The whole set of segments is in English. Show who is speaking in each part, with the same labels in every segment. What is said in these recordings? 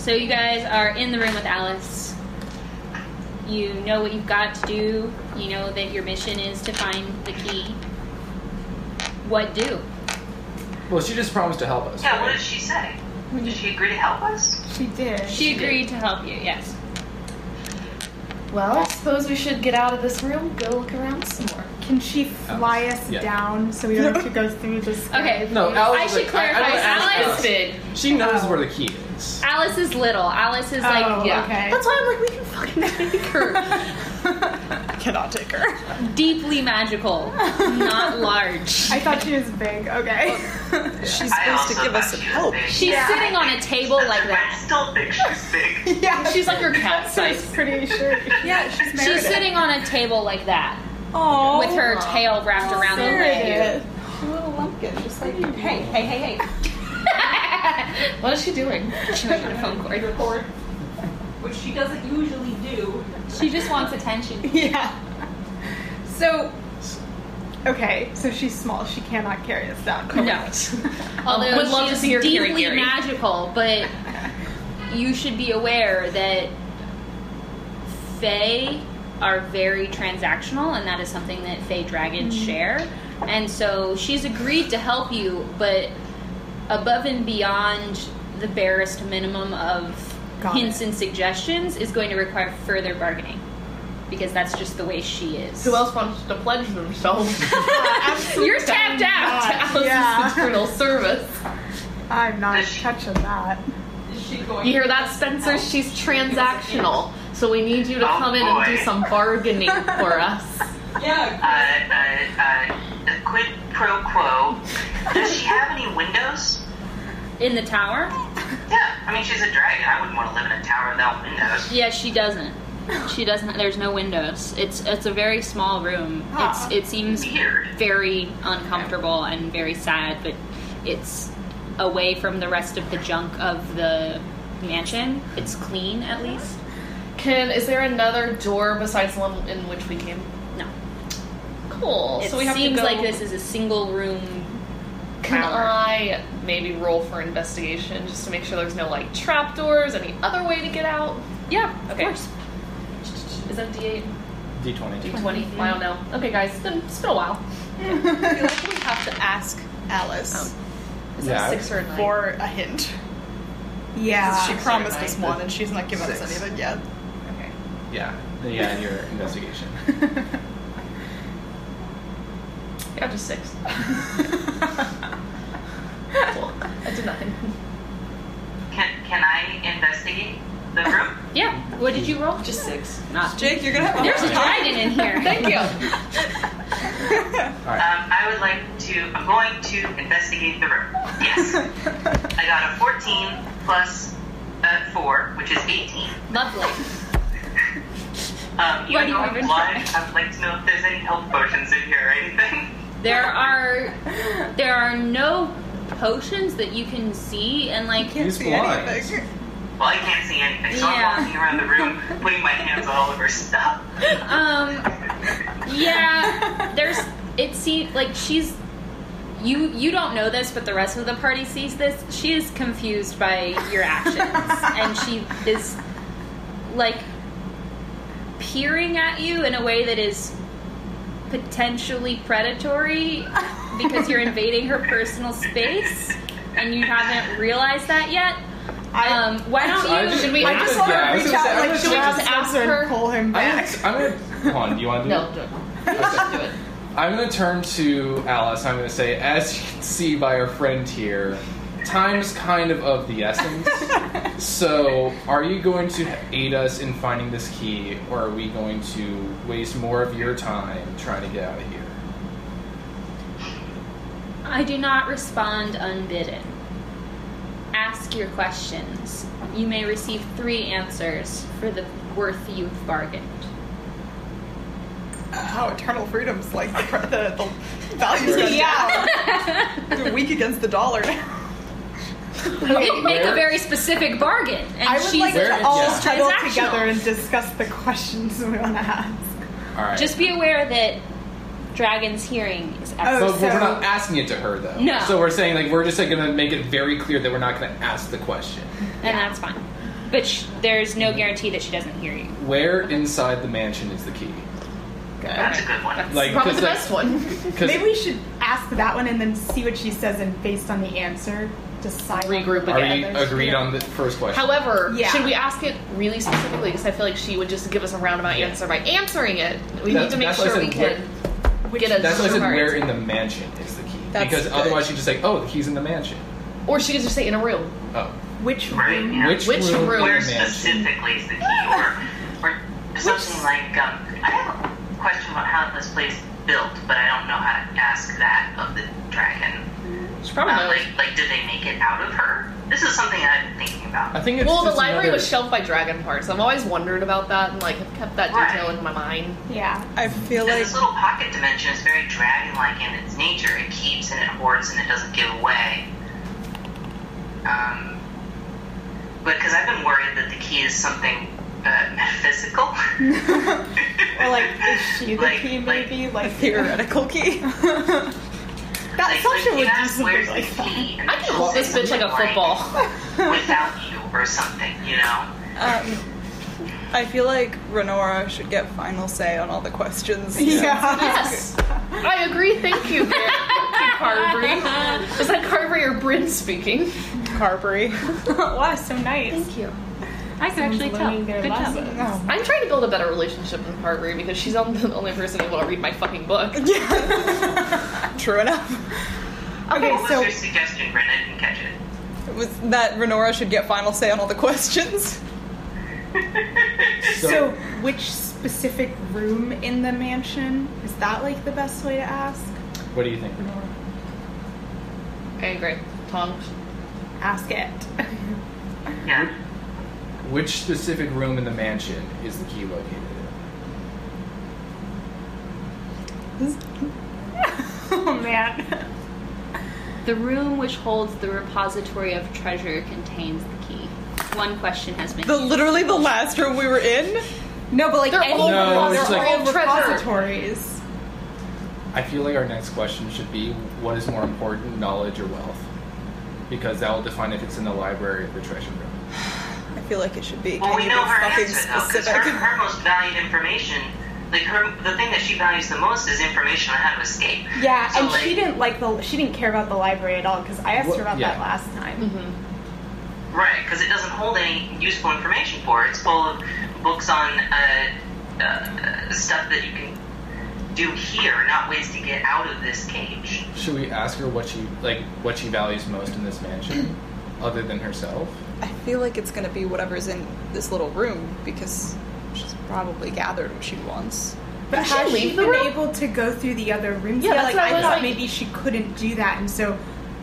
Speaker 1: So you guys are in the room with Alice. You know what you've got to do. You know that your mission is to find the key. What do?
Speaker 2: Well, she just promised to help us.
Speaker 3: Yeah, what
Speaker 2: right?
Speaker 3: did she say?
Speaker 4: Hmm.
Speaker 3: Did she agree to help us?
Speaker 5: She did.
Speaker 1: She agreed to help you. Yes.
Speaker 6: Well, I suppose we should get out of this room, go look around some more.
Speaker 5: Can she
Speaker 3: Oh,
Speaker 5: fly us
Speaker 2: Yeah.
Speaker 5: down so we don't have to go through the sky?
Speaker 1: Okay.
Speaker 2: No, Alice.
Speaker 1: I
Speaker 2: is
Speaker 1: should
Speaker 2: like, I- I
Speaker 1: clarify.
Speaker 2: don't ask
Speaker 1: Alice
Speaker 2: us.
Speaker 1: did.
Speaker 2: She knows where the key is.
Speaker 1: Alice is little. Alice is
Speaker 5: Oh,
Speaker 1: like yeah.
Speaker 5: okay.
Speaker 6: That's why I'm like, we can fucking take her.
Speaker 5: I cannot take her.
Speaker 1: deeply magical, not large.
Speaker 5: I thought she was big. Okay.
Speaker 4: She's
Speaker 3: I
Speaker 4: supposed
Speaker 3: also
Speaker 4: to give
Speaker 3: thought
Speaker 4: us some
Speaker 3: she was
Speaker 4: help.
Speaker 3: big.
Speaker 1: She's
Speaker 5: Yeah.
Speaker 1: sitting on a table like
Speaker 3: I
Speaker 1: that.
Speaker 3: still think she's big.
Speaker 5: yeah.
Speaker 1: She's like her cat
Speaker 5: she's
Speaker 1: size.
Speaker 5: pretty sure.
Speaker 4: Yeah, she's married.
Speaker 1: She's sitting on a table like that
Speaker 4: Aww.
Speaker 1: with her tail wrapped around the leg.
Speaker 4: Meredith. A little lumpkin, just like, hey, hey, hey, hey.
Speaker 6: what is she doing?
Speaker 1: She went on a phone cord.
Speaker 7: Record, which she doesn't usually do.
Speaker 1: She just wants attention.
Speaker 5: Yeah. So. Okay, so she's small. She cannot carry us down.
Speaker 1: No. Although
Speaker 6: Would love to
Speaker 1: she's
Speaker 6: see her
Speaker 1: deeply
Speaker 6: Kiri Kiri.
Speaker 1: magical, but you should be aware that Fae are very transactional, and that is something that Fae dragons
Speaker 6: Mm-hmm.
Speaker 1: share. And so she's agreed to help you, but above and beyond the barest minimum of
Speaker 5: Got
Speaker 1: hints
Speaker 5: it.
Speaker 1: and suggestions is going to require further bargaining. Because that's just the way she is.
Speaker 6: Who else wants to pledge themselves?
Speaker 1: You're tapped out.
Speaker 6: Alice's
Speaker 5: Yeah.
Speaker 6: eternal service.
Speaker 5: I'm not touching that.
Speaker 7: Is she going?
Speaker 6: You hear that, Spencer? She's transactional. So we need you to
Speaker 3: Oh,
Speaker 6: come in and do
Speaker 3: boy.
Speaker 6: some bargaining for us.
Speaker 3: Uh,
Speaker 7: Yeah.
Speaker 3: uh, uh, quid pro quo. Does she have any windows?
Speaker 1: In the tower?
Speaker 3: Yeah, I mean, she's a dragon. I wouldn't want to live in a tower without windows.
Speaker 1: Yeah, she doesn't. She doesn't. There's no windows. It's it's a very small room.
Speaker 5: Ah.
Speaker 1: It's it seems
Speaker 3: Weird.
Speaker 1: very uncomfortable and very sad, but it's away from the rest of the junk of the mansion. It's clean at least.
Speaker 6: Can is there another door besides the one in which we came?
Speaker 1: No,
Speaker 6: Cool.
Speaker 1: it
Speaker 6: so we have
Speaker 1: seems
Speaker 6: to go.
Speaker 1: like this is a single room.
Speaker 6: Can
Speaker 1: tower.
Speaker 6: I maybe roll for investigation just to make sure there's no like trapdoors, any other way to get out?
Speaker 1: Yeah, of
Speaker 6: Okay.
Speaker 1: course.
Speaker 6: Is that D8?
Speaker 2: D twenty.
Speaker 6: D20? I don't know. Okay, guys, it's been, it's been a while.
Speaker 4: I feel like we have to ask
Speaker 5: Oh.
Speaker 4: Alice
Speaker 6: Is that
Speaker 2: Yeah,
Speaker 6: a six or a nine?
Speaker 4: for a hint. 'Cause
Speaker 5: Yeah.
Speaker 4: she promised us
Speaker 2: Nine.
Speaker 4: one, and she's not given us
Speaker 2: Six.
Speaker 4: anything yet.
Speaker 6: Okay.
Speaker 2: Yeah, yeah, in your investigation.
Speaker 6: Yeah, just six. Cool. I did nothing.
Speaker 3: Can, can I investigate the room?
Speaker 1: Yeah. What did you roll?
Speaker 4: Just six.
Speaker 1: Not.
Speaker 4: Jake, you're gonna have a
Speaker 1: There's a
Speaker 4: hard
Speaker 1: dragon in here.
Speaker 6: Thank you.
Speaker 4: time.
Speaker 2: All right.
Speaker 3: Um, I would like to. I'm going to investigate the room. Yes. I got a 14 plus uh, 4, which is 18.
Speaker 1: Lovely.
Speaker 3: Um,
Speaker 1: Why
Speaker 3: even
Speaker 1: do you
Speaker 3: though I'm
Speaker 1: even
Speaker 3: blind, I'd like to know if there's any health potions in here or anything.
Speaker 1: There are there are no potions that you can see, and like
Speaker 2: He's
Speaker 4: See
Speaker 2: blind.
Speaker 4: anything.
Speaker 3: Well, I can't see anything, so
Speaker 1: Yeah.
Speaker 3: I'm walking around the room, putting my hands all over stuff.
Speaker 1: Um. Yeah. There's. It seems like she's. You you don't know this, but the rest of the party sees this. She is confused by your actions, and she is like peering at you in a way that is potentially predatory because you're invading her personal space, and you haven't realized that yet. Um, why don't
Speaker 2: I
Speaker 1: you?
Speaker 2: just-
Speaker 6: should we
Speaker 2: I
Speaker 6: ask
Speaker 2: just-
Speaker 6: her?
Speaker 2: yeah, I was gonna say, I'm gonna
Speaker 5: Reach out, like, should
Speaker 6: we
Speaker 2: do-
Speaker 6: just ask her?
Speaker 5: and pull him
Speaker 2: I'm
Speaker 5: back.
Speaker 2: gonna, I'm gonna. Juan, do you want to do
Speaker 6: No,
Speaker 2: it?
Speaker 6: do it.
Speaker 2: Okay.
Speaker 6: Do it.
Speaker 2: I'm gonna turn to Alice. I'm gonna say, as you can see by our friend here, time's kind of of the essence. so, are you going to aid us in finding this key, or are we going to waste more of your time trying to get out of here?
Speaker 1: I do not respond unbidden. Ask your questions. You may receive three answers for the worth you've bargained.
Speaker 4: How eternal freedom's like the, the, the values go down. They're weak against the dollar.
Speaker 1: You didn't make a
Speaker 2: where-
Speaker 1: very specific bargain, and
Speaker 5: I would
Speaker 1: she's
Speaker 5: like
Speaker 2: Where
Speaker 5: to
Speaker 2: is
Speaker 5: all
Speaker 2: that?
Speaker 5: huddle
Speaker 1: Transactional.
Speaker 5: together and discuss the questions we want to ask.
Speaker 2: All right.
Speaker 1: just be aware that Dragon's hearing is
Speaker 2: but
Speaker 1: excellent.
Speaker 5: Oh,
Speaker 2: we're
Speaker 5: so-
Speaker 2: not asking it to her though.
Speaker 1: No.
Speaker 2: So we're saying like we're just like, gonna make it very clear that we're not gonna ask the question.
Speaker 1: and that's fine. but sh- there's no guarantee that she doesn't hear you.
Speaker 2: Where inside the mansion is the key?
Speaker 3: That's a good one.
Speaker 6: That's
Speaker 2: Like,
Speaker 6: probably
Speaker 2: 'cause
Speaker 6: the
Speaker 2: that-
Speaker 6: best one.
Speaker 2: Because
Speaker 5: Maybe we should ask that one and then see what she says, and based on the answer, decide.
Speaker 6: Regroup
Speaker 2: are
Speaker 6: again.
Speaker 2: we agreed on the first question?
Speaker 6: However,
Speaker 5: Yeah.
Speaker 6: should we ask it really specifically? Because I feel like she would just give us a roundabout
Speaker 2: Yeah.
Speaker 6: answer by answering it. We
Speaker 2: That-
Speaker 6: need to make
Speaker 2: that's why I
Speaker 6: sure we
Speaker 2: said
Speaker 6: can get a
Speaker 2: That's why I said
Speaker 6: hard
Speaker 2: where
Speaker 6: answer.
Speaker 2: in the mansion is the key.
Speaker 4: That's
Speaker 2: because
Speaker 4: good.
Speaker 2: otherwise she'd just say, oh, the key's in the mansion.
Speaker 6: Or she could just say in a room.
Speaker 2: Oh.
Speaker 5: Which
Speaker 3: Right,
Speaker 5: room?
Speaker 3: yeah.
Speaker 2: Which,
Speaker 6: Which
Speaker 2: room, in
Speaker 6: room?
Speaker 3: Where
Speaker 2: the mansion?
Speaker 3: specifically is the key, or, or something like, um, I have a question about how this place is built, but I don't know how to ask that of the dragon.
Speaker 6: She
Speaker 5: Ah,
Speaker 6: probably
Speaker 1: Oh.
Speaker 3: Uh,
Speaker 6: knows.
Speaker 3: like, like, did they make it out of her? This is something I've been thinking
Speaker 2: I
Speaker 3: about.
Speaker 2: think it's
Speaker 6: well, the
Speaker 2: just
Speaker 6: library
Speaker 2: another-
Speaker 6: was shelved by Dragonheart, so I've always wondered about that and like have kept that detail
Speaker 3: Right.
Speaker 6: in my mind.
Speaker 5: Yeah.
Speaker 4: I feel
Speaker 3: Because
Speaker 4: like
Speaker 3: this little pocket dimension is very dragon-like in its nature. It keeps and it hoards and it doesn't give away. Um, but because I've been worried that the key is something uh, metaphysical.
Speaker 5: Or like, is she the
Speaker 3: Like-
Speaker 5: key?
Speaker 3: like-
Speaker 5: Maybe
Speaker 4: a
Speaker 5: like.
Speaker 4: theoretical key.
Speaker 5: That
Speaker 3: Like,
Speaker 5: Sasha
Speaker 3: like,
Speaker 5: would
Speaker 3: you
Speaker 5: do
Speaker 3: ask,
Speaker 5: something
Speaker 3: "Where's the
Speaker 5: like that.
Speaker 3: key?" And
Speaker 6: I can
Speaker 3: she'll
Speaker 6: hold
Speaker 3: say
Speaker 6: this bitch like a
Speaker 3: something
Speaker 6: football.
Speaker 3: Without you or something, you know?
Speaker 4: Um, I feel like Renora should get final say on all the questions.
Speaker 6: yes, I agree. Thank you, Gar- thank you, Carvery. Is that Carvery or Bryn speaking?
Speaker 4: Carberry.
Speaker 5: wow, so nice.
Speaker 6: Thank you.
Speaker 1: I can actually tell.
Speaker 5: learning their
Speaker 1: Good job.
Speaker 5: lessons.
Speaker 4: Oh.
Speaker 6: I'm trying to build a better relationship with Carvery because she's on- the only person able to read my fucking book.
Speaker 4: Yeah. True enough.
Speaker 5: Okay,
Speaker 3: what was
Speaker 5: so
Speaker 3: your suggestion, Brynn? I didn't catch it.
Speaker 4: It was that Renora should get final say on all the questions.
Speaker 5: so which specific room in the mansion is that like the best way to ask?
Speaker 2: What do you think? Renora?
Speaker 6: I agree. Tongs.
Speaker 5: Ask it.
Speaker 3: Yeah.
Speaker 2: Which specific room in the mansion is the key located in?
Speaker 5: oh man.
Speaker 1: The room which holds the repository of treasure contains the key. One question has been
Speaker 4: The
Speaker 1: answered.
Speaker 4: literally the last room we were in.
Speaker 5: No, but like
Speaker 6: They're
Speaker 5: any
Speaker 1: Oh,
Speaker 6: all
Speaker 2: No,
Speaker 5: they're
Speaker 2: it's like-
Speaker 5: all
Speaker 6: treasure.
Speaker 5: repositories.
Speaker 2: I feel like our next question should be what is more important, knowledge or wealth? Because that will define if it's in the library or the treasure room.
Speaker 4: I feel like it should be.
Speaker 3: Well,
Speaker 4: Can
Speaker 3: we
Speaker 4: you
Speaker 3: know
Speaker 4: be
Speaker 3: her
Speaker 4: fucking
Speaker 3: answer, though, because her, her most valued information, like, her, the thing that she values the most is information on how to escape.
Speaker 5: Yeah,
Speaker 3: So,
Speaker 5: and
Speaker 3: like,
Speaker 5: she didn't like the she didn't care about the library at all because I asked
Speaker 2: What-
Speaker 5: her about
Speaker 2: yeah.
Speaker 5: that last time.
Speaker 6: Mm-hmm.
Speaker 3: Right, because it doesn't hold any useful information for her. It's full of books on uh, uh, uh, stuff that you can do here, not ways to get out of this cage.
Speaker 2: Should we ask her what she like what she values most in this mansion other than herself?
Speaker 4: I feel like it's gonna be whatever's in this little room because she's probably gathered what she wants.
Speaker 5: But
Speaker 6: Did she
Speaker 5: has she
Speaker 6: leave the
Speaker 5: been
Speaker 6: room?
Speaker 5: able to go through the other rooms?
Speaker 6: Yeah,
Speaker 5: Yeah,
Speaker 6: that's
Speaker 5: like
Speaker 6: what I
Speaker 5: I
Speaker 6: was
Speaker 5: thought
Speaker 6: like-
Speaker 5: maybe she couldn't do that, and so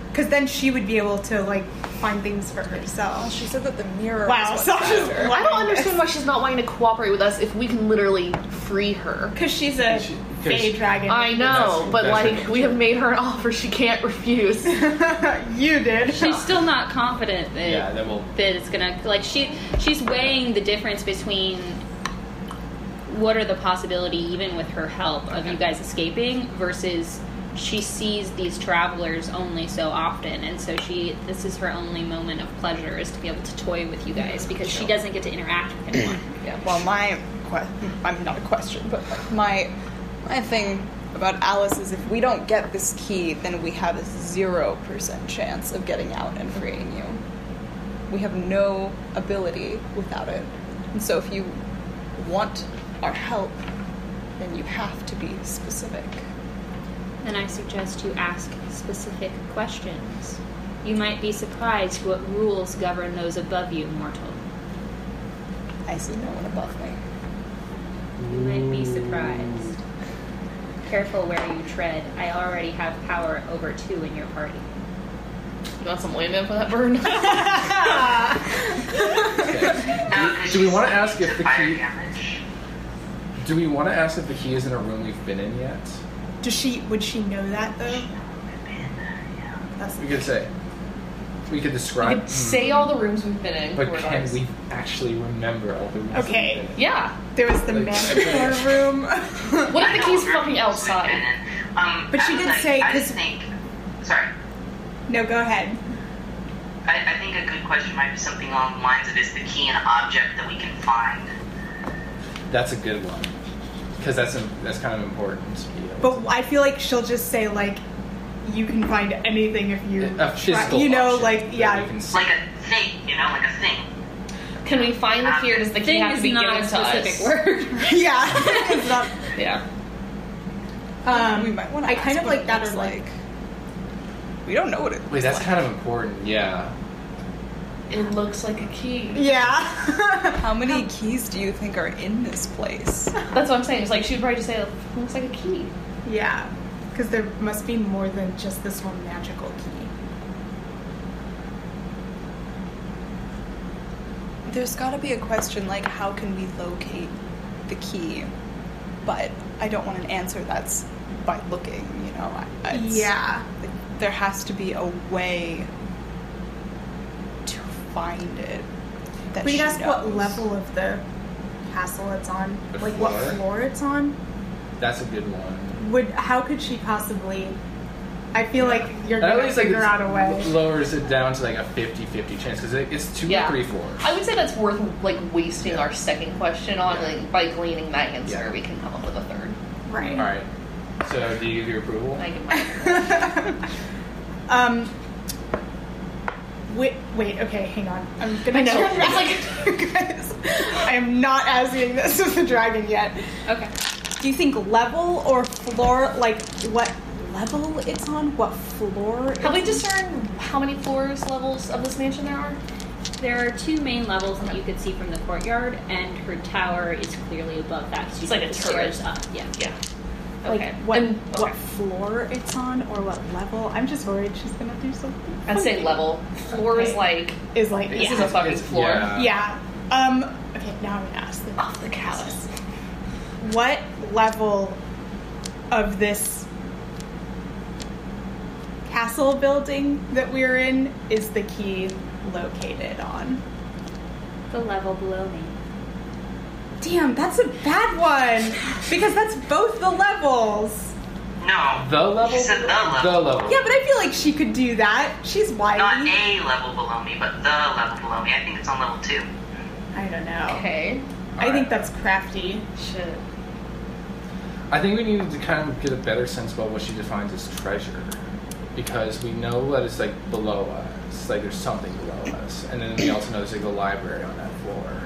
Speaker 5: because then she would be able to like find things for
Speaker 4: Well,
Speaker 5: herself.
Speaker 4: she said that the mirror.
Speaker 5: Wow,
Speaker 4: was what
Speaker 5: Sasha's
Speaker 4: mattered.
Speaker 6: I don't understand why she's not wanting to cooperate with us if we can literally free her.
Speaker 5: Because she's a
Speaker 2: She- 'cause-
Speaker 5: fey dragon.
Speaker 6: I know,
Speaker 2: That's-
Speaker 6: but
Speaker 2: that's
Speaker 6: like we have made her an offer she can't refuse.
Speaker 5: you did.
Speaker 1: She's still not confident that,
Speaker 2: Yeah, that will-
Speaker 1: that it's gonna like she she's weighing the difference between what are the possibility even with her help of you guys escaping versus she sees these travelers only so often and so she this is her only moment of pleasure is to be able to toy with you guys because she doesn't get to interact with anyone.
Speaker 4: Yeah, well, my que- I'm not a question, but like my my thing about Alice is if we don't get this key, then we have a zero percent chance of getting out and freeing you. We have no ability without it, and so if you want our help, then you have to be specific.
Speaker 1: Then I suggest you ask specific questions. You might be surprised what rules govern those above you, mortal.
Speaker 4: I see no one above me.
Speaker 1: You might be surprised. Careful where you tread. I already have power over two in your party.
Speaker 6: You want some land in for that burn?
Speaker 2: Okay.
Speaker 3: No, 'cause
Speaker 2: do we
Speaker 3: she's
Speaker 2: wanna ask
Speaker 3: subject
Speaker 2: if
Speaker 3: to
Speaker 2: the
Speaker 3: fire
Speaker 2: key-
Speaker 3: damage.
Speaker 2: Do we want to ask if the key is in a room we've been in yet?
Speaker 5: Does she? Would she know that though? That's
Speaker 2: We could say we could
Speaker 6: I
Speaker 2: describe hmm,
Speaker 6: could say all the rooms we've been in.
Speaker 2: But can
Speaker 6: corridors.
Speaker 2: we actually remember all the rooms? that
Speaker 5: Okay.
Speaker 2: we've been in?
Speaker 6: Yeah.
Speaker 5: there was the
Speaker 2: Like,
Speaker 5: manticore
Speaker 2: okay.
Speaker 5: room.
Speaker 6: What
Speaker 3: I
Speaker 6: if the
Speaker 3: know
Speaker 6: key's
Speaker 3: we're
Speaker 6: fucking
Speaker 3: supposed to
Speaker 6: outside?
Speaker 3: have been in. Um,
Speaker 5: But she
Speaker 3: I was
Speaker 5: did
Speaker 3: like,
Speaker 5: say-
Speaker 3: I
Speaker 5: 'cause-
Speaker 3: just think. Sorry.
Speaker 5: no, go ahead.
Speaker 3: I, I think a good question might be something along the lines of is the key an object that we can find?
Speaker 2: That's a good one because that's im- that's kind of important. To be able
Speaker 5: But I feel like she'll just say like, "You can find anything if you
Speaker 2: to- a
Speaker 5: try."
Speaker 2: physical
Speaker 5: You know,
Speaker 2: object
Speaker 5: like
Speaker 2: that
Speaker 5: yeah,
Speaker 2: we can see.
Speaker 3: Like a thing, you know, like a thing.
Speaker 6: Can we find the key or does the key
Speaker 1: Thing
Speaker 6: have to
Speaker 1: is
Speaker 6: be
Speaker 1: not
Speaker 6: given
Speaker 1: a
Speaker 6: to us?
Speaker 1: specific word.
Speaker 5: yeah. it's not.
Speaker 6: Yeah.
Speaker 5: Um,
Speaker 4: we might want to.
Speaker 5: I kind of like that or like,
Speaker 4: We don't know what it.
Speaker 2: Wait,
Speaker 4: looks
Speaker 2: that's
Speaker 4: like.
Speaker 2: kind of important. Yeah.
Speaker 6: It looks like a key.
Speaker 5: yeah.
Speaker 4: How many keys do you think are in this place?
Speaker 6: That's what I'm saying. It's like she would probably just say, "It looks like a key.
Speaker 5: yeah, because there must be more than just this one magical key.
Speaker 4: There's got to be a question like, how can we locate the key? But I don't want an answer that's by looking. You know, I- I- it's-
Speaker 5: yeah.
Speaker 4: like, there has to be a way to find it. That
Speaker 5: We
Speaker 4: she
Speaker 5: can ask what
Speaker 4: knows.
Speaker 5: level of the castle it's on,
Speaker 2: The
Speaker 5: like
Speaker 2: floor?
Speaker 5: what floor it's on.
Speaker 2: That's a good one.
Speaker 5: Would how could she possibly? I feel like you're
Speaker 2: That at
Speaker 5: gonna
Speaker 2: least like
Speaker 5: figure
Speaker 2: it's-
Speaker 5: out a way.
Speaker 2: lowers it down to like a 50-50 chance because it, it's two
Speaker 6: Yeah.
Speaker 2: or three floors.
Speaker 6: I would say that's worth like wasting our second question on.
Speaker 2: Yeah.
Speaker 6: Like by gleaning that answer,
Speaker 2: Yeah.
Speaker 6: we can come up with a third.
Speaker 5: right.
Speaker 2: All right. So do you give your approval?
Speaker 6: I give my
Speaker 5: um. Wait, wait. Okay, hang on. I'm gonna.
Speaker 6: I know.
Speaker 5: turn around.
Speaker 6: It's
Speaker 5: Guys, I am not asking this of the dragon yet.
Speaker 1: Okay.
Speaker 5: Do you think level or floor? Like what level it's on? What floor?
Speaker 6: Have we discerned how many floors levels of this mansion there are?
Speaker 1: There are two main levels that you could see from the courtyard, and her tower is clearly above that. She's
Speaker 6: It's like a
Speaker 1: stairs
Speaker 6: turret.
Speaker 1: up. Yeah.
Speaker 6: Yeah.
Speaker 5: Like
Speaker 6: Okay.
Speaker 5: what?
Speaker 6: And-
Speaker 5: What
Speaker 6: okay.
Speaker 5: floor it's on or what level? I'm just worried she's gonna do something.
Speaker 6: I'd say level. Floor is
Speaker 5: Okay.
Speaker 6: like
Speaker 5: is like
Speaker 6: This is a fucking floor.
Speaker 2: Yeah.
Speaker 5: Yeah. Um. Okay. Now I'm gonna ask them.
Speaker 6: off the callus.
Speaker 5: What level of this castle building that we're in is the key located on?
Speaker 1: The level below me.
Speaker 5: Damn, that's a bad one because that's both the levels.
Speaker 3: No.
Speaker 2: The level.
Speaker 3: She said the level.
Speaker 2: The level.
Speaker 5: Yeah, but I feel like she could do that. She's wily.
Speaker 3: Not a level below me, but the level below me. I think it's on level two.
Speaker 5: I don't know.
Speaker 6: Okay.
Speaker 5: I think that's crafty.
Speaker 6: Shit.
Speaker 2: I think we needed to kind of get a better sense about what she defines as treasure, because we know that it's like below us, like there's something below us, and then we also know there's like a library on that floor.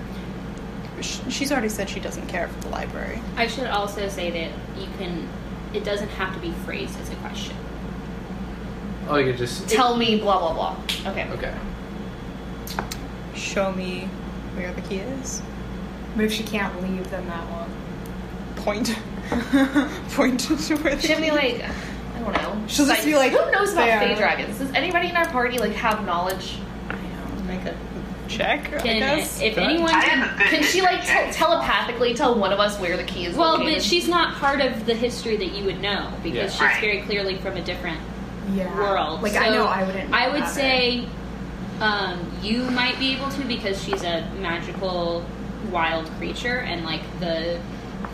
Speaker 4: Sh- She's already said she doesn't care for the library.
Speaker 1: I should also say that you can. It doesn't have to be phrased as a question.
Speaker 2: Oh, you could just
Speaker 6: Tell me blah blah blah. Okay.
Speaker 2: okay.
Speaker 4: Show me where the key is.
Speaker 5: But if she can't leave, then that won't.
Speaker 4: Point. Point to where the
Speaker 6: Should
Speaker 4: key
Speaker 6: be like I don't know.
Speaker 5: She'll just be like,
Speaker 6: who knows about
Speaker 5: there.
Speaker 6: fey dragons? Does anybody in our party like have knowledge? Like a,
Speaker 4: Check, I
Speaker 1: Can,
Speaker 4: guess.
Speaker 1: if
Speaker 2: Right.
Speaker 1: anyone
Speaker 3: I have a good
Speaker 6: can she
Speaker 3: history
Speaker 6: like
Speaker 3: check.
Speaker 6: te- telepathically tell one of us where the key is?
Speaker 1: Well,
Speaker 6: located?
Speaker 1: but she's not part of the history that you would know because
Speaker 2: Yeah.
Speaker 1: she's
Speaker 3: Right.
Speaker 1: very clearly from a different
Speaker 5: Yeah.
Speaker 1: world.
Speaker 5: Like I know
Speaker 1: So
Speaker 5: I wouldn't.
Speaker 1: I
Speaker 5: know
Speaker 1: would
Speaker 5: about it.
Speaker 1: say um, you might be able to because she's a magical wild creature, and like the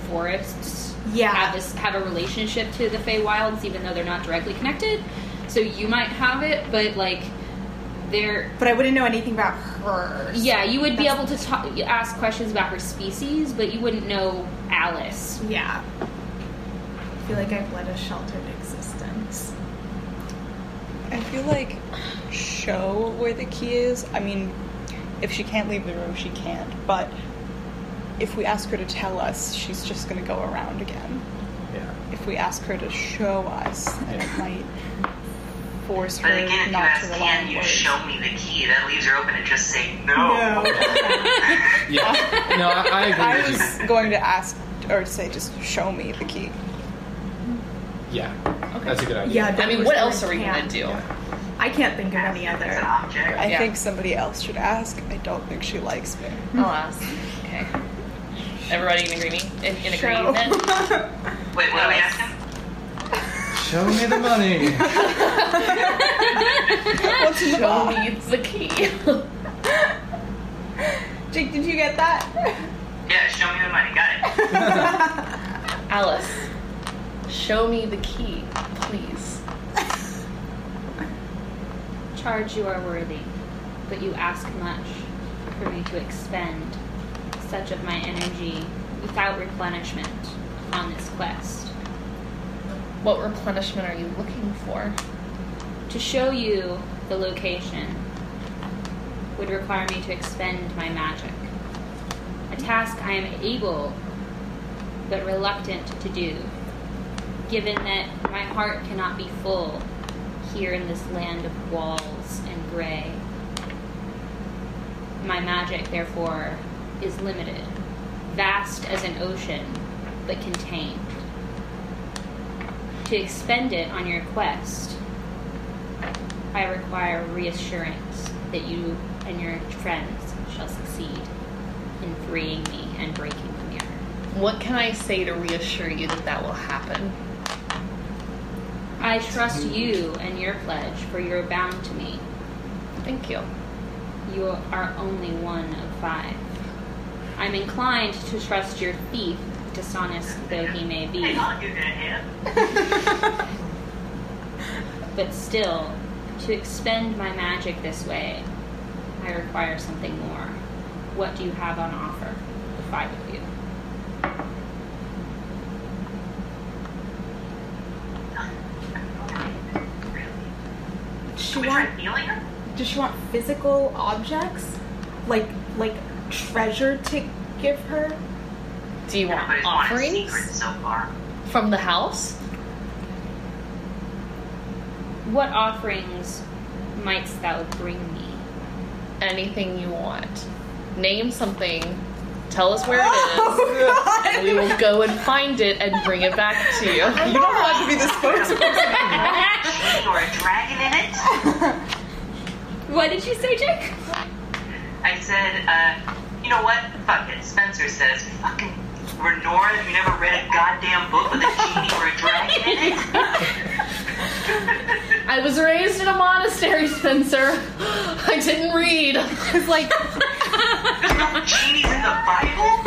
Speaker 1: forests
Speaker 5: Yeah.
Speaker 1: have this have a relationship to the Feywilds, even though they're not directly connected. So you might have it, but like there,
Speaker 5: But I wouldn't know anything about her.
Speaker 1: yeah, you would be
Speaker 5: That's-
Speaker 1: able to talk, ask questions about her species, but you wouldn't know Alice.
Speaker 5: Yeah. I feel like I've led a sheltered existence.
Speaker 4: I feel like show where the key is. I mean, if she can't leave the room, she can't. But if we ask her to tell us, she's just going to go around again.
Speaker 2: Yeah.
Speaker 4: If we ask her to show us, then it
Speaker 2: Yeah.
Speaker 4: might force
Speaker 3: But
Speaker 4: her
Speaker 3: again, if you
Speaker 4: not to
Speaker 3: ask,
Speaker 4: rely
Speaker 3: can
Speaker 4: on
Speaker 3: you
Speaker 4: words.
Speaker 3: show me the key? That leaves her open to just say no.
Speaker 2: Yeah. no, I, I agree
Speaker 4: I
Speaker 2: with
Speaker 4: was going to ask or say, just show me the key.
Speaker 2: you. Yeah. That's a good idea.
Speaker 5: Yeah.
Speaker 6: I mean, what else are we gonna do?
Speaker 5: I can't think of any
Speaker 3: It's an
Speaker 5: other.
Speaker 3: object.
Speaker 4: I
Speaker 6: Yeah.
Speaker 4: think somebody else should ask. I don't think she likes me.
Speaker 6: I'll ask. Okay. Everybody in agreement? In, in
Speaker 5: Show.
Speaker 6: agreement?
Speaker 3: Wait, what do we
Speaker 6: Yes.
Speaker 3: asking?
Speaker 2: Show me the money.
Speaker 4: What's in the
Speaker 6: Show
Speaker 4: box?
Speaker 6: me the key.
Speaker 5: Jake, did you get that?
Speaker 3: Yeah, show me the money. Got it.
Speaker 6: Alice, show me the key, please.
Speaker 1: Charge you are worthy. but you ask much for me to expend such of my energy without replenishment on this quest.
Speaker 6: What replenishment are you looking for?
Speaker 1: To show you the location would require me to expend my magic. A task I am able but reluctant to do, given that my heart cannot be full here in this land of walls and gray. My magic, therefore, is limited, vast as an ocean, but contained. To expend it on your quest, I require reassurance that you and your friends shall succeed in freeing me and breaking the mirror.
Speaker 6: What can I say to reassure you that that will happen?
Speaker 1: I trust you and your pledge, for you're bound to me.
Speaker 6: Thank you.
Speaker 1: You are only one of five. I'm inclined to trust your thief, dishonest though he may
Speaker 3: I
Speaker 1: be,
Speaker 3: thought you were gonna hit.
Speaker 1: but still, to expend my magic this way, I require something more. What do you have on offer, the five of you?
Speaker 5: Does she
Speaker 3: Should we
Speaker 5: want?
Speaker 3: try healing her?
Speaker 5: Does she want physical objects, like like treasure to give her?
Speaker 6: Do you want
Speaker 3: Everybody's wanted
Speaker 6: offerings
Speaker 3: secrets so far.
Speaker 6: from the house?
Speaker 1: What offerings mightst thou bring me?
Speaker 6: Anything you want. Name something. Tell us where
Speaker 4: Oh,
Speaker 6: it is. And we will go and find it and bring it back to you.
Speaker 4: You don't want to be the spokesperson.
Speaker 3: Chain or a dragon in it?
Speaker 1: What did you say, Jake?
Speaker 3: I said, uh, you know what? Fuck it. Spencer says, fucking Renora, you never read a goddamn book with a genie or a dragon in it?
Speaker 6: I was raised in a monastery, Spencer. I didn't read.
Speaker 4: It's like,
Speaker 3: Genies in the Bible?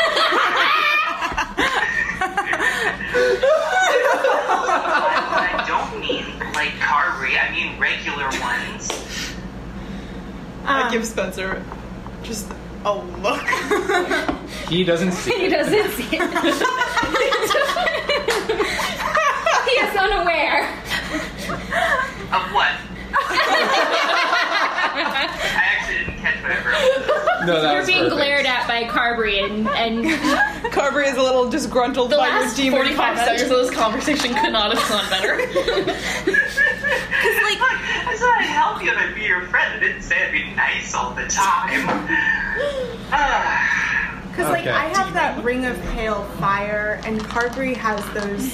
Speaker 3: I don't mean like Carvery, I mean regular ones.
Speaker 4: I
Speaker 5: Um,
Speaker 4: give Spencer just a look.
Speaker 2: He doesn't see.
Speaker 1: He doesn't see it. he is unaware.
Speaker 3: Of what? I actually didn't catch whatever.
Speaker 2: No, that
Speaker 1: You're
Speaker 2: was
Speaker 1: being
Speaker 2: perfect.
Speaker 1: glared at by Carberry and, and
Speaker 4: Carberry is a little disgruntled
Speaker 6: The
Speaker 4: by
Speaker 6: last
Speaker 4: your demon
Speaker 6: 45
Speaker 4: comment.
Speaker 6: seconds of this conversation could not have gone better.
Speaker 3: Like, I said I'd help you and I'd be your friend. I didn't say I'd be nice all the time. Ah.
Speaker 5: Because like
Speaker 2: Okay.
Speaker 5: I have that ring of pale fire, and Carberry has those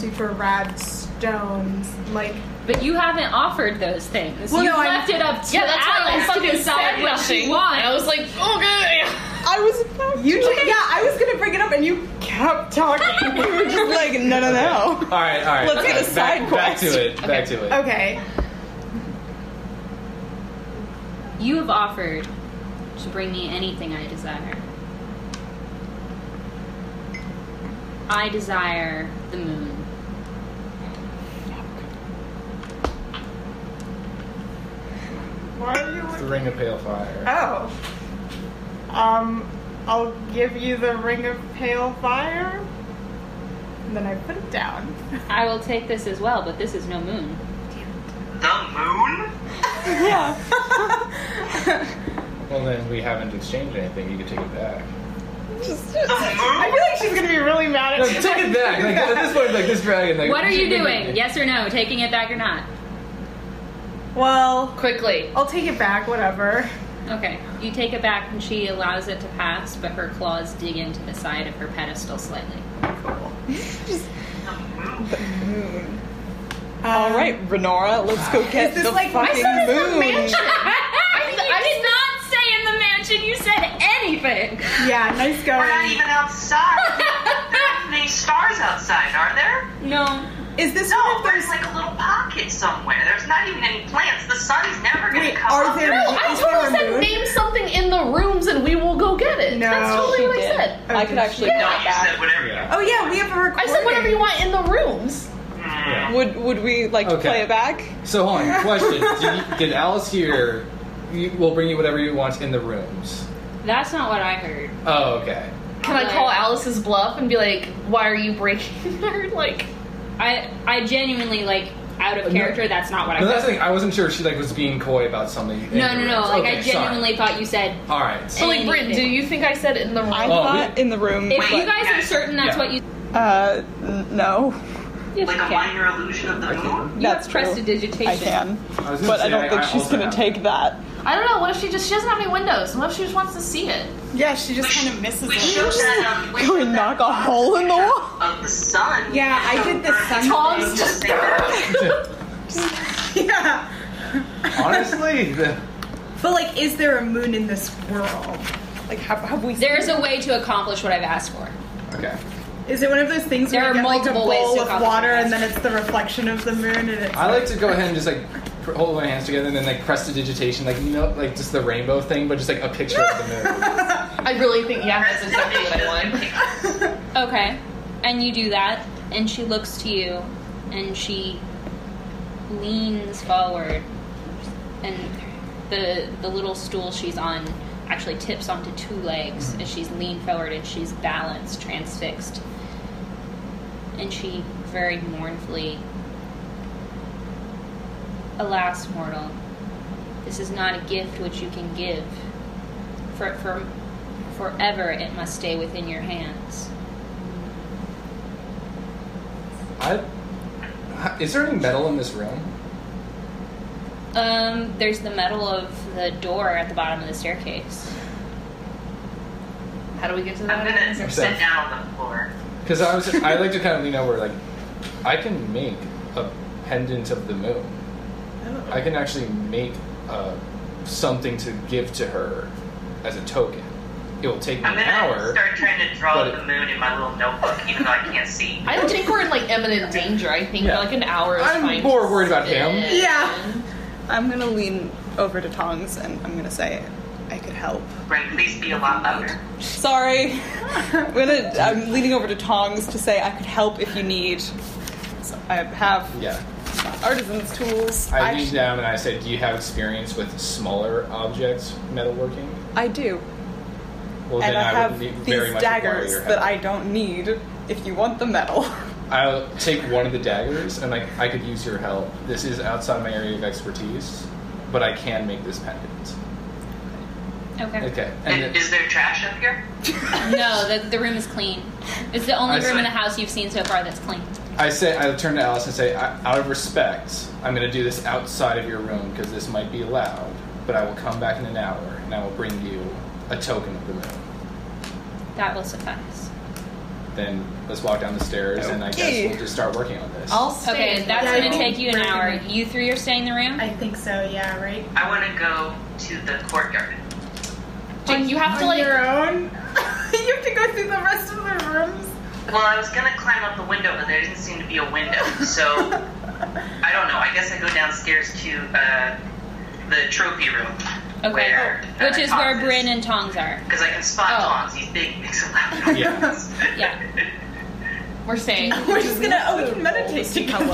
Speaker 5: super rad stones. Like
Speaker 1: But you haven't offered those things.
Speaker 5: Well,
Speaker 1: you
Speaker 5: no, I'm-
Speaker 1: left it up to
Speaker 6: yeah, that's why I
Speaker 1: Alice to
Speaker 6: fucking
Speaker 1: decide
Speaker 6: said
Speaker 1: what
Speaker 6: nothing.
Speaker 1: she wants.
Speaker 6: I was like, oh, okay.
Speaker 4: I was about
Speaker 5: you,
Speaker 4: to-
Speaker 5: just, yeah, I was gonna bring it up, and you kept talking.
Speaker 4: You were just like, no, no,
Speaker 2: All
Speaker 4: no.
Speaker 2: right, all right.
Speaker 4: Let's
Speaker 2: okay,
Speaker 4: get a
Speaker 2: back,
Speaker 4: side
Speaker 2: back
Speaker 4: quest.
Speaker 2: to it. Back to it.
Speaker 5: okay,
Speaker 1: You have offered to bring me anything I desire. I desire the moon.
Speaker 5: why are you?
Speaker 2: It's the ring of pale fire.
Speaker 5: Oh, um, I'll give you the ring of pale fire. And then I put it down.
Speaker 1: I will take this as well, but this is no moon.
Speaker 3: The moon?
Speaker 4: Yeah.
Speaker 2: Well, then we haven't exchanged anything. You can take it back.
Speaker 4: Just,
Speaker 3: The
Speaker 5: I
Speaker 3: moon?
Speaker 5: feel like she's gonna be really mad
Speaker 2: No,
Speaker 5: at me.
Speaker 2: take it back. Like at this point, like this dragon. Like,
Speaker 1: What are you doing? Yes or no? Taking it back or not?
Speaker 5: Well,
Speaker 6: Quickly.
Speaker 5: I'll take it back. Whatever.
Speaker 1: Okay. You take it back and she allows it to pass, but her claws dig into the side of her pedestal slightly.
Speaker 3: The moon.
Speaker 4: all right, Renora, let's go get
Speaker 5: this
Speaker 4: the
Speaker 5: Um, like- I
Speaker 4: fucking
Speaker 5: said it's a
Speaker 4: moon.
Speaker 5: mansion.
Speaker 1: you did not say in the mansion you said anything.
Speaker 5: Yeah, nice
Speaker 3: We're not
Speaker 5: going.
Speaker 3: even outside. there aren't any stars outside, are there?
Speaker 1: No.
Speaker 4: Is this
Speaker 3: No, there's like a little pocket somewhere. There's not even any plants. The sun's never gonna
Speaker 5: Wait,
Speaker 3: come
Speaker 4: are
Speaker 3: up.
Speaker 4: there-
Speaker 6: No,
Speaker 4: Is
Speaker 6: I
Speaker 4: there a
Speaker 6: totally said
Speaker 4: moon?
Speaker 6: name something in the rooms and we will go get it.
Speaker 5: No.
Speaker 6: That's totally what I
Speaker 4: She did.
Speaker 6: said.
Speaker 4: I could actually
Speaker 3: No,
Speaker 4: not
Speaker 3: you said
Speaker 4: back.
Speaker 3: whatever.
Speaker 2: Yeah.
Speaker 5: Oh yeah, we have a
Speaker 6: I
Speaker 5: recording.
Speaker 6: said whatever you want in the rooms.
Speaker 2: Yeah.
Speaker 3: Oh.
Speaker 4: Would would we like to
Speaker 2: Okay.
Speaker 4: play it back?
Speaker 2: So hold on. Question: did, you- did Alice hear you- we'll bring you whatever you want in the rooms.
Speaker 1: That's not what I heard.
Speaker 2: Oh, okay.
Speaker 6: Can I call Alice's bluff and be like, why are you breaking her? Like,
Speaker 1: I I genuinely like out
Speaker 2: Uh,
Speaker 1: of
Speaker 2: no.
Speaker 1: character. that's not what I
Speaker 2: No,
Speaker 1: heard.
Speaker 2: that's the thing. I wasn't sure if she like was being coy about something. in
Speaker 1: no, no, no.
Speaker 2: the rooms.
Speaker 1: Like
Speaker 2: okay,
Speaker 1: I genuinely thought you said.
Speaker 2: Sorry. All right.
Speaker 6: so like, Britt, do you think I said it in the
Speaker 4: I
Speaker 2: Well,
Speaker 6: wrong?
Speaker 4: thought
Speaker 2: Oh, we-
Speaker 4: in the room.
Speaker 1: If
Speaker 4: but-
Speaker 1: you guys are certain that's
Speaker 2: Yeah.
Speaker 1: what you,
Speaker 4: uh, n- no,
Speaker 1: yes,
Speaker 3: Like
Speaker 1: you
Speaker 3: a
Speaker 1: can.
Speaker 3: minor illusion of the moon?
Speaker 1: You
Speaker 4: that's
Speaker 1: have
Speaker 4: true.
Speaker 1: prestidigitation.
Speaker 4: I can,
Speaker 2: I was gonna
Speaker 4: but I
Speaker 2: say,
Speaker 4: don't think
Speaker 2: I
Speaker 4: she's
Speaker 2: also
Speaker 4: gonna
Speaker 2: have-
Speaker 4: take that.
Speaker 6: I don't know. What if she just she doesn't have any windows? What if she just wants to see it?
Speaker 5: Yeah, she just kind of misses
Speaker 3: We
Speaker 5: it.
Speaker 3: showed that, um, we
Speaker 4: Go
Speaker 3: showed
Speaker 4: and
Speaker 3: that
Speaker 4: knock a hole in the wall.
Speaker 3: of the sun.
Speaker 7: Yeah, I did the sun
Speaker 3: Tom's
Speaker 7: thing.
Speaker 3: just like that.
Speaker 5: Yeah.
Speaker 2: Honestly, the,
Speaker 5: But like, is there a moon in this world? Like, have, have we?
Speaker 1: There is a way to accomplish what I've asked for.
Speaker 2: okay.
Speaker 5: Is it one of those things
Speaker 1: There
Speaker 5: where
Speaker 1: are
Speaker 5: you get like a
Speaker 1: multiple ways
Speaker 5: bowl
Speaker 1: to
Speaker 5: of
Speaker 1: accomplish
Speaker 5: water
Speaker 1: this.
Speaker 5: and then it's the reflection of the moon and it's
Speaker 2: I like to go ahead and just like pr- hold my hands together and then like press the digitation, like you know, like just the rainbow thing, but just like a picture of the moon.
Speaker 6: I really think yeah, that's exactly what I want.
Speaker 1: Okay. And you do that, and she looks to you, and she leans forward, and the the little stool she's on actually tips onto two legs as she's leaned forward and she's balanced, transfixed. And she very mournfully Alas, mortal, this is not a gift which you can give. For, for forever it must stay within your hands.
Speaker 2: I, is there any metal in this room?
Speaker 1: Um, there's the metal of the door at the bottom of the staircase.
Speaker 6: How do we get to
Speaker 3: I'm
Speaker 6: that?
Speaker 3: gonna sit down on the floor.
Speaker 2: Because I was, I like to kind of lean over, like I can make a pendant of the moon.
Speaker 4: Oh.
Speaker 2: I can actually make uh, something to give to her as a token. It will take me
Speaker 3: I'm
Speaker 2: an
Speaker 3: gonna
Speaker 2: hour.
Speaker 3: start trying to draw
Speaker 2: but-
Speaker 3: the moon in my little notebook, even though I can't see.
Speaker 6: I don't think we're in like imminent danger. I think
Speaker 2: Yeah.
Speaker 6: like an hour is
Speaker 2: I'm
Speaker 6: fine.
Speaker 2: more worried about him.
Speaker 5: Yeah.
Speaker 4: I'm gonna lean over to Tongs and I'm gonna say, I could help.
Speaker 3: Right, please be a lot louder.
Speaker 4: Sorry. I'm gonna. I'm leaning over to Tongs to say I could help if you need. So I have
Speaker 2: Yeah.
Speaker 4: artisans' tools.
Speaker 2: I uh,
Speaker 4: Actu-
Speaker 2: leaned down and I said, "Do you have experience with smaller objects metalworking?"
Speaker 4: I do,
Speaker 2: Well,
Speaker 4: and
Speaker 2: then
Speaker 4: I
Speaker 2: I,
Speaker 4: have
Speaker 2: would be very
Speaker 4: these
Speaker 2: much require
Speaker 4: daggers
Speaker 2: your
Speaker 4: that I
Speaker 2: help.
Speaker 4: don't need. If you want the metal,
Speaker 2: I'll take one of the daggers and like I could use your help. This is outside my area of expertise, but I can make this pendant.
Speaker 1: Okay.
Speaker 2: Okay. And it,
Speaker 3: And is there trash up here?
Speaker 1: No, the, the room is clean. It's the only
Speaker 2: I
Speaker 1: room
Speaker 2: see.
Speaker 1: in the house you've seen so far that's clean.
Speaker 2: I say I turn to Alice and say, I, out of respect, I'm going to do this outside of your room because this might be loud. But I will come back in an hour and I will bring you a token of the moon.
Speaker 1: That will suffice.
Speaker 2: Then let's walk down the stairs and I guess
Speaker 4: Okay.
Speaker 2: we'll just start working on this.
Speaker 6: I'll
Speaker 1: Okay,
Speaker 6: stay.
Speaker 1: that's
Speaker 5: Yeah, I
Speaker 1: going to
Speaker 5: think
Speaker 1: take you an
Speaker 5: we're
Speaker 1: hour.
Speaker 5: gonna-
Speaker 1: You three are staying in the room.
Speaker 5: I think so. Yeah. Right.
Speaker 3: I want to go to the courtyard.
Speaker 6: Jake, you have to
Speaker 5: On
Speaker 6: like.
Speaker 5: your own. you have to go through the rest of the rooms.
Speaker 3: Well, I was gonna climb up the window, but there didn't seem to be a window, so I don't know. I guess I go downstairs to uh, the trophy room.
Speaker 1: okay. Oh,
Speaker 3: Where, uh,
Speaker 1: Which is where Bryn and Tongs are.
Speaker 3: Because I can spot
Speaker 6: Oh.
Speaker 3: Tongs. He's big, he makes a loud noise.
Speaker 2: Yeah.
Speaker 1: Yeah.
Speaker 6: We're staying.
Speaker 5: We're just gonna. Oh, we can meditate together.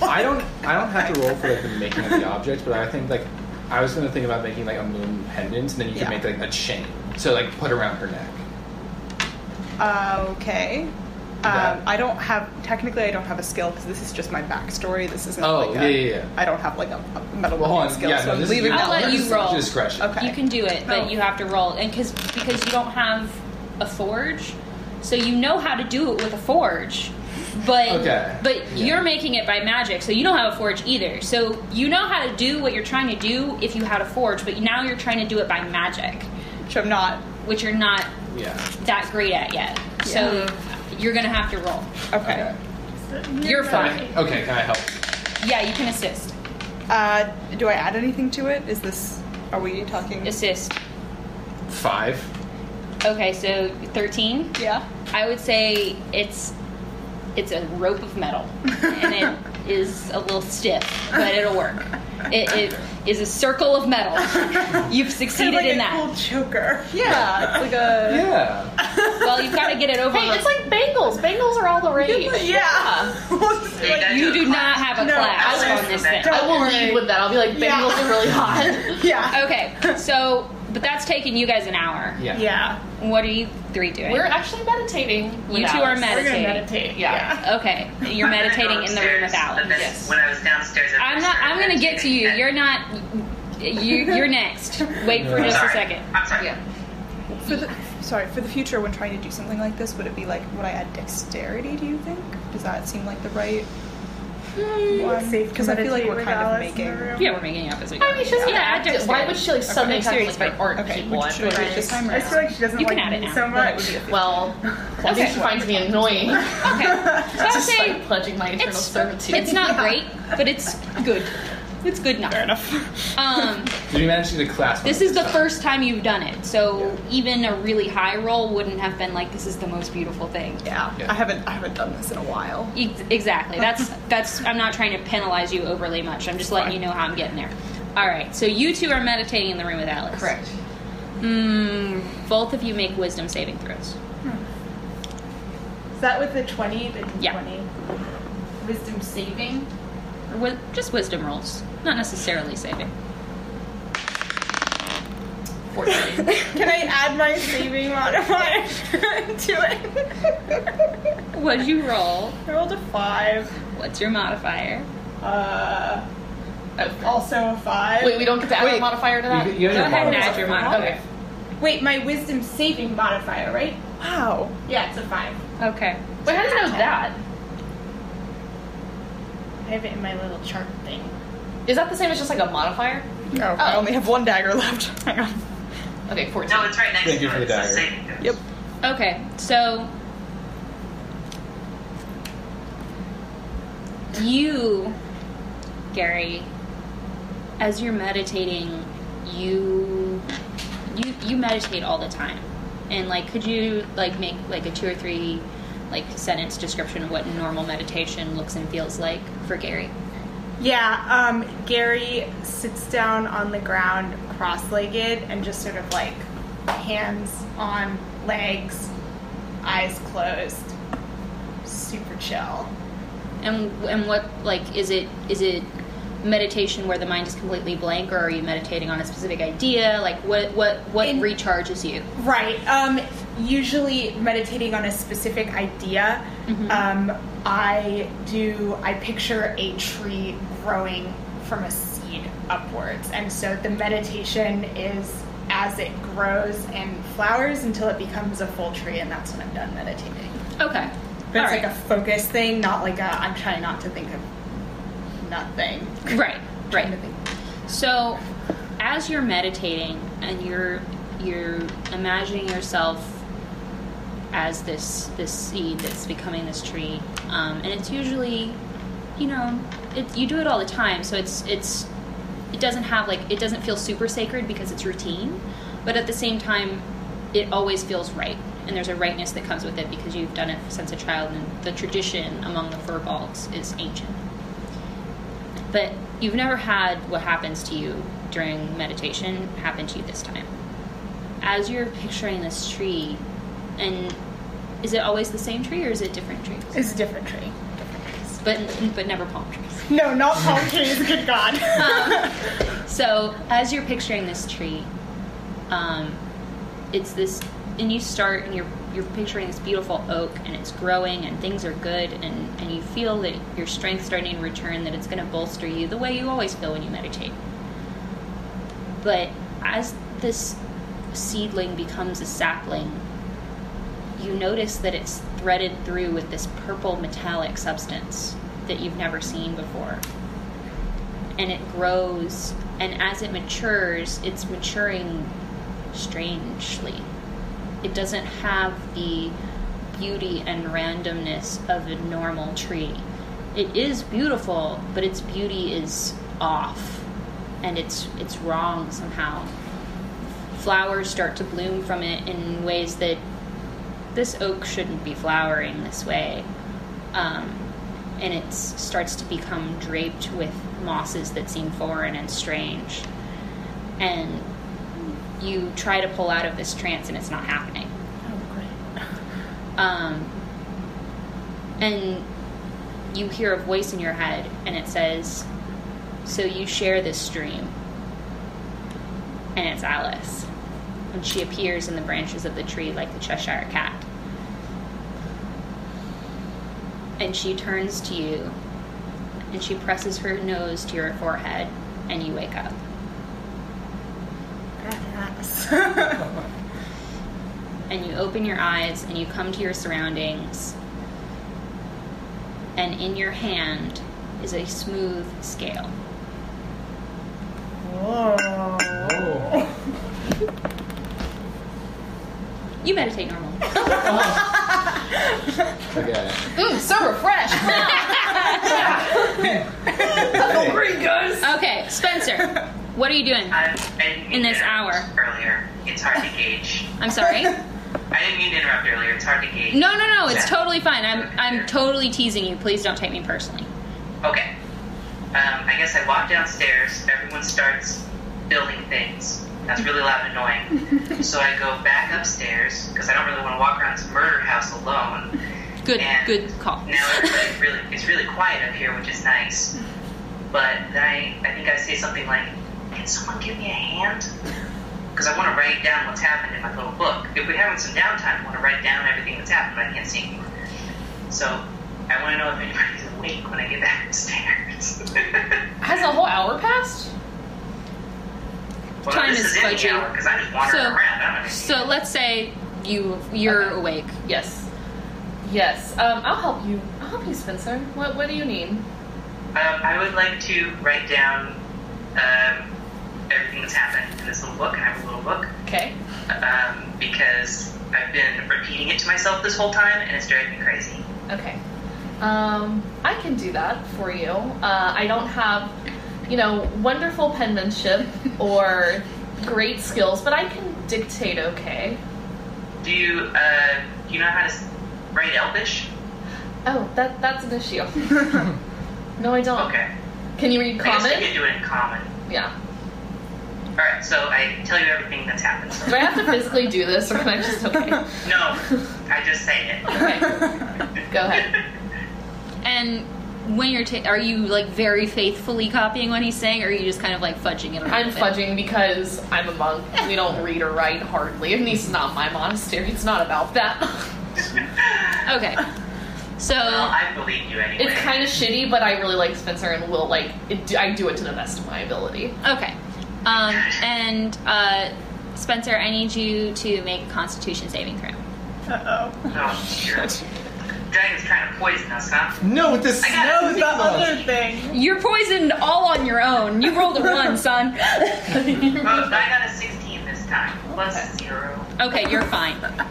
Speaker 2: I don't. I don't have to roll for like the making of the object, but I think like I was going to think about making like a moon pendant, and then you
Speaker 4: Yeah.
Speaker 2: can make like a chain. So like put around her neck.
Speaker 4: uh, okay.
Speaker 2: That-
Speaker 4: Um, I don't have technically. I don't have a skill because this is just my backstory. This isn't.
Speaker 2: Oh,
Speaker 4: like a,
Speaker 2: yeah, yeah, yeah.
Speaker 4: I don't have like a, a metal
Speaker 2: Well, hold on.
Speaker 4: skill,
Speaker 2: Yeah,
Speaker 4: so
Speaker 2: no,
Speaker 4: I'm
Speaker 2: this is
Speaker 4: leaving
Speaker 2: your-
Speaker 1: I'll
Speaker 4: that
Speaker 1: let
Speaker 4: one.
Speaker 1: you roll.
Speaker 2: Discretion.
Speaker 4: Okay.
Speaker 1: You can do it, but
Speaker 4: Oh.
Speaker 1: you have to roll, and because because you don't have a forge, so you know how to do it with a forge, but
Speaker 2: Okay.
Speaker 1: but
Speaker 2: Yeah.
Speaker 1: you're making it by magic, so you don't have a forge either. So you know how to do what you're trying to do if you had a forge, but now you're trying to do it by magic,
Speaker 4: Which I'm not.
Speaker 1: which you're not
Speaker 2: Yeah.
Speaker 1: that great at yet. So you're gonna have to roll.
Speaker 4: Okay.
Speaker 1: You're fine.
Speaker 2: Okay. Okay, Can I help?
Speaker 1: Yeah, you can assist.
Speaker 4: Uh, do I add anything to it? Is this? Are we talking?
Speaker 1: Assist.
Speaker 2: Five.
Speaker 1: Okay, so thirteen.
Speaker 4: yeah.
Speaker 1: I would say it's it's a rope of metal, and it is a little stiff, but it'll work. It, it is a circle of metal. You've succeeded
Speaker 5: like
Speaker 1: in
Speaker 5: a
Speaker 1: that.
Speaker 5: cool choker.
Speaker 4: Yeah, it's like a.
Speaker 2: Yeah.
Speaker 1: Well, you've got to get it over.
Speaker 6: Hey, it's like bangles. Bangles are all the rage.
Speaker 5: Yeah. We'll just be like,
Speaker 1: you do not have a
Speaker 5: No,
Speaker 1: class
Speaker 5: Alex,
Speaker 1: on this thing.
Speaker 5: don't
Speaker 6: I will
Speaker 5: worry.
Speaker 6: lead with that. I'll be like,
Speaker 5: Yeah.
Speaker 6: bangles are really hot.
Speaker 5: Yeah.
Speaker 1: Okay, so but that's taking you guys an hour.
Speaker 2: Yeah.
Speaker 5: Yeah.
Speaker 1: What are you three doing?
Speaker 6: We're actually meditating. with
Speaker 1: You two are
Speaker 6: Alice.
Speaker 1: med-
Speaker 5: We're gonna
Speaker 1: Meditating.
Speaker 5: meditate.
Speaker 6: Yeah.
Speaker 1: okay, you're
Speaker 3: I'm gonna go
Speaker 1: meditating in the room
Speaker 3: upstairs,
Speaker 1: with Alex.
Speaker 3: but then
Speaker 6: yes.
Speaker 3: When I was downstairs, I
Speaker 1: I'm not.
Speaker 3: started
Speaker 1: I'm gonna get to you.
Speaker 3: meditating.
Speaker 1: You're not. You, you're next. Wait for
Speaker 2: I'm
Speaker 3: I'm
Speaker 1: just a
Speaker 3: sorry.
Speaker 1: second.
Speaker 3: I'm sorry.
Speaker 6: Yeah.
Speaker 4: For the, sorry, for the future, when trying to do something like this, would it be like, would I add dexterity, do you think? Does that seem like the right one?
Speaker 5: safe to
Speaker 4: Because I feel like
Speaker 5: meditate
Speaker 4: we're
Speaker 5: with
Speaker 4: kind of
Speaker 5: Alice in the
Speaker 4: making.
Speaker 5: room.
Speaker 1: Yeah, we're making up as we go.
Speaker 6: I mean, she's gonna
Speaker 1: Yeah,
Speaker 6: add
Speaker 1: dexterity.
Speaker 6: it. Why would she like suddenly
Speaker 1: Okay,
Speaker 6: have like
Speaker 1: dexterity's
Speaker 6: an art
Speaker 4: Okay,
Speaker 6: people?
Speaker 4: which should I do this time
Speaker 5: I
Speaker 4: around?
Speaker 5: just feel like she doesn't
Speaker 1: You can
Speaker 5: like
Speaker 1: add it
Speaker 5: me
Speaker 1: now.
Speaker 5: so
Speaker 4: Then it
Speaker 5: much.
Speaker 4: would be a fifteen.
Speaker 6: Well, I think she finds me annoying.
Speaker 1: Okay, so I'll
Speaker 6: Just
Speaker 1: say
Speaker 6: like pledging my eternal
Speaker 1: it's
Speaker 6: servitude.
Speaker 1: it's not great, but it's good. It's good enough. Fair
Speaker 4: enough.
Speaker 1: Um,
Speaker 2: Did you manage to get a class?
Speaker 1: this
Speaker 2: one
Speaker 1: is the
Speaker 2: time?
Speaker 1: first time you've done it, so even a really high roll wouldn't have been like this is the most beautiful thing.
Speaker 4: yeah,
Speaker 2: Yeah.
Speaker 4: I haven't I haven't done this in a while.
Speaker 1: Ex- Exactly. That's that's. I'm not trying to penalize you overly much. I'm just letting you know how I'm getting there. All right. So you two are meditating in the room with Alex.
Speaker 6: Correct.
Speaker 1: Mm, both of you make wisdom saving throws.
Speaker 5: Is that with the 20? The
Speaker 1: Yeah.
Speaker 5: 20?
Speaker 7: Wisdom saving.
Speaker 1: Or wi- just wisdom rolls, not necessarily saving.
Speaker 5: Can I add my saving modifier to it?
Speaker 1: What'd you roll?
Speaker 5: I rolled a 5.
Speaker 1: What's your modifier?
Speaker 5: Uh, also a 5.
Speaker 6: Wait, we don't get to add a
Speaker 4: Wait.
Speaker 6: modifier to that.
Speaker 2: You, you
Speaker 1: Go
Speaker 2: have
Speaker 1: ahead and
Speaker 2: your
Speaker 1: add your
Speaker 2: modifier.
Speaker 1: modifier.
Speaker 5: Wait, my wisdom saving modifier, right?
Speaker 4: Wow.
Speaker 5: Yeah, it's a 5.
Speaker 1: Okay.
Speaker 6: Wait, how do you know that?
Speaker 5: I have it in my little chart thing.
Speaker 6: Is that the same as just like a modifier?
Speaker 4: No, I
Speaker 6: Oh.
Speaker 4: only have one dagger left. Hang on.
Speaker 6: Okay, fourteen.
Speaker 3: No, it's right next
Speaker 2: Thank
Speaker 3: to
Speaker 2: you for
Speaker 3: it.
Speaker 2: the
Speaker 3: It's
Speaker 2: dagger.
Speaker 3: saving throw.
Speaker 4: Yep.
Speaker 1: Okay. So you, Gary, as you're meditating, you you you meditate all the time, and like, could you like make like a two or three like sentence description of what normal meditation looks and feels like for Gary?
Speaker 5: Yeah, um, Gary sits down on the ground cross legged and just sort of like hands on legs, eyes closed. Super chill.
Speaker 1: And and what like is it is it meditation where the mind is completely blank or are you meditating on a specific idea like what what what
Speaker 5: In-
Speaker 1: recharges you
Speaker 5: Right. Um, usually meditating on a specific idea, um, I do. I picture a tree growing from a seed upwards, and so the meditation is as it grows and flowers until it becomes a full tree, and that's when I'm done meditating.
Speaker 1: okay
Speaker 5: But it's like a focus thing, not like a I'm trying not to think of nothing.
Speaker 1: a right
Speaker 5: Kind
Speaker 1: right
Speaker 5: of thing.
Speaker 1: so as you're meditating and you're you're imagining yourself as this this seed that's becoming this tree, um, and it's usually, you know, it, you do it all the time, so it's it's it doesn't have like it doesn't feel super sacred because it's routine, but at the same time, it always feels right, and there's a rightness that comes with it because you've done it since a child, and the tradition among the Furballs is ancient. But you've never had what happens to you during meditation happen to you this time as you're picturing this tree, and is it always the same tree or is it different trees?
Speaker 5: It's a different tree.
Speaker 1: But but never palm trees.
Speaker 5: No, not palm trees. Good God.
Speaker 1: Um, So as you're picturing this tree, um, it's this, and you start and you're you're picturing this beautiful oak and it's growing and things are good and and you feel that your strength's starting to return that it's going to bolster you the way you always feel when you meditate. But as this seedling becomes a sapling, you notice that it's threaded through with this purple metallic substance that you've never seen before. And it grows, and as it matures, it's maturing strangely. It doesn't have the beauty and randomness of a normal tree. It is beautiful, but its beauty is off and it's it's wrong somehow. Flowers start to bloom from it in ways that this oak shouldn't be flowering this way. Um, and it s- starts to become draped with mosses that seem foreign and strange. And you try to pull out of this trance, and it's not happening. Um, and you hear a voice in your head, and it says, So you share this dream. And it's Alice. And she appears in the branches of the tree like the Cheshire Cat. And she turns to you, and she presses her nose to your forehead, and you wake up. and you open your eyes and you come to your surroundings. And in your hand is a smooth scale.
Speaker 2: Oh.
Speaker 1: You meditate normal.
Speaker 2: Okay.
Speaker 6: so refreshed.
Speaker 1: Okay, Spencer, what are you doing?
Speaker 3: I, I didn't mean
Speaker 1: In
Speaker 3: to
Speaker 1: this
Speaker 3: interrupt
Speaker 1: hour.
Speaker 3: Earlier. It's hard to gauge.
Speaker 1: I'm sorry.
Speaker 3: I didn't mean to interrupt earlier. It's hard to gauge.
Speaker 1: No, no, no. It's
Speaker 3: Yeah.
Speaker 1: totally fine. I'm I'm totally teasing you. Please don't take me personally.
Speaker 3: Okay. Um, I guess I walk downstairs. Everyone starts building things. That's really loud and annoying. so I go back upstairs because I don't really want to walk around this murder house alone.
Speaker 1: Good,
Speaker 3: and
Speaker 1: good call.
Speaker 3: Now everybody's really it's really quiet up here, which is nice. But then I, I think I say something like, "Can someone give me a hand?" Because I want to write down what's happened in my little book. If we're having some downtime, I want to write down everything that's happened. but I can't see anyone. So I want to know if anybody's awake when I get back upstairs.
Speaker 6: Has a whole hour passed?
Speaker 3: well,
Speaker 1: Time
Speaker 3: this
Speaker 1: is
Speaker 3: is in the
Speaker 1: fudgy.
Speaker 3: hour because I'm just wandering
Speaker 1: So-
Speaker 3: around. I don't know.
Speaker 1: So let's say you you're awake.
Speaker 6: Yes. Yes. Um, I'll help you. I'll help you, Spencer. What What do you need?
Speaker 3: Um, I would like to write down um, everything that's happened in this little book. I have a little book.
Speaker 6: Okay.
Speaker 3: um, because I've been repeating it to myself this whole time and it's driving me crazy.
Speaker 6: Okay. Um, I can do that for you. Uh, I don't have, you know, wonderful penmanship or great skills, but I can dictate okay.
Speaker 3: Do you uh, do you know how to s- write Elvish?
Speaker 6: Oh, that that's an issue. no, I don't.
Speaker 3: Okay.
Speaker 6: Can you read
Speaker 3: I guess I
Speaker 6: Oh. common?
Speaker 3: can do it in common.
Speaker 6: Yeah.
Speaker 3: All right, so I tell you everything that's happened.
Speaker 6: Do I have to physically do this, or can I just okay?
Speaker 3: No, I just say it.
Speaker 6: Okay. Go ahead.
Speaker 1: And when you're ta- are you like very faithfully copying what he's saying, or are you just kind of like fudging it? a little
Speaker 6: I'm
Speaker 1: bit?
Speaker 6: fudging because I'm a monk. We don't read or write hardly, and this is not my monastery. It's not about that.
Speaker 1: Okay. So
Speaker 3: Well, I believe you anyway.
Speaker 6: It's kind of shitty, but I really like Spencer and will like it, I do it to the best of my ability.
Speaker 1: okay, um, and uh, Spencer, I need you to make a Constitution saving throw.
Speaker 3: oh, dear. Dragon's trying to poison us, huh?
Speaker 2: No, with this.
Speaker 3: I got
Speaker 5: Oh, the other thing.
Speaker 1: You're poisoned all on your own. You rolled a one, son.
Speaker 3: Oh, I got a 16 this time, plus zero.
Speaker 1: Okay, you're fine.
Speaker 5: Uh,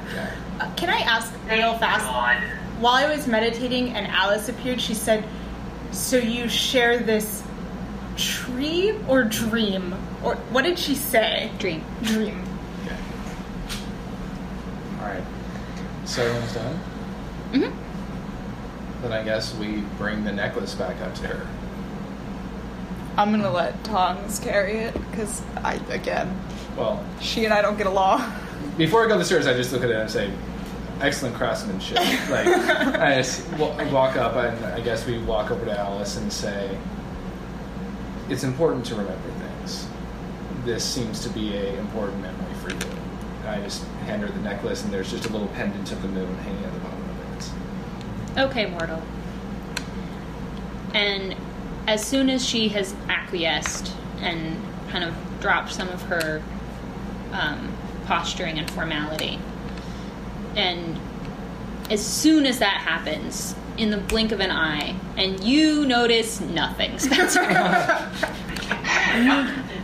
Speaker 5: Can I ask real fast?
Speaker 3: God.
Speaker 5: While I was meditating and Alice appeared, she said, "So you share this tree or dream or what did she say?
Speaker 1: Dream.
Speaker 5: Dream.
Speaker 2: Okay. All right. So everyone's done.
Speaker 1: Mhm.
Speaker 2: Then I guess we bring the necklace back up to her.
Speaker 4: I'm gonna let Tongs carry it because I again,
Speaker 2: Well,
Speaker 4: she and I don't get along.
Speaker 2: before I go upstairs, I just look at it and say, "Excellent craftsmanship." Like, I just wa- walk up, and I guess we walk over to Alice and say, "It's important to remember things. This seems to be a important memory for you." And I just hand her the necklace, and there's just a little pendant of the moon hanging at the bottom of it.
Speaker 1: Okay, mortal. And as soon as she has acquiesced and kind of dropped some of her um, posturing and formality, and as soon as that happens, in the blink of an eye, and you notice nothing, Spencer.
Speaker 3: I,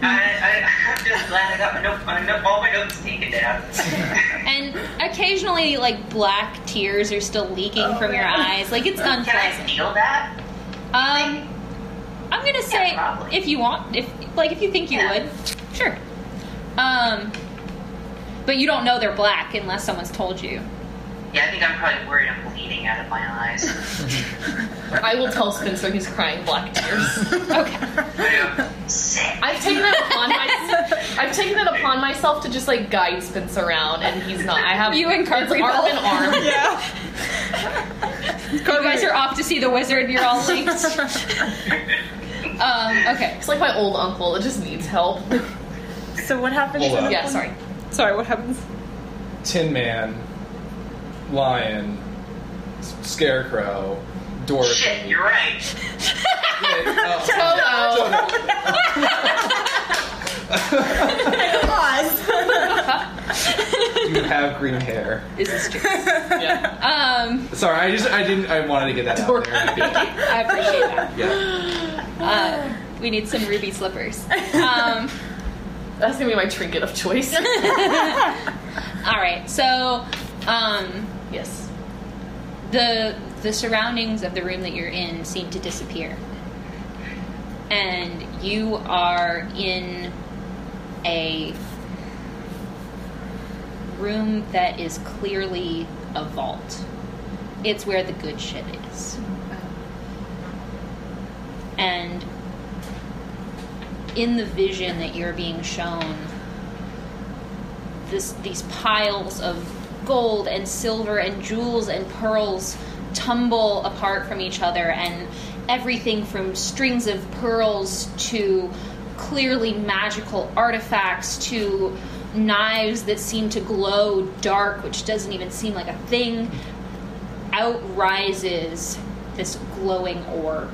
Speaker 3: I, I'm just glad I got my note, my note, all my notes taken down.
Speaker 1: and occasionally, like black tears are still leaking from your eyes. Like it's
Speaker 3: Can I
Speaker 1: unpleasant.
Speaker 3: steal that?
Speaker 1: Um, I'm gonna say
Speaker 3: Yeah, probably.
Speaker 1: if you want, if like if you think you
Speaker 3: Yeah.
Speaker 1: would, sure. Um, but you don't know they're black unless someone's told you.
Speaker 3: Yeah, I think I'm probably worried I'm bleeding out of my eyes.
Speaker 6: I will tell Spencer he's crying black tears.
Speaker 3: Sick.
Speaker 6: I've taken it upon myself. I've taken it upon myself to just like guide Spencer around, and he's not. I have
Speaker 1: You and
Speaker 6: it's
Speaker 1: Carvery
Speaker 6: arm
Speaker 1: both.
Speaker 6: in arm.
Speaker 4: Yeah.
Speaker 1: You guys are off to see the wizard. You're all linked. um, okay.
Speaker 6: It's like my old uncle. It just needs help.
Speaker 4: So what happens?
Speaker 2: Hold
Speaker 4: to
Speaker 2: up.
Speaker 4: the
Speaker 6: Yeah,
Speaker 4: one-
Speaker 6: sorry.
Speaker 4: Sorry, what happens?
Speaker 2: Tin Man, Lion, S- Scarecrow, Dorothy.
Speaker 3: Shit, you're right.
Speaker 2: Wait, oh,
Speaker 6: Hello.
Speaker 2: you have green hair.
Speaker 1: Is this true?
Speaker 6: Yeah.
Speaker 1: Um,
Speaker 2: Sorry, I just I didn't I wanted to get that out there. I feel-
Speaker 1: I appreciate that.
Speaker 2: Yeah.
Speaker 1: Uh, we need some ruby slippers. Um,
Speaker 6: That's gonna be my trinket of choice.
Speaker 1: all right. So, um,
Speaker 6: yes.
Speaker 1: the the surroundings of the room that you're in seem to disappear and you are in a room that is clearly a vault it's where the good shit is and in the vision that you're being shown this these piles of gold and silver and jewels and pearls tumble apart from each other and everything from strings of pearls to clearly magical artifacts to knives that seem to glow dark which doesn't even seem like a thing out rises this glowing orb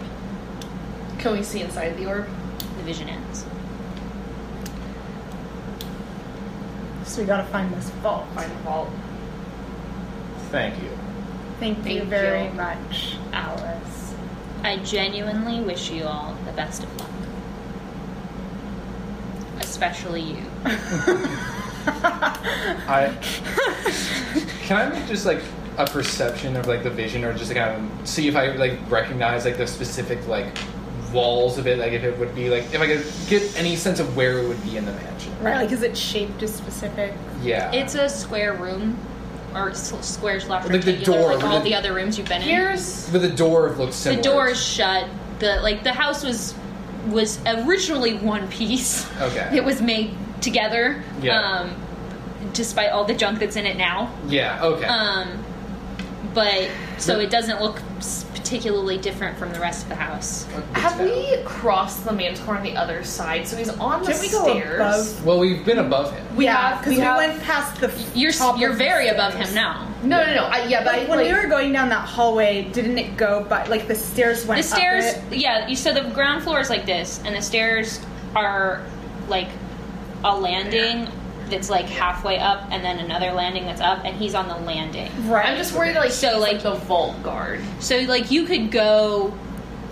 Speaker 6: Can we see inside the orb?
Speaker 1: the vision ends
Speaker 5: So we gotta find this vault.
Speaker 6: Find the vault.
Speaker 2: Thank you.
Speaker 5: Thank,
Speaker 1: Thank
Speaker 5: you very
Speaker 1: you.
Speaker 5: much, Alice.
Speaker 1: I genuinely wish you all the best of luck. Especially you.
Speaker 2: I can I make just like a perception of like the vision or just like um, see if I like recognize like the specific like walls of it like if it would be like if I could get any sense of where it would be in the mansion.
Speaker 5: Right, like is it shaped a specific?
Speaker 2: Yeah.
Speaker 1: It's a square room, or s- square slash
Speaker 2: Like the
Speaker 1: rectangular,
Speaker 2: door,
Speaker 1: like all
Speaker 2: the-
Speaker 1: the other rooms you've been in.
Speaker 6: Here's
Speaker 2: but the door looks
Speaker 1: the
Speaker 2: similar.
Speaker 1: door is shut. The like the house was was originally one piece.
Speaker 2: Okay.
Speaker 1: It was made together.
Speaker 2: Yeah.
Speaker 1: Um, despite all the junk that's in it now.
Speaker 2: Yeah, okay.
Speaker 1: Um, but so it doesn't look s- particularly different from the rest of the house.
Speaker 6: Have we crossed the mantor on the other side? So he's on the
Speaker 5: Did we go
Speaker 6: stairs.
Speaker 5: above?
Speaker 2: Well, we've been above him.
Speaker 6: We
Speaker 5: yeah,
Speaker 6: have-
Speaker 5: because
Speaker 6: we
Speaker 5: we,
Speaker 6: have-
Speaker 5: went past the. f-
Speaker 1: You're s
Speaker 5: top of
Speaker 1: you're
Speaker 5: the
Speaker 1: very above
Speaker 5: stairs.
Speaker 1: him now.
Speaker 6: No, no, no. I, yeah, but
Speaker 5: Like
Speaker 6: I,
Speaker 5: when
Speaker 6: like,
Speaker 5: we were going down that hallway, didn't it go? But like the stairs went.
Speaker 1: The
Speaker 5: up
Speaker 1: stairs,
Speaker 5: it?
Speaker 1: yeah. You, so the ground floor is like this, and the stairs are like a landing that's like halfway up, and then another landing that's up, and he's on the landing.
Speaker 5: Right.
Speaker 6: I'm just worried. Like
Speaker 1: So,
Speaker 6: he's,
Speaker 1: like-
Speaker 6: the vault guard.
Speaker 1: So like you could go,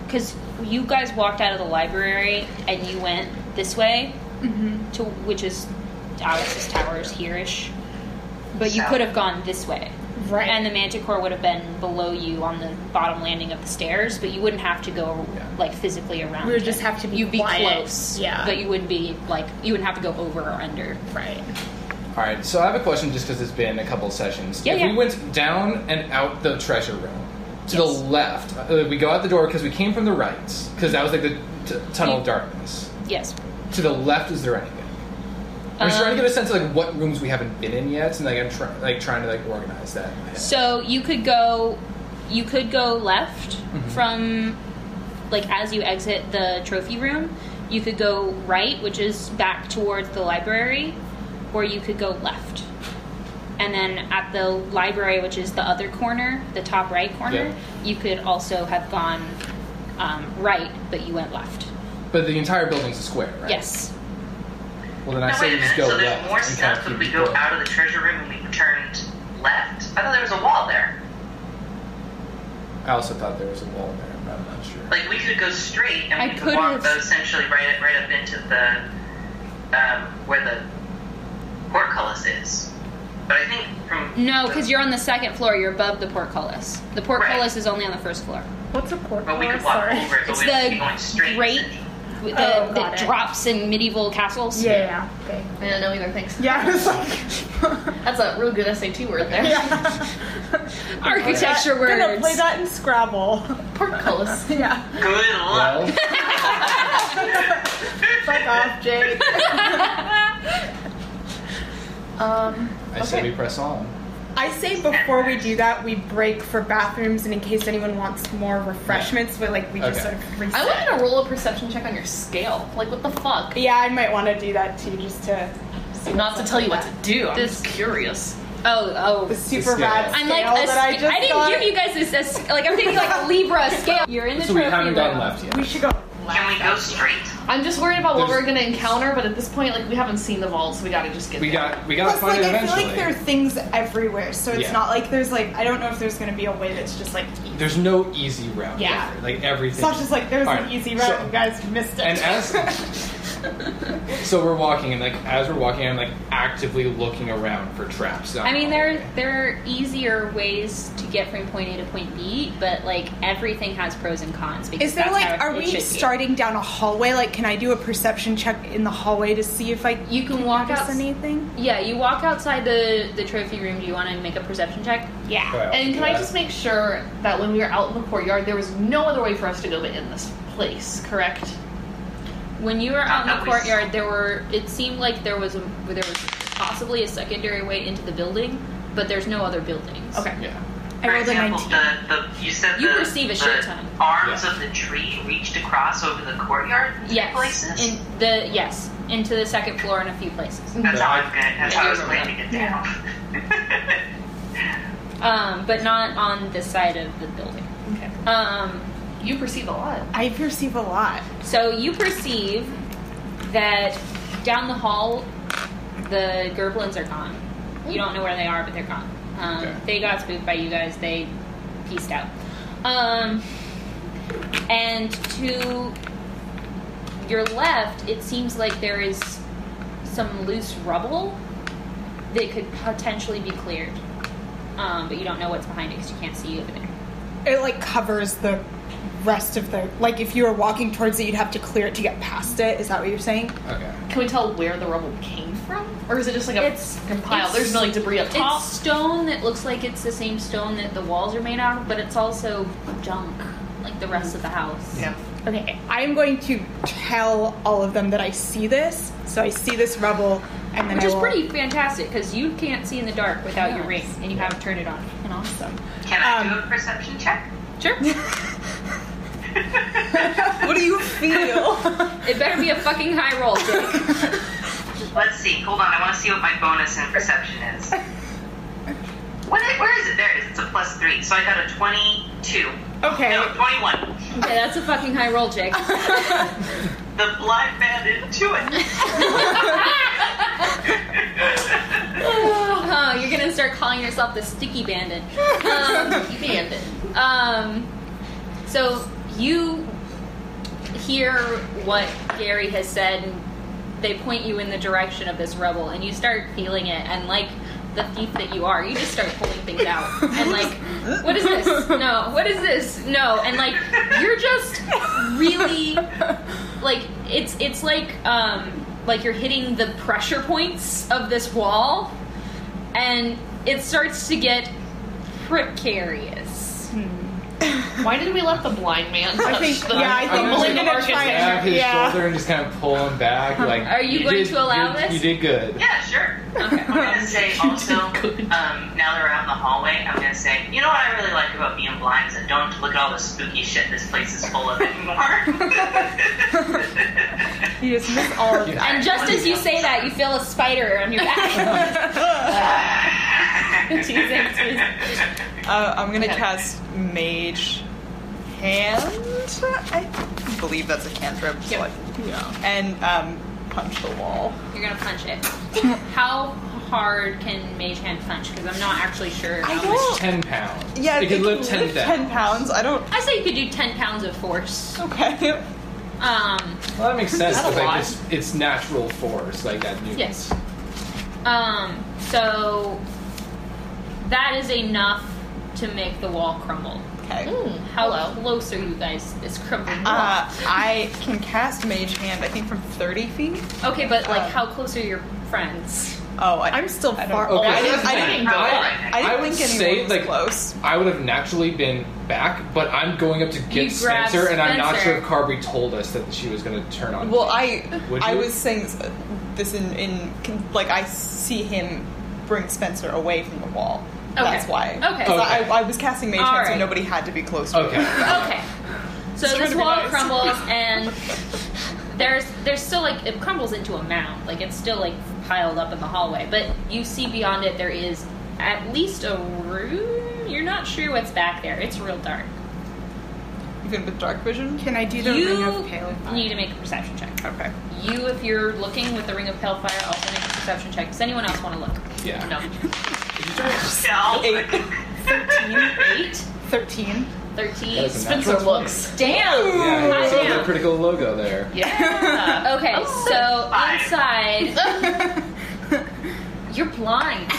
Speaker 1: because you guys walked out of the library and you went this way,
Speaker 5: Mm-hmm.
Speaker 1: to which is Alice's Towers hereish, but you
Speaker 3: South.
Speaker 1: could have gone this way.
Speaker 5: right.
Speaker 1: And the Manticore would have been below you on the bottom landing of the stairs, but you wouldn't have to go
Speaker 2: Yeah.
Speaker 1: like physically around.
Speaker 5: We would
Speaker 1: it.
Speaker 5: just have to be
Speaker 1: You'd be
Speaker 5: quiet.
Speaker 1: close,
Speaker 5: Yeah.
Speaker 1: but you wouldn't be like you wouldn't have to go over or under.
Speaker 5: right.
Speaker 2: All right, so I have a question just because it's been a couple of sessions.
Speaker 1: Yeah,
Speaker 2: if
Speaker 1: yeah.
Speaker 2: we went down and out the treasure room to
Speaker 1: Yes.
Speaker 2: the left, uh, we go out the door because we came from the right, because that was like the t- tunnel of darkness.
Speaker 1: Yes.
Speaker 2: To the left, is there anything? I'm just trying to
Speaker 1: Um,
Speaker 2: get a sense of like what rooms we haven't been in yet, and like I'm try- like trying to like organize that. in my head.
Speaker 1: So you could go, you could go left from, like as you exit the trophy room, you could go right, which is back towards the library, or you could go left. And then at the library, which is the other corner, the top right corner, you could also have gone um, right, but you went left.
Speaker 2: But the entire building's a square, right?
Speaker 1: Yes.
Speaker 2: Well, then I
Speaker 3: Now,
Speaker 2: say
Speaker 3: wait a
Speaker 2: we just
Speaker 3: minute.
Speaker 2: go
Speaker 3: So there's
Speaker 2: left.
Speaker 3: more
Speaker 2: and kind of
Speaker 3: stuff if
Speaker 2: keep
Speaker 3: we
Speaker 2: it
Speaker 3: go
Speaker 2: going.
Speaker 3: out of the treasure room and we turned left. I thought there was a wall there.
Speaker 2: I also thought there was a wall there, but I'm not sure.
Speaker 3: Like we could go straight and
Speaker 1: I
Speaker 3: we could
Speaker 1: could
Speaker 3: walk
Speaker 1: have-
Speaker 3: though essentially right right up into the um, where the portcullis is. But I think from
Speaker 1: No, because you're on the second floor. You're above the portcullis. The portcullis is only on the first floor.
Speaker 5: What's a court?
Speaker 3: But we could
Speaker 5: call?
Speaker 3: walk
Speaker 5: Sorry.
Speaker 3: over, but
Speaker 1: It's
Speaker 3: we'd have to be
Speaker 1: the
Speaker 3: going straight.
Speaker 1: great w- that,
Speaker 5: Oh, got
Speaker 1: that
Speaker 5: it.
Speaker 1: drops in medieval castles.
Speaker 5: Yeah. Okay.
Speaker 6: I don't know either. Thanks.
Speaker 5: Yeah, I was like,
Speaker 6: That's a real good SAT word there.
Speaker 1: Architecture
Speaker 5: we're gonna
Speaker 1: words.
Speaker 5: play that in Scrabble.
Speaker 6: Portcullis.
Speaker 5: yeah.
Speaker 3: Good luck.
Speaker 2: Well,
Speaker 5: Fuck off, Jake. um,
Speaker 2: I say we press on.
Speaker 5: I say before we do that, we break for bathrooms, and in case anyone wants more refreshments, we like we just
Speaker 2: Okay.
Speaker 5: sort of reset.
Speaker 6: I want you to roll a perception check on your scale. Like, what the fuck?
Speaker 5: yeah, I might want to do that too, just to see
Speaker 6: Not to
Speaker 5: what's
Speaker 6: tell you
Speaker 5: up
Speaker 6: what
Speaker 5: with
Speaker 6: to do. I'm
Speaker 1: This-
Speaker 6: just curious.
Speaker 1: Oh,
Speaker 5: that.
Speaker 1: oh.
Speaker 5: The super
Speaker 2: scale.
Speaker 5: rad
Speaker 1: I'm
Speaker 5: scale
Speaker 1: like, a,
Speaker 5: that I just
Speaker 1: didn't
Speaker 5: got.
Speaker 1: give you guys this, as like, I'm thinking like a Libra scale. You're in the
Speaker 2: So we
Speaker 1: trophy
Speaker 2: haven't
Speaker 1: room.
Speaker 2: gone left yet.
Speaker 5: We should go.
Speaker 3: Can we go straight?
Speaker 6: I'm just worried about what
Speaker 2: There's-
Speaker 6: we're gonna encounter, but at this point, like, we haven't seen the vault, so we gotta just get
Speaker 2: We
Speaker 6: there.
Speaker 2: got we gotta find
Speaker 5: Plus, like,
Speaker 2: it
Speaker 5: I feel
Speaker 2: eventually.
Speaker 5: like there are things everywhere, so it's
Speaker 2: Yeah.
Speaker 5: not like there's like I don't know if there's gonna be a way that's just like easy.
Speaker 2: There's no easy route.
Speaker 5: Yeah.
Speaker 2: over. Like everything.
Speaker 5: It's not just like there's an
Speaker 2: Alright,
Speaker 5: easy route.
Speaker 2: so-
Speaker 5: you guys missed it.
Speaker 2: and as so we're walking and like as we're walking I'm like actively looking around for traps.
Speaker 1: I mean, there there are easier ways to get from point A to point B, but like everything has pros and cons. Because
Speaker 5: Is there
Speaker 1: that's
Speaker 5: like,
Speaker 1: how
Speaker 5: are
Speaker 1: it
Speaker 5: we
Speaker 1: should be.
Speaker 5: starting down a hallway? Like, can I do a perception check in the hallway to see if I
Speaker 1: You can walk
Speaker 5: notice
Speaker 1: out.
Speaker 5: anything?
Speaker 1: Yeah, you walk outside the the trophy room. Do you want to make a perception check?
Speaker 5: Yeah.
Speaker 6: And can I just make sure that when we were out in the courtyard, there was no other way for us to go but in this place, correct?
Speaker 1: When you were out in
Speaker 3: Not
Speaker 1: the
Speaker 3: that we-
Speaker 1: courtyard, there were. It seemed like there was a there was possibly a secondary way into the building, but there's no other buildings.
Speaker 6: Okay.
Speaker 2: Yeah.
Speaker 5: I
Speaker 3: For
Speaker 5: rolled a
Speaker 3: example,
Speaker 5: 19.
Speaker 3: the, the you said
Speaker 1: You
Speaker 3: the,
Speaker 1: perceive a
Speaker 3: the
Speaker 1: shit ton.
Speaker 3: arms
Speaker 2: Yeah.
Speaker 3: of the tree reached across over the courtyard. in
Speaker 1: Yes.
Speaker 3: places.
Speaker 1: In the yes into the second floor in a few places.
Speaker 3: that's
Speaker 2: Yeah,
Speaker 3: how
Speaker 2: I-
Speaker 3: I'm gonna. That's
Speaker 6: yeah,
Speaker 3: how I
Speaker 6: I
Speaker 3: was
Speaker 6: remember
Speaker 3: planning it down.
Speaker 1: Um, but not on this side of the building.
Speaker 6: Mm-hmm. Okay.
Speaker 1: Um,
Speaker 6: You perceive a lot.
Speaker 5: I perceive a lot.
Speaker 1: So you perceive that down the hall, the Gerblins are gone. You don't know where they are, but they're gone. Um,
Speaker 2: Okay.
Speaker 1: They got spooked by you guys. They pieced out. Um, and to your left, it seems like there is some loose rubble that could potentially be cleared. Um, but you don't know what's behind it because you can't see over there.
Speaker 5: It like covers the rest of the. Like, if you were walking towards it, you'd have to clear it to get past it. Is that what you're saying?
Speaker 2: Okay.
Speaker 6: Can we tell where the rubble came from, or is it just like a
Speaker 1: It's-
Speaker 6: compile?
Speaker 1: it's-
Speaker 6: There's no like debris up top.
Speaker 1: It's stone that looks like it's the same stone that the walls are made out of, but it's also junk, like the rest of the house.
Speaker 6: yeah.
Speaker 5: Okay, I'm going to tell all of them that I see this. So I see this rubble, and then
Speaker 1: Which
Speaker 5: I
Speaker 1: is
Speaker 5: will-
Speaker 1: pretty fantastic because you can't see in the dark without your ring, and you haven't turned it on.
Speaker 5: and awesome.
Speaker 3: Can I
Speaker 5: Um,
Speaker 3: do a perception check?
Speaker 1: Sure,
Speaker 8: What do you feel?
Speaker 1: it better be a fucking high roll, Jake.
Speaker 3: Let's see. Hold on. I want to see what my bonus in perception is. What? i- Where is it? There it is. It's a plus three. So I got a twenty-two.
Speaker 5: Okay.
Speaker 3: No, twenty-one.
Speaker 1: Okay, that's a fucking high roll, Jake.
Speaker 3: The blind man into it.
Speaker 1: Oh, you're gonna start calling yourself the sticky bandit. Um,
Speaker 6: You bandit.
Speaker 1: Um, so you hear what Gary has said, and they point you in the direction of this rubble, and you start feeling it, and like the thief that you are, you just start pulling things out, and like, what is this? No, what is this? No, and like you're just really like it's it's like um like you're hitting the pressure points of this wall, and it starts to get precarious.
Speaker 6: Why did we let the blind man touch
Speaker 5: I think,
Speaker 6: the
Speaker 5: yeah, I
Speaker 2: I'm
Speaker 5: think
Speaker 2: just
Speaker 5: we're
Speaker 6: building
Speaker 2: gonna
Speaker 6: of our
Speaker 5: gonna try
Speaker 6: kitchen?
Speaker 2: Grab his
Speaker 5: Yeah.
Speaker 2: shoulder and just kind of pull him back. Like,
Speaker 1: Are you going
Speaker 2: did-
Speaker 1: to allow
Speaker 2: you,
Speaker 1: this?
Speaker 2: You did good.
Speaker 3: Yeah, sure.
Speaker 1: Okay.
Speaker 3: I'm gonna say also, um, now that we're out in the hallway, I'm gonna say, you know what I really like about being blind is I don't have to look at all the spooky shit this place is full of anymore.
Speaker 5: You just miss all of
Speaker 2: Yeah.
Speaker 1: And just as you say that, you feel a spider on your back. Teasing, teasing.
Speaker 8: Uh, I'm gonna cast Mage Hand. I believe that's a cantrip. so
Speaker 1: Yep.
Speaker 8: I- And um, punch the wall.
Speaker 1: You're gonna punch it. How hard can Mage Hand punch? Because I'm not actually sure.
Speaker 8: I
Speaker 1: how
Speaker 8: don't-
Speaker 1: much-
Speaker 2: It's ten pounds.
Speaker 8: Yeah,
Speaker 2: it
Speaker 8: they
Speaker 2: could
Speaker 8: can
Speaker 2: lift ten
Speaker 8: ten
Speaker 2: thousand.
Speaker 8: pounds. I don't.
Speaker 1: I say you could do 10 pounds of force.
Speaker 8: Okay.
Speaker 1: Um,
Speaker 2: Well, that makes sense.
Speaker 6: That's a lot.
Speaker 2: Like it's, it's natural force, like that. Newton's.
Speaker 1: Yes. um, so that is enough to make the wall crumble.
Speaker 4: Okay.
Speaker 6: Mm,
Speaker 1: How
Speaker 6: hello.
Speaker 1: close are you guys? It's crumbling.
Speaker 4: Uh, I can cast Mage Hand. I think from thirty feet.
Speaker 1: okay, but like,
Speaker 4: um,
Speaker 1: how close are your friends?
Speaker 4: Oh, I, I'm still
Speaker 5: I don't-
Speaker 4: far.
Speaker 2: Okay,
Speaker 4: oh, I
Speaker 2: so
Speaker 4: didn't,
Speaker 2: that's
Speaker 4: I
Speaker 2: the
Speaker 4: didn't,
Speaker 2: thing.
Speaker 4: go-
Speaker 2: I-
Speaker 4: I
Speaker 2: I
Speaker 4: didn't
Speaker 2: would
Speaker 4: think anyone
Speaker 2: say,
Speaker 4: was
Speaker 2: like-
Speaker 4: close.
Speaker 2: I would have naturally been back, but I'm going up to get
Speaker 1: You grabbed
Speaker 2: Spencer, and I'm not
Speaker 1: Spencer.
Speaker 2: sure if Carby told us that she was going to turn on.
Speaker 4: Well,
Speaker 2: him.
Speaker 4: I
Speaker 2: Would
Speaker 4: I
Speaker 2: you?
Speaker 4: was saying this in in con- like I see him bring Spencer away from the wall. That's
Speaker 1: Okay.
Speaker 4: why.
Speaker 1: Okay.
Speaker 4: 'Cause
Speaker 2: Okay.
Speaker 4: I, I was casting Mage
Speaker 1: All
Speaker 4: Hand, so
Speaker 1: right.
Speaker 4: nobody had to be close. To
Speaker 2: Okay.
Speaker 4: Him.
Speaker 1: Okay. So
Speaker 4: uh,
Speaker 1: this
Speaker 4: It's gonna be
Speaker 1: wall
Speaker 4: nice.
Speaker 1: crumbles and there's there's still like it crumbles into a mound. Like it's still like piled up in the hallway. But you see beyond it there is at least a room. You're not sure what's back there. It's real dark.
Speaker 4: Even with dark vision.
Speaker 5: Can I do the
Speaker 1: you
Speaker 5: ring of pale? fire?
Speaker 1: need to make a perception check.
Speaker 4: Okay.
Speaker 1: You, if you're looking with the ring of pale fire, also make a perception check. Does anyone else want to look?
Speaker 2: Yeah.
Speaker 1: No.
Speaker 3: No.
Speaker 4: Eight.
Speaker 1: Eight.
Speaker 4: Thirteen.
Speaker 1: Thirteen.
Speaker 2: That's a
Speaker 1: Spencer.
Speaker 6: Spencer looks.
Speaker 1: Damn.
Speaker 2: Yeah, you
Speaker 1: I
Speaker 2: saw
Speaker 1: know.
Speaker 2: the critical logo there.
Speaker 6: Yeah.
Speaker 1: Okay,
Speaker 6: Oh.
Speaker 1: so
Speaker 3: Five.
Speaker 1: inside, you're blind.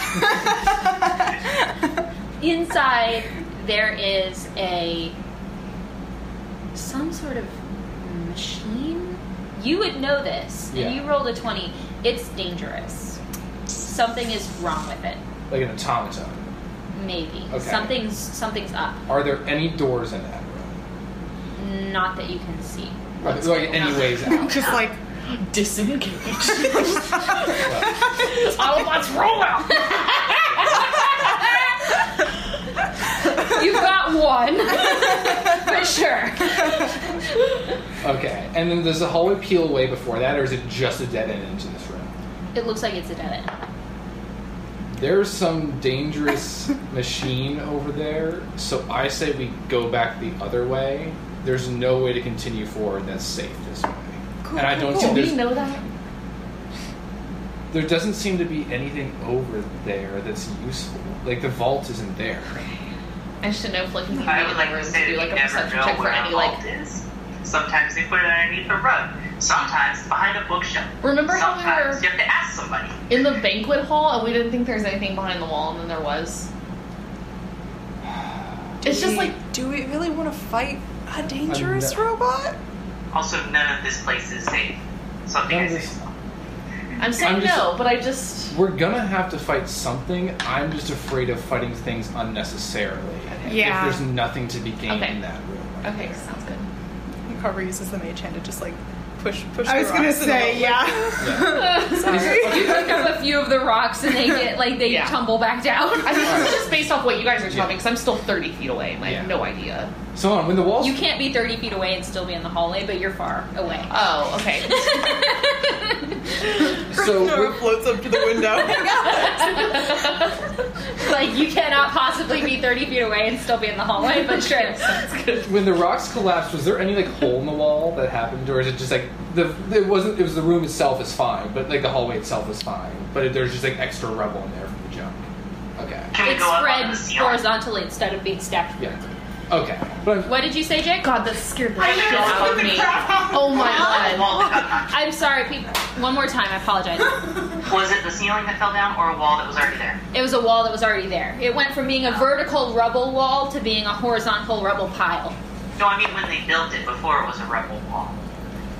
Speaker 1: inside, there is a some sort of machine. You would know this,
Speaker 2: Yeah.
Speaker 1: and you rolled a twenty. It's dangerous. Something is wrong with it.
Speaker 2: Like an automaton.
Speaker 1: Maybe
Speaker 2: Okay.
Speaker 1: something's something's up.
Speaker 2: Are there any doors in that room?
Speaker 1: Not that you can see.
Speaker 2: Are there, like any ways out?
Speaker 5: Just like
Speaker 6: Disengage.
Speaker 2: Well,
Speaker 6: Autobots Oh, roll out.
Speaker 1: You got one for sure.
Speaker 2: okay. And then does the hallway peel away before that, or is it just a dead end into this room?
Speaker 1: It looks like it's a dead end.
Speaker 2: There's some dangerous machine over there, so I say we go back the other way. There's no way to continue forward that's safe this way. and I don't
Speaker 6: Do
Speaker 2: think
Speaker 6: we
Speaker 2: there's,
Speaker 6: know that?
Speaker 2: there doesn't seem to be anything over there that's useful. Like the vault isn't there.
Speaker 6: I should know if like you
Speaker 3: I would like to
Speaker 6: rooms
Speaker 3: say
Speaker 6: to do
Speaker 3: that
Speaker 6: like
Speaker 3: you
Speaker 6: a
Speaker 3: never
Speaker 6: perception check
Speaker 3: know
Speaker 6: for
Speaker 3: where a
Speaker 6: any
Speaker 3: vault
Speaker 6: like.
Speaker 3: is. Sometimes they put it underneath a rug. Sometimes it's behind a bookshelf.
Speaker 6: Remember how we
Speaker 3: Sometimes
Speaker 6: were
Speaker 3: you have to ask somebody.
Speaker 6: in the banquet hall and we didn't think there was anything behind the wall and then there was. It's just like
Speaker 4: do we really want to fight a dangerous
Speaker 2: I'm not-
Speaker 4: robot?
Speaker 3: Also, none of this place is safe. Something
Speaker 2: None of
Speaker 3: is
Speaker 2: this-
Speaker 3: safe.
Speaker 6: I'm saying
Speaker 2: I'm just-
Speaker 6: no, but I just
Speaker 2: We're gonna have to fight something. I'm just afraid of fighting things unnecessarily.
Speaker 5: Yeah.
Speaker 2: If there's nothing to be gained
Speaker 6: Okay.
Speaker 2: in that room. right
Speaker 6: okay,
Speaker 2: there.
Speaker 6: sounds good.
Speaker 4: Carver uses the Mage Hand to just like push push.
Speaker 5: I
Speaker 4: the
Speaker 5: was gonna
Speaker 4: rocks and
Speaker 5: say
Speaker 4: all.
Speaker 5: yeah.
Speaker 2: Yeah.
Speaker 1: You pick up a few of the rocks and they get like they
Speaker 6: Yeah.
Speaker 1: tumble back down.
Speaker 6: I think this is just based off what you guys are
Speaker 2: Yeah.
Speaker 6: talking because I'm still 30 feet away and I have
Speaker 2: Yeah.
Speaker 6: no idea.
Speaker 2: So hold on, when the walls
Speaker 1: You can't be 30 feet away and still be in the hallway, but you're far away.
Speaker 6: Oh, okay.
Speaker 2: so
Speaker 4: Nora
Speaker 2: we're-
Speaker 4: floats up to the window.
Speaker 1: like you cannot possibly be 30 feet away and still be in the hallway, but sure.
Speaker 2: When the rocks collapsed, was there any like hole in the wall that happened, or is it just like the it wasn't? It was the room itself is fine, but like the hallway itself is fine. But there's just like extra rubble in there from the junk. Okay.
Speaker 3: Can we
Speaker 1: It
Speaker 3: go up on the
Speaker 1: spreads
Speaker 3: ceiling?
Speaker 1: horizontally instead of being stacked.
Speaker 2: Yeah. Okay. But I'm-
Speaker 1: What did you say, Jake?
Speaker 6: God, that scared the
Speaker 5: I
Speaker 6: shit
Speaker 5: know, it's
Speaker 6: out of
Speaker 5: flipping
Speaker 6: me.
Speaker 5: crap out.
Speaker 6: Oh my
Speaker 3: Well,
Speaker 6: god.
Speaker 3: well,
Speaker 1: I'm sorry, people. One more time, I apologize.
Speaker 3: was it the ceiling that fell down or a wall that was already there?
Speaker 1: It was a wall that was already there. It went from being a vertical rubble wall to being a horizontal rubble pile.
Speaker 3: No, I mean when they built it before it was a rubble wall.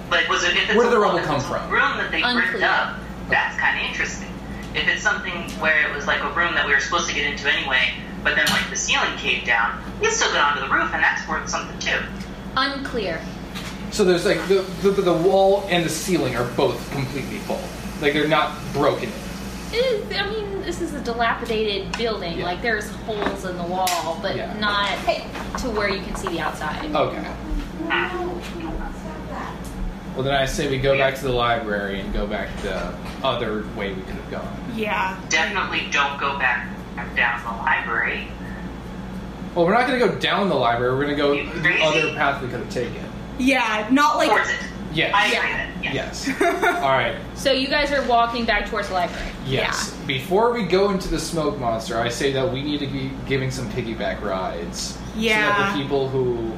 Speaker 3: But was it? If it's
Speaker 2: Where did
Speaker 3: a
Speaker 2: the
Speaker 3: wall
Speaker 2: rubble
Speaker 3: that's
Speaker 2: come
Speaker 3: a
Speaker 2: from?
Speaker 3: Room that they ripped
Speaker 1: Unclear.
Speaker 3: up. That's kind of interesting. If it's something where it was like a room that we were supposed to get into anyway, but then like the ceiling caved down, you still got onto the roof, and that's worth something too.
Speaker 1: Unclear.
Speaker 2: so there's like the, the the wall and the ceiling are both completely full. Like they're not broken.
Speaker 1: Eh, I mean, this is a dilapidated building.
Speaker 2: Yeah.
Speaker 1: Like, there's holes in the wall, but
Speaker 2: Yeah.
Speaker 1: not to where you can see the outside.
Speaker 2: Okay.
Speaker 3: Hmm.
Speaker 2: Well, then I say we go back to the library and go back the other way we could have gone.
Speaker 5: Yeah.
Speaker 3: Definitely don't go back down to the library.
Speaker 2: Well, we're not going to go down the library. We're going
Speaker 3: You
Speaker 2: to go the
Speaker 3: crazy?
Speaker 2: other path we could have taken.
Speaker 5: Yeah. Not like
Speaker 3: Towards it.
Speaker 2: Yes.
Speaker 3: I agree then. Yeah.
Speaker 2: Yes. All right.
Speaker 1: So you guys are walking back towards the library.
Speaker 2: Yes. Before we go into the smoke monster, I say that we need to be giving some piggyback rides. So that
Speaker 5: Yeah.
Speaker 2: the people who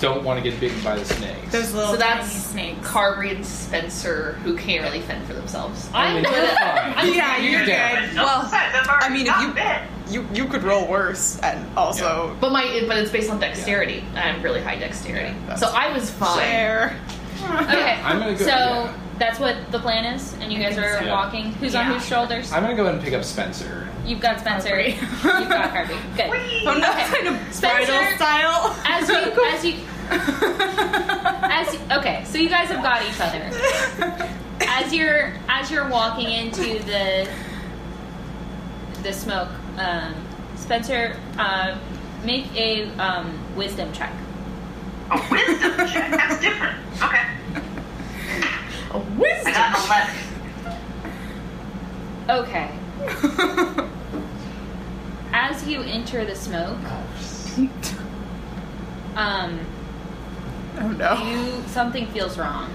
Speaker 2: don't want to get bitten by the snakes.
Speaker 5: those little
Speaker 6: So that's
Speaker 5: tiny snakes.
Speaker 6: Carberry and Spencer who can't really fend for themselves.
Speaker 2: I mean,
Speaker 1: I'm
Speaker 2: you're
Speaker 1: gonna-
Speaker 2: fine.
Speaker 5: yeah, you're
Speaker 2: You're
Speaker 5: good.
Speaker 2: dead.
Speaker 3: But no,
Speaker 4: Well,
Speaker 3: besides, I've already
Speaker 4: I mean, if
Speaker 3: got
Speaker 4: you-
Speaker 3: bit.
Speaker 4: you you could roll worse and also
Speaker 6: But my but it's based on dexterity. I'm really high dexterity,
Speaker 4: Yeah, that's-
Speaker 6: so I was fine.
Speaker 4: share.
Speaker 1: Okay.
Speaker 2: I'm gonna go-
Speaker 1: so
Speaker 2: yeah.
Speaker 1: that's what the plan is, and you guys are
Speaker 2: Yeah.
Speaker 1: walking. Who's on whose shoulders?
Speaker 2: I'm gonna go ahead and pick up Spencer.
Speaker 1: You've got Spencer.
Speaker 6: Harvey.
Speaker 1: You've got Harvey. Good.
Speaker 4: Oh no, kind of
Speaker 1: Spencer,
Speaker 4: style.
Speaker 1: as you as you as you, okay, so you guys have got each other. As you're as you're walking into the the smoke, um, Spencer, uh, make a um, wisdom check.
Speaker 3: A wisdom check? That's different. Okay.
Speaker 6: A
Speaker 3: I
Speaker 6: wisdom.
Speaker 3: got 11.
Speaker 1: Okay. As you enter the smoke, um,
Speaker 4: Oh no.
Speaker 1: you something feels wrong,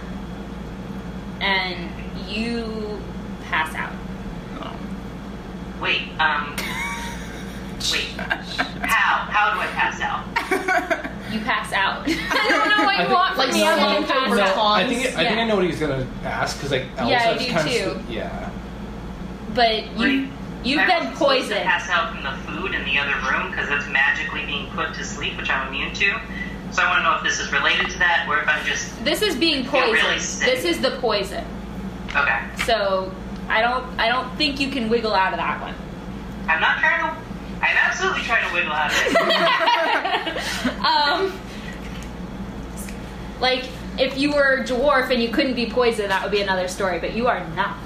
Speaker 1: and you pass out.
Speaker 3: Wait, um. Wait. How? How do I pass out?
Speaker 1: You pass out. I don't know what
Speaker 2: I
Speaker 1: you
Speaker 2: think-
Speaker 1: want
Speaker 6: Like
Speaker 1: from me. other than
Speaker 6: slumped
Speaker 1: pass
Speaker 6: over
Speaker 1: out.
Speaker 2: I think I think
Speaker 1: yeah.
Speaker 2: I know what he's gonna ask because like Alice
Speaker 1: Yeah, I
Speaker 2: has
Speaker 1: do
Speaker 2: kind
Speaker 1: too.
Speaker 2: of yeah.
Speaker 1: But you
Speaker 3: Wait,
Speaker 1: you've
Speaker 3: I
Speaker 1: been
Speaker 3: wasn't supposed to
Speaker 1: poisoned.
Speaker 3: Pass out from the food in the other room because it's magically being put to sleep, which I'm immune to. So I want to know if this is related to that, or if I'm just
Speaker 1: This is being
Speaker 3: You're
Speaker 1: poisoned.
Speaker 3: really sick.
Speaker 1: this is the poison.
Speaker 3: okay.
Speaker 1: So I don't I don't think you can wiggle out of that one.
Speaker 3: I'm not trying to. I'm absolutely trying to wiggle out of it.
Speaker 1: Um like if you were a dwarf and you couldn't be poisoned, that would be another story, but you are not.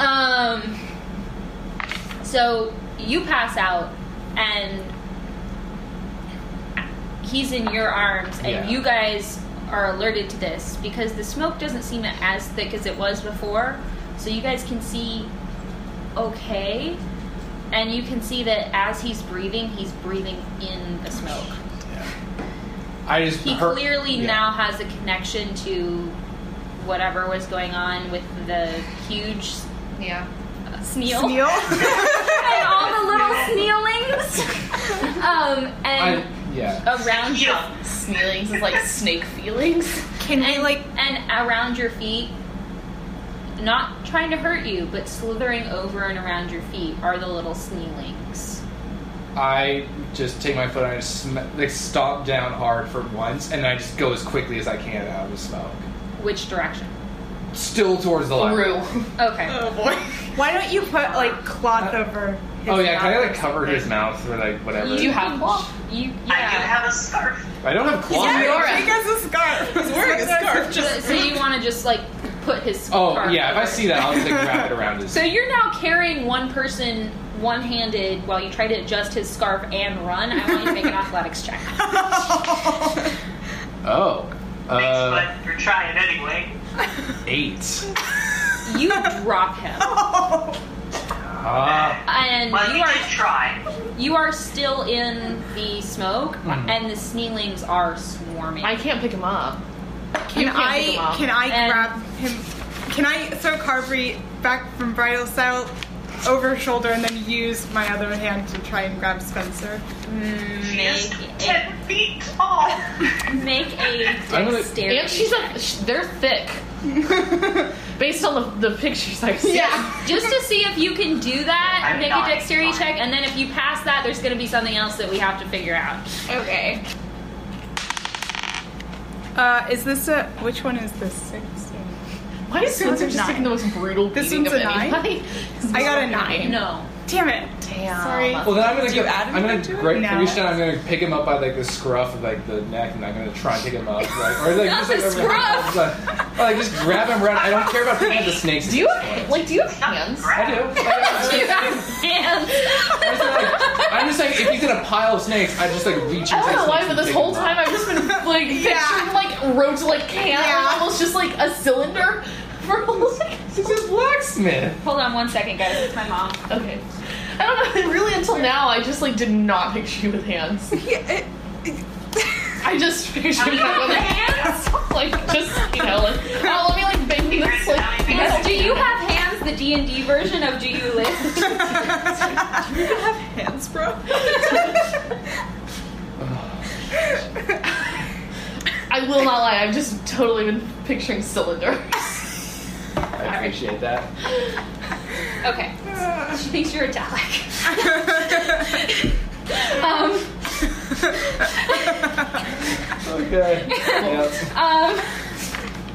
Speaker 1: Um so you pass out and he's in your arms and
Speaker 2: Yeah.
Speaker 1: you guys are alerted to this because the smoke doesn't seem as thick as it was before so you guys can see okay and you can see that as he's breathing he's breathing in the smoke
Speaker 2: I just
Speaker 1: he
Speaker 2: her-
Speaker 1: clearly
Speaker 2: yeah.
Speaker 1: now has a connection to whatever was going on with the huge
Speaker 6: Yeah.
Speaker 1: sneal, and all the little snealings um,
Speaker 2: I,
Speaker 1: and
Speaker 2: yeah.
Speaker 1: around your
Speaker 3: Yeah.
Speaker 6: Sneelings is like snake feelings.
Speaker 4: Can we
Speaker 1: and,
Speaker 4: like
Speaker 1: and around your feet not trying to hurt you but slithering over and around your feet are the little snealings
Speaker 2: I just take my foot and I just sm- like stomp down hard for once, and I just go as quickly as I can out of the smoke,
Speaker 1: which direction
Speaker 2: still towards the light.
Speaker 6: Through.
Speaker 1: okay
Speaker 5: Why don't you put like cloth over? His
Speaker 2: Oh yeah, can I
Speaker 5: mouth?
Speaker 2: like cover his mouth with like whatever?
Speaker 6: Do you have cloth?
Speaker 1: you
Speaker 3: I do
Speaker 1: yeah
Speaker 3: have a scarf.
Speaker 2: I don't have claws.
Speaker 6: Yeah, you're-
Speaker 4: He has a scarf. He's wearing a scarf.
Speaker 1: so, so you want to just like put his
Speaker 2: oh
Speaker 1: scarf
Speaker 2: yeah, if I
Speaker 1: over.
Speaker 2: see that, I'll just like wrap it around his.
Speaker 1: so you're now carrying one person one-handed while you try to adjust his scarf and run i want you to make an athletics check
Speaker 2: Oh,
Speaker 3: Thanks,
Speaker 2: uh,
Speaker 3: bud, for trying anyway.
Speaker 2: eight.
Speaker 1: you drop him
Speaker 2: Ah,
Speaker 1: and
Speaker 3: Well, you,
Speaker 1: you are
Speaker 3: did try.
Speaker 1: You are still in the smoke,
Speaker 2: Mhm.
Speaker 1: and the sneelings are swarming.
Speaker 6: I can't pick him up.
Speaker 5: Can
Speaker 6: can't pick him
Speaker 5: I
Speaker 6: up.
Speaker 5: can I
Speaker 1: And-
Speaker 5: grab him? Can I throw Carvery back from bridal style over her shoulder and then use my other hand to try and grab Spencer?
Speaker 3: She is
Speaker 1: make a,
Speaker 3: ten feet tall.
Speaker 1: make a
Speaker 2: I'm gonna-
Speaker 1: dexterity.
Speaker 6: And she's a. Sh- they're thick. Based on the, the pictures I've seen.
Speaker 5: Yeah.
Speaker 1: Just to see if you can do that,
Speaker 3: I'm
Speaker 1: make
Speaker 3: not,
Speaker 1: a dexterity
Speaker 3: sorry.
Speaker 1: check, and then if you pass that, there's going to be something else that we have to figure out.
Speaker 6: Okay.
Speaker 5: Uh, is this a which one is this? Six.
Speaker 6: Why is Spencer
Speaker 5: one's a
Speaker 6: just taking the most brutal
Speaker 5: This
Speaker 6: beating
Speaker 5: one's
Speaker 6: of
Speaker 5: a nine?
Speaker 6: anybody?
Speaker 5: I got a
Speaker 6: Fucking-
Speaker 1: No.
Speaker 5: Damn it!
Speaker 6: Damn.
Speaker 5: Sorry.
Speaker 2: well then I'm gonna
Speaker 4: Do you
Speaker 2: go,
Speaker 4: add
Speaker 2: I'm gonna
Speaker 4: anything to it?
Speaker 2: gra-
Speaker 5: No.
Speaker 2: reach down. I'm gonna pick him up by like the scruff of like the neck, and I'm gonna try and pick him up. Like, or like
Speaker 1: Not
Speaker 2: just like,
Speaker 1: the
Speaker 2: over-
Speaker 1: scruff!
Speaker 2: Like, or, like just grab him around. I don't care about picking up the snakes.
Speaker 6: Do you have, like? Do you have hands?
Speaker 2: I do. Like, I- I-
Speaker 1: You have hands.
Speaker 2: I'm just, like, I'm just like, if he's in a pile of snakes, I just like reach. into
Speaker 6: I don't
Speaker 2: the
Speaker 6: know why,
Speaker 2: snakes
Speaker 6: but
Speaker 2: and
Speaker 6: this
Speaker 2: pick
Speaker 6: whole
Speaker 2: him up.
Speaker 6: time I've just been like picturing like rotalic can, like, almost just like a cylinder for like.
Speaker 2: This is blacksmith.
Speaker 1: Hold on one second, guys. It's my mom.
Speaker 6: Okay. I don't know. Really, until now, I just like did not picture you with hands. I just pictured you with hands, like just you know, like oh, let me like bang this like.
Speaker 1: Yes, do you have hands? The D and D version of Do You Live?
Speaker 4: Hands, bro.
Speaker 6: I will not lie. I've just totally been picturing cylinders.
Speaker 2: I appreciate that.
Speaker 1: Okay. She thinks you're a Dalek. um,
Speaker 2: Okay. yep.
Speaker 1: um,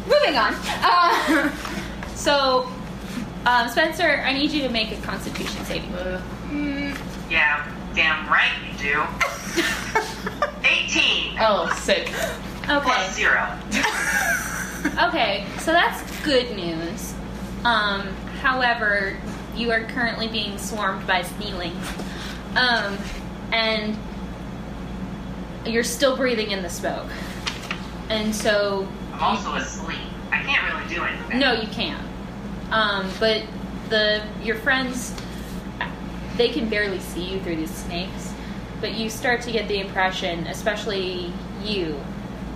Speaker 1: moving on. Uh, so, um, Spencer, I need you to make a Constitution saving. throw.
Speaker 3: Yeah, damn right you do. 18
Speaker 6: Oh, sick.
Speaker 1: Okay.
Speaker 3: plus zero.
Speaker 1: Okay, so that's good news. Um, however, you are currently being swarmed by sneelings. Um, and you're still breathing in the smoke. And so,
Speaker 3: I'm also asleep. I can't really do anything.
Speaker 1: no, you can't. Um, but the your friends, they can barely see you through these snakes. But you start to get the impression, especially you,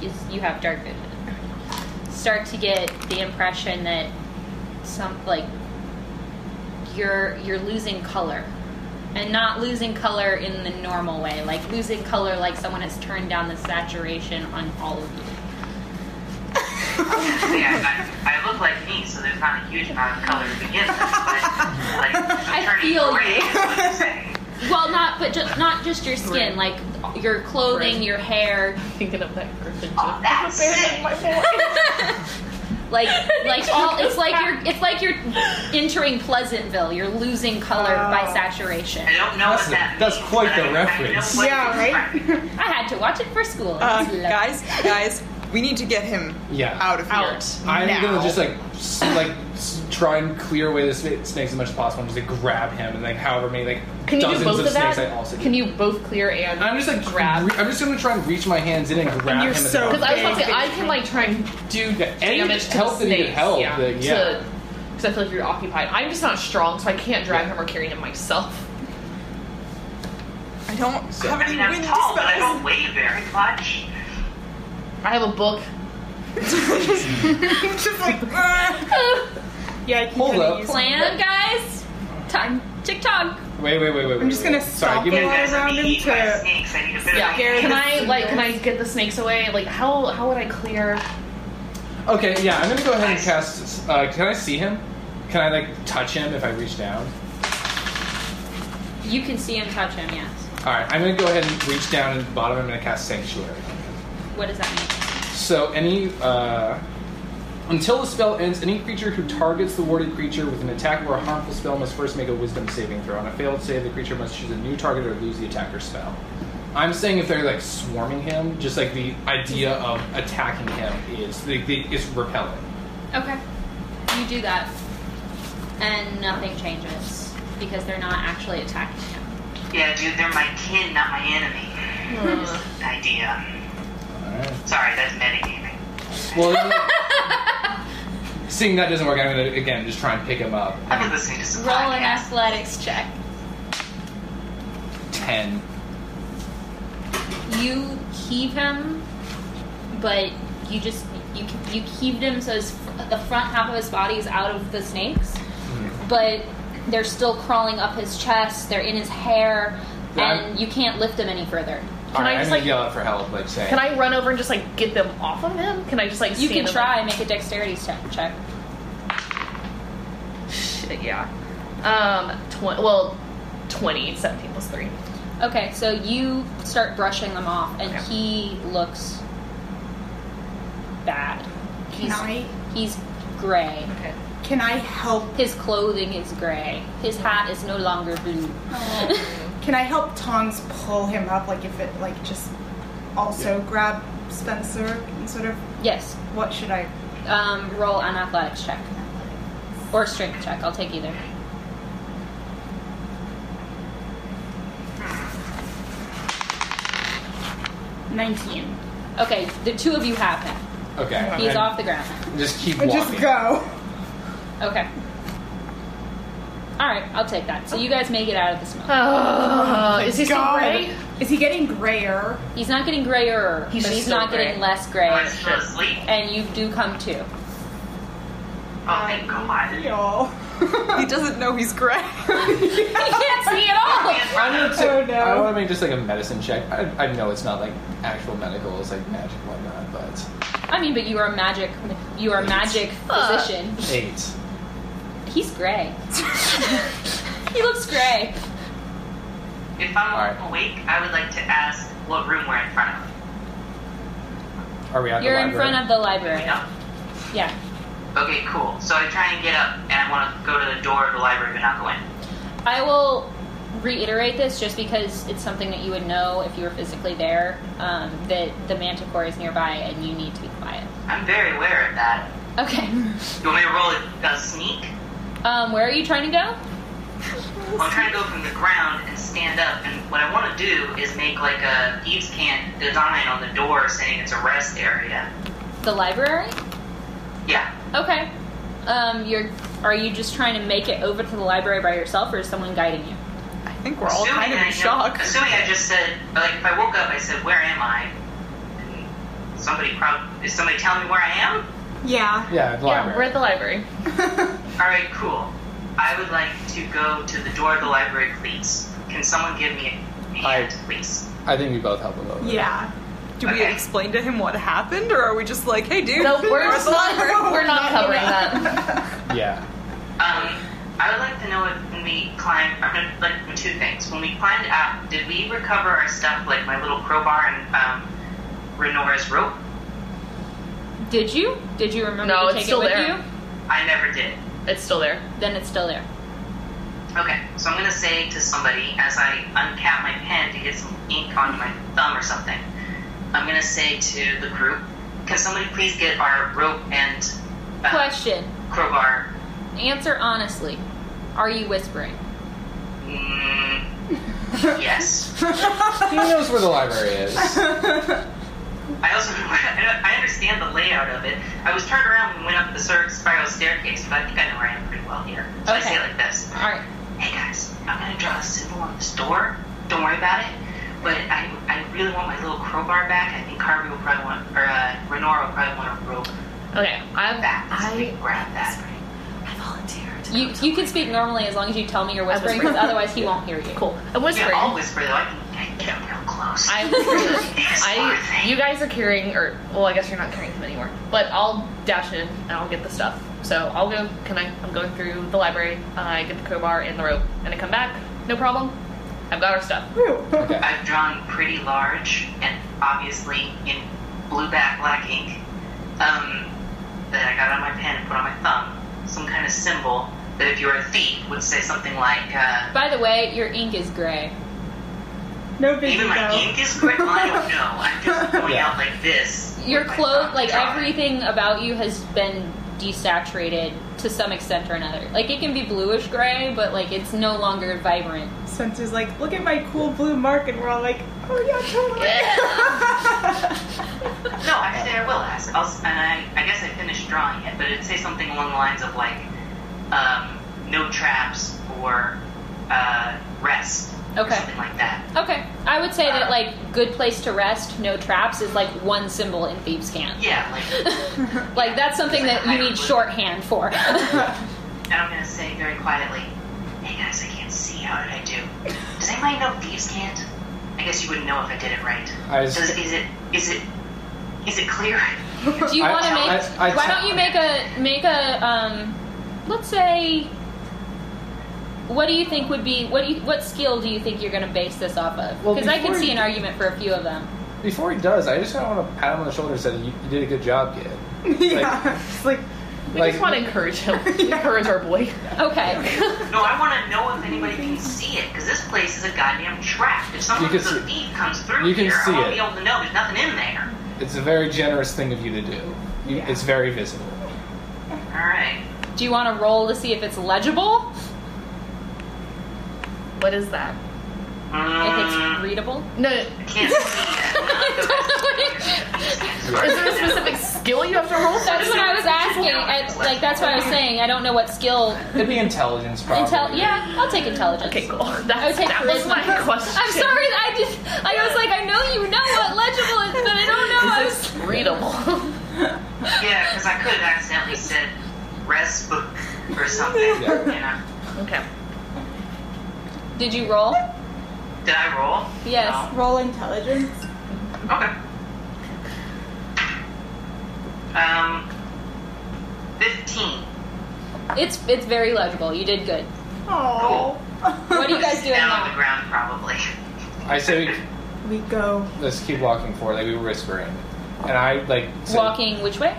Speaker 1: is you have dark vision. Start to get the impression that some like you're you're losing color and not losing color in the normal way like losing color like someone has turned down the saturation on all of you
Speaker 3: Yeah, I, I look like me, so there's not a huge amount of color to begin with. But, like,
Speaker 1: I
Speaker 3: turning
Speaker 1: feel
Speaker 3: gray,
Speaker 1: you.
Speaker 3: is what you're saying.
Speaker 1: Well, not but just not just your skin, like your clothing,
Speaker 6: Right.
Speaker 1: your hair,
Speaker 6: Thinking of that Griffin joke.
Speaker 3: Oh, that's sick.
Speaker 1: like like all. It's like you're it's like you're entering Pleasantville. You're losing color by saturation.
Speaker 3: I don't know
Speaker 2: That's
Speaker 3: what
Speaker 2: the-
Speaker 3: that
Speaker 2: that's
Speaker 3: means,
Speaker 2: quite
Speaker 3: but
Speaker 2: the
Speaker 3: I- I know
Speaker 2: reference.
Speaker 3: what
Speaker 5: Yeah,
Speaker 3: to
Speaker 5: right?
Speaker 3: expect.
Speaker 1: I had to watch it for school. It
Speaker 9: Uh,
Speaker 1: was lovely.
Speaker 9: guys, guys, we need to get him
Speaker 2: Yeah.
Speaker 9: out of here.
Speaker 6: Out.
Speaker 2: I'm
Speaker 9: now.
Speaker 2: gonna just like s- like s- try and clear away the sna- snakes as much as possible. and Just like grab him and like however many like
Speaker 6: Can you
Speaker 2: dozens
Speaker 6: do both
Speaker 2: of,
Speaker 6: of,
Speaker 2: snakes I also
Speaker 6: that? Can you both clear and?
Speaker 2: I'm just like
Speaker 6: grab?
Speaker 2: re- I'm just gonna try and reach my hands in and grab
Speaker 5: you're
Speaker 2: him. as
Speaker 5: so
Speaker 2: well.
Speaker 6: Because I was about to say I can like try and
Speaker 2: dude, any
Speaker 6: damage to
Speaker 2: help
Speaker 6: the
Speaker 2: that you
Speaker 6: snakes.
Speaker 2: could help.
Speaker 6: yeah.
Speaker 2: like, yeah.
Speaker 6: Because I feel like you're occupied. I'm just not strong, so I can't drag him or carry him myself.
Speaker 9: I don't
Speaker 2: So-
Speaker 9: have
Speaker 3: I
Speaker 9: any
Speaker 3: mean,
Speaker 9: wind
Speaker 3: I'm tall, but I
Speaker 9: spells.
Speaker 3: don't weigh very much.
Speaker 6: I have a book.
Speaker 9: just like, uh,
Speaker 10: "Ah."
Speaker 5: Yeah, I can
Speaker 2: Hold
Speaker 5: kinda
Speaker 2: up.
Speaker 5: use
Speaker 1: plan, guys. Time TikTok.
Speaker 2: Wait, wait, wait, wait.
Speaker 5: I'm just gonna stop
Speaker 2: Sorry, give
Speaker 5: it.
Speaker 2: me.
Speaker 5: Yeah.
Speaker 3: Guys, I'm
Speaker 5: Around him
Speaker 3: being eaten by
Speaker 5: to-
Speaker 3: snakes. I need a bit
Speaker 6: Yeah.
Speaker 3: of
Speaker 6: Can
Speaker 3: a
Speaker 6: I like? Can I get the snakes away? Like, how how would I clear?
Speaker 2: Okay, yeah, I'm gonna go ahead and cast. Uh, can I see him? Can I like touch him if I reach down?
Speaker 1: You can see him, touch him. Yes.
Speaker 2: All right, I'm gonna go ahead and reach down and bottom. I'm gonna cast sanctuary.
Speaker 1: What does that mean?
Speaker 2: So any uh, until the spell ends, any creature who targets the warded creature with an attack or a harmful spell must first make a Wisdom saving throw. On a failed save, the creature must choose a new target or lose the attacker spell. I'm saying if they're like swarming him, just like the idea of attacking him is the, the, is repelling.
Speaker 1: Okay. You do that, and nothing changes because they're not actually attacking him.
Speaker 3: Yeah, dude, they're my kin, not my enemy. Idea.
Speaker 2: Alright.
Speaker 3: Sorry, that's metagaming.
Speaker 2: Well, you- seeing that doesn't work, I'm gonna again just try and pick him up.
Speaker 3: I've been listening to some
Speaker 1: Roll an
Speaker 3: podcasts.
Speaker 1: athletics check.
Speaker 2: Ten.
Speaker 1: you heave him, but you just you you heaved him so his, fr- the front half of his body is out of the snakes, but they're still crawling up his chest. They're in his hair,
Speaker 2: Yeah,
Speaker 1: and
Speaker 2: I'm-
Speaker 1: you can't lift him any further.
Speaker 2: All right,
Speaker 6: I
Speaker 2: I'm
Speaker 6: just,
Speaker 2: gonna
Speaker 6: like-
Speaker 2: yell out for help, like saying.
Speaker 6: Can I run over and just like get them off of him? Can I just like
Speaker 1: You
Speaker 6: stand
Speaker 1: can
Speaker 6: him
Speaker 1: try and make a dexterity check. check.
Speaker 6: up? Shit, yeah. Um, tw- well, 20, 17 plus three.
Speaker 1: Okay, so you start brushing them off, and
Speaker 6: Okay.
Speaker 1: he looks bad. He's
Speaker 5: Can I,
Speaker 1: he's gray.
Speaker 6: Okay.
Speaker 5: can I help?
Speaker 1: His clothing is gray. His hat is no longer blue.
Speaker 5: Can I help Tongs pull him up? Like if it like just also grab Spencer and sort of
Speaker 1: Yes,
Speaker 5: what should I?
Speaker 1: Um, roll an athletics check. Or strength check. I'll take either.
Speaker 5: Nineteen.
Speaker 1: Okay, the two of you have him.
Speaker 2: okay.
Speaker 1: He's
Speaker 2: and
Speaker 1: off the ground.
Speaker 2: Just keep
Speaker 5: I
Speaker 2: walking.
Speaker 5: just go.
Speaker 1: Okay. All right, I'll take that. So you guys make it out of the smoke.
Speaker 6: Uh, is he still
Speaker 5: God.
Speaker 6: gray?
Speaker 5: Is he getting grayer?
Speaker 1: He's not getting grayer,
Speaker 6: He's
Speaker 1: but
Speaker 6: just
Speaker 1: he's
Speaker 6: still
Speaker 1: not getting
Speaker 6: gray.
Speaker 1: less
Speaker 3: Am
Speaker 1: gray.
Speaker 3: I still asleep?
Speaker 1: And you do come to.
Speaker 3: Oh, thank God.
Speaker 5: Y'all.
Speaker 9: he doesn't know he's gray.
Speaker 1: you can't see at
Speaker 2: I'm gonna take,
Speaker 5: Oh, no.
Speaker 2: I want to make just like a medicine check. I, I know it's not like actual medical, it's like magic, whatnot, but
Speaker 1: all. I mean, but you are a magic. You are a magic
Speaker 6: Fuck.
Speaker 1: physician.
Speaker 2: eight.
Speaker 1: He's gray. He looks gray.
Speaker 3: If I'm
Speaker 2: Alright.
Speaker 3: awake, I would like to ask what room we're in front of.
Speaker 2: Are we at
Speaker 1: You're
Speaker 2: the
Speaker 1: in
Speaker 2: library?
Speaker 1: front of the library.
Speaker 3: Yeah.
Speaker 1: Yeah.
Speaker 3: Okay, cool. So I try and get up, and I want to go to the door of the library, but not go in.
Speaker 1: I will reiterate this just because it's something that you would know if you were physically there um, that the manticore is nearby and you need to be quiet.
Speaker 3: I'm very aware of that.
Speaker 1: Okay.
Speaker 3: You want me to roll a, a sneak?
Speaker 1: Um, where are you trying to go?
Speaker 3: Well, I'm trying to go from the ground and stand up, and what I want to do is make like a Eve's can design on the door saying it's a rest area.
Speaker 1: The library?
Speaker 3: Yeah.
Speaker 1: Okay. Um, you're. Are you just trying to make it over to the library by yourself, or is someone guiding you?
Speaker 10: I think we're all kind of
Speaker 3: I
Speaker 10: in
Speaker 3: know-
Speaker 10: shock.
Speaker 3: assuming I just said, like, if I woke up, I said, "Where am I?" And somebody probably is somebody telling me where I am.
Speaker 5: Yeah.
Speaker 2: Yeah, the
Speaker 6: Yeah,
Speaker 2: library.
Speaker 6: we're at the library.
Speaker 3: All right, cool. I would like to go to the door of the library, please. Can someone give me a hand, please?
Speaker 2: I think we both help a little bit.
Speaker 5: Yeah.
Speaker 10: Do we
Speaker 3: Okay.
Speaker 10: explain to him what happened, or are we just like, hey, dude?
Speaker 6: No, we're
Speaker 10: at
Speaker 6: just
Speaker 10: the
Speaker 6: not,
Speaker 10: library.
Speaker 6: we're not covering that.
Speaker 2: Yeah.
Speaker 3: Um, I would like to know if when we climbed, I'm gonna, like two things. When we climbed up, did we recover our stuff, like my little crowbar and um, Renora's rope?
Speaker 1: Did you? Did you remember
Speaker 6: No,
Speaker 1: to
Speaker 6: it's
Speaker 1: take
Speaker 6: still
Speaker 1: it with
Speaker 6: there.
Speaker 1: you?
Speaker 3: I never did.
Speaker 6: It's still there.
Speaker 1: Then it's still there.
Speaker 3: Okay, so I'm gonna say to somebody as I uncap my pen to get some ink on my thumb or something. I'm gonna say to the group, can somebody please get our rope and uh,
Speaker 1: Question.
Speaker 3: crowbar?
Speaker 1: Answer honestly. Are you whispering?
Speaker 3: Mm, yes.
Speaker 2: He knows where the library is.
Speaker 3: I also I understand the layout of it. I was turned around when we went up the cir- spiral staircase, but I think I know where I am pretty well here. So I say
Speaker 1: Okay.
Speaker 3: it like this.
Speaker 1: All right.
Speaker 3: hey guys, I'm gonna draw a symbol on this door. Don't worry about it. But I, I really want my little crowbar back. I think Harvey will probably want, or uh, Renora will probably want a rope
Speaker 6: Okay, I'm.
Speaker 3: back. So we
Speaker 6: I
Speaker 3: can grab that.
Speaker 1: You you can speak normally as long as you tell me you're whispering,
Speaker 6: whispering.
Speaker 1: because otherwise he won't hear you.
Speaker 6: cool. I'm whispering.
Speaker 3: Yeah, I'll whisper though. I can, I can get real close.
Speaker 6: I'm.
Speaker 3: This poor
Speaker 6: I.
Speaker 3: thing.
Speaker 6: You guys are carrying, or well, I guess you're not carrying him anymore. But I'll dash in and I'll get the stuff. So I'll go. Can I? I'm going through the library. I get the crowbar and the rope, and I come back. No problem. I've got our stuff.
Speaker 2: Okay.
Speaker 3: I've drawn pretty large and obviously in blue back black ink um, that I got on my pen and put on my thumb. Some kind of symbol that if you were a thief would say something like, uh,
Speaker 1: By the way, your ink is gray.
Speaker 5: No big
Speaker 3: even my
Speaker 5: though.
Speaker 3: ink is quick. Well, I don't know. I'm just going out like this. with
Speaker 1: Your
Speaker 3: Oh my
Speaker 1: clothes,
Speaker 3: thumb
Speaker 1: like
Speaker 3: drawing.
Speaker 1: everything about you, has been desaturated to some extent or another. Like it can be bluish gray, but like it's no longer vibrant.
Speaker 5: Spencer's like, look at my cool blue mark, and we're all like, oh yeah, totally.
Speaker 3: No, actually, I will ask. I'll, s- and I, I guess I finished drawing it, but it'd say something along the lines of like, um, no traps or uh, rest, or
Speaker 1: Okay.
Speaker 3: something like that.
Speaker 1: Okay, I would say that like good place to rest, no traps is like one symbol in Thebes camp.
Speaker 3: Yeah, like,
Speaker 1: Like that's something that you need shorthand for.
Speaker 3: and I'm gonna say very quietly, "Hey guys, I can't see. How did I do? Does anybody know thieves can't? I guess you wouldn't know if I did it right.
Speaker 2: I was-
Speaker 3: Does, is it is it is it clear?
Speaker 1: Do you
Speaker 2: I-
Speaker 1: want to
Speaker 2: I-
Speaker 1: make?
Speaker 2: I- I-
Speaker 1: why don't you make a make a um, let's say. What do you think would be what do you, what skill do you think you're going to base this off of?
Speaker 2: Well,
Speaker 1: Because I can
Speaker 2: before
Speaker 1: see
Speaker 2: you-
Speaker 1: an argument for a few of them.
Speaker 2: Before he does, I just kind of want to pat him on the shoulder and say, you, you did a good job, kid.
Speaker 5: yeah. It's like,
Speaker 6: We
Speaker 2: Like-
Speaker 6: just want to encourage him. Encourage our boy.
Speaker 1: Okay,
Speaker 3: no, I want to know if anybody can see it because this place is a goddamn trap. If someone
Speaker 2: You can
Speaker 3: who's a
Speaker 2: see-
Speaker 3: thief comes through
Speaker 2: you can
Speaker 3: here,
Speaker 2: see
Speaker 3: I want
Speaker 2: it.
Speaker 3: to be able to know there's nothing in there.
Speaker 2: It's a very generous thing of you to do. You, It's very visible.
Speaker 3: All right.
Speaker 1: do you want to roll to see if it's legible?
Speaker 6: What is that?
Speaker 1: If it's
Speaker 3: Mm,
Speaker 1: readable?
Speaker 6: No, is
Speaker 3: I can't see it.
Speaker 6: there a specific skill you have to roll?
Speaker 1: That's what I was asking. I, like that's what I was saying. I don't know what skill.
Speaker 2: It'd be intelligence, probably.
Speaker 1: Intel. Yeah, I'll take intelligence.
Speaker 6: Okay, cool.
Speaker 1: I would
Speaker 6: That's,
Speaker 1: take
Speaker 6: that was my
Speaker 1: charisma.
Speaker 6: question.
Speaker 1: I'm sorry. that I just. I was like, I know you know what legible is, but I don't know. I was,
Speaker 6: Is this readable?
Speaker 3: Yeah, because I could have accidentally said rest book or something.
Speaker 2: Yeah.
Speaker 3: You know.
Speaker 6: okay.
Speaker 1: did you roll?
Speaker 3: Did I roll?
Speaker 1: Yes.
Speaker 3: No.
Speaker 5: roll intelligence.
Speaker 3: Okay. Um, 15. Um,
Speaker 1: It's it's very legible. You did good.
Speaker 11: Oh.
Speaker 1: What are you guys doing
Speaker 3: down on the
Speaker 1: now?
Speaker 3: ground, probably.
Speaker 2: I say we-
Speaker 11: We go.
Speaker 2: let's keep walking forward. Like we were whispering, and I like say,
Speaker 1: Walking which way?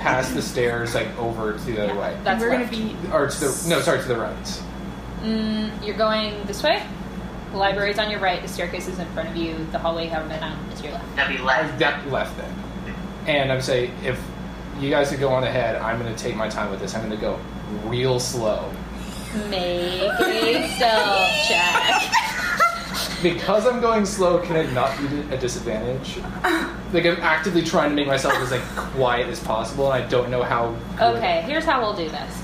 Speaker 2: past the stairs, like over to the other way,
Speaker 1: That's
Speaker 11: we're
Speaker 1: left.
Speaker 11: gonna be.
Speaker 2: or to the no, sorry, to the right.
Speaker 1: Mm, you're going this way. The library's on your right. The staircase is in front of you. The hallway you haven't been on is your left.
Speaker 3: That'd be
Speaker 2: I've
Speaker 3: left.
Speaker 2: got left then, and I'm say if you guys could go on ahead, I'm gonna take my time with this. I'm gonna go real slow
Speaker 1: Make a stealth check.
Speaker 2: because I'm going slow. Can it not be a disadvantage? Like I'm actively trying to make myself as like quiet as possible, and I don't know how. good-
Speaker 1: Okay, here's how we'll do this.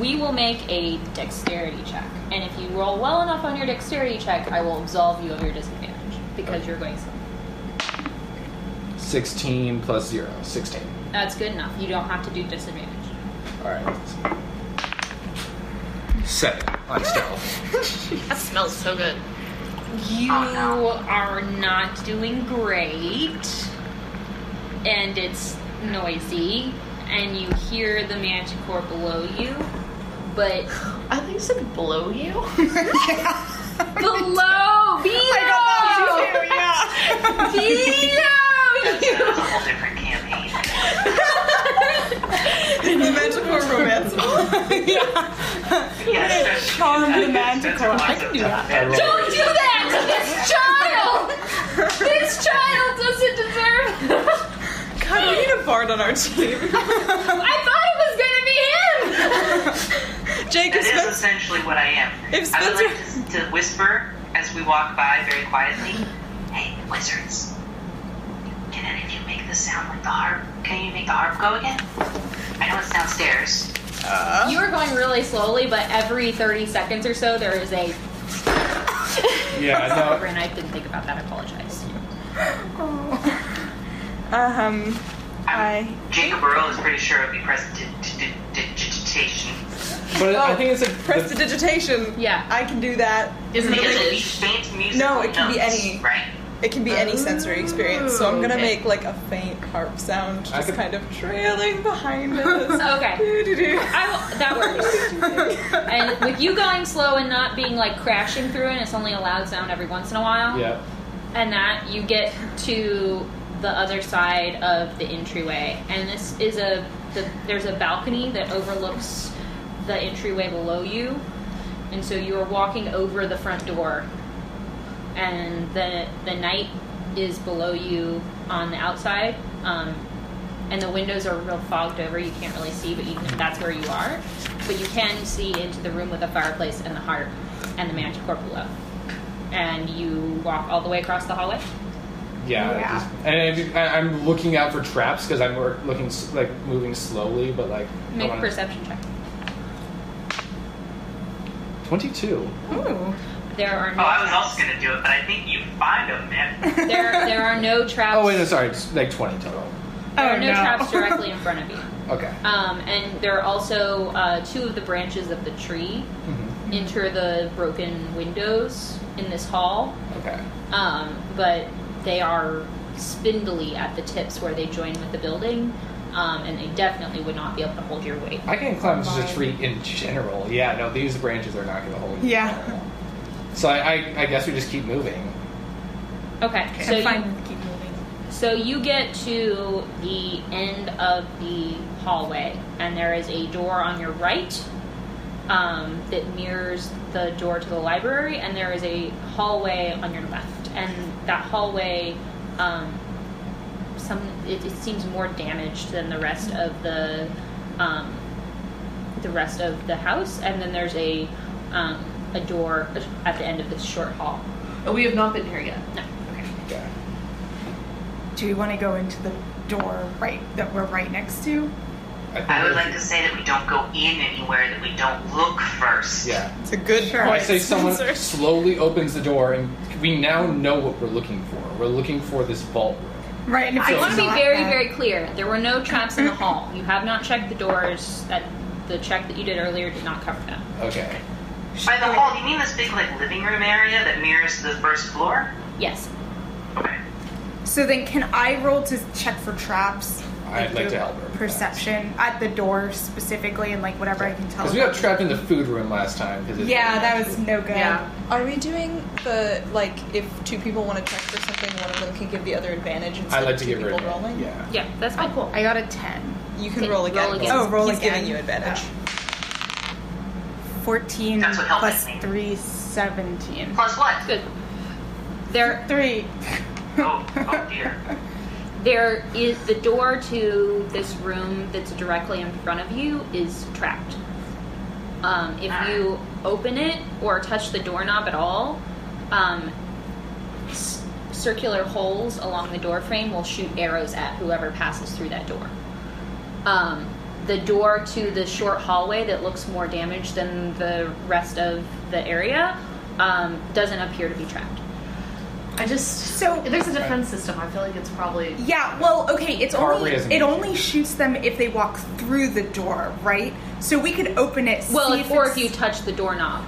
Speaker 1: We will make a dexterity check, and if you roll well enough on your dexterity check, I will absolve you of your disadvantage because you're going slow.
Speaker 2: 16 plus 0. 16.
Speaker 1: That's good enough. You don't have to do disadvantage.
Speaker 2: Alright. Seven on stealth.
Speaker 6: That smells so good.
Speaker 1: You
Speaker 3: Oh, no.
Speaker 1: are not doing great, and it's noisy, and you hear the manticore below you, but
Speaker 6: I think you said blow you.
Speaker 1: below Vito,
Speaker 3: That's,
Speaker 1: Vito,
Speaker 3: that's a whole different campaign.
Speaker 5: Magical romance.
Speaker 3: Yes,
Speaker 5: Charm the
Speaker 3: manticore. I can do
Speaker 2: I
Speaker 3: that.
Speaker 2: rolled,
Speaker 1: don't do that to this child. This child doesn't deserve.
Speaker 5: God, we need a bard on our team.
Speaker 1: I thought it was gonna be him.
Speaker 5: Jake,
Speaker 3: That is
Speaker 5: if Spencer,
Speaker 3: essentially what I am.
Speaker 5: If
Speaker 3: I would like
Speaker 5: Spencer-
Speaker 3: to, to whisper as we walk by very quietly. Hey, wizards! Can any of you make this sound like the harp? Can you make the harp go again? I know it's downstairs.
Speaker 1: You are going really slowly, but every 30 seconds or so, there is a
Speaker 2: yeah,
Speaker 1: and I didn't think about that. I apologize.
Speaker 5: um, I
Speaker 3: Jacob Burrow is pretty sure of the prestidigitation.
Speaker 2: no. But I think it's like.
Speaker 5: Oh, press the
Speaker 2: the-
Speaker 5: digitation.
Speaker 1: Yeah.
Speaker 5: I can do that.
Speaker 6: Isn't it
Speaker 3: Because it be
Speaker 6: British?
Speaker 3: faint music.
Speaker 5: No, it can be
Speaker 3: notes,
Speaker 5: any.
Speaker 3: Right?
Speaker 5: It can be any sensory experience, so I'm gonna
Speaker 3: Okay.
Speaker 5: make like a faint harp sound,
Speaker 2: I
Speaker 5: just
Speaker 2: could-
Speaker 5: kind of trailing behind us.
Speaker 1: Okay.
Speaker 5: Doo-doo-doo.
Speaker 1: I will, that works. and with you going slow and not being like crashing through, and it's only a loud sound every once in a while,
Speaker 2: Yeah.
Speaker 1: and that you get to the other side of the entryway, and this is a the, there's a balcony that overlooks the entryway below you, and so you are walking over the front door, and the the night is below you on the outside. Um, and the windows are real fogged over. You can't really see, but you can, that's where you are. But you can see into the room with the fireplace and the harp and the manticore below. And you walk all the way across the hallway.
Speaker 2: Yeah.
Speaker 11: Yeah.
Speaker 2: just- and if- I, I'm looking out for traps because I'm wor- looking, s- like, moving slowly, but like. I
Speaker 1: Make a
Speaker 2: wanna-
Speaker 1: perception check.
Speaker 2: 22.
Speaker 5: Ooh.
Speaker 1: There are
Speaker 3: Oh,
Speaker 1: no
Speaker 3: I was also gonna do it, but I think you find them, man.
Speaker 1: there there are no traps.
Speaker 2: Oh, wait, no, sorry. It's like 20 total.
Speaker 1: there are
Speaker 11: Oh,
Speaker 1: no,
Speaker 11: no.
Speaker 1: traps directly in front of you.
Speaker 2: Okay.
Speaker 1: Um, and there are also uh, two of the branches of the tree
Speaker 2: Mhm.
Speaker 1: enter the broken windows in this hall.
Speaker 2: Okay.
Speaker 1: um, but they are spindly at the tips where they join with the building, um, and they definitely would not be able to hold your weight.
Speaker 2: I can climb just a tree in general. Yeah, no, these branches are not going to hold. me.
Speaker 11: Yeah.
Speaker 2: So I, I, I guess we just keep moving.
Speaker 1: Okay, so
Speaker 11: I'm
Speaker 1: you,
Speaker 11: fine with keep moving.
Speaker 1: so you get to the end of the hallway, and there is a door on your right um, that mirrors the door to the library, and there is a hallway on your left, and that hallway. Um, some it, it seems more damaged than the rest of the um, the rest of the house, and then there's a um, a door at the end of this short hall.
Speaker 6: Oh, we have not been here yet.
Speaker 1: No.
Speaker 2: Yeah.
Speaker 11: Do we want to go into the door right that we're right next to?
Speaker 2: think
Speaker 3: I would
Speaker 2: if
Speaker 3: like
Speaker 2: you-
Speaker 3: to say that we don't go in anywhere that we don't look first.
Speaker 2: Yeah.
Speaker 5: It's a good
Speaker 11: Sure.
Speaker 2: Oh, I
Speaker 5: point.
Speaker 2: say someone
Speaker 5: Spencer.
Speaker 2: slowly opens the door, and we now know what we're looking for. We're looking for this vault room.
Speaker 11: Right. And if
Speaker 1: I
Speaker 11: it's
Speaker 1: want to be
Speaker 11: not
Speaker 1: very,
Speaker 11: that-
Speaker 1: very clear. There were no traps in the hall. You have not checked the doors. That the check that you did earlier did not cover them.
Speaker 2: Okay.
Speaker 3: By the hall, do you mean this big like living room area that mirrors the first floor?
Speaker 1: Yes.
Speaker 3: Okay.
Speaker 11: So then, can I roll to check for traps?
Speaker 2: I'd like
Speaker 5: do
Speaker 2: to help her. with that.
Speaker 5: Perception at the door specifically, and like whatever I can tell.
Speaker 2: Because we got trapped in the food room last time. 'cause it-
Speaker 5: yeah, that was no good.
Speaker 6: Yeah.
Speaker 4: Are we doing the like if two people want to check for something, one of them can give the other advantage instead
Speaker 2: I like
Speaker 4: of
Speaker 2: to
Speaker 4: two
Speaker 2: get rid
Speaker 4: people
Speaker 2: of it.
Speaker 4: rolling?
Speaker 2: Yeah.
Speaker 1: Yeah, that's fine. cool.
Speaker 5: I got a ten.
Speaker 4: You can
Speaker 12: Okay,
Speaker 4: roll again.
Speaker 12: roll
Speaker 4: but
Speaker 12: again.
Speaker 5: Oh, roll
Speaker 4: He's
Speaker 5: again.
Speaker 4: giving you advantage.
Speaker 5: Fourteen
Speaker 3: That's what helped
Speaker 5: plus
Speaker 3: me.
Speaker 5: three, seventeen.
Speaker 3: Plus what?
Speaker 1: Good. There,
Speaker 5: Three.
Speaker 3: Oh, oh dear.
Speaker 1: there is the door to this room that's directly in front of you is trapped. Um, if you open it or touch the doorknob at all, um, s- circular holes along the door frame will shoot arrows at whoever passes through that door. Um, the door to the short hallway that looks more damaged than the rest of the area um, doesn't appear to be trapped.
Speaker 6: I just
Speaker 5: So-
Speaker 6: there's a defense system. I feel like it's probably
Speaker 5: Yeah, well, okay, it's
Speaker 2: Hardly
Speaker 5: only
Speaker 2: isn't
Speaker 5: it
Speaker 2: good.
Speaker 5: only shoots them if they walk through the door, right? So we could open it.
Speaker 1: Well,
Speaker 5: see
Speaker 1: if, or if
Speaker 5: it's-
Speaker 1: you touch the doorknob.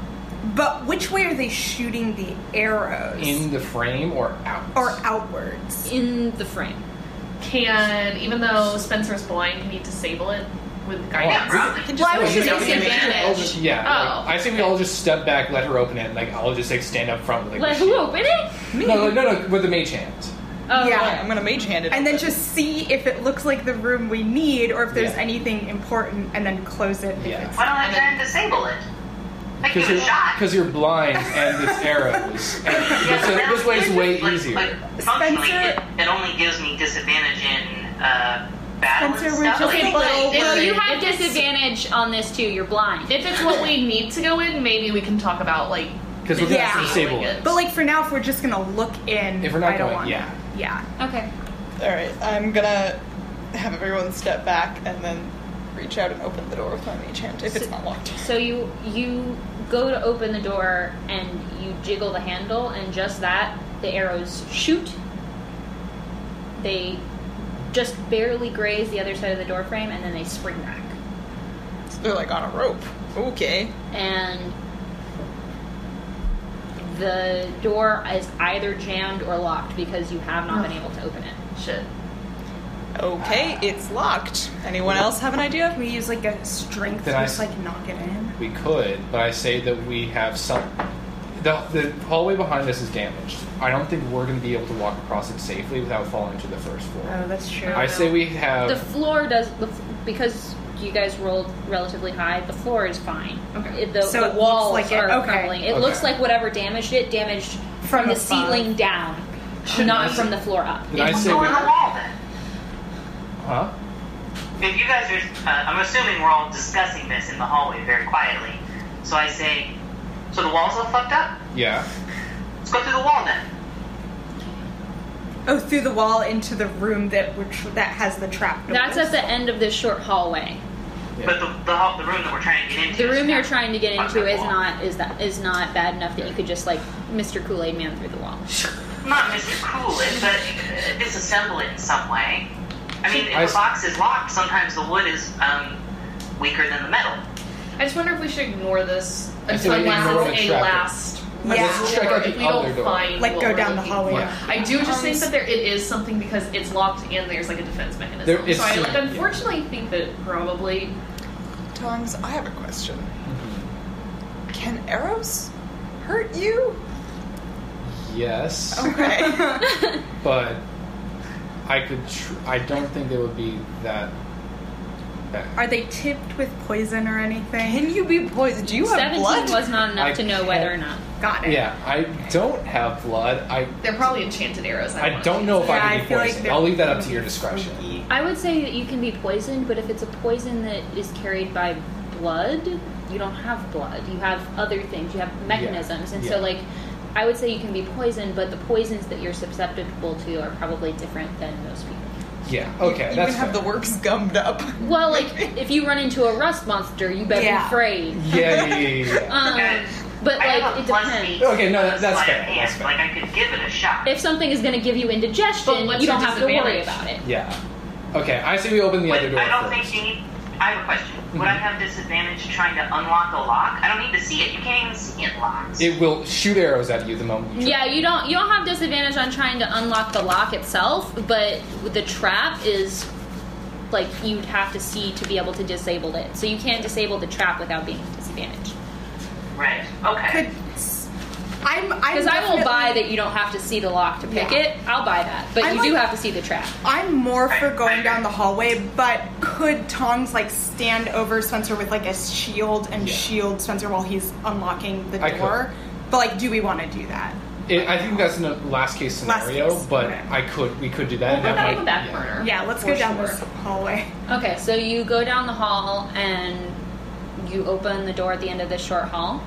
Speaker 5: But which way are they shooting the arrows?
Speaker 2: In the frame or out?
Speaker 5: or outwards?
Speaker 1: in the frame.
Speaker 6: can even though Spencer's blind, we disable it with guidance.
Speaker 3: Yeah, probably.
Speaker 4: Just
Speaker 6: Why would
Speaker 4: roll
Speaker 6: you
Speaker 4: again.
Speaker 6: take
Speaker 2: Yeah, we should all
Speaker 6: advantage?
Speaker 2: just- yeah.
Speaker 6: Oh.
Speaker 2: like, I think we all just step back, let her open it, and like I'll just like stand up front with like.
Speaker 1: Let
Speaker 2: the
Speaker 1: who
Speaker 2: shield.
Speaker 1: open it?
Speaker 2: No, no, no, no, with the mage hand.
Speaker 1: Oh,
Speaker 5: Yeah.
Speaker 1: okay.
Speaker 4: I'm gonna mage hand it.
Speaker 5: And then just see if it looks like the room we need, or if there's
Speaker 2: Yeah.
Speaker 5: anything important, and then close it. if
Speaker 2: Yeah.
Speaker 5: it's-
Speaker 3: Why don't I try and disable it? I can
Speaker 2: Because
Speaker 3: give it
Speaker 2: you're
Speaker 3: a shot.
Speaker 2: because you're blind and it's arrows. And
Speaker 3: Yeah, but
Speaker 2: this, this way is
Speaker 3: that's-
Speaker 2: way
Speaker 3: like-
Speaker 2: easier.
Speaker 3: Like, functionally, it,
Speaker 5: Spencer-
Speaker 3: it only gives me disadvantage in uh, battle
Speaker 5: Spencer,
Speaker 3: and
Speaker 5: we're
Speaker 3: stuff.
Speaker 5: just
Speaker 3: like,
Speaker 6: Okay, but
Speaker 1: No,
Speaker 6: if
Speaker 1: you
Speaker 6: you have
Speaker 1: have disadvantage on this too. You're blind.
Speaker 6: if it's what we need to go in, maybe we can talk about like
Speaker 2: Because we're gonna have to
Speaker 5: Yeah.
Speaker 2: disable it.
Speaker 5: But like for now, if we're just gonna look in,
Speaker 2: If we're not
Speaker 5: I don't
Speaker 2: going,
Speaker 5: want
Speaker 2: yeah.
Speaker 5: yeah.
Speaker 1: Okay.
Speaker 4: All right, I'm gonna have everyone step back and then reach out and open the door with my mage hand if it's not locked.
Speaker 1: So you you go to open the door and you jiggle the handle, and just that the arrows shoot. They just barely graze the other side of the door frame, and then they spring back.
Speaker 4: So they're like on a rope. Okay.
Speaker 1: And the door is either jammed or locked because you have not been able to open it.
Speaker 6: shit.
Speaker 4: Okay, it's locked. Anyone else have an idea?
Speaker 5: Can we use like a strength to
Speaker 2: Then I
Speaker 5: just like knock it in?
Speaker 2: We could, but I say that we have some. The, the hallway behind us is damaged. I don't think we're going to be able to walk across it safely without falling to the first floor.
Speaker 5: Oh, that's true.
Speaker 2: I say we have.
Speaker 1: The floor does the, f- because you guys rolled relatively high. The floor is fine.
Speaker 6: Okay.
Speaker 1: It- the,
Speaker 5: So
Speaker 1: the
Speaker 5: it looks
Speaker 1: walls
Speaker 5: like it-
Speaker 1: are
Speaker 5: okay.
Speaker 1: crumbling. It
Speaker 2: Okay.
Speaker 1: looks like whatever damaged it damaged from,
Speaker 5: From
Speaker 1: the
Speaker 5: above.
Speaker 1: ceiling down, not from the floor up.
Speaker 2: Then I
Speaker 1: It's-
Speaker 2: say
Speaker 3: go
Speaker 2: we.
Speaker 3: in the wall then.
Speaker 2: Huh?
Speaker 3: If you guys are, uh, I'm assuming we're all discussing this in the hallway very quietly. So I say, so the wall's all fucked up.
Speaker 2: Yeah.
Speaker 3: Let's go through the wall then.
Speaker 5: Oh, through the wall into the room that we're tr- that has the trap. Doors.
Speaker 1: that's at the end of this short hallway.
Speaker 2: Yeah.
Speaker 3: But the, the hall- the room that we're trying to get into.
Speaker 1: The
Speaker 3: is
Speaker 1: room you're
Speaker 3: not-
Speaker 1: trying to get
Speaker 3: fucked
Speaker 1: into
Speaker 3: up
Speaker 1: is
Speaker 3: wall.
Speaker 1: not is that is not bad enough that you could just like Mr. Kool Aid Man through the wall.
Speaker 3: Not Mr. Cool it, but uh, disassemble it in some way. I mean, if
Speaker 2: I
Speaker 3: the
Speaker 2: s-
Speaker 3: box is locked, sometimes the wood is um, weaker than the metal.
Speaker 6: I just wonder if we should ignore this
Speaker 2: I
Speaker 6: unless
Speaker 2: say we ignore
Speaker 6: it's
Speaker 2: the
Speaker 6: a
Speaker 2: trapper.
Speaker 6: last
Speaker 5: Yeah.
Speaker 2: Let's check
Speaker 6: resort
Speaker 2: out the
Speaker 6: if we
Speaker 2: other
Speaker 6: don't
Speaker 2: door.
Speaker 6: find
Speaker 5: like
Speaker 6: what
Speaker 5: go
Speaker 6: we're
Speaker 5: down the
Speaker 6: looking
Speaker 5: hallway.
Speaker 6: for.
Speaker 2: Yeah.
Speaker 6: I do just
Speaker 4: Um,
Speaker 6: think that there it is something because it's locked and there's like a defense mechanism.
Speaker 2: There is
Speaker 6: so I like
Speaker 2: something, yeah.
Speaker 6: unfortunately think that probably
Speaker 4: Tongs, I have a question.
Speaker 2: Mm-hmm.
Speaker 4: Can arrows hurt you? Oh.
Speaker 2: Yes.
Speaker 4: Okay.
Speaker 2: But I could. Tr- I don't think it would be that. bad.
Speaker 5: Are they tipped with poison or anything?
Speaker 4: Can you be poisoned? Do you have
Speaker 1: Seventeen
Speaker 4: blood?
Speaker 1: was not enough
Speaker 2: I
Speaker 1: to know
Speaker 2: can't-
Speaker 1: whether or not.
Speaker 5: Got it.
Speaker 2: Yeah, I don't have blood. I
Speaker 6: they're probably enchanted arrows. I,
Speaker 2: I
Speaker 6: wanna
Speaker 2: don't
Speaker 6: use.
Speaker 2: know if
Speaker 5: Yeah,
Speaker 2: I
Speaker 5: I
Speaker 2: can be
Speaker 5: feel like
Speaker 2: poisoned.
Speaker 5: they're-
Speaker 2: I'll leave that up to your discretion.
Speaker 1: I would say that you can be poisoned, but if it's a poison that is carried by blood, you don't have blood. You have other things. You have mechanisms, and
Speaker 2: Yeah.
Speaker 1: so like, I would say you can be poisoned, but the poisons that you're susceptible to are probably different than most people.
Speaker 2: Yeah. Okay.
Speaker 4: You
Speaker 2: that's
Speaker 4: even have
Speaker 2: fair.
Speaker 4: the works gummed up.
Speaker 1: Well, like if you run into a rust monster, you better
Speaker 5: Yeah.
Speaker 1: be afraid.
Speaker 2: Yeah. Yeah. yeah, yeah, yeah.
Speaker 1: Um,
Speaker 3: Okay.
Speaker 1: But
Speaker 3: I
Speaker 1: like,
Speaker 3: have a
Speaker 1: it
Speaker 3: plus
Speaker 1: depends.
Speaker 3: eight
Speaker 2: Okay, no,
Speaker 3: on
Speaker 2: that-
Speaker 3: the
Speaker 2: that's
Speaker 3: sleight of
Speaker 2: fair,
Speaker 3: hand.
Speaker 2: that's fair.
Speaker 3: Like I could give it a shot.
Speaker 1: If something is going to give you
Speaker 6: But
Speaker 1: indigestion,
Speaker 6: what's
Speaker 1: you don't
Speaker 6: your
Speaker 1: have to worry
Speaker 6: disadvantage?
Speaker 1: about it.
Speaker 2: Yeah. Okay, I say we open the
Speaker 3: Would-
Speaker 2: other door Mm-hmm.
Speaker 3: I don't
Speaker 2: first.
Speaker 3: think you need. I have a question. Would I have disadvantage trying to unlock a lock? I don't need to see it. You can't even see it locked.
Speaker 2: It will shoot arrows at you the moment you try.
Speaker 1: Yeah, you don't you don't have disadvantage on trying to unlock the lock itself, but the trap is like you'd have to see to be able to disable it. So you can't disable the trap without being disadvantaged.
Speaker 3: Right. Okay.
Speaker 5: Could, I'm I'm
Speaker 1: Because I will buy
Speaker 5: definitely-
Speaker 1: that you don't have to see the lock to pick
Speaker 5: Yeah.
Speaker 1: it. I'll buy that, but
Speaker 5: I'm
Speaker 1: you do
Speaker 5: like-
Speaker 1: have to see the trap.
Speaker 5: I'm more for going down the hallway, but could Tongs like stand over Spencer with like a shield and
Speaker 2: Yeah.
Speaker 5: shield Spencer while he's unlocking the
Speaker 2: I could.
Speaker 5: door? But like, do we want to do that?
Speaker 2: It, I think that's in a last case
Speaker 5: Last
Speaker 2: scenario,
Speaker 5: case,
Speaker 2: but
Speaker 5: okay.
Speaker 2: I could we could do that. and
Speaker 6: Put
Speaker 2: that
Speaker 6: that
Speaker 2: might-
Speaker 6: on the back
Speaker 2: yeah.
Speaker 6: burner.
Speaker 5: Yeah, let's
Speaker 6: For
Speaker 5: go down
Speaker 6: sure.
Speaker 5: this hallway.
Speaker 1: Okay, so you go down the hall and you open the door at the end of this short hall.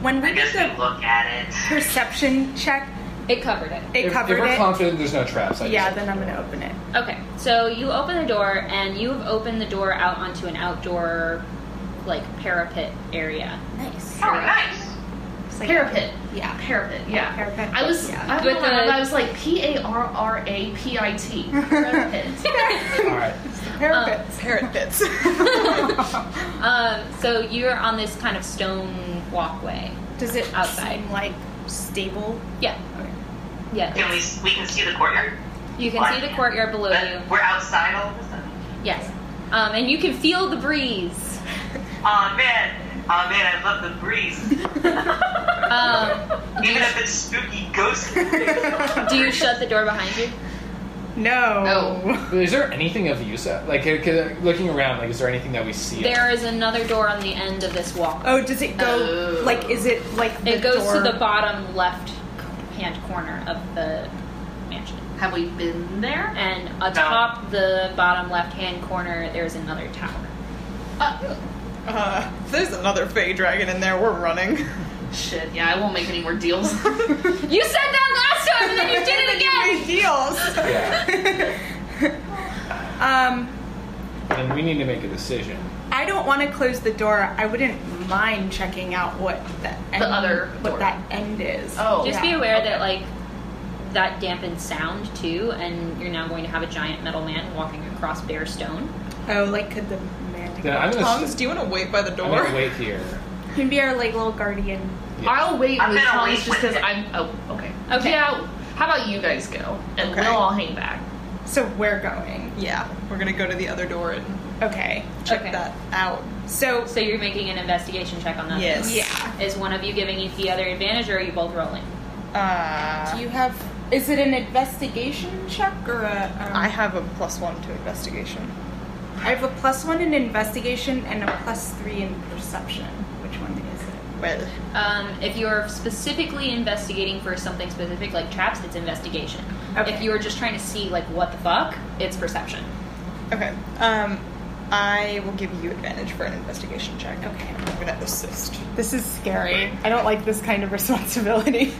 Speaker 5: When
Speaker 3: I
Speaker 5: we
Speaker 3: guess
Speaker 5: did
Speaker 3: we
Speaker 5: the
Speaker 3: look at it.
Speaker 5: perception check,
Speaker 1: It covered it.
Speaker 5: it
Speaker 2: If, if
Speaker 5: covered
Speaker 2: we're
Speaker 5: it.
Speaker 2: confident there's no traps, I
Speaker 5: yeah,
Speaker 2: just-
Speaker 5: then I'm gonna open it.
Speaker 1: Okay, so you open the door and you have opened the door out onto an outdoor, like parapet area.
Speaker 12: Nice.
Speaker 3: Oh, nice.
Speaker 6: Parapet.
Speaker 5: Yeah.
Speaker 6: Parapet, yeah.
Speaker 5: Parapet.
Speaker 6: I was,
Speaker 5: Yeah.
Speaker 6: I,
Speaker 1: With
Speaker 6: was
Speaker 1: the-
Speaker 6: I was like P A R R A P I T. Parapet.
Speaker 2: all right.
Speaker 5: Parapet.
Speaker 4: Parrot bits.
Speaker 1: Um, so you're on this kind of stone walkway.
Speaker 5: Does it
Speaker 1: Outside.
Speaker 5: seem like stable?
Speaker 1: Yeah.
Speaker 3: Can
Speaker 1: Yeah.
Speaker 3: we? We can see the courtyard.
Speaker 1: You can see the courtyard below you.
Speaker 3: But we're outside all of a sudden.
Speaker 1: Yes. Um, and you can feel the breeze.
Speaker 3: Oh man. Oh man, I love the breeze.
Speaker 1: Um,
Speaker 3: Even if it's spooky ghost.
Speaker 1: do you shut the door behind you?
Speaker 5: No.
Speaker 6: No.
Speaker 2: Is there anything of use? uh, Like uh, 'cause, uh, looking around, like is there anything that we see?
Speaker 1: There is another door on the end of this walk.
Speaker 5: Oh, does it go
Speaker 6: Oh.
Speaker 5: like? Is it like the
Speaker 1: It goes to
Speaker 5: door-
Speaker 1: the bottom left hand corner of the mansion.
Speaker 6: Have we been there?
Speaker 1: And atop the bottom left hand corner, there's another tower.
Speaker 6: Uh,
Speaker 4: Uh, if there's another Fey dragon in there. We're running.
Speaker 6: shit, yeah, I won't make any more deals.
Speaker 1: You said that last time and then you did it again!
Speaker 5: Big deals.
Speaker 2: Yeah.
Speaker 5: Um,
Speaker 2: and we need to make a decision.
Speaker 5: I don't want to close the door. I wouldn't mind checking out what the, end,
Speaker 6: other
Speaker 5: what
Speaker 6: door.
Speaker 5: that end is.
Speaker 6: oh.
Speaker 1: Just
Speaker 6: yeah.
Speaker 1: be aware that, like, that dampens sound too, and you're now going to have a giant metal man walking across bare stone.
Speaker 5: Oh, like could the man?
Speaker 2: Then I'm gonna,
Speaker 4: Tongs,
Speaker 2: s-
Speaker 4: do you want to wait by the
Speaker 2: I'm
Speaker 4: door?
Speaker 2: gonna wait here.
Speaker 5: He can be our like little guardian.
Speaker 2: Yeah.
Speaker 6: I'll wait
Speaker 3: I'm
Speaker 6: with
Speaker 3: gonna
Speaker 6: Tongs
Speaker 3: wait
Speaker 6: just
Speaker 3: with
Speaker 6: because
Speaker 3: it.
Speaker 6: I'm. Oh, okay.
Speaker 1: Okay.
Speaker 6: Yeah, how about you guys go? And
Speaker 4: Okay.
Speaker 6: we'll all hang back.
Speaker 5: So we're going.
Speaker 4: Yeah, we're gonna go to the other door and
Speaker 5: Okay.
Speaker 4: check
Speaker 1: Okay.
Speaker 4: that out.
Speaker 5: So
Speaker 1: So you're making an investigation check on that.
Speaker 4: Yes.
Speaker 5: yeah.
Speaker 1: Is one of you giving each the other advantage, or are you both rolling?
Speaker 4: Uh,
Speaker 5: Do you have? Is it an investigation check or a? Um,
Speaker 4: I have a plus one to investigation.
Speaker 5: I have a plus one in investigation and a plus three in perception. Which one is it?
Speaker 4: Well,
Speaker 1: Um, if you're specifically investigating for something specific, like traps, it's investigation.
Speaker 5: Okay.
Speaker 1: If you're just trying to see, like, what the fuck, it's perception.
Speaker 4: okay. Um, I will give you advantage for an investigation check.
Speaker 5: Okay.
Speaker 4: I'm gonna assist.
Speaker 5: This is scary. I don't like this kind of responsibility.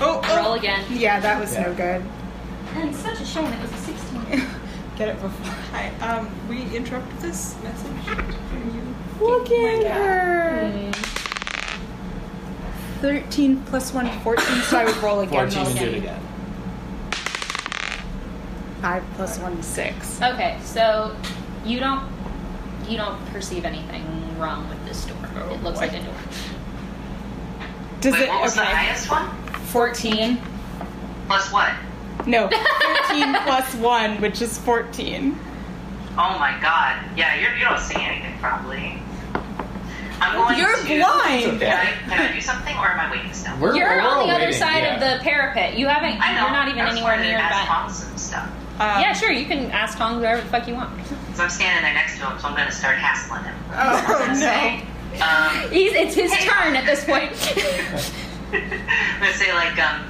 Speaker 4: Oh,
Speaker 1: Roll
Speaker 4: oh.
Speaker 1: again.
Speaker 5: yeah, that was
Speaker 2: Yeah.
Speaker 5: no good.
Speaker 12: And it's such a shame it was a 16.
Speaker 4: get it before I um we interrupt this message.
Speaker 5: Look at her. 13 plus 1, 14, so I would roll again.
Speaker 2: Fourteen and do it again.
Speaker 5: 5 plus 1, 6.
Speaker 1: Okay, so you don't you don't perceive anything wrong with this door.
Speaker 2: Oh,
Speaker 1: it looks like a door.
Speaker 5: Does
Speaker 3: Wait,
Speaker 5: it.
Speaker 3: what was the
Speaker 5: Okay.
Speaker 3: highest one?
Speaker 1: 14.
Speaker 3: Plus what?
Speaker 5: No, 13 plus 1, which is 14.
Speaker 3: Oh my god. Yeah, you're, you don't see anything probably. I'm going
Speaker 5: You're
Speaker 3: to.
Speaker 5: blind!
Speaker 3: Can I, can I do something or am I waiting still?
Speaker 2: We're,
Speaker 1: You're
Speaker 2: we're
Speaker 1: on
Speaker 2: all
Speaker 1: the other
Speaker 2: waiting,
Speaker 1: side
Speaker 2: yeah.
Speaker 1: of the parapet. You haven't
Speaker 3: I know.
Speaker 1: you're not even
Speaker 3: I was
Speaker 1: anywhere
Speaker 3: wanted to
Speaker 1: near
Speaker 3: ask
Speaker 1: but
Speaker 3: Thomas some stuff.
Speaker 4: Um,
Speaker 1: Yeah, sure, you can ask Tongs wherever the fuck you want.
Speaker 3: So I'm standing there next to him, so I'm going to start hassling him.
Speaker 4: Oh no.
Speaker 3: Um,
Speaker 1: He's, it's his turn at this point.
Speaker 3: I'm going to say, like, um,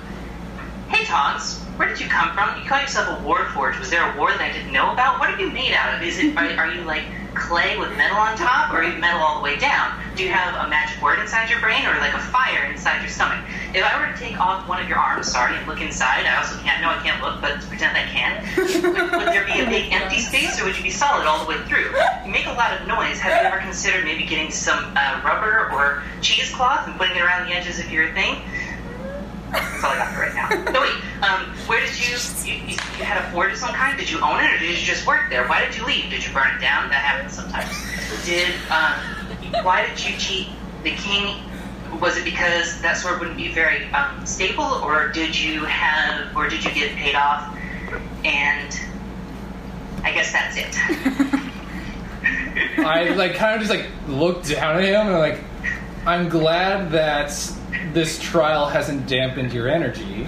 Speaker 3: hey, Tongs, where did you come from? You call yourself a war forge. Was there a war that I didn't know about? What are you made out of? Is it, are, are you, like, clay with metal on top, or are you metal all the way down? Do you have a magic word inside your brain, or, like, a fire inside your stomach? If I were to take off one of your arms, sorry, and look inside, I also can't, no, I can't look, but pretend I can, would, would there be a big empty space, or would you be solid all the way through? You make a lot of noise. Have you ever considered maybe getting some uh, rubber or cheesecloth and putting it around the edges of your thing? That's all I got for right now. No, wait. Um, where did you, you, you you had a forge of some kind? Did you own it, or did you just work there? Why did you leave? Did you burn it down? That happens sometimes. Did um, why did you cheat the king? Was it because that sword wouldn't be very um, stable, or did you have, or did you get paid off? And I guess that's it.
Speaker 2: I like kind of just like looked down at him and like, I'm glad that this trial hasn't dampened your energy.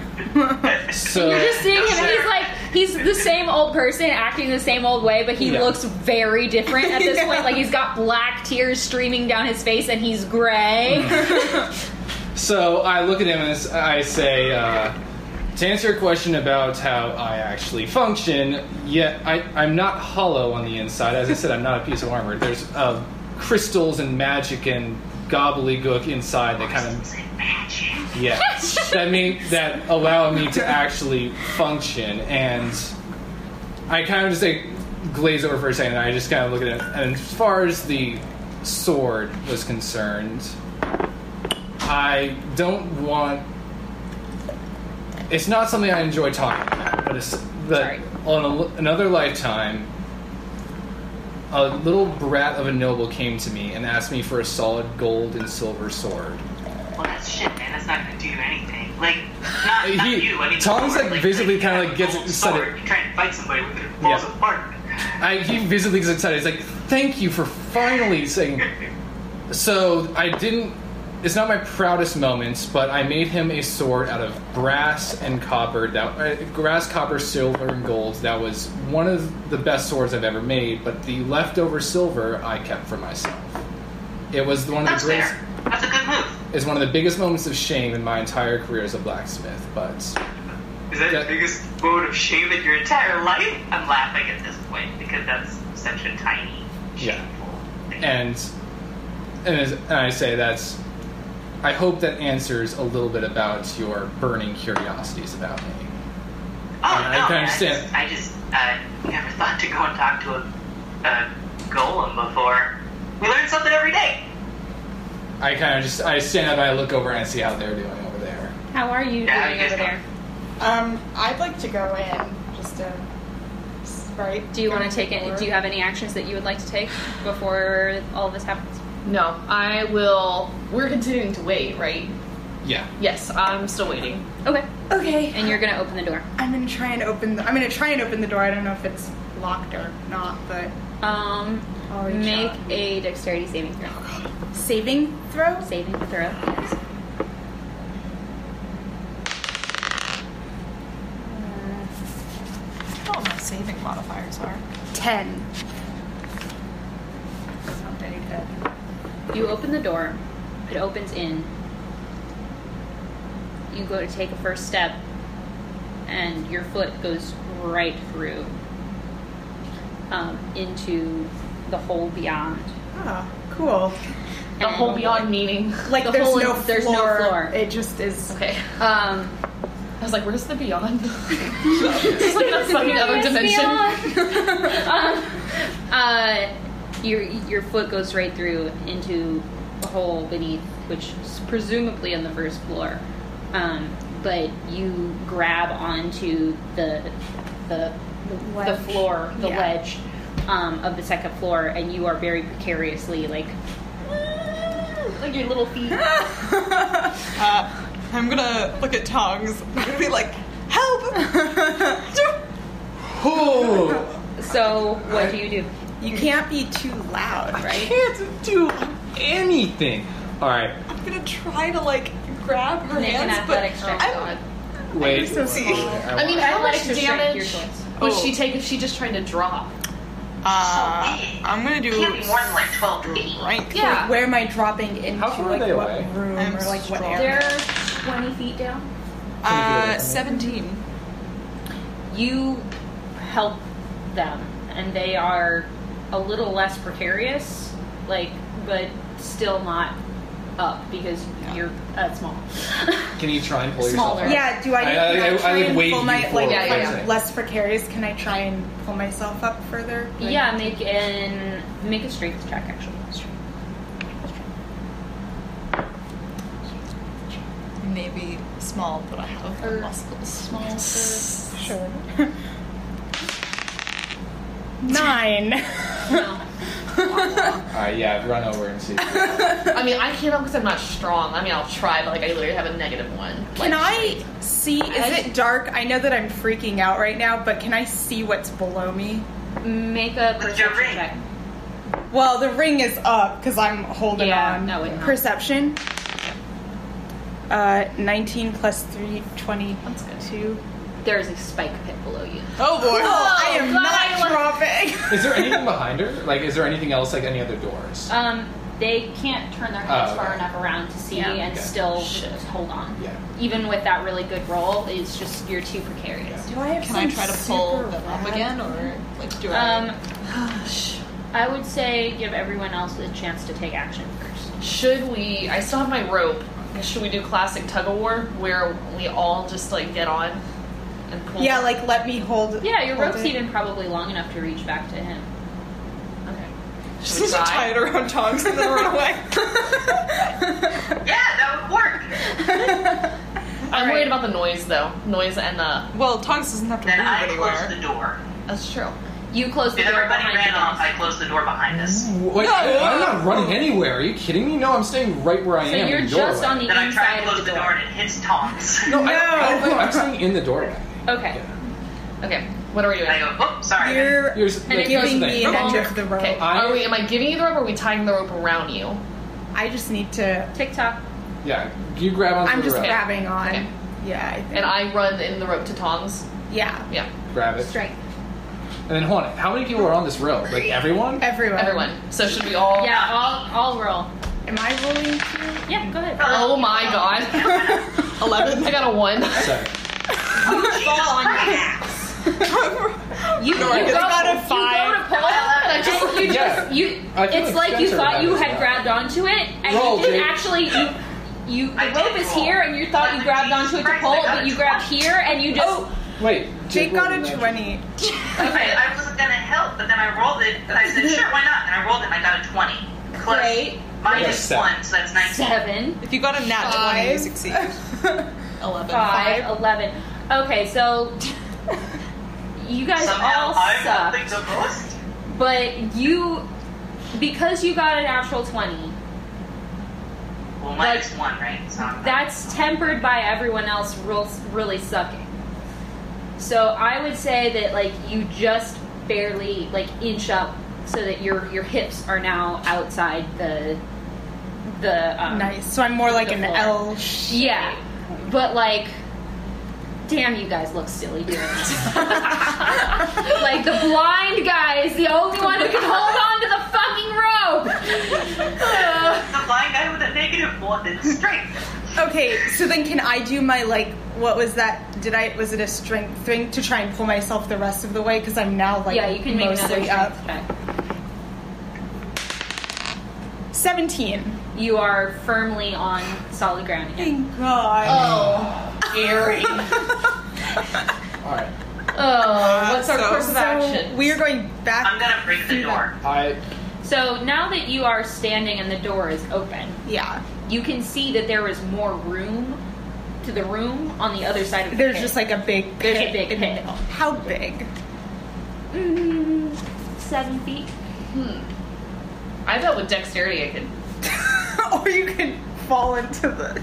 Speaker 2: So
Speaker 1: You're just seeing him. He's like he's the same old person acting the same old way, but he
Speaker 2: Yeah.
Speaker 1: looks very different at this point. Like he's got black tears streaming down his face, and he's gray.
Speaker 2: So I look at him and s- I say, uh, to answer your question about how I actually function, yeah, I, I'm not hollow on the inside. As I said, I'm not a piece of armor. There's uh, crystals and magic and gobbledygook inside that kind of
Speaker 3: Say magic.
Speaker 2: yeah that mean that allow me to actually function. And I kind of just like glaze over for a second. And I just kind of look at it. And as far as the sword was concerned, I don't want. It's not something I enjoy talking about, but it's
Speaker 12: Sorry.
Speaker 2: that on a, another lifetime, a little brat of a noble came to me and asked me for a solid gold and silver sword.
Speaker 3: Well, that's shit, man. That's not gonna do you anything. Like, not,
Speaker 2: He-
Speaker 3: not you. I mean,
Speaker 2: Tom's,
Speaker 3: sword,
Speaker 2: like, visibly
Speaker 3: you
Speaker 2: kinda,
Speaker 3: have
Speaker 2: like,
Speaker 3: a
Speaker 2: gets
Speaker 3: cold
Speaker 2: excited.
Speaker 3: sword, You try and fight somebody with it, it falls
Speaker 2: Yeah.
Speaker 3: apart.
Speaker 2: I, he visibly gets excited. He's like, "Thank you for finally saying." So I didn't. It's not my proudest moments, but I made him a sword out of brass and copper. That uh, brass, copper, silver, and gold. That was one of the best swords I've ever made. But the leftover silver I kept for myself. It was one of
Speaker 3: That's
Speaker 2: the greatest.
Speaker 3: fair. That's a good move.
Speaker 2: It's one of the biggest moments of shame in my entire career as a blacksmith. But
Speaker 3: Is that
Speaker 2: Yeah.
Speaker 3: the biggest mode of shame in your entire life? I'm laughing at this point because that's such a tiny,
Speaker 2: Yeah.
Speaker 3: shameful thing.
Speaker 2: and and, as, and I say that's. I hope that answers a little bit about your burning curiosities about me.
Speaker 3: oh,
Speaker 2: I
Speaker 3: no,
Speaker 2: can
Speaker 3: man,
Speaker 2: understand.
Speaker 3: I just, I just uh, never thought to go and talk to a, a golem before. We learn something every day.
Speaker 2: I kind of just I stand up and I look over and I see how they're doing over there.
Speaker 1: How are you
Speaker 3: Yeah,
Speaker 1: doing
Speaker 3: I
Speaker 1: over
Speaker 3: guess
Speaker 1: there?
Speaker 5: Um, I'd like to go in just to. Right.
Speaker 1: Do you want to take any? Do you have any actions that you would like to take before all this happens?
Speaker 6: No, I will. We're continuing to wait, right?
Speaker 2: Yeah.
Speaker 6: Yes, I'm still waiting.
Speaker 1: Okay,
Speaker 5: Okay.
Speaker 1: and you're gonna open the door.
Speaker 5: I'm gonna try and open. The, I'm gonna try and open the door. I don't know if it's locked or not, but
Speaker 1: Um,
Speaker 5: I'll reach
Speaker 1: make
Speaker 5: out.
Speaker 1: a dexterity saving throw.
Speaker 5: saving throw.
Speaker 1: Saving throw. Yes.
Speaker 4: Oh, my saving modifiers are.
Speaker 5: Ten. That's not very good.
Speaker 1: You open the door, it opens in. You go to take a first step, and your foot goes right through um, into the hole beyond.
Speaker 5: Ah, cool.
Speaker 6: The
Speaker 1: And-
Speaker 6: whole beyond meaning.
Speaker 5: Like
Speaker 1: The
Speaker 5: there's
Speaker 1: whole-
Speaker 5: no
Speaker 1: there's no
Speaker 5: floor.
Speaker 1: floor.
Speaker 5: It just is.
Speaker 6: Okay.
Speaker 1: Um,
Speaker 6: I was like, where's the beyond? It's like that fucking other
Speaker 1: Yes,
Speaker 6: dimension.
Speaker 1: beyond. um, uh, your your foot goes right through into the hole beneath, which is presumably on the first floor. Um, but you grab onto the the the
Speaker 5: ledge.
Speaker 1: floor, the
Speaker 5: Yeah.
Speaker 1: ledge um, of the second floor, and you are very precariously like like your little feet.
Speaker 4: Uh, I'm gonna look at Tongs. I'm gonna be like, help!
Speaker 2: Oh,
Speaker 1: So what do you do?
Speaker 5: You can't be too loud, right?
Speaker 2: can't do anything. All right,
Speaker 4: I'm gonna try to like grab her
Speaker 1: Make an
Speaker 4: hands, but
Speaker 1: athletics check.
Speaker 4: I'm,
Speaker 2: wait.
Speaker 4: so see.
Speaker 6: I mean, how
Speaker 1: Athletics
Speaker 6: much
Speaker 1: or strength, your
Speaker 6: damage
Speaker 1: choice.
Speaker 6: would
Speaker 4: Oh.
Speaker 6: she take if she just tried to drop?
Speaker 4: uh, I'm gonna do
Speaker 3: Can't be more than like 12 to 8.
Speaker 4: rank.
Speaker 6: Yeah.
Speaker 5: Where am I dropping into?
Speaker 2: How far are
Speaker 5: like
Speaker 2: they
Speaker 5: what
Speaker 2: away?
Speaker 5: room
Speaker 4: I'm
Speaker 5: or like what
Speaker 4: strong.
Speaker 5: area?
Speaker 1: They're twenty feet down.
Speaker 4: Uh, 17.
Speaker 1: you help them and they are a little less precarious like but still not up because you're uh, small
Speaker 2: Can you try and pull
Speaker 1: Smaller.
Speaker 2: yourself? up?
Speaker 5: Yeah, do I,
Speaker 2: I-
Speaker 5: can
Speaker 2: I-
Speaker 5: I,
Speaker 2: I- I
Speaker 5: try
Speaker 2: would
Speaker 5: and
Speaker 2: wave
Speaker 5: pull
Speaker 2: you
Speaker 5: my like
Speaker 2: forward,
Speaker 6: Yeah,
Speaker 5: I'm
Speaker 2: yeah.
Speaker 5: less precarious? Can I try and pull myself up further? Like,
Speaker 1: yeah make an make a strength check actually
Speaker 4: Maybe small, but I have
Speaker 1: Or
Speaker 4: muscles.
Speaker 1: small
Speaker 5: Sure. Nine.
Speaker 1: no.
Speaker 2: All right, yeah. Run over and see.
Speaker 6: I mean, I can't because I'm not strong. I mean, I'll try, but like, I literally have a negative one.
Speaker 5: Can I see? Is it dark? I know that I'm freaking out right now, but can I see what's below me?
Speaker 1: Make a
Speaker 3: With your
Speaker 1: perception
Speaker 3: ring.
Speaker 1: check.
Speaker 5: Well, the ring is up because I'm holding
Speaker 1: Yeah,
Speaker 5: on.
Speaker 1: no, it not.
Speaker 5: Perception. Uh, 19 plus 3, 22.
Speaker 1: There is a spike pit below you.
Speaker 5: Oh boy! I am
Speaker 1: God,
Speaker 5: not
Speaker 1: I like-
Speaker 5: dropping.
Speaker 2: Is there anything behind her? Like, is there anything else, like any other doors?
Speaker 1: Um, they can't turn their heads
Speaker 2: Oh,
Speaker 1: far
Speaker 2: okay.
Speaker 1: enough around to see
Speaker 6: Yeah.
Speaker 1: and
Speaker 2: Okay.
Speaker 1: still hold on.
Speaker 2: Yeah.
Speaker 1: Even with that really good roll, it's just you're too precarious.
Speaker 4: Do I have
Speaker 5: Can
Speaker 4: some
Speaker 5: I try to
Speaker 4: pull
Speaker 5: super
Speaker 4: them up
Speaker 5: rad-
Speaker 4: again, or like do
Speaker 1: Um, I would say give everyone else a chance to take action first.
Speaker 6: Should we? I still have my rope. Should we do classic tug of war where we all just like get on and pull?
Speaker 5: yeah, like let me hold.
Speaker 1: Yeah, your
Speaker 5: hold
Speaker 1: rope's
Speaker 5: it.
Speaker 1: even probably long enough to reach back to him.
Speaker 6: Okay. Should we
Speaker 4: Just tie
Speaker 6: try?
Speaker 4: it around tongs and then run away.
Speaker 3: Yeah, that would work.
Speaker 6: I'm worried about the noise though. Noise and the.
Speaker 4: well, tongs doesn't have to
Speaker 3: Then I
Speaker 4: move
Speaker 3: closed the
Speaker 4: anywhere.
Speaker 3: door.
Speaker 6: That's true.
Speaker 1: You close the
Speaker 3: If
Speaker 1: door
Speaker 3: everybody
Speaker 1: behind
Speaker 3: ran off,
Speaker 1: you. Mm,
Speaker 3: I closed the door behind us.
Speaker 2: Wait,
Speaker 4: No,
Speaker 2: I'm
Speaker 4: no.
Speaker 2: not running anywhere. Are you kidding me? No, I'm staying right where I
Speaker 1: So
Speaker 2: am. in
Speaker 1: you're
Speaker 2: the
Speaker 1: just
Speaker 2: doorway.
Speaker 1: on the
Speaker 3: Then I tried
Speaker 1: inside
Speaker 3: to close
Speaker 1: of
Speaker 3: the
Speaker 1: the
Speaker 3: door and it hits Tom's.
Speaker 2: No, I, I, no, I'm staying in the doorway.
Speaker 1: Okay.
Speaker 6: Okay. What are we doing?
Speaker 3: I go, oh, sorry.
Speaker 5: You're
Speaker 2: Here's, like, here's
Speaker 5: giving
Speaker 2: the
Speaker 5: me
Speaker 2: thing.
Speaker 5: an end
Speaker 6: Come on.
Speaker 5: of the rope.
Speaker 6: Okay.
Speaker 2: I-
Speaker 6: Are we? Am I giving you the rope? or Are we tying the rope around you?
Speaker 5: I just need to.
Speaker 1: TikTok.
Speaker 2: Yeah, you grab onto
Speaker 5: I'm
Speaker 2: the
Speaker 5: just
Speaker 2: rope.
Speaker 5: grabbing on.
Speaker 6: Okay.
Speaker 5: Yeah, I think.
Speaker 6: And I run in the rope to Tongs.
Speaker 5: yeah,
Speaker 6: Yeah.
Speaker 2: Grab it.
Speaker 1: Strength.
Speaker 2: And then hold on. How many people are on this rope? Like everyone?
Speaker 5: everyone.
Speaker 6: Everyone. So should we all?
Speaker 3: uh,
Speaker 1: Yeah, I'll, I'll roll.
Speaker 5: Am I rolling? too?
Speaker 1: Yeah, go ahead.
Speaker 6: Oh my god.
Speaker 4: Eleven.
Speaker 6: I got a one.
Speaker 2: Seven.
Speaker 1: Fall on your You,
Speaker 4: I
Speaker 1: you
Speaker 4: just
Speaker 1: go,
Speaker 4: got a
Speaker 1: You go to
Speaker 4: five.
Speaker 1: pull and I just you
Speaker 2: Yeah.
Speaker 1: just you.
Speaker 2: I feel
Speaker 1: It's like you
Speaker 2: Spencer
Speaker 1: thought
Speaker 2: had
Speaker 1: you
Speaker 2: this
Speaker 1: had
Speaker 2: now.
Speaker 1: grabbed onto it and
Speaker 2: Roll,
Speaker 1: you didn't
Speaker 2: dude.
Speaker 1: actually you. You,
Speaker 3: I
Speaker 1: the
Speaker 3: did
Speaker 1: rope is
Speaker 3: roll.
Speaker 1: here, and you thought you grabbed onto it to
Speaker 3: Christ,
Speaker 1: pull it,
Speaker 3: I got
Speaker 1: but
Speaker 3: a
Speaker 1: you grabbed
Speaker 3: 20.
Speaker 1: here, and you just
Speaker 5: Oh,
Speaker 2: Wait.
Speaker 5: Jake
Speaker 2: rolled
Speaker 5: got
Speaker 2: an
Speaker 5: a
Speaker 2: action.
Speaker 5: twenty.
Speaker 3: I, I wasn't gonna help, but then I rolled it, and I said, sure, why not? And I rolled it, and I got a 20. Plus,
Speaker 4: Great.
Speaker 3: minus
Speaker 2: Yeah, seven.
Speaker 3: one, so that's 19.
Speaker 1: seven,
Speaker 4: If you got a nat twenty, you succeed. Eleven.
Speaker 6: Ah,
Speaker 1: five, eleven. Okay, so you guys all
Speaker 3: Somehow I'm
Speaker 1: suck.
Speaker 3: helping the most.
Speaker 1: But you, because you got an actual 20,
Speaker 3: Well, minus one, right? So I'm-
Speaker 1: that's tempered by everyone else real, really sucking. So I would say that like you just barely like inch up so that your your hips are now outside the the um,
Speaker 5: Nice. So I'm more like an
Speaker 1: Before.
Speaker 5: L. sh-
Speaker 1: Yeah, but like, damn, you guys look silly doing this. like the blind guy is the only one who can hold on to the fucking rope. Uh,
Speaker 3: the blind guy with a negative one in strength.
Speaker 5: Okay, so then can I do my like? What was that? Did I? Was it a strength thing to try and pull myself the rest of the way? Because I'm now like
Speaker 1: yeah, you can make another
Speaker 5: mostly up.
Speaker 1: strength check.
Speaker 5: Seventeen.
Speaker 1: You are firmly on solid ground again.
Speaker 5: Thank God.
Speaker 1: Oh,
Speaker 2: All right.
Speaker 5: Ah,
Speaker 6: Oh, what's our
Speaker 4: So-
Speaker 6: course of action?
Speaker 5: we are going back.
Speaker 3: I'm gonna break the door.
Speaker 2: I
Speaker 1: So now that you are standing and the door is open,
Speaker 5: yeah.
Speaker 1: you can see that there is more room to the room on the other side of the
Speaker 5: There's
Speaker 1: pit.
Speaker 5: just like a big. Pit
Speaker 1: There's a big
Speaker 5: in the
Speaker 1: pit.
Speaker 5: middle. How big?
Speaker 1: Mm, seven feet.
Speaker 6: Hmm. I bet with dexterity I could.
Speaker 5: or you can fall into the.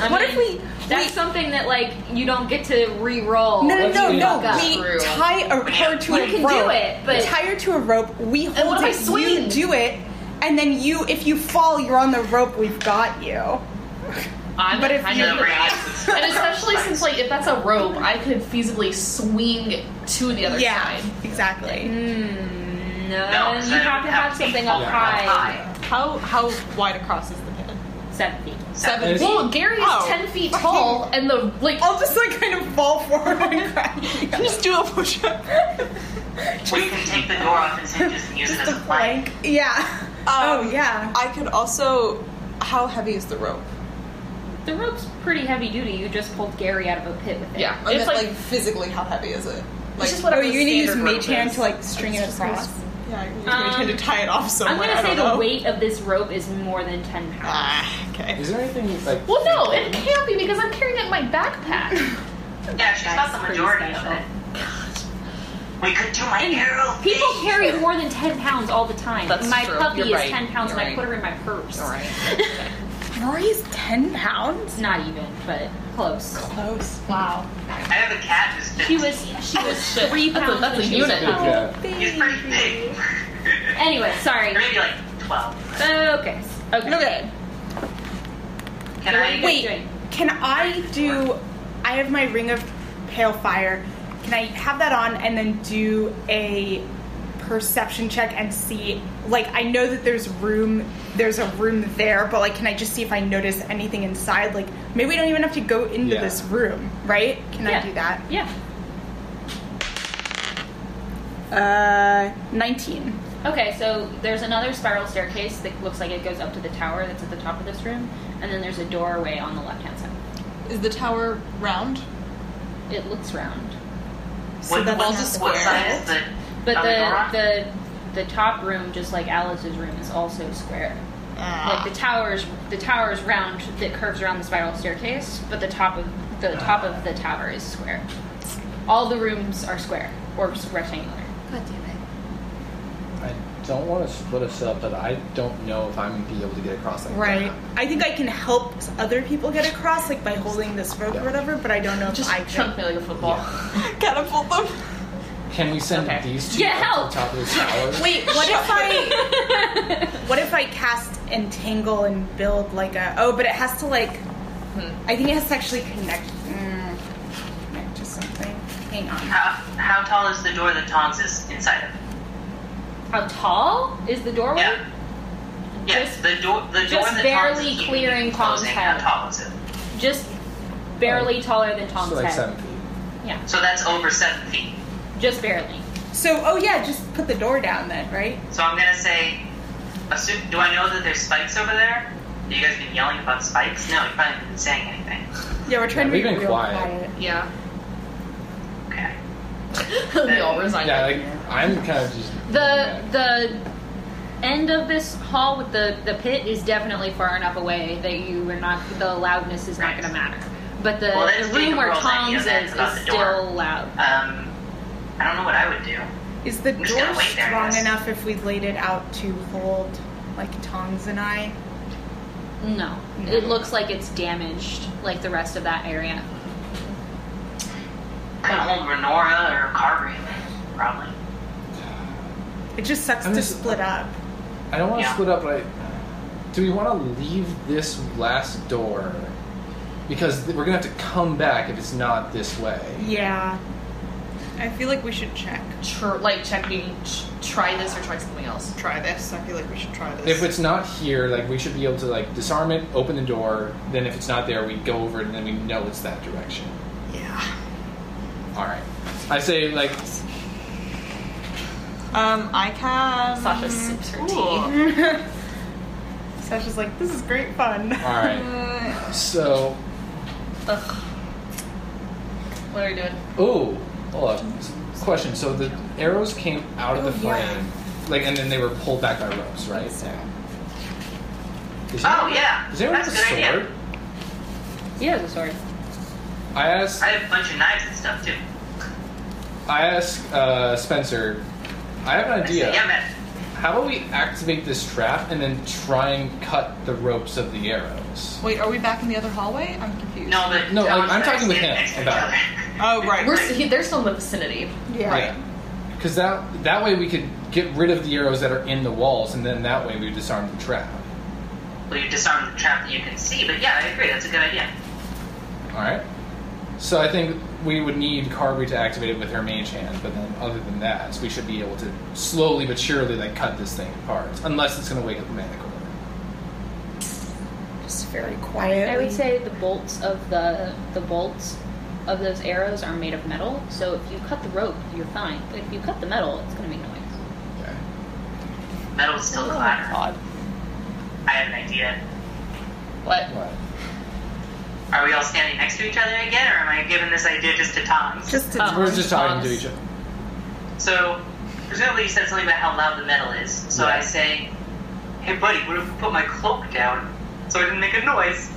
Speaker 1: I
Speaker 5: what
Speaker 1: mean,
Speaker 5: if we?
Speaker 1: That's
Speaker 5: we
Speaker 1: something that like you don't get to re-roll.
Speaker 5: no,
Speaker 2: Let's
Speaker 5: no,
Speaker 2: do
Speaker 5: no, no.
Speaker 1: that.
Speaker 5: We
Speaker 6: Through.
Speaker 5: tie a, her to
Speaker 1: You
Speaker 5: a
Speaker 1: can do
Speaker 5: rope.
Speaker 1: it, but-
Speaker 5: tie her to a rope. We hold
Speaker 6: what if I
Speaker 5: it.
Speaker 6: swing?
Speaker 5: You do it, and then you. If you fall, you're on the rope. We've got you.
Speaker 6: I'm
Speaker 5: But if
Speaker 6: kind
Speaker 5: you-
Speaker 6: of and especially since like if that's a rope, I could feasibly swing to the other
Speaker 5: yeah,
Speaker 6: side.
Speaker 5: exactly.
Speaker 1: Mm, no,
Speaker 3: No,
Speaker 1: you have
Speaker 3: so I
Speaker 1: to
Speaker 3: don't
Speaker 1: have
Speaker 3: have
Speaker 1: something
Speaker 3: feet.
Speaker 1: up
Speaker 2: Yeah.
Speaker 1: high.
Speaker 3: High.
Speaker 4: How how wide across is the pit?
Speaker 1: Seven feet.
Speaker 2: Is-
Speaker 6: Well, Gary is
Speaker 4: Oh.
Speaker 6: ten feet tall, and the like.
Speaker 5: I'll just like kind of fall forward and cry.
Speaker 4: Just do a push up.
Speaker 3: We can take the door off its hinges and use it as a plank.
Speaker 5: Yeah. oh yeah.
Speaker 4: Um, I could also. How heavy is the rope?
Speaker 1: The rope's pretty heavy duty. You just pulled Gary out of a pit with it.
Speaker 6: Yeah,
Speaker 4: I
Speaker 6: it's
Speaker 4: meant,
Speaker 6: like,
Speaker 4: like, physically, how heavy is it? Like,
Speaker 6: it's just
Speaker 5: Oh,
Speaker 6: whatever.
Speaker 5: you're
Speaker 6: the
Speaker 5: gonna use
Speaker 6: standard rope
Speaker 5: mage hand
Speaker 6: is.
Speaker 5: to like string it across.
Speaker 4: yeah, I was gonna try to
Speaker 1: Um,
Speaker 4: tie it off somewhere.
Speaker 1: I'm gonna
Speaker 4: I
Speaker 1: say
Speaker 4: don't
Speaker 1: the
Speaker 4: know.
Speaker 1: weight of this rope is more than ten pounds.
Speaker 4: Ah, okay.
Speaker 2: is there anything like?
Speaker 6: Well, no, it can't be because I'm carrying it in my backpack.
Speaker 3: Yeah, she's got
Speaker 1: That's
Speaker 3: the
Speaker 1: pretty
Speaker 3: majority of
Speaker 1: special.
Speaker 3: it. We could do my arrow.
Speaker 1: People
Speaker 3: thing.
Speaker 1: carry more than ten pounds all the time.
Speaker 6: That's
Speaker 1: my
Speaker 6: true.
Speaker 1: puppy
Speaker 6: You're
Speaker 1: is
Speaker 6: right.
Speaker 1: ten pounds,
Speaker 6: You're
Speaker 1: and I
Speaker 6: right.
Speaker 1: put her in my purse.
Speaker 6: All right.
Speaker 5: Rory is 10 pounds?
Speaker 1: Not even, but close.
Speaker 5: Close.
Speaker 6: Wow.
Speaker 3: I have a cat who's
Speaker 1: She
Speaker 3: 50.
Speaker 1: was she was
Speaker 6: Shit.
Speaker 1: three
Speaker 6: That's a-
Speaker 1: pounds.
Speaker 6: that's a
Speaker 1: when she was
Speaker 6: unit.
Speaker 1: a puppy.
Speaker 2: Yeah.
Speaker 3: He's pretty big.
Speaker 1: Anyway, sorry.
Speaker 3: Maybe like 12.
Speaker 1: Focus. Uh, Okay.
Speaker 5: Okay.
Speaker 3: Can I?
Speaker 5: Wait,
Speaker 1: doing?
Speaker 5: can I do. I have my ring of pale fire. Can I have that on and then do a perception check and see? Like, I know that there's room, there's a room there, but like, can I just see if I notice anything inside? Like, maybe we don't even have to go into
Speaker 2: Yeah.
Speaker 5: this room, right? Can
Speaker 1: Yeah.
Speaker 5: I do that?
Speaker 1: Yeah.
Speaker 5: Uh, 19.
Speaker 1: Okay, so there's another spiral staircase that looks like it goes up to the tower that's at the top of this room, and then there's a doorway on the left hand side.
Speaker 4: Is the tower round?
Speaker 1: It looks round,
Speaker 3: what,
Speaker 4: that's
Speaker 3: what,
Speaker 4: not the
Speaker 3: what
Speaker 4: square.
Speaker 3: size is the
Speaker 1: but
Speaker 3: other door on?
Speaker 1: the the the top room, just like Alice's room, is also square. Like the towers, the tower is round that curves around the spiral staircase, but the top of the top of the tower is square. All the rooms are square or s- rectangular.
Speaker 12: God damn it.
Speaker 2: I don't want to split us up, but I don't know if I'm gonna be able to get across that.
Speaker 5: Right. I think I can help other people get across, like by holding this rope or whatever, but I don't know if
Speaker 6: Just
Speaker 5: I can.
Speaker 6: chunk me like a football.
Speaker 4: Catapult them.
Speaker 2: Can we send
Speaker 6: Okay.
Speaker 2: these two
Speaker 1: Yeah, help!
Speaker 2: up to the top of the tower?
Speaker 5: Wait, what if I what if I cast entangle and build like a oh, but it has to like I think it has to actually connect mm, connect to something. Hang on.
Speaker 3: How, how tall is the door that Tongs is inside of?
Speaker 1: How tall is the doorway?
Speaker 3: Yeah. Yes,
Speaker 1: Just-
Speaker 3: the door. The door
Speaker 1: just
Speaker 3: that
Speaker 1: barely
Speaker 3: Tongs is keeping
Speaker 1: clearing
Speaker 3: from
Speaker 1: Tom's
Speaker 3: closing, How
Speaker 1: head.
Speaker 3: tall is it?
Speaker 1: Just barely taller than Tom's
Speaker 2: Oh. so like
Speaker 1: head.
Speaker 2: seven feet.
Speaker 1: Yeah,
Speaker 3: So that's over seven feet.
Speaker 1: just barely.
Speaker 5: So oh yeah, just put the door down then, right?
Speaker 3: So I'm gonna say, assume, do I know that there's spikes over there? Have you guys been yelling about spikes? No, you probably haven't been saying anything.
Speaker 5: Yeah, we're trying
Speaker 2: Yeah,
Speaker 5: to
Speaker 2: we've
Speaker 5: be
Speaker 2: been
Speaker 5: real
Speaker 2: quiet.
Speaker 6: Yeah.
Speaker 3: Okay.
Speaker 6: we all resigned.
Speaker 2: Yeah, like I'm kind of just
Speaker 1: The the end of this hall with the the pit is definitely far enough away that you are not the loudness is not going to matter. But the,
Speaker 3: Well, that's
Speaker 1: the room where
Speaker 3: Jacob's idea
Speaker 1: Tom's
Speaker 3: then
Speaker 1: is
Speaker 3: about
Speaker 1: is
Speaker 3: the door.
Speaker 1: still loud.
Speaker 3: Um, I don't know what I would do.
Speaker 5: Is the
Speaker 3: I'm just gonna
Speaker 5: door
Speaker 3: wait there, I
Speaker 5: strong
Speaker 3: guess.
Speaker 5: enough if we laid it out to hold like Tongs and I?
Speaker 1: No,
Speaker 3: Mm-hmm.
Speaker 1: it looks like it's damaged, like the rest of that area.
Speaker 3: Could hold Renora or Carvery, probably.
Speaker 5: It just sucks
Speaker 2: I'm
Speaker 5: to
Speaker 2: just-
Speaker 5: split up.
Speaker 2: I don't want to
Speaker 3: Yeah.
Speaker 2: split up, but I, do we want to leave this last door? Because th- we're gonna have to come back if it's not this way.
Speaker 5: Yeah.
Speaker 4: I feel like we should check.
Speaker 6: Tr- like checking, ch- try this or try something else.
Speaker 4: Try this. I feel like we should try this.
Speaker 2: If it's not here, like we should be able to like disarm it, open the door. Then if it's not there, we go over it, and then we know it's that direction.
Speaker 4: yeah.
Speaker 2: All right. I say like
Speaker 4: Um, I can.
Speaker 6: Sasha sips her tea.
Speaker 4: Ooh.
Speaker 5: Sasha's like, this is great fun.
Speaker 2: all right.
Speaker 4: Uh,
Speaker 2: So
Speaker 6: Ugh. What are we doing?
Speaker 2: Oh, hold up. Question. So the arrows came out of the
Speaker 3: Oh,
Speaker 2: flame, like, and then they were pulled back by ropes, right?
Speaker 4: so.
Speaker 2: Does
Speaker 3: Oh
Speaker 2: anyone-
Speaker 3: yeah,
Speaker 2: Does anyone have
Speaker 3: that's a
Speaker 2: a
Speaker 3: good
Speaker 2: sword?
Speaker 3: idea.
Speaker 1: He has a sword.
Speaker 2: I ask.
Speaker 3: I have a bunch of knives and stuff too.
Speaker 2: I ask uh, Spencer. I have an
Speaker 3: I say,
Speaker 2: idea.
Speaker 3: yeah, man.
Speaker 2: How about we activate this trap and then try and cut the ropes of the arrows?
Speaker 4: Wait, are we back in the other hallway? I'm confused.
Speaker 3: No, but
Speaker 2: No,
Speaker 3: Tom's
Speaker 2: I'm- I'm
Speaker 3: and I
Speaker 2: talking with
Speaker 3: stand
Speaker 2: him
Speaker 3: next to
Speaker 2: about
Speaker 3: each
Speaker 4: Oh, right.
Speaker 6: We're, s- he, they're still in the vicinity.
Speaker 5: Yeah.
Speaker 2: Because that that way we could get rid of the arrows that are in the walls, and then that way we disarm the trap.
Speaker 3: other. Well, you disarm the trap that you can see, but yeah, I agree. That's a good idea.
Speaker 2: All right. So I think we would need Carby to activate it with her mage hand, but then other than that, we should be able to slowly but surely like cut this thing apart, unless it's going to wake up Manticore.
Speaker 5: Just very quiet.
Speaker 1: I would say the bolts of the the bolts of those arrows are made of metal. So if you cut the rope, you're fine. But if you cut the metal, it's going to make noise.
Speaker 2: Okay.
Speaker 3: Metal is
Speaker 2: Oh,
Speaker 3: still clatter.
Speaker 4: God.
Speaker 3: I have an idea.
Speaker 6: What?
Speaker 2: What?
Speaker 3: Are we all standing next to each other again, or am I giving this idea just to Tom's?
Speaker 5: Just to
Speaker 6: Oh.
Speaker 2: We're just talking to
Speaker 6: Tongs.
Speaker 2: each other.
Speaker 3: So, presumably you said something about how loud the metal is. So
Speaker 2: Yeah.
Speaker 3: I say, hey buddy, what if we put my cloak down so I didn't make a noise?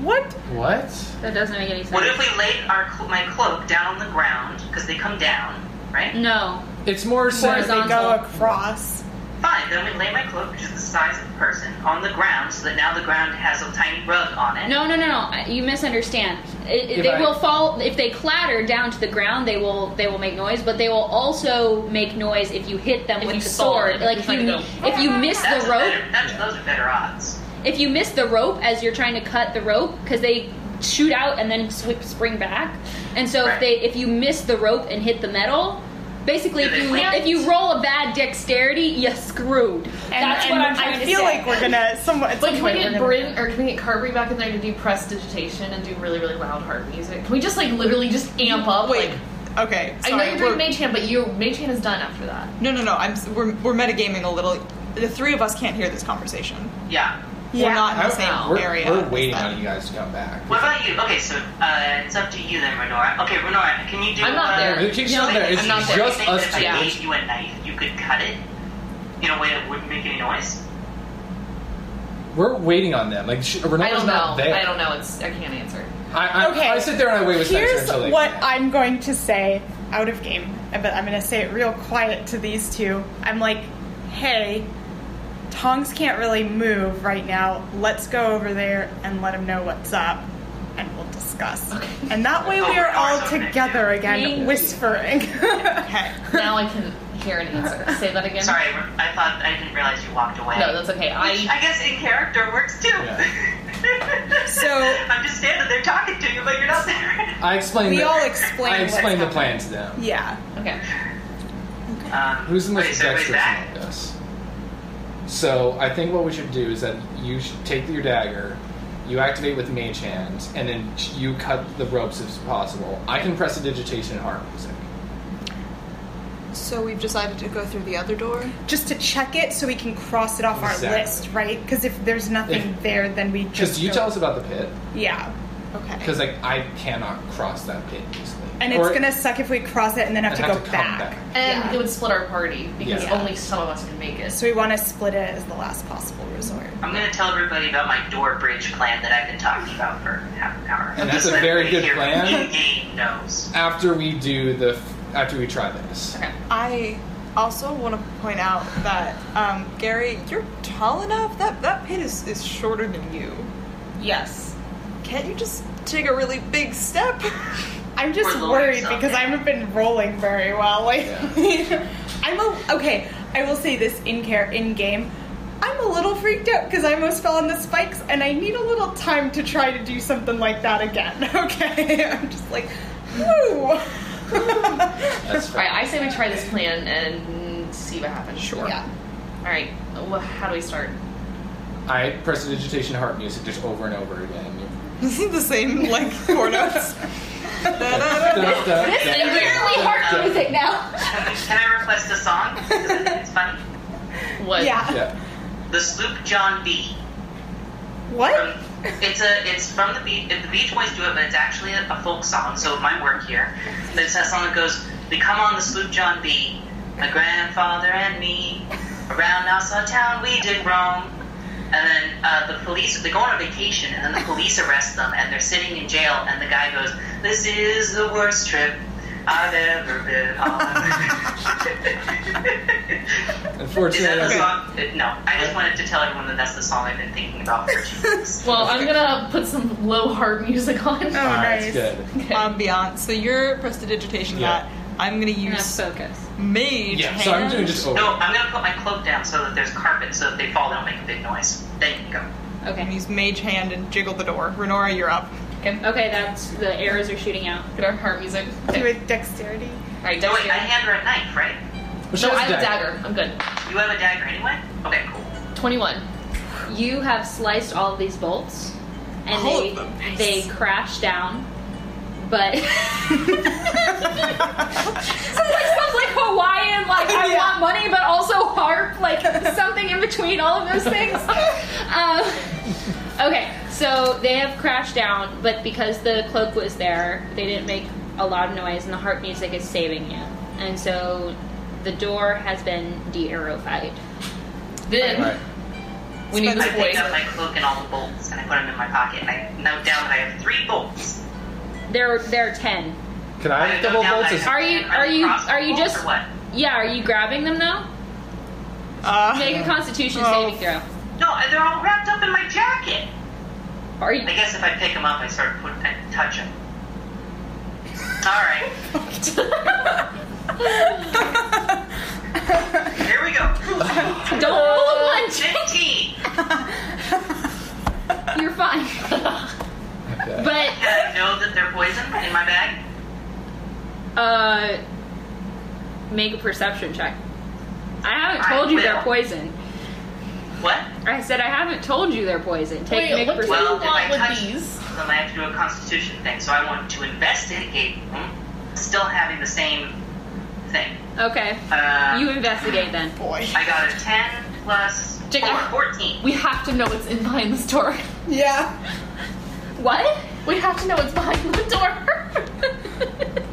Speaker 5: What?
Speaker 2: What?
Speaker 1: That doesn't make any sense.
Speaker 3: What if we laid our cl- my cloak down on the ground because they come down, right?
Speaker 1: No.
Speaker 2: It's more so. uh,
Speaker 5: They
Speaker 1: Horizontal.
Speaker 5: go across.
Speaker 3: Fine, then we lay my cloak, which is the size of a person, on the ground so that now the ground has a tiny rug on it.
Speaker 1: No, no, no, no. You misunderstand. It, it-
Speaker 2: If
Speaker 1: they
Speaker 2: I-
Speaker 1: will fall if they clatter down to the ground. They will they will make noise, but they will also make noise if you hit them
Speaker 6: If
Speaker 1: with
Speaker 6: you
Speaker 1: the
Speaker 6: fall,
Speaker 1: sword.
Speaker 6: it's
Speaker 1: Like if
Speaker 6: like
Speaker 1: you
Speaker 6: a-
Speaker 1: if you miss
Speaker 3: That's
Speaker 1: the
Speaker 3: a
Speaker 1: rope,
Speaker 3: Better, that's, Those are better odds.
Speaker 1: if you miss the rope as you're trying to cut the rope, because they shoot out and then sw- spring back. And so if
Speaker 3: Right.
Speaker 1: they if you miss the rope and hit the metal. Basically, if
Speaker 3: Yeah,
Speaker 1: you
Speaker 3: they land.
Speaker 1: if you roll a bad dexterity, you're screwed. That's
Speaker 5: and
Speaker 1: what I'm trying
Speaker 5: I
Speaker 1: to
Speaker 5: feel
Speaker 1: say.
Speaker 5: like we're gonna some, at
Speaker 6: But
Speaker 5: some point
Speaker 6: can we
Speaker 5: we're
Speaker 6: get
Speaker 5: gonna-
Speaker 6: Bryn or can we get Carberry back in there to do prestidigitation and do really really loud harp music? Can we just like literally just amp up?
Speaker 4: Wait.
Speaker 6: like-
Speaker 4: Okay.
Speaker 6: I know
Speaker 4: sorry,
Speaker 6: you're
Speaker 4: we're-
Speaker 6: doing Mage Hand, but your Mage Hand is done after that.
Speaker 4: No, no, no. I'm. s- We're we're metagaming a little. The three of us can't hear this conversation.
Speaker 3: Yeah.
Speaker 4: We're
Speaker 5: Yeah.
Speaker 4: not in the same
Speaker 6: I-
Speaker 2: we're,
Speaker 4: area.
Speaker 2: we're
Speaker 4: as
Speaker 2: waiting
Speaker 4: them.
Speaker 2: on you guys to come back.
Speaker 3: What about you? Okay, so uh, it's up to you then, Renora. Okay, Renora, can you do?
Speaker 6: I'm not
Speaker 3: uh,
Speaker 6: there.
Speaker 2: The kick's not
Speaker 3: something
Speaker 2: there.
Speaker 3: that
Speaker 2: It's
Speaker 6: I'm not there.
Speaker 2: just
Speaker 3: think
Speaker 2: us
Speaker 3: that
Speaker 2: two.
Speaker 6: Yeah.
Speaker 3: If I gave you a knife, you could cut it in a way that wouldn't make any noise.
Speaker 2: We're waiting on them. Like sh- Renora's
Speaker 6: I don't
Speaker 2: not
Speaker 6: know.
Speaker 2: there.
Speaker 6: I don't know. It's I can't answer.
Speaker 2: I, I,
Speaker 5: Okay.
Speaker 2: I sit there and I wait with Spencer
Speaker 5: Here's
Speaker 2: until they.
Speaker 5: what I'm going to say out of game, but I'm going to say it real quiet to these two. I'm like, hey, Tongs can't really move right now. Let's go over there and let him know what's up, and we'll discuss. And that way we are all together again, whispering.
Speaker 4: Okay.
Speaker 6: Now I can hear an answer. Say that again.
Speaker 3: Sorry, I thought I didn't realize you walked away.
Speaker 6: No, that's okay.
Speaker 3: Which
Speaker 6: I
Speaker 3: I guess in character works too.
Speaker 4: So-
Speaker 3: I'm just standing there talking to you, but you're not there.
Speaker 2: I explained.
Speaker 4: We
Speaker 2: the,
Speaker 4: all
Speaker 2: I
Speaker 4: explain.
Speaker 2: explained the
Speaker 4: what's
Speaker 2: plan to them.
Speaker 4: Yeah.
Speaker 6: okay.
Speaker 3: Um,
Speaker 2: Who's the
Speaker 3: okay,
Speaker 2: most
Speaker 3: so
Speaker 2: dexterous
Speaker 3: everybody's
Speaker 2: in
Speaker 3: back?
Speaker 2: all this? So I think what we should do is that you should take your dagger, you activate with mage hand, and then you cut the ropes if possible. I can press the digitation and harp music.
Speaker 4: So we've decided to go through the other door.
Speaker 5: just to check it so we can cross it off
Speaker 2: Exactly.
Speaker 5: our list, right? Because if there's nothing
Speaker 2: If-
Speaker 5: there, then we
Speaker 2: Because
Speaker 5: just.
Speaker 2: you
Speaker 5: go-
Speaker 2: tell us about the pit,
Speaker 5: Yeah.
Speaker 4: Okay.
Speaker 2: because like I cannot cross that pit easily.
Speaker 5: And
Speaker 2: Or-
Speaker 5: it's going to suck if we cross it and then have
Speaker 2: I'd
Speaker 5: to
Speaker 2: have
Speaker 5: go
Speaker 2: to come
Speaker 5: back.
Speaker 2: back.
Speaker 6: And
Speaker 5: Yeah.
Speaker 6: it would split our party because
Speaker 2: Yeah.
Speaker 6: only some of us can make it.
Speaker 5: So we want to split it as the last possible resort.
Speaker 3: I'm gonna tell everybody about my door bridge plan that I've been talking about for half an hour.
Speaker 2: And that's
Speaker 3: Just
Speaker 2: a
Speaker 3: so
Speaker 2: very
Speaker 3: everybody
Speaker 2: good
Speaker 3: here
Speaker 2: plan.
Speaker 3: In game knows.
Speaker 2: after we do the f- after we try this.
Speaker 6: Okay.
Speaker 4: I also want to point out that um, Gary, you're tall enough. That that pit is, is shorter than you.
Speaker 6: Yes.
Speaker 4: Can't you just take a really big step?
Speaker 5: I'm just
Speaker 3: Or the
Speaker 5: worried
Speaker 3: lights up.
Speaker 5: because I haven't been rolling very well. Like, I'm a okay. I will say this in care in game. I'm a little freaked out because I almost fell on the spikes, and I need a little time to try to do something like that again. Okay, I'm just like, woo.
Speaker 2: That's
Speaker 6: All right. I say we try this plan and see what happens. Sure.
Speaker 5: yeah.
Speaker 6: All right. Well, how do we start?
Speaker 2: I press the digitation harp music just over and over again.
Speaker 4: this is the same like four notes.
Speaker 2: Da-da-da-da-da.
Speaker 1: harp music now.
Speaker 3: Can we- Can I request a song? 'Cause I think it's funny.
Speaker 6: What?
Speaker 5: Yeah.
Speaker 2: Yeah.
Speaker 3: The Sloop John B.
Speaker 5: What?
Speaker 3: Um, It's a it's from the beach. The Beach Boys do it, but it's actually a, a folk song. So it might work here. But it's that song that goes, "We come on the sloop John B, my grandfather and me, around Nassau town we did roam." And then uh, the police they go on a vacation, and then the police arrest them, and they're sitting in jail. And the guy goes, "This is the worst trip." I've ever been on. Is
Speaker 2: Unfortunately,
Speaker 3: that the
Speaker 2: that's not-
Speaker 3: song? Uh, No, I just wanted to tell everyone that that's the song I've been thinking about for two weeks.
Speaker 6: Well, I'm gonna put some low harp music on.
Speaker 5: Oh,
Speaker 2: Ah,
Speaker 5: nice.
Speaker 2: that's good.
Speaker 4: Ambiance. um, So you're prestidigitation
Speaker 2: Yeah.
Speaker 4: that. I'm gonna
Speaker 1: You're not
Speaker 4: use
Speaker 1: focused.
Speaker 4: mage
Speaker 2: Yeah.
Speaker 4: hand.
Speaker 2: So I'm doing just over.
Speaker 3: No, I'm gonna put my cloak down so that there's carpet, so if they fall, they don't make a big noise. There you go.
Speaker 4: And
Speaker 1: Okay.
Speaker 4: use mage hand and jiggle the door. Renora, you're up.
Speaker 1: Okay, that's the arrows are shooting out.
Speaker 6: Get our harp music.
Speaker 5: Do
Speaker 6: Okay.
Speaker 5: with dexterity.
Speaker 6: All right.
Speaker 3: No,
Speaker 6: Don't
Speaker 3: Oh, wait, I hand her a knife, right?
Speaker 2: But she
Speaker 6: No,
Speaker 2: has
Speaker 6: I have a dagger. I'm good.
Speaker 3: You have a dagger anyway. Okay, cool.
Speaker 6: Twenty-one.
Speaker 1: You have sliced all of these bolts, and
Speaker 4: All
Speaker 1: they
Speaker 4: of them.
Speaker 1: they crash down. But sounds like stuff like Hawaiian, like I want money, but also harp, like something in between all of those things. um, okay, so they have crashed down, but because the cloak was there, they didn't make a loud noise, and the harp music is saving you, and so the door has been de-arrowified.
Speaker 6: Then
Speaker 2: Right.
Speaker 6: we need
Speaker 3: I
Speaker 6: this
Speaker 3: picked
Speaker 6: voice.
Speaker 3: up my cloak and all the bolts, and I put them in my pocket, and I note down that I have three bolts.
Speaker 1: There, there are ten.
Speaker 2: Can
Speaker 3: I
Speaker 2: I
Speaker 3: have
Speaker 2: have
Speaker 3: no
Speaker 2: double
Speaker 3: doubt
Speaker 2: bolts?
Speaker 3: I
Speaker 2: as-
Speaker 3: have-
Speaker 1: Are you
Speaker 3: Are
Speaker 1: are
Speaker 3: you
Speaker 1: you
Speaker 3: crossing
Speaker 1: are you
Speaker 3: balls
Speaker 1: just
Speaker 3: or what?
Speaker 1: Yeah, are you grabbing them now?
Speaker 4: Uh,
Speaker 1: Make a constitution
Speaker 4: Oh.
Speaker 1: saving throw.
Speaker 3: No, all they're all wrapped up in my jacket.
Speaker 1: Are
Speaker 3: I
Speaker 1: you?
Speaker 3: guess if I pick them up, I start put I touch them. All right, here we go.
Speaker 1: Don't roll a bunch.
Speaker 3: Fifteen.
Speaker 1: You're fine.
Speaker 2: Okay.
Speaker 1: But
Speaker 3: Did I know that they're poison in my bag?
Speaker 1: uh, make a perception check. I haven't
Speaker 3: I
Speaker 1: told you
Speaker 3: will.
Speaker 1: they're poison.
Speaker 3: What?
Speaker 1: I said I haven't told you they're poison. Take
Speaker 6: Wait,
Speaker 1: make a
Speaker 6: what do
Speaker 1: perception.
Speaker 3: Well,
Speaker 6: you
Speaker 3: if I
Speaker 6: want with
Speaker 3: touch
Speaker 6: these?
Speaker 3: them, I have to do a Constitution thing. So I want to investigate them, still having the same thing.
Speaker 1: Okay.
Speaker 3: Uh,
Speaker 1: You investigate then.
Speaker 4: Boy.
Speaker 3: I got a ten plus
Speaker 6: Check
Speaker 3: four,
Speaker 6: out.
Speaker 3: 14.
Speaker 6: We have to know what's in behind this door.
Speaker 4: Yeah.
Speaker 1: What?
Speaker 6: We have to know what's behind the door.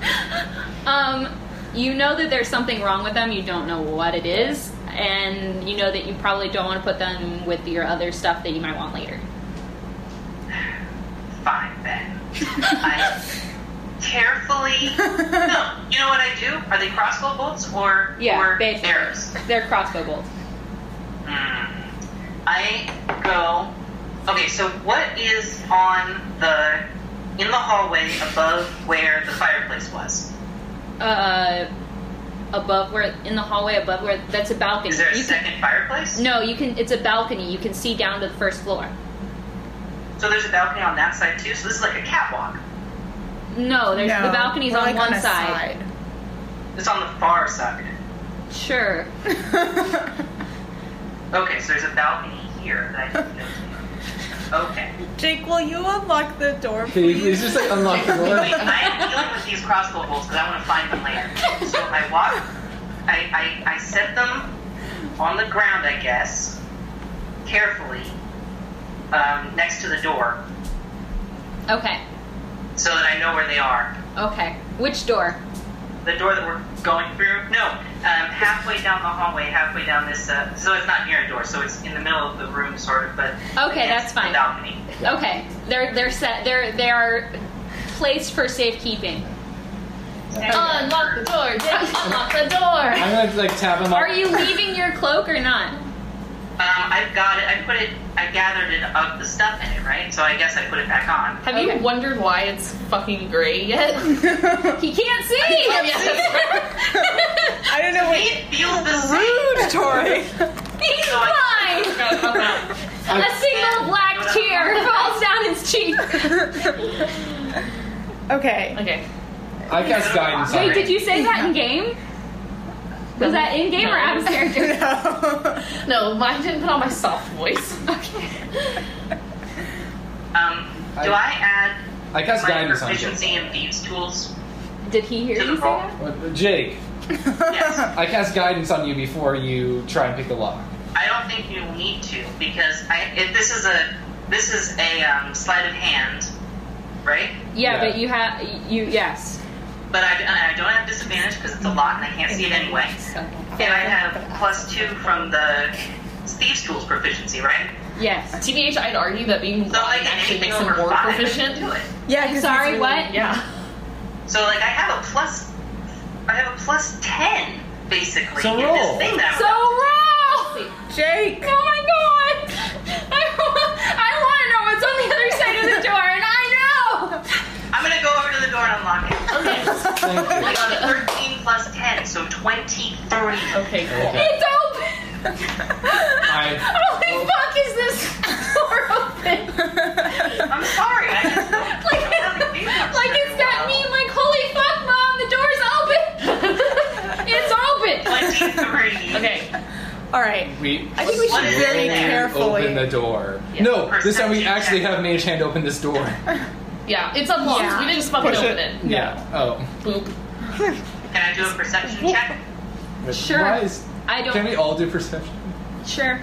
Speaker 1: um, you know that there's something wrong with them. You don't know what it is, and you know that you probably don't want to put them with your other stuff that you might want later.
Speaker 3: Fine then. I carefully. No, you know what I do? Are they crossbow bolts or
Speaker 1: Yeah,
Speaker 3: or
Speaker 1: basically.
Speaker 3: arrows?
Speaker 1: They're crossbow bolts.
Speaker 3: Hmm. I go. Okay, so what is on the in the hallway above where the fireplace was?
Speaker 1: Uh, above where in the hallway above where that's a balcony.
Speaker 3: Is there a
Speaker 1: You can-
Speaker 3: second fireplace?
Speaker 1: no, you can. It's a balcony. You can see down to the first floor.
Speaker 3: So there's a balcony on that side too. So this is like a catwalk.
Speaker 1: No, there's
Speaker 5: No,
Speaker 1: the balcony's
Speaker 5: we're
Speaker 1: on
Speaker 5: like
Speaker 1: one
Speaker 5: a
Speaker 1: side.
Speaker 3: It's on the far side.
Speaker 1: Sure.
Speaker 3: Okay, so there's a balcony here that I didn't know. Okay.
Speaker 4: Jake, will you unlock the door,
Speaker 2: Okay,
Speaker 4: please?
Speaker 2: it's just like unlock the
Speaker 3: Wait,
Speaker 2: door.
Speaker 3: I am dealing with these crossbow bolts because I want to find them later. So I walk, I, I, I set them on the ground, I guess, carefully, um, next to the door,
Speaker 1: Okay.
Speaker 3: so that I know where they are.
Speaker 1: Okay. Which door?
Speaker 3: The door that we're going through? No, um, halfway down the hallway, halfway down this. Uh, so it's not near a door, so it's in the middle of the room, sort of, but
Speaker 1: Okay, that's
Speaker 3: against the
Speaker 1: fine.
Speaker 3: balcony.
Speaker 1: Okay. They're they're set. They're they are placed for safekeeping.
Speaker 6: Unlock the door. Jake, unlock the door.
Speaker 2: I'm gonna like tap him up.
Speaker 1: Are you leaving your cloak or not?
Speaker 3: Um, I've got it. I put it. I gathered it up, the stuff in it, right? So I guess I put it back on.
Speaker 6: Have
Speaker 1: Okay.
Speaker 6: you wondered why it's fucking gray yet?
Speaker 1: He can't see.
Speaker 4: I don't know what.
Speaker 3: It feels the same.
Speaker 4: Rude, Tori.
Speaker 1: He's blind. A single black tear falls down his cheek.
Speaker 5: Okay.
Speaker 6: Okay.
Speaker 2: I cast guidance on
Speaker 1: Wait,
Speaker 2: him.
Speaker 1: did you say that in game? Was that in game or out of character?
Speaker 6: No, mine didn't put on my soft voice.
Speaker 3: Um, do I, add
Speaker 2: I cast
Speaker 3: my
Speaker 2: guidance on Jake.
Speaker 3: proficiency in thieves' tools?
Speaker 1: Did he hear
Speaker 3: To the
Speaker 1: you say
Speaker 3: roll.
Speaker 1: that?
Speaker 2: Uh, Jake,
Speaker 3: Yes.
Speaker 2: I cast guidance on you before you try and pick the lock.
Speaker 3: I don't think you need to because I, if this is a this is a um, sleight of hand, right?
Speaker 1: Yeah,
Speaker 2: Yeah.
Speaker 1: but you have you yes.
Speaker 3: But I, and I don't have disadvantage because it's a lot and I can't see it anyway. And I have plus two from the thieves' tools proficiency, right?
Speaker 1: Yes.
Speaker 6: TBH, I'd argue that being
Speaker 3: So like
Speaker 6: blind actually
Speaker 3: anything
Speaker 6: makes him
Speaker 3: over
Speaker 6: more
Speaker 3: five, I can
Speaker 6: proficient.
Speaker 3: do it.
Speaker 4: yeah, 'cause
Speaker 1: Sorry,
Speaker 4: he's
Speaker 1: what?
Speaker 6: Yeah.
Speaker 3: So like I have a plus, I have a plus ten basically
Speaker 2: So
Speaker 3: in
Speaker 2: roll.
Speaker 3: this thing that I'm
Speaker 1: So roll.
Speaker 4: Jake.
Speaker 1: Oh my god! I, I want to know what's on the other side of the door, and I know!
Speaker 3: I'm gonna go over to the door and unlock it.
Speaker 2: Thank
Speaker 3: I
Speaker 2: you.
Speaker 3: got a 13 plus 10, so 23.
Speaker 6: Okay, cool.
Speaker 2: Okay.
Speaker 1: It's open!
Speaker 2: I,
Speaker 1: Holy fuck, is this door open?
Speaker 3: I'm sorry, I just don't, I don't have the things up
Speaker 1: Like, it's that meme, like, holy fuck, mom, the door's open! it's open!
Speaker 3: 23.
Speaker 6: Okay.
Speaker 5: All right.
Speaker 2: we,
Speaker 5: I think we
Speaker 3: What
Speaker 5: should
Speaker 3: is
Speaker 5: very
Speaker 3: in there?
Speaker 5: carefully.
Speaker 2: Open the door. No, this time we
Speaker 3: Perception
Speaker 2: actually
Speaker 3: check.
Speaker 2: have Mage Hand open this door.
Speaker 6: Yeah, it's unlocked.
Speaker 5: Yeah.
Speaker 6: We didn't just fucking
Speaker 4: Push
Speaker 6: open
Speaker 4: it.
Speaker 6: it.
Speaker 2: Yeah. Oh.
Speaker 6: Boop.
Speaker 3: Can I do a perception check?
Speaker 1: Sure.
Speaker 2: Why is-
Speaker 1: I don't.
Speaker 2: Can we all do perception?
Speaker 1: Sure.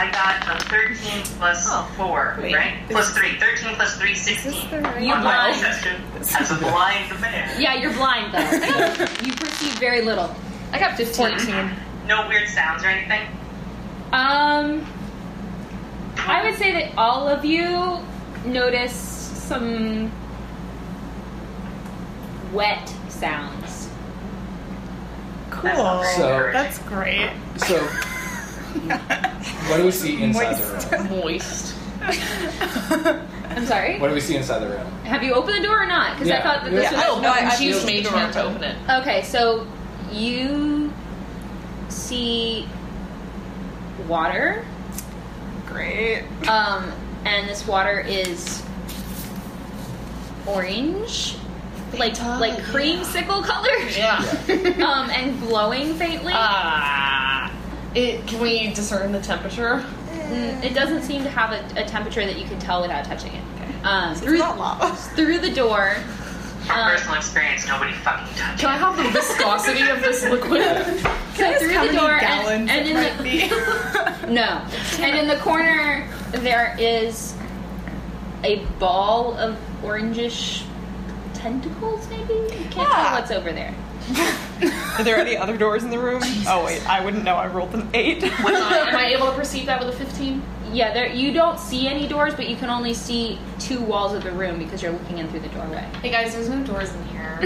Speaker 3: I got a 13 plus 4,
Speaker 4: wait.
Speaker 3: right? Plus 3. 13 plus 3, 16.
Speaker 1: You
Speaker 3: On my
Speaker 1: blind.
Speaker 3: perception, as a blind man.
Speaker 1: Yeah, you're blind, though. you perceive very little.
Speaker 6: I got 15.
Speaker 3: No weird sounds or anything?
Speaker 1: Um, I would say that all of you notice some wet sounds.
Speaker 3: That's not very
Speaker 5: Cool.
Speaker 2: So-
Speaker 3: encouraging.
Speaker 5: That's great.
Speaker 2: So, What do we see inside the room?
Speaker 6: Moist.
Speaker 1: I'm sorry.
Speaker 2: What do we see inside the room?
Speaker 1: Have you opened the door or not? Because I
Speaker 2: Yeah.
Speaker 1: thought that this
Speaker 2: Yeah,
Speaker 1: was.
Speaker 6: No,
Speaker 4: no, I-
Speaker 6: but she
Speaker 4: I-
Speaker 6: used mage hand to open it.
Speaker 1: Okay, so you see water,
Speaker 4: Great.
Speaker 1: um, and this water is orange, like like creamsicle color,
Speaker 6: Yeah.
Speaker 1: um, and glowing faintly.
Speaker 6: Ah. It, can we discern the temperature?
Speaker 1: Mm, It doesn't seem to have a, a temperature that you can tell without touching it. Um,
Speaker 4: It's
Speaker 1: through
Speaker 4: not lava.
Speaker 1: through the door.
Speaker 3: From
Speaker 1: Um,
Speaker 3: personal experience, nobody fucking touched
Speaker 6: Can I have the viscosity of this liquid?
Speaker 1: So through the
Speaker 4: How many
Speaker 1: door and, and
Speaker 4: gallons it
Speaker 1: in
Speaker 4: might
Speaker 1: the
Speaker 4: be?
Speaker 1: no, and in the corner there is a ball of orangish tentacles. Maybe you can't
Speaker 4: Yeah.
Speaker 1: tell what's over there.
Speaker 4: Are there any other doors in the room? Oh wait, I wouldn't know. I rolled an eight.
Speaker 6: Uh, am I able to perceive that with a 15?
Speaker 1: Yeah, there you don't see any doors, but you can only see two walls of the room because you're looking in through the doorway.
Speaker 7: Hey guys, there's no doors in here.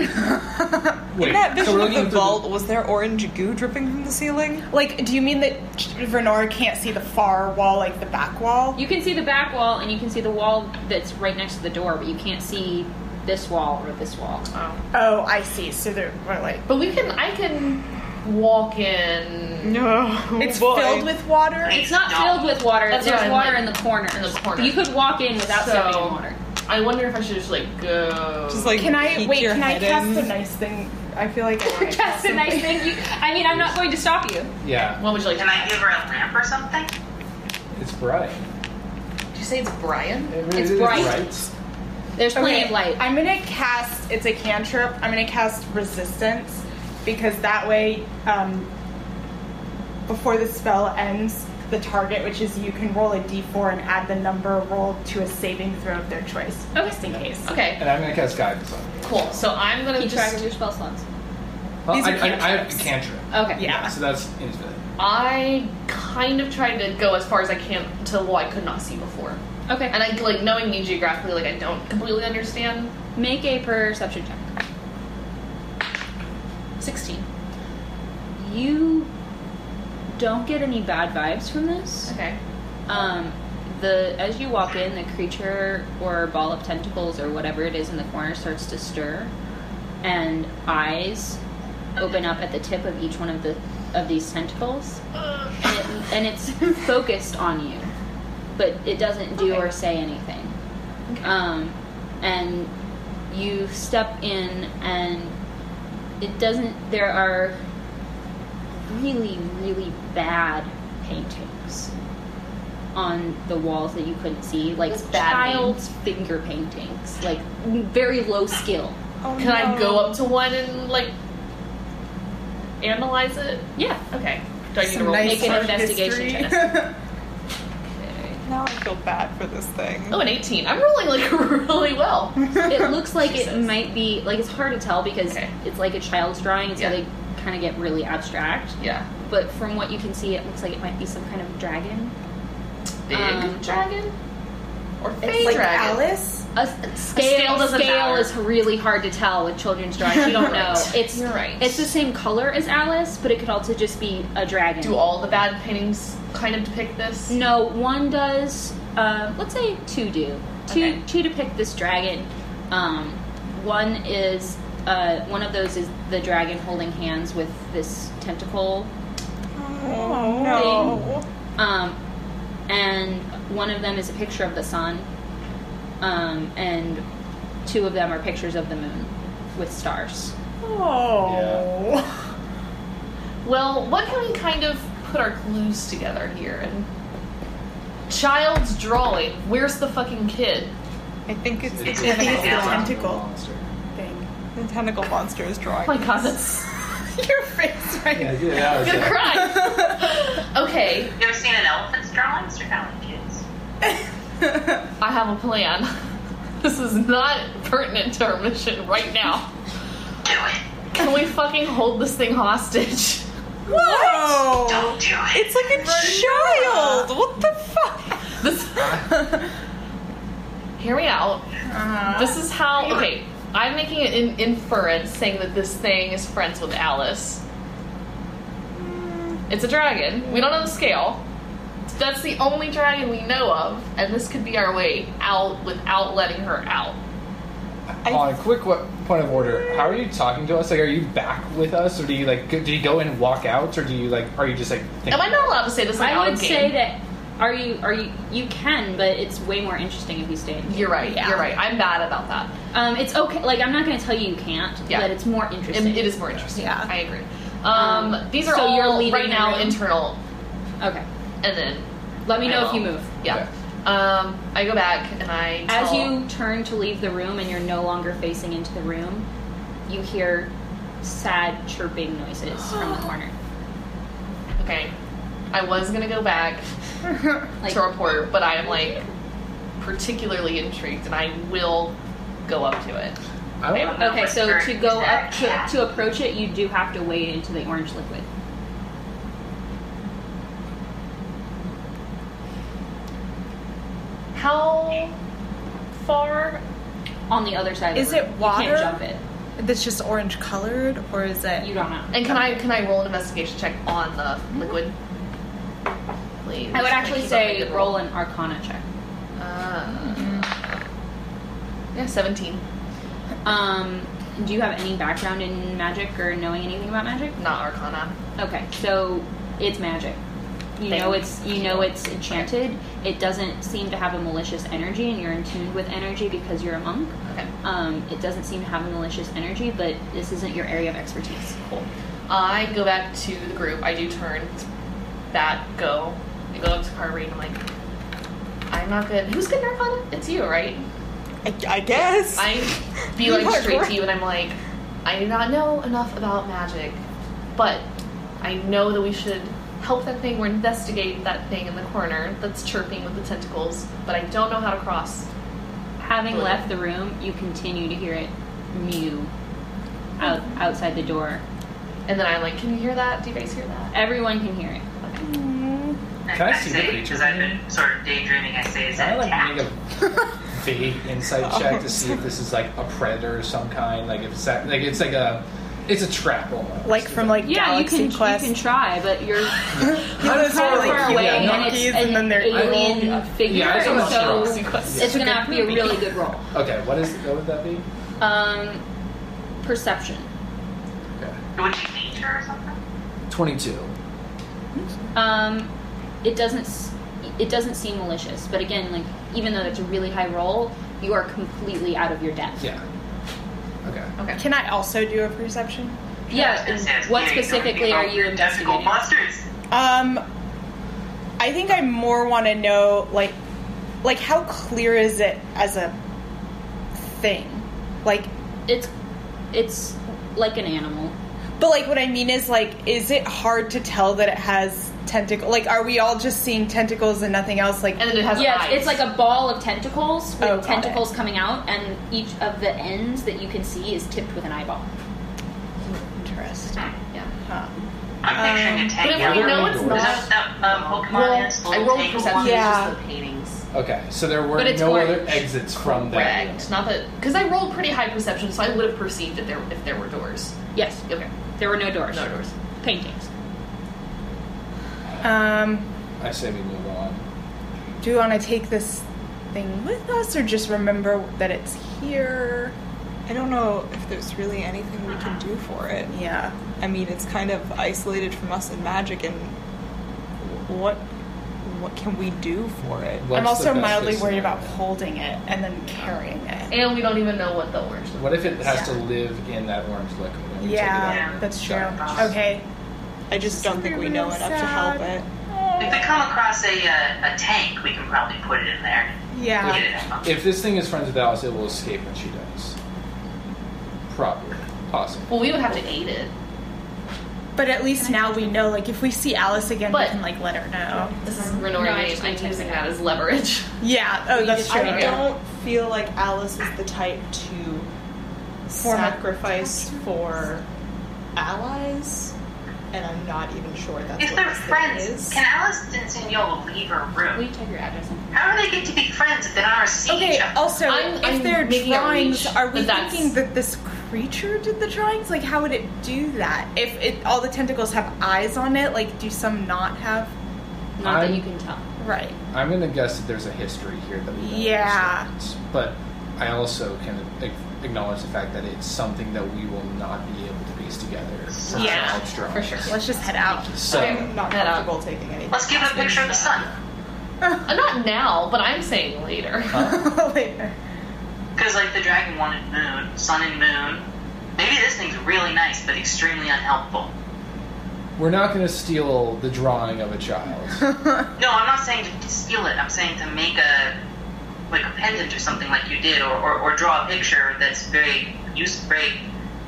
Speaker 2: Wait,
Speaker 4: in that
Speaker 2: so
Speaker 4: vision
Speaker 2: we're
Speaker 4: of
Speaker 2: looking
Speaker 4: the
Speaker 2: through
Speaker 4: vault, was there orange goo dripping from the ceiling?
Speaker 5: Like, do you mean that Vernora can't see the far wall, like the back wall?
Speaker 1: You can see the back wall and you can see the wall that's right next to the door, but you can't see this wall or this wall.
Speaker 5: Oh, I see. So they're we're like
Speaker 6: But we can, I can walk in
Speaker 4: No.
Speaker 1: Oh,
Speaker 5: it's filled with water.
Speaker 1: It's not filled with water.
Speaker 6: That's what
Speaker 1: There's
Speaker 6: I
Speaker 1: water
Speaker 6: meant.
Speaker 1: in the corner.
Speaker 6: in the corner.
Speaker 1: You could walk in without
Speaker 6: So-
Speaker 1: stepping in water.
Speaker 6: I wonder if I should just like go.
Speaker 4: Just like
Speaker 5: Can I
Speaker 4: peek
Speaker 5: wait?
Speaker 4: your
Speaker 5: Can I
Speaker 4: head
Speaker 5: cast
Speaker 4: in.
Speaker 5: the nice thing? I feel like I wanna
Speaker 1: That's a nice thing. You, I mean, I'm not going to stop you.
Speaker 2: Yeah,
Speaker 6: what would you like?
Speaker 3: Can I give her a lamp or something?
Speaker 2: it's bright.
Speaker 6: Did you say it's Brian?
Speaker 2: It really
Speaker 1: It's
Speaker 2: is
Speaker 1: bright. There's
Speaker 5: Okay,
Speaker 1: plenty of light.
Speaker 5: I'm gonna cast. It's a cantrip. I'm gonna cast resistance because that way, um, before the spell ends, the target, which is you, can roll a d4 and add the number rolled to a saving throw of their choice,
Speaker 1: Okay.
Speaker 5: just in case.
Speaker 6: Okay,
Speaker 2: And I'm gonna cast guidance on. it.
Speaker 6: cool. So I'm gonna
Speaker 1: Keep track of
Speaker 6: just.
Speaker 1: your spell slots.
Speaker 2: Well,
Speaker 5: These
Speaker 2: I,
Speaker 5: are
Speaker 2: I, I have a
Speaker 5: cantrips.
Speaker 2: cantrip.
Speaker 1: Okay.
Speaker 5: Yeah.
Speaker 2: So that's infinite.
Speaker 6: I kind of tried to go as far as I can to the wall I could not see before.
Speaker 1: Okay.
Speaker 6: And I like knowing me geographically, like I don't completely understand.
Speaker 1: Make a perception check.
Speaker 6: 16.
Speaker 1: You don't get any bad vibes from this.
Speaker 6: Okay.
Speaker 1: Um, the as you walk in, the creature or ball of tentacles or whatever it is in the corner starts to stir, and eyes open up at the tip of each one of the of these tentacles,
Speaker 6: Uh,
Speaker 1: and, it, and it's focused on you, but it doesn't do or say anything. Um, and you step in, and it doesn't. There are really, really bad paintings on the walls that you couldn't see, like
Speaker 6: What's bad mean?
Speaker 1: child's finger paintings, like very low skill.
Speaker 4: Oh,
Speaker 6: Can I go up to one and like analyze it?
Speaker 1: Yeah.
Speaker 6: Okay. Do I need to
Speaker 5: Some
Speaker 6: roll?
Speaker 5: nice
Speaker 1: Make an
Speaker 5: art
Speaker 1: investigation
Speaker 5: history.
Speaker 4: Now I feel bad for this thing.
Speaker 6: Oh, an 18. I'm rolling like really well.
Speaker 1: it looks like it
Speaker 6: Jesus.
Speaker 1: might be like it's hard to tell because
Speaker 6: Okay.
Speaker 1: it's like a child's drawing, and so
Speaker 6: Yeah.
Speaker 1: they kind of get really abstract.
Speaker 6: Yeah.
Speaker 1: But from what you can see, it looks like it might be some kind of dragon.
Speaker 6: Big
Speaker 1: Um,
Speaker 6: dragon? Or
Speaker 5: It's
Speaker 6: fey
Speaker 5: like
Speaker 6: dragon?
Speaker 5: Alice.
Speaker 1: A s- scale,
Speaker 6: scale doesn't
Speaker 1: scale
Speaker 6: matter.
Speaker 1: is really hard to tell with children's drawings. You don't know.
Speaker 6: Right.
Speaker 1: It's
Speaker 6: You're right.
Speaker 1: It's the same color as Alice, but it could also just be a dragon.
Speaker 6: Do all the bad paintings kind of depict this?
Speaker 1: No, one does. Uh, let's say two do. Two
Speaker 6: Okay.
Speaker 1: two depict this dragon. Um, one is uh, one of those is the dragon holding hands with this tentacle
Speaker 4: Oh
Speaker 1: no. Um, and one of them is a picture of the sun, um, and two of them are pictures of the moon with stars.
Speaker 5: Oh.
Speaker 6: Well, what can we kind of put our clues together here? And child's drawing. Where's the fucking kid?
Speaker 4: I think it's
Speaker 2: It's-
Speaker 4: the
Speaker 5: It's the
Speaker 3: Yeah.
Speaker 5: tentacle
Speaker 2: Monster.
Speaker 5: thing.
Speaker 4: tentacle monster is drawing.
Speaker 6: Oh my god, that's
Speaker 5: Your face right
Speaker 2: Yeah, yeah, that was
Speaker 6: I'm gonna
Speaker 2: it.
Speaker 6: cry. okay,
Speaker 3: You ever seen an elephant's drawings? They're kind of like kids.
Speaker 6: I have a plan. This is not pertinent to our mission right now.
Speaker 3: Do it.
Speaker 6: Can we fucking hold this thing hostage?
Speaker 4: Whoa!
Speaker 3: Don't do it.
Speaker 4: It's like a child! What the fuck?
Speaker 6: This. Hear me out. This is how. Okay, I'm making an in- inference saying that this thing is friends with Alice. It's a dragon. We don't know the scale. That's the only dragon we know of, and this could be our way out without letting her out.
Speaker 2: On a quick wa- point of order, how are you talking to us? Like, are you back with us, or do you like? go- Do you go and walk out, or do you like? Are you just like? Thinking?
Speaker 6: Am I not allowed to say this? Like, out
Speaker 1: I would
Speaker 6: of game?
Speaker 1: say that are you are you you can, but it's way more interesting if you stay. in.
Speaker 6: You're right. You're right. I'm bad about that.
Speaker 1: Um, it's okay. Like I'm not going to tell you you can't,
Speaker 6: Yeah.
Speaker 1: but it's more
Speaker 6: It,
Speaker 1: interesting.
Speaker 6: it is more interesting.
Speaker 4: Yeah.
Speaker 6: I agree. Um,
Speaker 1: Um,
Speaker 6: these are
Speaker 1: so
Speaker 6: all
Speaker 1: you're leaving
Speaker 6: right
Speaker 1: the
Speaker 6: now
Speaker 1: room?
Speaker 6: internal,
Speaker 1: okay.
Speaker 6: and then
Speaker 1: Let me
Speaker 6: I
Speaker 1: know if you
Speaker 6: will.
Speaker 1: move.
Speaker 6: yeah. Um, I go back and I
Speaker 1: As
Speaker 6: tell-
Speaker 1: you turn to leave the room and you're no longer facing into the room, you hear sad chirping noises from the corner.
Speaker 6: okay. I was gonna go back
Speaker 1: Like
Speaker 6: to report, but I am like particularly intrigued, and I will go up to it.
Speaker 2: I don't-
Speaker 1: okay, so to go up to, to approach it, you do have to wade into the orange liquid.
Speaker 6: How far?
Speaker 1: On the other side, of
Speaker 5: Is
Speaker 1: the
Speaker 5: it
Speaker 1: room. You
Speaker 5: water?
Speaker 1: can't jump it.
Speaker 5: That's just orange colored, or is it?
Speaker 1: You don't know.
Speaker 6: And can I can I roll an investigation check on the liquid? Please.
Speaker 1: Mm-hmm. I would
Speaker 6: Can
Speaker 1: actually
Speaker 6: keep up my
Speaker 1: say
Speaker 6: good
Speaker 1: roll an Arcana check.
Speaker 6: Uh, yeah, seventeen.
Speaker 1: Um, do you have any background in magic or knowing anything about magic?
Speaker 6: Not Arcana.
Speaker 1: Okay, so it's magic. You
Speaker 6: Thank
Speaker 1: know it's you know it's enchanted. It doesn't seem to have a malicious energy, and you're in tune with energy because you're a monk.
Speaker 6: Okay.
Speaker 1: Um, it doesn't seem to have a malicious energy, but this isn't your area of expertise.
Speaker 6: Cool. I go back to the group. I do turn that go. I go up to Carvery and I'm like, I'm not good. Who's good at Arcana? It's you, right?
Speaker 4: I, I guess.
Speaker 6: I be like
Speaker 4: You are
Speaker 6: straight to
Speaker 4: right.
Speaker 6: you and I'm like, I do not know enough about magic, but I know that we should help that thing or investigate that thing in the corner that's chirping with the tentacles, but I don't know how to cross.
Speaker 1: Having
Speaker 6: Cool.
Speaker 1: left the room, you continue to hear it mew out, outside the door.
Speaker 6: And then I'm like, Can you hear that? Do you guys hear that?
Speaker 1: Everyone can hear it.
Speaker 2: Can I see the creature
Speaker 3: Because I've
Speaker 2: again?
Speaker 3: been sort of daydreaming. I say, is
Speaker 2: Can I like
Speaker 3: that
Speaker 2: make
Speaker 3: attack?
Speaker 2: a vague insight check to see if this is like a predator of some kind? Like if it's that, like it's like a it's a trap almost.
Speaker 4: like from like
Speaker 1: Yeah, you
Speaker 4: Galaxy
Speaker 1: can
Speaker 4: Quest.
Speaker 1: you can try, but you're
Speaker 4: Yeah, those
Speaker 1: kind of
Speaker 4: are, like,
Speaker 1: far
Speaker 2: cute
Speaker 1: away,
Speaker 2: little
Speaker 1: and it's
Speaker 4: monkeys,
Speaker 1: an
Speaker 4: and then they're
Speaker 1: alien
Speaker 4: evil.
Speaker 1: figure,
Speaker 2: Yeah, it's almost
Speaker 1: so
Speaker 2: wrong.
Speaker 1: it's going to have to be a really good roll.
Speaker 2: Okay, what is what would that be?
Speaker 1: Um, perception.
Speaker 2: Okay,
Speaker 3: Would you nature or something?
Speaker 2: twenty two.
Speaker 1: Um, it doesn't s- it doesn't seem malicious, but again, like even though it's a really high roll, you are completely out of your depth.
Speaker 2: Yeah. Okay.
Speaker 5: Can I also do a perception?
Speaker 1: Yeah,
Speaker 3: I was gonna say,
Speaker 1: what
Speaker 3: yeah, you know
Speaker 1: specifically
Speaker 3: anything
Speaker 1: are
Speaker 3: about
Speaker 1: you
Speaker 3: your tentacle
Speaker 1: investigating?
Speaker 3: monsters?
Speaker 5: Um, I think I more want to know like, like how clear is it as a thing? Like,
Speaker 1: It's it's like an animal.
Speaker 5: but like what I mean is like, is it hard to tell that it has tentacle? Like, are we all just seeing tentacles and nothing else? Like,
Speaker 6: And then it has
Speaker 1: yeah,
Speaker 6: eyes.
Speaker 1: it's, it's like a ball of tentacles with
Speaker 5: Oh, got it.
Speaker 1: tentacles coming out, and each of the ends that you can see is tipped with an eyeball.
Speaker 5: interesting.
Speaker 6: yeah.
Speaker 5: Huh.
Speaker 3: I'm picturing
Speaker 5: Um,
Speaker 3: a
Speaker 6: But
Speaker 3: tank.
Speaker 6: if we
Speaker 2: we're
Speaker 6: know
Speaker 2: gonna
Speaker 6: it's
Speaker 2: do it.
Speaker 6: not
Speaker 3: That, that um, Pokemon
Speaker 6: Well,
Speaker 3: has
Speaker 6: I
Speaker 3: full
Speaker 6: rolled
Speaker 3: tangle
Speaker 6: perception.
Speaker 3: ones.
Speaker 5: Yeah.
Speaker 7: Just the paintings.
Speaker 2: Okay, so there were
Speaker 1: But it's
Speaker 2: no other
Speaker 1: orange.
Speaker 2: exits from that.
Speaker 6: Correct. Not that because I rolled pretty high perception, so I would have perceived if there if there were doors.
Speaker 1: Yes,
Speaker 6: Okay,
Speaker 1: there were no doors.
Speaker 6: no doors.
Speaker 1: Paintings.
Speaker 5: Um,
Speaker 2: I say we move on.
Speaker 5: do we want to take this thing with us, or just remember that it's here?
Speaker 4: I don't know if there's really anything we can do for it.
Speaker 5: Yeah.
Speaker 4: I mean, it's kind of isolated from us and magic, and what what can we do for it?
Speaker 2: What's
Speaker 5: I'm
Speaker 2: the
Speaker 5: also
Speaker 2: best
Speaker 5: mildly
Speaker 2: case
Speaker 5: worried about
Speaker 2: scenario?
Speaker 5: holding it and then carrying it.
Speaker 6: And we don't even know what the orange.
Speaker 2: What if it has to live in that orange liquid? and we take it out
Speaker 5: Yeah,
Speaker 2: and
Speaker 5: that's true.
Speaker 2: dump it?
Speaker 5: Okay.
Speaker 4: I just don't think we know enough to help it.
Speaker 3: If we come across a, uh, a tank, we can probably put it in there.
Speaker 5: Yeah.
Speaker 3: Get it out.
Speaker 2: If this thing is friends with Alice, it will escape when she dies. Probably. Possible.
Speaker 6: Well, we would have to aid it.
Speaker 5: But at least now we know, like, if we see Alice again,
Speaker 6: But-
Speaker 5: we can, like, let her know.
Speaker 6: This is Renora.
Speaker 1: Mm-hmm. No,
Speaker 6: I'm,
Speaker 1: actually,
Speaker 6: I'm using
Speaker 1: technically.
Speaker 6: that as leverage.
Speaker 5: Yeah, oh, that's true.
Speaker 4: I don't feel like Alice is the type to sacrifice for allies, and I'm not even sure that's
Speaker 3: If
Speaker 4: what
Speaker 3: they're
Speaker 4: this thing
Speaker 3: friends,
Speaker 4: is.
Speaker 3: can Alice and Signola leave her
Speaker 1: Will you
Speaker 3: room?
Speaker 1: take your address? in?
Speaker 3: How do they get to be friends if they don't ever see
Speaker 5: Okay,
Speaker 3: each other?
Speaker 5: also,
Speaker 6: I'm-
Speaker 5: if
Speaker 6: I'm
Speaker 5: they're
Speaker 6: making a
Speaker 5: drawings,
Speaker 6: reach,
Speaker 5: are we
Speaker 6: but that's-
Speaker 5: thinking that this creature did the drawings? Like, how would it do that? If it, all the tentacles have eyes on it, like, do some not have?
Speaker 1: Not that
Speaker 2: I'm-
Speaker 1: you can tell.
Speaker 5: Right.
Speaker 2: I'm gonna guess that there's a history here that we don't
Speaker 5: Yeah.
Speaker 2: understand. but I also can ac- acknowledge the fact that it's something that we will not be able to piece together. from
Speaker 5: Yeah,
Speaker 2: child's drawings.
Speaker 6: for sure.
Speaker 5: Let's just head out.
Speaker 2: So
Speaker 4: I'm not
Speaker 6: Head out.
Speaker 4: comfortable taking anything.
Speaker 3: Let's give it a picture of the sun.
Speaker 6: Uh, not now, but I'm saying later.
Speaker 5: Uh, Later.
Speaker 3: Because, like, the dragon wanted moon, sun and moon. Maybe this thing's really nice, but extremely unhelpful.
Speaker 2: we're not gonna steal the drawing of a child.
Speaker 3: No, I'm not saying to steal it. I'm saying to make a like a pendant or something like you did, or, or, or draw a picture that's very use very.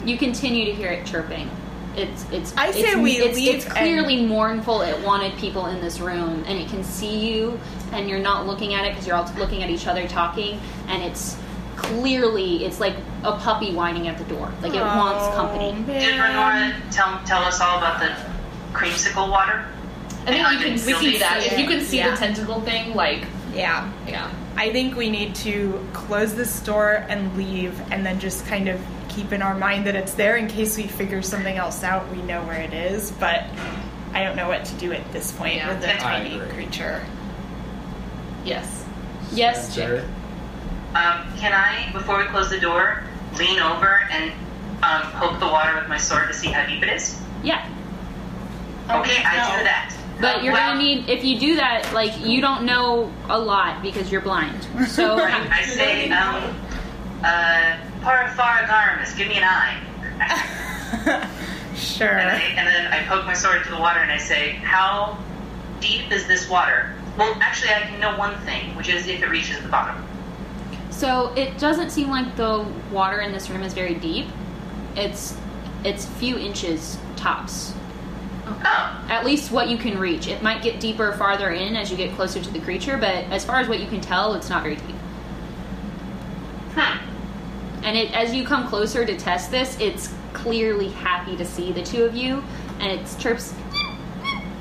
Speaker 1: You continue to hear it chirping. It's it's.
Speaker 5: I say
Speaker 1: it's,
Speaker 5: we
Speaker 1: it's,
Speaker 5: leave
Speaker 1: It's clearly mournful. It wanted people in this room, and it can see you, and you're not looking at it because you're all looking at each other talking, and it's clearly it's like a puppy whining at the door, like it wants
Speaker 5: Oh,
Speaker 1: company.
Speaker 3: Did Renora tell tell us all about the creamsicle water?
Speaker 6: I think you can
Speaker 3: Still
Speaker 6: see
Speaker 3: be
Speaker 6: that.
Speaker 3: seen.
Speaker 6: If you can see
Speaker 5: Yeah.
Speaker 6: the tentacle thing, like,
Speaker 5: Yeah.
Speaker 6: yeah.
Speaker 5: I think we need to close this door and leave, and then just kind of keep in our mind that it's there in case we figure something else out. We know where it is, but I don't know what to do at this point
Speaker 6: Yeah.
Speaker 5: with the
Speaker 3: I
Speaker 5: tiny
Speaker 2: agree.
Speaker 5: creature.
Speaker 6: Yes.
Speaker 1: Yes, Jake.
Speaker 2: Jared?
Speaker 3: Um, can I, before we close the door, lean over and um, poke the water with my sword to see how deep it is?
Speaker 1: Yeah,
Speaker 3: okay, I do that.
Speaker 1: but you're
Speaker 3: Well,
Speaker 1: gonna need if you do that, like you don't know a lot because you're blind. So
Speaker 3: right, I say, um, uh, Parafaragaramus, give me an eye.
Speaker 5: Sure.
Speaker 3: And, I, and then I poke my sword into the water and I say, How deep is this water? Well, actually, I can know one thing, which is if it reaches the bottom.
Speaker 1: So it doesn't seem like the water in this room is very deep. It's it's a few inches tops.
Speaker 3: Oh,
Speaker 1: At least what you can reach. It might get deeper farther in as you get closer to the creature, but as far as what you can tell, it's not very deep.
Speaker 3: hmm.
Speaker 1: And it, as you come closer to test this, it's clearly happy to see the two of you, and it chirps.
Speaker 5: oh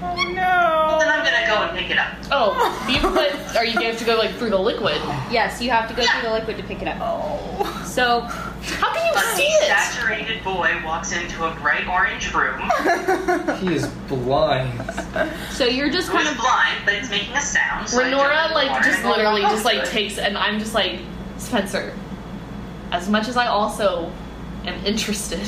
Speaker 3: Well, then I'm
Speaker 5: no.
Speaker 3: gonna go and pick it up.
Speaker 6: Oh, you put, or you have to go like through the liquid.
Speaker 1: Yes, you have to go through the liquid to pick it up.
Speaker 5: Oh.
Speaker 1: So
Speaker 6: How can you see it?
Speaker 3: Saturated boy walks into a bright orange room.
Speaker 2: He is blind.
Speaker 1: so you're just
Speaker 3: Who's
Speaker 1: kind of
Speaker 3: blind, but it's making a sound. So I jump in
Speaker 6: Renora
Speaker 3: the
Speaker 6: like
Speaker 3: water
Speaker 6: just
Speaker 3: and go,
Speaker 6: literally
Speaker 3: "Oh,
Speaker 6: just like
Speaker 3: good."
Speaker 6: takes, and I'm just like Spencer. As much as I also am interested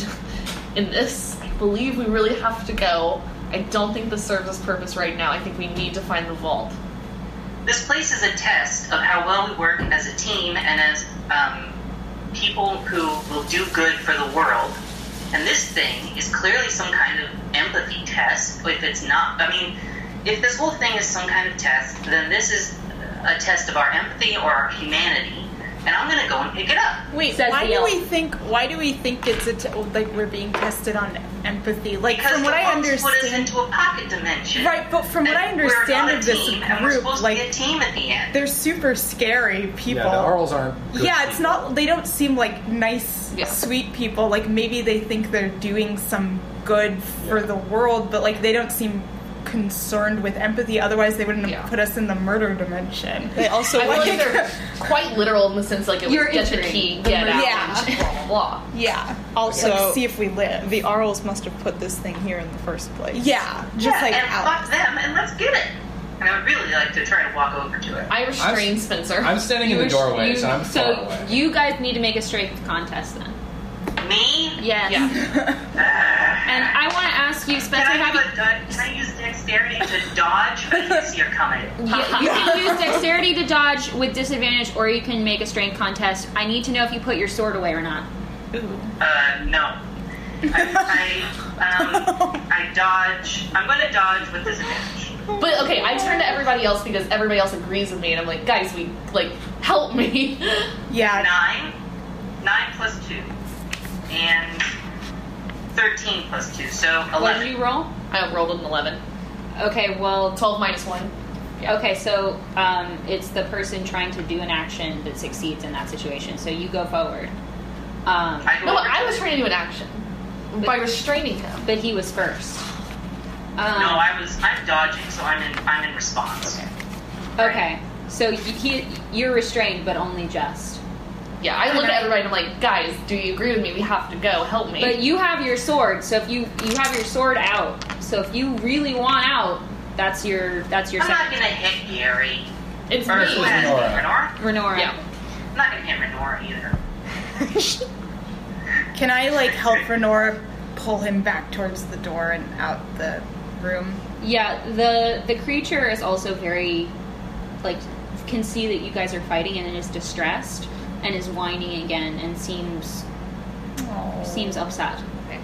Speaker 6: in this, I believe we really have to go. I don't think this serves its purpose right now. I think we need to find the vault.
Speaker 3: This place is a test of how well we work as a team and as um, people who will do good for the world. And this thing is clearly some kind of empathy test. If it's not, I mean, if this whole thing is some kind of test, then this is a test of our empathy or our humanity. And I'm going to go and pick it up.
Speaker 5: Wait,
Speaker 1: Says
Speaker 5: why
Speaker 1: the
Speaker 5: do
Speaker 1: elf.
Speaker 5: we think? Why do we think it's a t- like we're being tested on empathy? Like
Speaker 3: Because
Speaker 5: from what
Speaker 3: the
Speaker 5: I
Speaker 3: books put us
Speaker 5: understand,
Speaker 3: into a pocket dimension.
Speaker 5: right? But from what I
Speaker 3: And we're on
Speaker 5: understand
Speaker 3: a
Speaker 5: of this
Speaker 3: team, and we're
Speaker 5: group,
Speaker 3: supposed to be a
Speaker 5: like
Speaker 3: team at the end.
Speaker 5: they're super scary people.
Speaker 2: Yeah, the Arls aren't. good
Speaker 5: Yeah, it's
Speaker 2: people.
Speaker 5: not. They don't seem like nice,
Speaker 6: Yeah.
Speaker 5: sweet people. Like maybe they think they're doing some good for
Speaker 2: Yeah.
Speaker 5: the world, but like they don't seem concerned with empathy. Otherwise, they wouldn't
Speaker 6: Yeah.
Speaker 5: have put us in the murder dimension.
Speaker 4: They also
Speaker 6: I feel like
Speaker 4: like,
Speaker 6: they're quite literal in the sense like it was
Speaker 1: You're
Speaker 6: get the
Speaker 1: entering
Speaker 6: key,
Speaker 1: the
Speaker 6: get out,
Speaker 5: merge.
Speaker 6: blah, blah, blah.
Speaker 5: Yeah.
Speaker 4: Also-
Speaker 5: like, see if we live.
Speaker 4: the Arls must have put this thing here in the first place.
Speaker 5: yeah, just
Speaker 3: yeah,
Speaker 5: like
Speaker 3: and
Speaker 5: out.
Speaker 3: fuck them and let's get it. And I would really like to try to walk over to it.
Speaker 6: I restrain Spencer.
Speaker 2: I'm standing in the
Speaker 1: you-
Speaker 2: doorway,
Speaker 1: you-
Speaker 2: so I'm
Speaker 1: so
Speaker 2: far away.
Speaker 1: you guys need to make a strength contest then.
Speaker 3: Me?
Speaker 1: Yes.
Speaker 6: yeah.
Speaker 1: And I want to ask you,
Speaker 3: Can
Speaker 1: Spencer,
Speaker 3: I,
Speaker 1: have
Speaker 3: do
Speaker 1: you,
Speaker 3: a dod- can I use dexterity to dodge? I didn't see her coming.
Speaker 1: you, you can use dexterity to dodge with disadvantage, or you can make a strength contest. I need to know if you put your sword away or not.
Speaker 3: Uh, no. I, I, um, I dodge. I'm going to dodge with disadvantage.
Speaker 6: But okay, I turn to everybody else because everybody else agrees with me, and I'm like, guys, we like help me.
Speaker 5: Yeah.
Speaker 3: Nine. Nine plus two. And 13 plus two, so
Speaker 1: What did
Speaker 3: 11.
Speaker 1: you roll?
Speaker 6: I rolled an eleven.
Speaker 1: Okay, well,
Speaker 6: Twelve minus one.
Speaker 1: okay, so um, it's the person trying to do an action that succeeds in that situation. So you go forward. Um,
Speaker 3: I go
Speaker 6: No,
Speaker 3: over
Speaker 6: I
Speaker 3: to
Speaker 6: was
Speaker 3: it.
Speaker 6: trying to do an action by restraining him.
Speaker 1: but he was first. Um,
Speaker 3: No, I was. I'm dodging, so I'm in. I'm in response.
Speaker 1: okay, so y- he, you're restrained, but only just.
Speaker 6: Yeah, I look at everybody and I'm like, guys, do you agree with me? We have to go. Help me.
Speaker 1: But you have your sword, so if you you have your sword out, so if you really want out, that's your that's your
Speaker 3: I'm not
Speaker 1: second.
Speaker 3: gonna hit Gary.
Speaker 6: it's
Speaker 3: Or
Speaker 6: me.
Speaker 3: who has
Speaker 2: Renora.
Speaker 3: Renora?
Speaker 1: Renora.
Speaker 6: Yeah.
Speaker 3: I'm not gonna hit Renora either.
Speaker 5: Can I like help Renora pull him back towards the door and out the room?
Speaker 1: Yeah, the the creature is also very like can see that you guys are fighting and is distressed and is whining again and seems seems upset.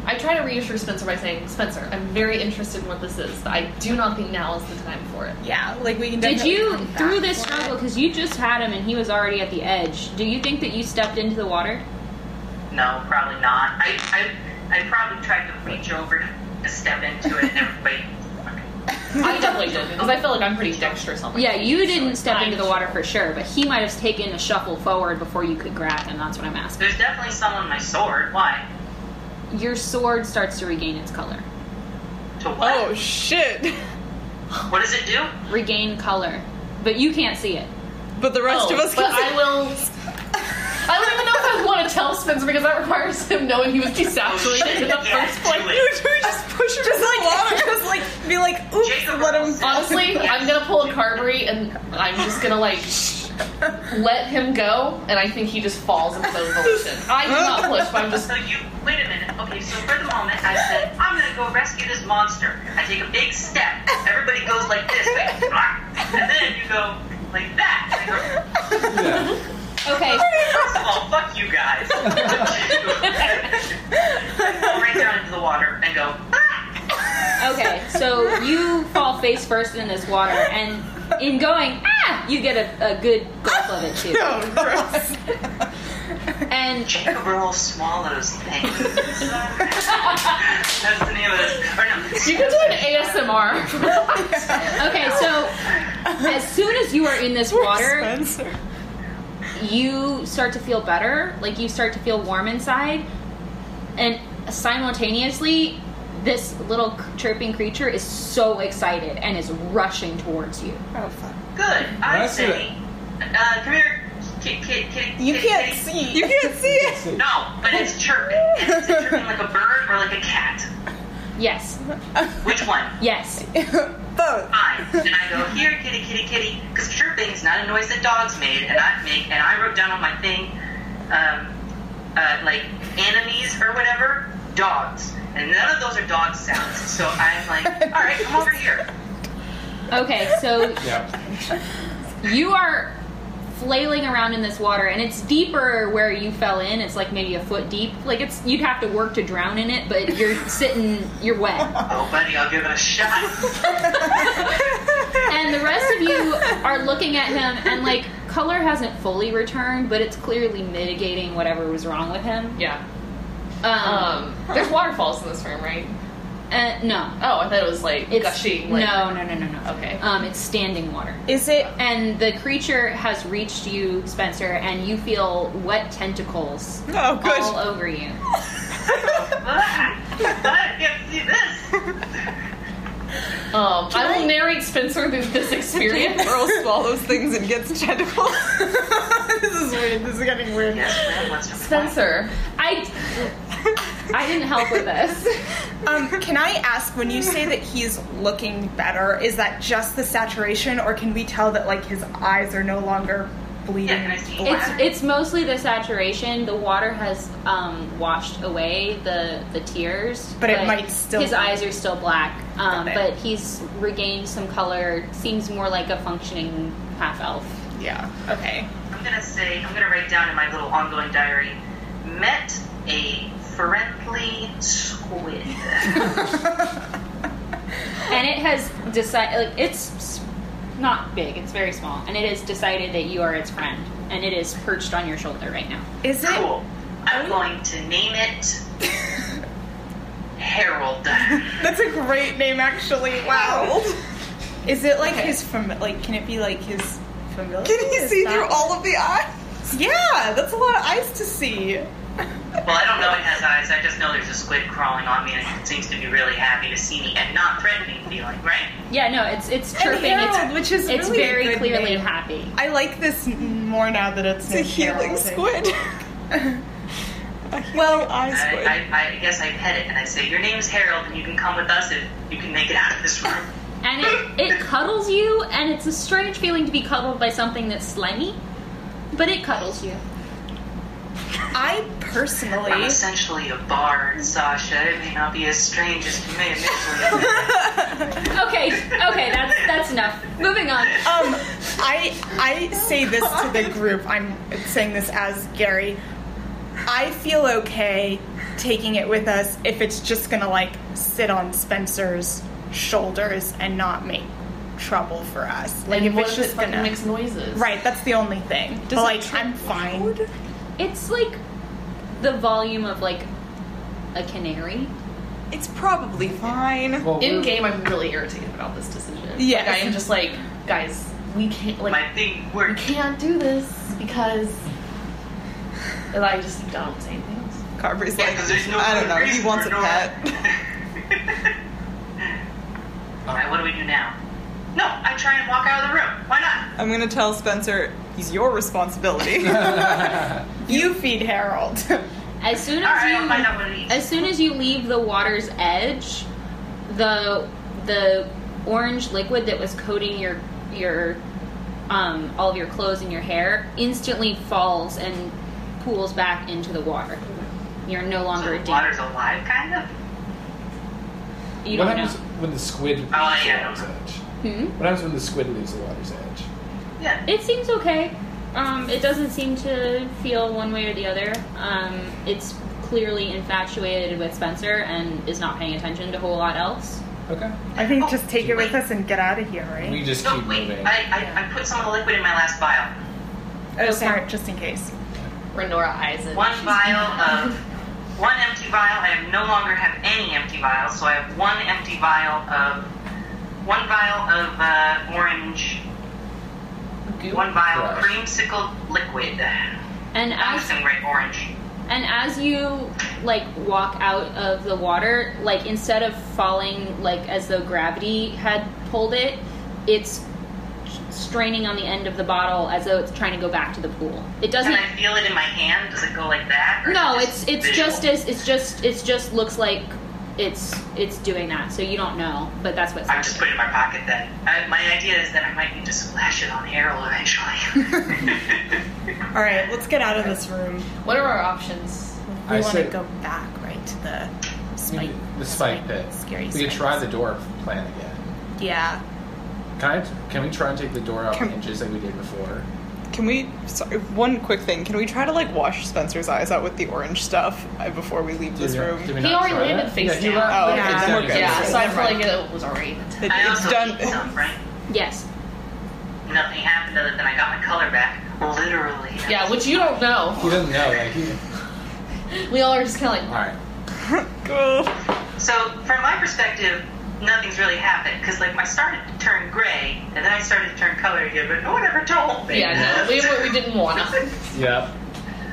Speaker 6: I try to reassure Spencer by saying, Spencer, I'm very interested in what this is. I do not think now is the time for it.
Speaker 5: Yeah, like we can.
Speaker 1: Did
Speaker 5: definitely
Speaker 1: you
Speaker 5: come back
Speaker 1: through this
Speaker 5: for it.
Speaker 1: struggle because you just had him and he was already at the edge? Do you think that you stepped into the water?
Speaker 3: No, probably not. I I, I probably tried to reach over to step into it and everybody.
Speaker 6: I definitely did because I feel like I'm pretty dexterous on my
Speaker 1: Yeah,
Speaker 6: feet,
Speaker 1: you
Speaker 6: so
Speaker 1: didn't
Speaker 6: it's
Speaker 1: step
Speaker 6: fine.
Speaker 1: into the water for sure, but he might have taken a shuffle forward before you could grab him. That's what I'm asking.
Speaker 3: There's definitely some on my sword. Why?
Speaker 1: Your sword starts to regain its color.
Speaker 3: To what?
Speaker 4: Oh shit!
Speaker 6: Oh.
Speaker 3: What does it do?
Speaker 1: Regain color. But you can't see it.
Speaker 4: But the rest
Speaker 6: Oh,
Speaker 4: of us
Speaker 6: but
Speaker 4: can.
Speaker 6: I will. I don't even know if I want to tell Spencer because that requires him knowing he was desaturated in the
Speaker 3: Yeah,
Speaker 6: first
Speaker 3: do
Speaker 6: place.
Speaker 3: it.
Speaker 4: Should we just push him in the water?
Speaker 5: Just like be like, oops,
Speaker 3: Jacob
Speaker 5: let him.
Speaker 3: Earls.
Speaker 6: Honestly, I'm gonna pull a Carberry and I'm just gonna like let him go, and I think he just falls of his own volition. I did not push, but I'm just
Speaker 3: So you wait a minute. Okay, so for the moment I said I'm gonna go rescue this monster. I take a big step. Everybody goes like this, like, "Blah." and then you go like that. And I go,
Speaker 2: Yeah.
Speaker 1: Okay,
Speaker 3: First of all, Oh, fuck you guys. Go right down into the water and go. "Ah!"
Speaker 1: okay. So you fall face first in this water, and in going, ah, you get a, a good gulp of it too.
Speaker 4: Oh, gross.
Speaker 1: And
Speaker 3: Jacob Earl swallows things. That's the name of this. Or no,
Speaker 6: you can do an ASMR.
Speaker 1: okay, so as soon as you are in this water,
Speaker 4: Spencer.
Speaker 1: you start to feel better. Like you start to feel warm inside, and simultaneously, this little chirping creature is so excited and is rushing towards you.
Speaker 4: Oh fuck.
Speaker 3: good. I
Speaker 2: That's
Speaker 3: say, uh, come here, kid, kid, kid.
Speaker 4: You
Speaker 3: kitty,
Speaker 4: can't
Speaker 3: kitty.
Speaker 4: see. You can't see it.
Speaker 3: No, but it's chirping. And is it chirping like a bird or like a cat?
Speaker 1: Yes,
Speaker 3: Which one?
Speaker 1: yes.
Speaker 4: Both.
Speaker 3: Fine. And I go, here, kitty, kitty, kitty. Because chirping's not a noise that dogs made, and I make, and I wrote down on my thing, um, uh, like, enemies or whatever, dogs. And none of those are dog sounds. So I'm like, all right, come over here.
Speaker 1: Okay, so
Speaker 2: Yeah.
Speaker 1: You are flailing around in this water, and it's deeper where you fell in. It's like maybe a foot deep. Like it's you'd have to work to drown in it, but you're sitting, you're wet,
Speaker 3: Oh, buddy, I'll give it a shot.
Speaker 1: and the rest of you are looking at him, and like color hasn't fully returned, but it's clearly mitigating whatever was wrong with him.
Speaker 6: yeah.
Speaker 1: Um,
Speaker 6: Um, there's waterfalls in this room, right?
Speaker 1: uh, no,
Speaker 6: Oh, I thought it was like
Speaker 1: it's
Speaker 6: gushing. Like,
Speaker 1: no, no, no, no, no.
Speaker 6: Okay.
Speaker 1: um, it's standing water.
Speaker 5: Is it?
Speaker 1: And the creature has reached you, Spencer, and you feel wet tentacles
Speaker 4: Oh, good.
Speaker 1: all over you.
Speaker 3: I can't see this.
Speaker 6: Um, I will narrate Spencer through this experience.
Speaker 4: Earl swallows things and gets tentacles. this is weird. This is getting weird.
Speaker 3: Yes, Fran wants to
Speaker 6: Spencer,
Speaker 1: I I didn't help with this.
Speaker 5: Um, can I ask when you say that he's looking better? Is that just the saturation, or can we tell that like his eyes are no longer bleeding?
Speaker 3: Yeah, can I see?
Speaker 1: It's
Speaker 5: black?
Speaker 1: it's mostly the saturation. The water has um, washed away the the tears,
Speaker 5: But it might still
Speaker 1: his
Speaker 5: be-
Speaker 1: eyes are still black. Um,
Speaker 5: Got it.
Speaker 1: but he's regained some color. Seems more like a functioning half elf.
Speaker 5: yeah. Okay.
Speaker 3: I'm gonna say I'm gonna write down in my little ongoing diary. Met a friendly squid.
Speaker 1: And it has decided like it's s- not big. It's very small, and it has decided that you are its friend, and it is perched on your shoulder right now.
Speaker 5: Is it?
Speaker 3: Cool. I'm going to name it Harold.
Speaker 5: That's a great name, actually. Wow. Is it like his from? Like, can it be like his familiar?
Speaker 4: Can he see through all of the eyes?
Speaker 5: Yeah, that's a lot of eyes to see.
Speaker 3: Well, I don't know it has eyes. I just know there's a squid crawling on me, and it seems to be really happy to see me and not threatening feeling, right?
Speaker 1: Yeah, no, it's it's chirping.
Speaker 5: Harold,
Speaker 1: it's
Speaker 5: which is
Speaker 1: it's
Speaker 5: really a
Speaker 1: very
Speaker 5: good
Speaker 1: clearly
Speaker 5: name.
Speaker 1: happy.
Speaker 5: I like this n- more now that it's
Speaker 4: It's a
Speaker 5: named Harold.
Speaker 4: healing squid.
Speaker 5: Well,
Speaker 4: well, eye squid.
Speaker 3: I, I, I guess I pet it and I say, Your name's Harold, and you can come with us if you can make it out of this room.
Speaker 1: And it, it cuddles you, and it's a strange feeling to be cuddled by something that's slimy, but it cuddles you.
Speaker 5: I personally,
Speaker 3: I'm essentially a bard, Sasha. It may not be as strange as you may initially.
Speaker 1: Okay, okay, that's that's enough. Moving on.
Speaker 5: um, I I say this to the group. I'm saying this as Gary. I feel okay taking it with us if it's just gonna like sit on Spencer's shoulders and not make trouble for us. Like
Speaker 6: and
Speaker 5: if
Speaker 6: what
Speaker 5: it's
Speaker 6: if
Speaker 5: just
Speaker 6: it fucking
Speaker 5: gonna
Speaker 6: makes noises?
Speaker 5: right. That's the only thing. But,
Speaker 4: it
Speaker 5: like I'm fine.
Speaker 1: It's like the volume of like a canary.
Speaker 4: It's probably fine.
Speaker 2: Well,
Speaker 6: In
Speaker 2: we're-
Speaker 6: game, I'm really irritated about this decision.
Speaker 4: Yes.
Speaker 6: Like, I am just like, guys, we can't like
Speaker 3: My big
Speaker 6: we
Speaker 3: word.
Speaker 6: can't do this because. And I just don't say anything else.
Speaker 4: Carver's
Speaker 3: Yeah,
Speaker 4: like,
Speaker 3: 'cause there's no
Speaker 4: I don't
Speaker 3: good
Speaker 4: know. He
Speaker 3: reason
Speaker 4: wants a
Speaker 3: for no-
Speaker 4: pet.
Speaker 3: Alright, what do we do now? No, I try and walk out of the room. Why not?
Speaker 4: I'm gonna tell Spencer he's your responsibility.
Speaker 5: You feed Harold.
Speaker 1: As soon as
Speaker 3: Alright,
Speaker 1: you
Speaker 3: I'll find out what it eats.
Speaker 1: As soon as you leave the water's edge, the the orange liquid that was coating your your um, all of your clothes and your hair instantly falls and pools back into the water. You're no longer
Speaker 3: So
Speaker 1: a
Speaker 3: the
Speaker 1: deep.
Speaker 3: water's alive, kind of?
Speaker 1: You
Speaker 2: what
Speaker 1: don't know.
Speaker 2: happens when the squid leaves
Speaker 3: Oh,
Speaker 2: the
Speaker 3: yeah.
Speaker 2: water's edge?
Speaker 1: Hmm?
Speaker 2: What happens when the squid leaves the water's edge?
Speaker 3: Yeah.
Speaker 1: It seems okay. Um, it doesn't seem to feel one way or the other. Um, it's clearly infatuated with Spencer and is not paying attention to a whole lot else.
Speaker 2: Okay.
Speaker 5: I
Speaker 6: Oh,
Speaker 5: think just take it with us and get out of here, right?
Speaker 2: We just
Speaker 3: No,
Speaker 2: keep
Speaker 3: wait.
Speaker 2: moving.
Speaker 3: I, I, I put some of the liquid in my last vial.
Speaker 5: Oh, smart, just in case.
Speaker 6: Renora eyes it.
Speaker 3: One vial of one empty vial. I have no longer have any empty vials, so I have one empty vial of one vial of uh, orange,
Speaker 6: Goop.
Speaker 3: one vial of
Speaker 2: Right.
Speaker 3: creamsicle liquid.
Speaker 1: And
Speaker 3: I'm
Speaker 1: as
Speaker 3: just gonna write orange.
Speaker 1: And as you like walk out of the water, like instead of falling like as though gravity had pulled it, it's straining on the end of the bottle as though it's trying to go back to the pool. It
Speaker 3: Can
Speaker 1: doesn't
Speaker 3: I feel it in my hand? Does it go like that? or
Speaker 1: No,
Speaker 3: is it
Speaker 1: it's it's
Speaker 3: visual?
Speaker 1: just as it's just it's just looks like it's it's doing that. So you don't know, but that's what's
Speaker 3: I'm just
Speaker 1: happening.
Speaker 3: putting it in my pocket then. I, my idea is that I might need to splash it on Harold eventually.
Speaker 5: All right, let's get out of this room.
Speaker 6: What are our options?
Speaker 5: We
Speaker 2: I
Speaker 5: want to
Speaker 2: said-
Speaker 5: go back, right, to the spike.
Speaker 2: the spike pit.
Speaker 5: Scary
Speaker 2: we could
Speaker 5: spikes.
Speaker 2: try the door plan again.
Speaker 5: Yeah.
Speaker 2: Can I? Can we try and take the door out the
Speaker 4: Can-
Speaker 2: hinges like we did before?
Speaker 4: Can we? Sorry, one quick thing. Can we try to like wash Spencer's eyes out with the orange stuff uh, before we leave this
Speaker 2: Did we-
Speaker 4: room?
Speaker 2: did we
Speaker 6: He
Speaker 2: not
Speaker 6: already
Speaker 2: try
Speaker 6: landed
Speaker 2: that?
Speaker 6: face
Speaker 2: yeah, he
Speaker 6: down.
Speaker 2: la-
Speaker 4: Oh,
Speaker 2: okay,
Speaker 5: yeah.
Speaker 2: then we
Speaker 5: Okay.
Speaker 2: can-
Speaker 6: Yeah, so I feel
Speaker 4: Never
Speaker 6: like it was already.
Speaker 4: It-
Speaker 3: I
Speaker 4: it's
Speaker 3: also
Speaker 4: done.
Speaker 3: ate some, right?
Speaker 1: Yes.
Speaker 3: Nothing happened other than I got my color back. Literally.
Speaker 6: Yeah, which you don't know.
Speaker 2: He doesn't know. Like, he,
Speaker 6: We all are just kind of
Speaker 2: all
Speaker 6: like,
Speaker 2: right.
Speaker 4: Cool.
Speaker 3: So from my perspective, nothing's really happened because like I started to turn gray and then I started to turn color again, but no one ever told me.
Speaker 6: yeah, no, we, were- we didn't want to.
Speaker 2: Yeah.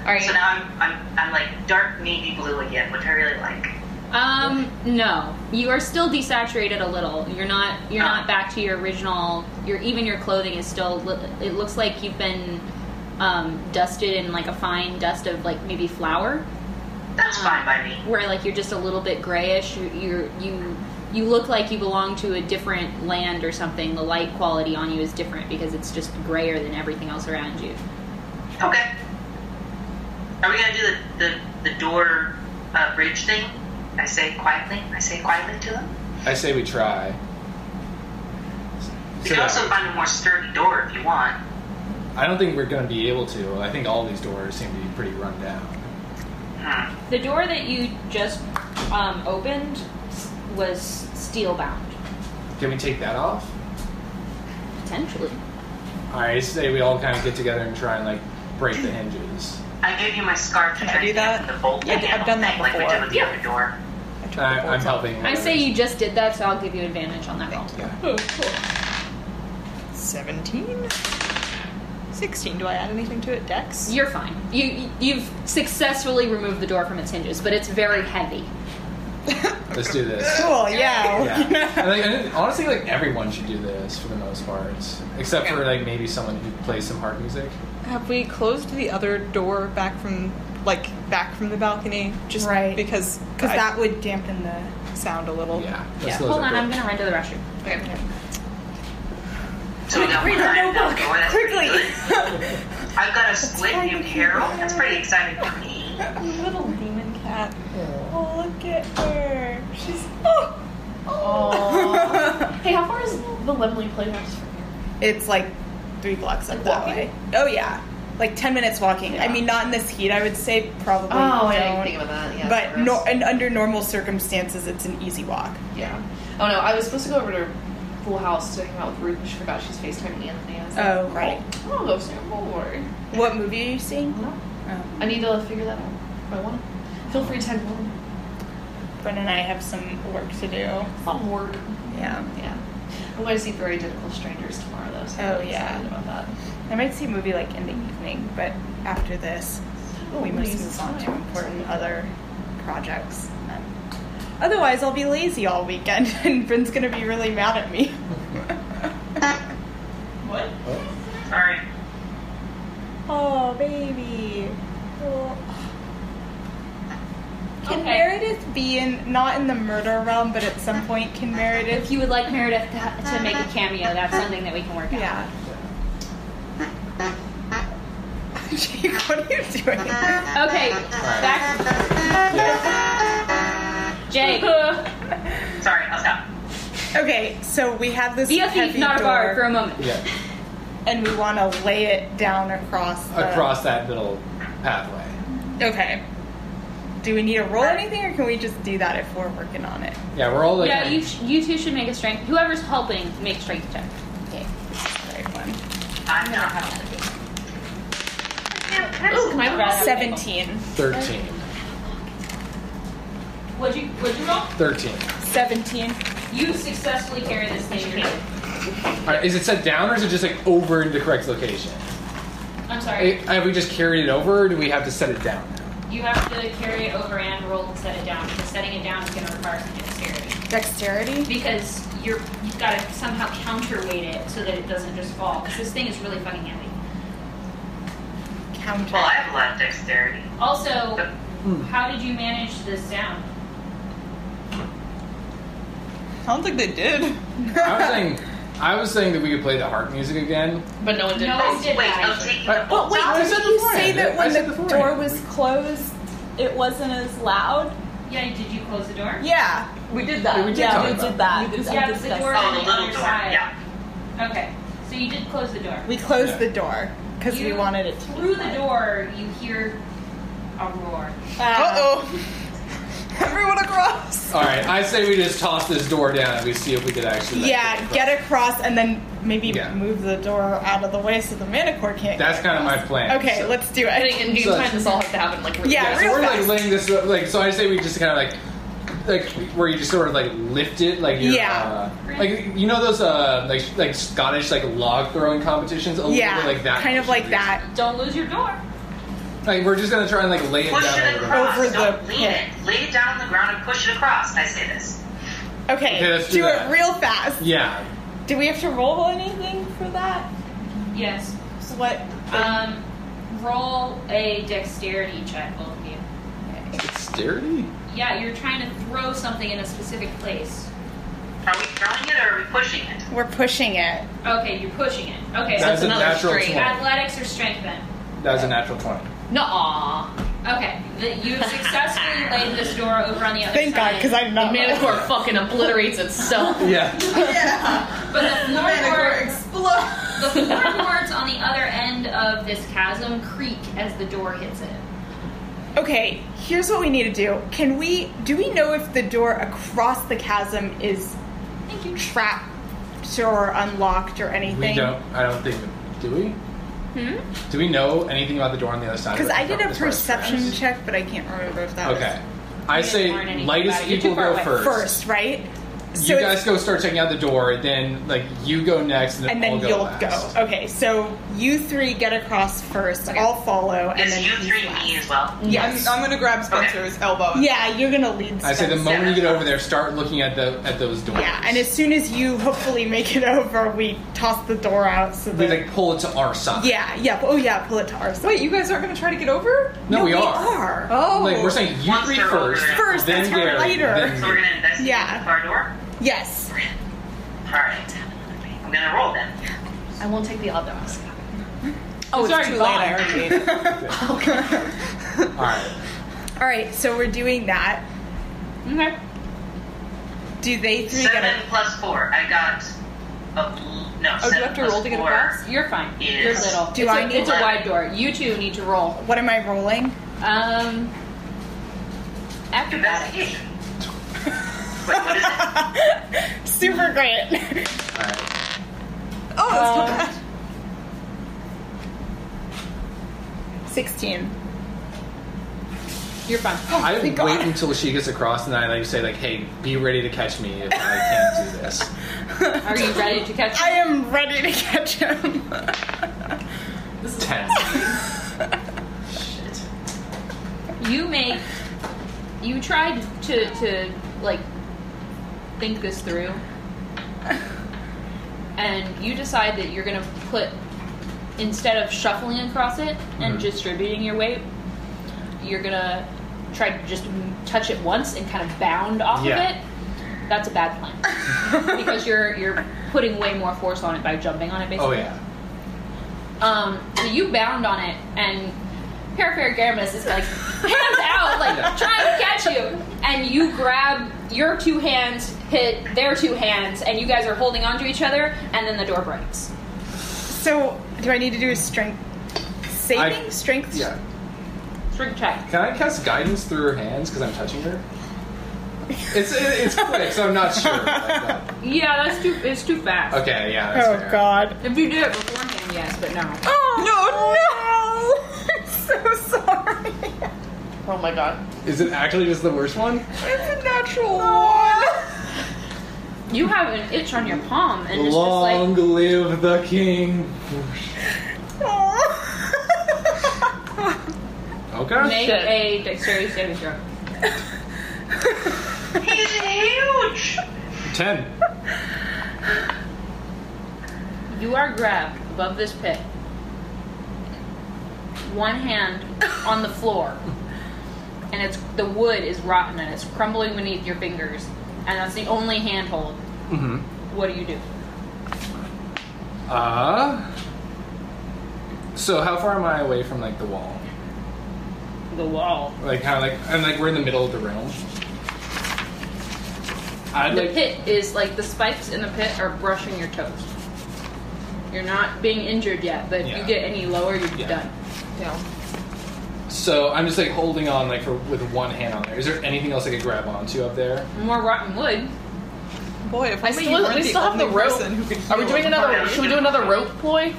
Speaker 6: All right.
Speaker 3: so now I'm, I'm I'm like dark navy blue again, which I really like.
Speaker 1: Um, no. You are still desaturated a little. You're not. You're not back to your original. Your even your clothing is still. It looks like you've been um, dusted in like a fine dust of like maybe flour,
Speaker 3: That's
Speaker 6: Uh-huh.
Speaker 3: fine by me.
Speaker 1: where like you're just a little bit grayish. You you're, you you look like you belong to a different land or something. The light quality on you is different because it's just grayer than everything else around you.
Speaker 3: Okay. Are we gonna do the the, the door uh, bridge thing? I say quietly. I say quietly to them.
Speaker 2: I say we try.
Speaker 3: You
Speaker 2: So
Speaker 3: can also
Speaker 2: yeah,
Speaker 3: find a more sturdy door if you want.
Speaker 2: I don't think we're going to be able to. I think all these doors seem to be pretty run down.
Speaker 3: Hmm.
Speaker 1: The door that you just um, opened was steel bound,
Speaker 2: Can we take that off?
Speaker 1: potentially.
Speaker 2: I say we all kind of get together and try and like break the hinges.
Speaker 3: I gave you my scarf to
Speaker 4: Can I
Speaker 3: try
Speaker 4: do
Speaker 3: to get
Speaker 4: that?
Speaker 3: the bolt.
Speaker 4: Yeah, I've
Speaker 3: handle
Speaker 4: done that
Speaker 3: thing, like we
Speaker 4: before.
Speaker 3: did with the
Speaker 1: Yeah.
Speaker 3: other door.
Speaker 4: I tried
Speaker 2: I,
Speaker 4: to pull
Speaker 2: I'm
Speaker 4: it.
Speaker 2: helping.
Speaker 1: I say you just did that, so I'll give you
Speaker 4: Oh,
Speaker 1: advantage on that roll.
Speaker 4: Thank you.
Speaker 1: Oh, cool.
Speaker 4: Seventeen. 16. Do I add anything to it? Dex?
Speaker 1: You're fine. You you've successfully removed the door from its hinges, but it's very heavy.
Speaker 2: Let's do this.
Speaker 4: Cool, yeah.
Speaker 2: Yeah. And, like, and honestly, like everyone should do this for the most part, except for like maybe someone who plays some hard music.
Speaker 4: Have we closed the other door back from, like, back from the balcony? Just
Speaker 5: Right.
Speaker 4: because
Speaker 5: Because
Speaker 4: I-
Speaker 5: that would dampen the.
Speaker 4: sound a little.
Speaker 2: Yeah. let's
Speaker 1: Yeah.
Speaker 2: close
Speaker 1: Hold
Speaker 2: it
Speaker 1: on,
Speaker 2: quick.
Speaker 1: I'm gonna run to the restroom.
Speaker 3: So we got one item out the door. That's pretty
Speaker 4: Quickly.
Speaker 3: good. I've got a split new Carol. That's pretty exciting for me.
Speaker 4: little demon cat. Oh, look at her. She's. Oh!
Speaker 6: Aw. hey, how far is the Lemley Playhouse from here?
Speaker 5: It's like three blocks up
Speaker 6: Like
Speaker 5: that
Speaker 6: walking?
Speaker 5: way. Oh yeah, like ten minutes walking. I
Speaker 6: Yeah.
Speaker 5: mean, not in this heat. I would say probably.
Speaker 6: Oh,
Speaker 5: don't.
Speaker 6: I didn't think about that. Yeah, that's
Speaker 5: But no,
Speaker 6: gross.
Speaker 5: and under normal circumstances, it's an easy walk.
Speaker 6: yeah. Oh no, I was supposed to go over to Full House to hang out with Ruth, and she forgot she's FaceTiming Anthony. I was like,
Speaker 5: Oh, right.
Speaker 6: Oh, I'll go see her. Don't worry.
Speaker 5: What movie are you seeing?
Speaker 6: I need to figure that out. If I want to. Feel free to tag along.
Speaker 5: Brennan and I have some work to do.
Speaker 6: Some work.
Speaker 5: Yeah,
Speaker 6: Yeah. I'm going to see very identical strangers tomorrow, though. So
Speaker 5: Oh,
Speaker 6: I'm
Speaker 5: yeah.
Speaker 6: excited about that.
Speaker 5: I might see a movie like in the evening, but after this,
Speaker 6: Oh,
Speaker 5: we must
Speaker 6: please,
Speaker 5: move on to
Speaker 6: fine.
Speaker 5: important other projects. Otherwise, I'll be lazy all weekend, and Bryn's gonna be really mad at me.
Speaker 6: What?
Speaker 3: Sorry.
Speaker 5: Oh, baby. Oh. Can
Speaker 6: Okay.
Speaker 5: Meredith be in not in the murder realm, but at some point can Meredith?
Speaker 1: If you would like Meredith to, to make a cameo, that's something that we can work out.
Speaker 5: Yeah. Jake, what are you doing?
Speaker 1: Okay, back. Jake,
Speaker 3: Sorry, I'll stop.
Speaker 5: Okay, so we have this
Speaker 1: be a thief,
Speaker 5: heavy
Speaker 1: not a bard, for
Speaker 5: door,
Speaker 1: a moment.
Speaker 2: Yeah.
Speaker 5: and we want to lay it down across. The,
Speaker 2: Across that little pathway.
Speaker 5: Okay. Do we need to roll anything, or can we just do that if we're working on it?
Speaker 2: Yeah, we're all like.
Speaker 1: yeah, you sh- you two should make a strength. Whoever's helping, make a strength check.
Speaker 5: Okay. This is the right one.
Speaker 3: I'm not.
Speaker 6: Ooh, can I
Speaker 1: Grab that table.
Speaker 5: Seventeen.
Speaker 2: 13.
Speaker 1: Would you would you roll?
Speaker 2: 13.
Speaker 5: Seventeen.
Speaker 1: You successfully carry this thing.
Speaker 2: Alright, is it set down or is it just like over in the correct location?
Speaker 1: I'm
Speaker 2: Eh,
Speaker 1: sorry.
Speaker 2: Have we just carried it over or do we have to set it down now?
Speaker 1: You have to carry it over and roll and set it down because setting it down is going to require some dexterity.
Speaker 5: Dexterity.
Speaker 1: because you're you've got to somehow counterweight it so that it doesn't just fall. Because this thing is really fucking heavy.
Speaker 5: Counter.
Speaker 3: Well, I have a lot of dexterity.
Speaker 1: Also,
Speaker 4: Hmm.
Speaker 1: how did you manage the sound?
Speaker 4: Sounds like they did.
Speaker 2: I was saying. I was saying that we could play the harp music again.
Speaker 6: But no one did.
Speaker 1: No.
Speaker 3: Oh,
Speaker 1: did
Speaker 3: wait,
Speaker 1: that,
Speaker 3: I'm
Speaker 1: actually.
Speaker 3: taking
Speaker 2: But-
Speaker 3: the
Speaker 5: But wait,
Speaker 2: I
Speaker 5: did
Speaker 2: said
Speaker 5: you
Speaker 2: before I
Speaker 5: say
Speaker 2: did.
Speaker 5: that
Speaker 2: I
Speaker 5: when
Speaker 2: said
Speaker 5: the
Speaker 2: before I
Speaker 5: door
Speaker 2: did.
Speaker 5: was closed, it wasn't as loud?
Speaker 1: Yeah, did you close the door?
Speaker 5: Yeah.
Speaker 13: We did that.
Speaker 2: Yeah, we did talk
Speaker 13: yeah, we
Speaker 2: about
Speaker 13: did that. We
Speaker 1: Yeah, but the door
Speaker 3: Oh,
Speaker 1: on
Speaker 3: the
Speaker 1: the
Speaker 3: little
Speaker 1: other
Speaker 3: door.
Speaker 1: side.
Speaker 3: Yeah.
Speaker 1: Okay, so you did close the door.
Speaker 5: We closed
Speaker 2: Yeah.
Speaker 5: the door because we
Speaker 1: You-
Speaker 5: wanted it to.
Speaker 1: Through the door, you hear a roar.
Speaker 4: Uh oh. Everyone across.
Speaker 2: All right, I say we just toss this door down and we see if we could actually. like,
Speaker 5: Yeah, get across and then maybe
Speaker 2: Yeah.
Speaker 5: move the door out of the way so the manicore can't.
Speaker 2: That's kind of my plan.
Speaker 5: Okay,
Speaker 2: So-
Speaker 5: let's do
Speaker 6: I
Speaker 5: it.
Speaker 6: think in due
Speaker 2: So-
Speaker 6: time this all has to happen. Like, really
Speaker 5: Yeah,
Speaker 6: fast.
Speaker 2: so
Speaker 5: real
Speaker 2: we're like
Speaker 5: fast.
Speaker 2: laying this up, like so. I say we just kind of like, like where you just sort of like lift it, like you're,
Speaker 5: Yeah.
Speaker 2: uh, like you know those uh like like Scottish like log throwing competitions, a
Speaker 5: Yeah,
Speaker 2: little bit like that,
Speaker 5: kind of like that.
Speaker 1: Don't lose your door.
Speaker 2: Like we're just gonna try and like lay it
Speaker 3: push
Speaker 2: down.
Speaker 3: it
Speaker 2: over-
Speaker 3: across.
Speaker 5: Over
Speaker 3: Don't
Speaker 5: the
Speaker 3: lean
Speaker 5: pit.
Speaker 3: it. Lay it down on the ground and push it across. I say this.
Speaker 5: Okay,
Speaker 2: Okay, let's do
Speaker 5: do it
Speaker 2: that.
Speaker 5: real fast.
Speaker 2: Yeah,
Speaker 5: Do we have to roll anything for that?
Speaker 1: Yes.
Speaker 5: So what?
Speaker 1: Um, roll a dexterity check, both of you.
Speaker 2: dexterity.
Speaker 1: Yeah, you're trying to throw something in a specific place.
Speaker 3: Are we throwing it or are we pushing it?
Speaker 5: We're pushing it.
Speaker 1: Okay, you're pushing it. Okay,
Speaker 2: That's
Speaker 1: so
Speaker 2: a
Speaker 6: another
Speaker 2: natural
Speaker 6: straight.
Speaker 2: twenty.
Speaker 1: athletics or strength then.
Speaker 2: That's a natural twenty.
Speaker 6: Nuh-uh.
Speaker 1: Okay, that you successfully laid this door over on the other
Speaker 5: Thank God,
Speaker 1: side.
Speaker 5: because I'm not.
Speaker 6: The manicore fucking obliterates itself.
Speaker 2: Yeah.
Speaker 1: But the floorboard,
Speaker 4: Explode.
Speaker 1: the floorboards on the other end of this chasm creak as the door hits it.
Speaker 5: Okay, here's what we need to do. Can we? Do we know if the door across the chasm is
Speaker 1: Thank you.
Speaker 5: trapped or unlocked or anything?
Speaker 2: We don't. I don't think. Do we? Do we know anything about the door on the other side?
Speaker 5: Hmm? Because
Speaker 2: of the-
Speaker 5: I did a
Speaker 2: as far as
Speaker 5: perception
Speaker 2: traps?
Speaker 5: check, but I can't remember if that
Speaker 2: Okay.
Speaker 5: was
Speaker 2: I
Speaker 1: didn't
Speaker 2: say
Speaker 1: learn anything
Speaker 2: lightest
Speaker 1: about it. You're too
Speaker 2: people
Speaker 1: far
Speaker 2: go
Speaker 1: away.
Speaker 2: first.
Speaker 5: first, right? So
Speaker 2: you
Speaker 5: it's-
Speaker 2: guys go start checking out the door, then like you go next, and then,
Speaker 5: and then
Speaker 2: I'll go
Speaker 5: you'll
Speaker 2: last.
Speaker 5: go. Oh, Okay, so you three get across first. I'll follow, and
Speaker 3: Is
Speaker 5: then
Speaker 3: you three
Speaker 5: last.
Speaker 3: me as well?
Speaker 5: Yes.
Speaker 4: I'm, I'm gonna grab Spencer's elbow. and-
Speaker 5: yeah, you're gonna lead.
Speaker 2: I say the
Speaker 5: Spencer.
Speaker 2: moment you get over there, start looking at the at those doors.
Speaker 5: Yeah, and as soon as you hopefully make it over, we toss the door out so
Speaker 2: we
Speaker 5: that.
Speaker 2: like pull it to our side.
Speaker 5: yeah, yeah. Oh, yeah. Pull it to our side.
Speaker 4: Wait, you guys aren't gonna try to get over?
Speaker 2: No, we, are.
Speaker 5: are.
Speaker 4: Oh.
Speaker 2: Like we're saying, you
Speaker 3: Once
Speaker 2: three
Speaker 3: they're over
Speaker 2: first,
Speaker 3: there.
Speaker 5: First,
Speaker 2: then
Speaker 5: that's her
Speaker 2: Gary,
Speaker 5: later.
Speaker 2: then
Speaker 3: So
Speaker 2: me.
Speaker 3: we're gonna investigate
Speaker 5: Yeah.
Speaker 3: the car door.
Speaker 5: Yes.
Speaker 3: Alright. I'm gonna roll then.
Speaker 6: I won't take the other risk.
Speaker 4: Oh, it's,
Speaker 1: already
Speaker 4: too
Speaker 1: gone.
Speaker 4: late. I already ate it.
Speaker 2: All right.
Speaker 5: All right. So we're doing that.
Speaker 1: Okay.
Speaker 5: Do they three
Speaker 3: Seven
Speaker 5: get it?
Speaker 3: plus four. I got a no.
Speaker 4: Oh, do you
Speaker 3: seven
Speaker 4: have to
Speaker 3: plus
Speaker 4: roll to get
Speaker 3: four
Speaker 4: across?
Speaker 1: You're fine.
Speaker 3: Is,
Speaker 1: You're little.
Speaker 5: Do
Speaker 1: it's
Speaker 5: I
Speaker 1: a,
Speaker 5: need
Speaker 1: It's a
Speaker 3: to-
Speaker 1: wide door. You two need to roll.
Speaker 5: What am I rolling?
Speaker 1: Um, acrobatics.
Speaker 3: Investigation. Wait, what is it?
Speaker 5: Super great.
Speaker 2: All right.
Speaker 4: Oh, that's not
Speaker 1: Um,
Speaker 4: bad.
Speaker 5: Sixteen. Oh,
Speaker 1: You're fine.
Speaker 2: I wait
Speaker 5: thank God.
Speaker 2: until she gets across, and I like say like, "Hey, be ready to catch me if I can't do this."
Speaker 1: Are you ready to catch?
Speaker 5: I am ready to catch him.
Speaker 2: Ten.
Speaker 1: you make you tried to to like think this through and you decide that you're gonna put instead of shuffling across it and
Speaker 2: Mhm.
Speaker 1: distributing your weight you're gonna try to just m- touch it once and kind of bound off
Speaker 2: Yeah.
Speaker 1: of it that's a bad plan because you're you're putting way more force on it by jumping on it basically
Speaker 2: Oh yeah.
Speaker 1: um, so you bound on it, and Parafergaramus is like hands out, like
Speaker 2: Yeah.
Speaker 1: trying to catch you, and you grab your two hands, hit their two hands, and you guys are holding onto each other, and then the door breaks.
Speaker 5: so, do I need to do a strength saving?
Speaker 2: I-
Speaker 5: strength?
Speaker 2: Yeah.
Speaker 1: Strength check.
Speaker 2: Can I cast guidance through her hands because I'm touching her? It's it, it's quick, so I'm not sure. Like, uh,
Speaker 1: Yeah, that's too. It's too fast.
Speaker 2: okay, yeah. That's
Speaker 5: Oh
Speaker 2: fair.
Speaker 5: God.
Speaker 1: If you did it beforehand, yes, but no.
Speaker 5: Oh no! I'm so sorry.
Speaker 6: Oh my god.
Speaker 2: Is it actually just the worst one?
Speaker 5: It's a natural
Speaker 1: You have an itch on your palm, and it's
Speaker 2: Long
Speaker 1: just
Speaker 2: live the king.
Speaker 5: one. Aw.
Speaker 2: Okay.
Speaker 1: like make
Speaker 6: Shit.
Speaker 1: a dexterity saving throw.
Speaker 3: He's huge!
Speaker 2: Ten.
Speaker 1: You are grabbed above this pit. One hand on the floor. And it's the wood is rotten and it's crumbling beneath your fingers. And that's the only handhold.
Speaker 2: Mm-hmm.
Speaker 1: What do you do?
Speaker 2: Uh. So how far am I away from like the wall?
Speaker 1: The wall.
Speaker 2: Like kind of like I'm like we're in the middle of the room. I'd
Speaker 1: The
Speaker 2: like
Speaker 1: pit is like the spikes in the pit are brushing your toes. You're not being injured yet, but if
Speaker 2: Yeah.
Speaker 1: you get any lower, you're
Speaker 2: Yeah.
Speaker 1: done.
Speaker 6: Yeah.
Speaker 2: so I'm just like holding on like for, with one hand on there. Is there anything else I could grab onto up there?
Speaker 6: Mm-hmm.
Speaker 1: More rotten wood.
Speaker 4: Boy, if
Speaker 6: I
Speaker 4: only
Speaker 6: still-
Speaker 4: you weren't
Speaker 6: we
Speaker 4: the
Speaker 6: still have
Speaker 4: only
Speaker 6: the rope.
Speaker 4: person who could
Speaker 6: Are we
Speaker 4: heal.
Speaker 6: doing another? Should we do another rope ploy?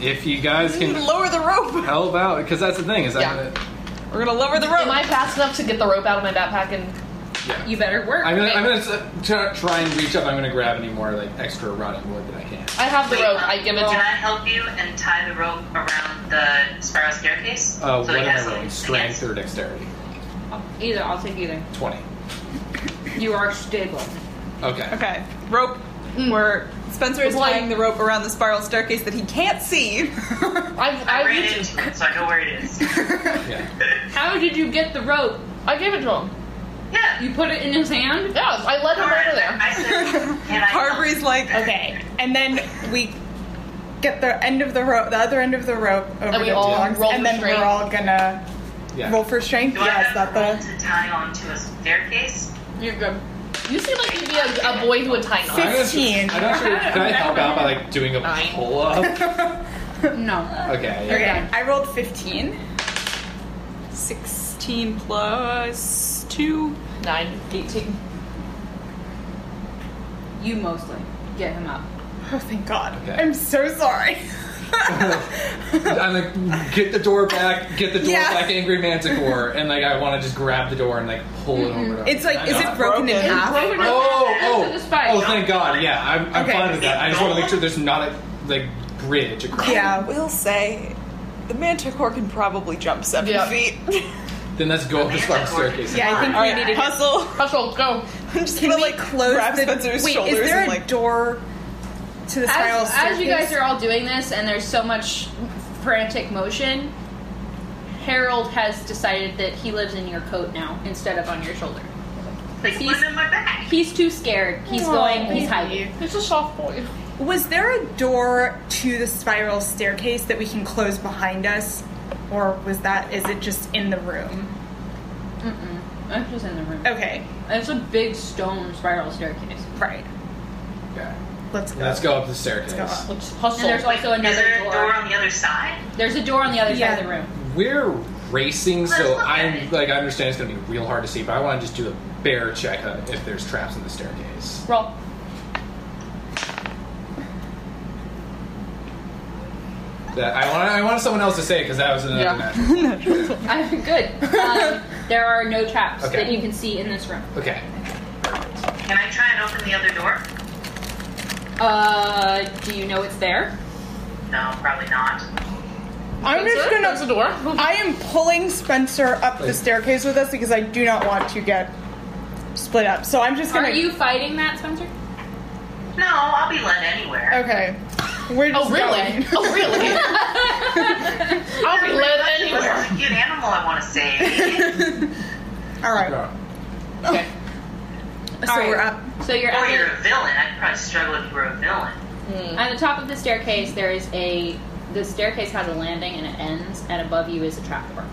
Speaker 2: If you guys
Speaker 4: We need to
Speaker 2: can
Speaker 4: lower the rope.
Speaker 2: help out, because that's the thing is
Speaker 6: Yeah.
Speaker 2: I'm gonna,
Speaker 4: We're gonna lower the rope.
Speaker 6: Am I fast enough to get the rope out of my backpack and?
Speaker 2: yeah.
Speaker 1: You better work.
Speaker 2: I'm gonna, I'm gonna s- try, try and reach up. I'm gonna grab any more like extra rotting wood that I can. Uh,
Speaker 6: I have the
Speaker 3: Wait,
Speaker 6: rope.
Speaker 3: um,
Speaker 6: I give it
Speaker 3: Can I
Speaker 6: to.
Speaker 3: help you and tie the rope around the spiral staircase?
Speaker 2: Uh,
Speaker 3: so
Speaker 2: what
Speaker 3: he
Speaker 2: am
Speaker 3: has
Speaker 2: I rolling?
Speaker 3: something to
Speaker 2: Strength
Speaker 3: hit?
Speaker 2: or dexterity?
Speaker 1: Either, I'll take either.
Speaker 2: Twenty.
Speaker 1: You are stable.
Speaker 2: Okay.
Speaker 4: Okay, rope.
Speaker 6: Mm.
Speaker 4: Where Spencer is
Speaker 6: Why?
Speaker 4: tying the rope around the spiral staircase that he can't see.
Speaker 6: I
Speaker 3: I
Speaker 6: I,
Speaker 3: ran
Speaker 6: reach-
Speaker 3: into it, so I know where it is.
Speaker 2: Yeah.
Speaker 1: How did you get the rope?
Speaker 6: I gave it to him.
Speaker 3: yeah.
Speaker 1: You put it in his hand?
Speaker 6: Yeah, I led him over there.
Speaker 3: I said, can I help?
Speaker 4: Carvery's like,
Speaker 5: okay, and then we get the end of the rope, the other end of the rope over
Speaker 6: And we
Speaker 5: to
Speaker 6: all
Speaker 5: Tongs,
Speaker 6: roll
Speaker 5: and
Speaker 6: for
Speaker 5: then
Speaker 6: strength.
Speaker 5: we're all gonna
Speaker 2: Yeah.
Speaker 5: roll for strength.
Speaker 3: Do I
Speaker 5: yeah, is
Speaker 3: have
Speaker 5: that
Speaker 3: to roll
Speaker 5: the
Speaker 3: to tie onto a staircase?
Speaker 1: You're good.
Speaker 6: You seem like you'd be a, a boy who would tie
Speaker 2: I'm
Speaker 6: knots.
Speaker 2: gonna-
Speaker 5: 15.
Speaker 2: I'm not sure. Can I help out by like doing a
Speaker 6: Nine.
Speaker 2: pull up?
Speaker 1: No.
Speaker 2: Okay. yeah.
Speaker 5: okay? I rolled fifteen.
Speaker 4: 16 plus 2.
Speaker 6: Nine. Eighteen.
Speaker 1: You mostly get him up.
Speaker 5: Oh, thank God!
Speaker 2: Okay.
Speaker 5: I'm so sorry.
Speaker 2: I'm like, get the door back, get the door
Speaker 5: Yeah.
Speaker 2: back, angry manticore, and like I want to just grab the door and like pull it over.
Speaker 5: Mm-hmm. It's like, is it
Speaker 2: broken?
Speaker 5: broken in half?
Speaker 6: Broken
Speaker 2: Oh,
Speaker 6: into
Speaker 2: oh,
Speaker 6: the spike.
Speaker 2: oh! Thank God. Yeah, I'm, I'm
Speaker 5: Okay.
Speaker 2: fine with that. I just want to make sure there's not a like bridge across.
Speaker 5: Yeah.
Speaker 4: We'll say the manticore can probably jump seven
Speaker 6: Yeah.
Speaker 4: feet.
Speaker 2: Then let's go up the spiral staircase.
Speaker 5: Yeah, I think
Speaker 4: All right, hustle.
Speaker 6: Hustle, go.
Speaker 4: I'm just
Speaker 5: Can
Speaker 4: gonna
Speaker 5: we
Speaker 4: like
Speaker 5: close
Speaker 4: grab
Speaker 5: the
Speaker 4: Spencer's
Speaker 5: wait?
Speaker 4: shoulders
Speaker 5: Is there a
Speaker 4: and like
Speaker 5: door to the spiral
Speaker 1: As, as you
Speaker 5: staircase?
Speaker 1: guys are all doing this, and there's so much frantic motion, Harold has decided that he lives in your coat now instead of on your shoulder.
Speaker 3: Like,
Speaker 1: He's-
Speaker 3: put it in my bag.
Speaker 1: He's too scared. He's going. He's hiding.
Speaker 6: He's a soft boy.
Speaker 5: Was there a door to the spiral staircase that we can close behind us, or was that? Is it just in the room?
Speaker 1: Mm-mm. That's just in the room.
Speaker 5: Okay,
Speaker 1: It's a big stone spiral staircase.
Speaker 5: right.
Speaker 2: Okay.
Speaker 5: Let's go.
Speaker 2: Let's go up the staircase.
Speaker 5: Let's go
Speaker 6: Let's
Speaker 1: And
Speaker 6: hustle.
Speaker 1: there's also
Speaker 3: Is
Speaker 1: another
Speaker 3: there a door
Speaker 1: door.
Speaker 3: on the other side?
Speaker 1: There's a door on the other side of the
Speaker 5: Yeah.
Speaker 1: room.
Speaker 2: We're racing,
Speaker 3: Let's
Speaker 2: so
Speaker 3: look at
Speaker 2: I'm
Speaker 3: it.
Speaker 2: like I understand it's gonna be real hard to see, but I want to just do a bear check uh, if there's traps in the staircase.
Speaker 1: Roll.
Speaker 2: That I want. I want someone else to say because that was another
Speaker 6: Yeah.
Speaker 2: natural.
Speaker 1: I'm good. Um, there are no traps
Speaker 2: Okay.
Speaker 1: that you can see in this room.
Speaker 2: Okay.
Speaker 3: Can I try and open the other door?
Speaker 1: Uh, do you know it's there?
Speaker 3: No, probably not.
Speaker 5: I'm just
Speaker 6: Spencer,
Speaker 5: gonna.
Speaker 6: there's a door.
Speaker 5: I am pulling Spencer up the
Speaker 2: Please.
Speaker 5: staircase with us because I do not want to get split up. So I'm just gonna.
Speaker 1: Are you fighting that, Spencer?
Speaker 3: No, I'll be led anywhere.
Speaker 5: Okay. We're just
Speaker 6: Oh really?
Speaker 5: going.
Speaker 6: Oh really? I'll be led anywhere.
Speaker 3: There's a cute animal I want to save.
Speaker 5: All right.
Speaker 2: Go.
Speaker 6: Okay.
Speaker 5: So
Speaker 1: Alright.
Speaker 5: we're up.
Speaker 1: So you're
Speaker 3: or
Speaker 1: at
Speaker 3: you're a villain. I'd probably struggle if you were a villain.
Speaker 1: the, at the top of the staircase. There is a the staircase has a landing and it ends, and above you is a trapdoor.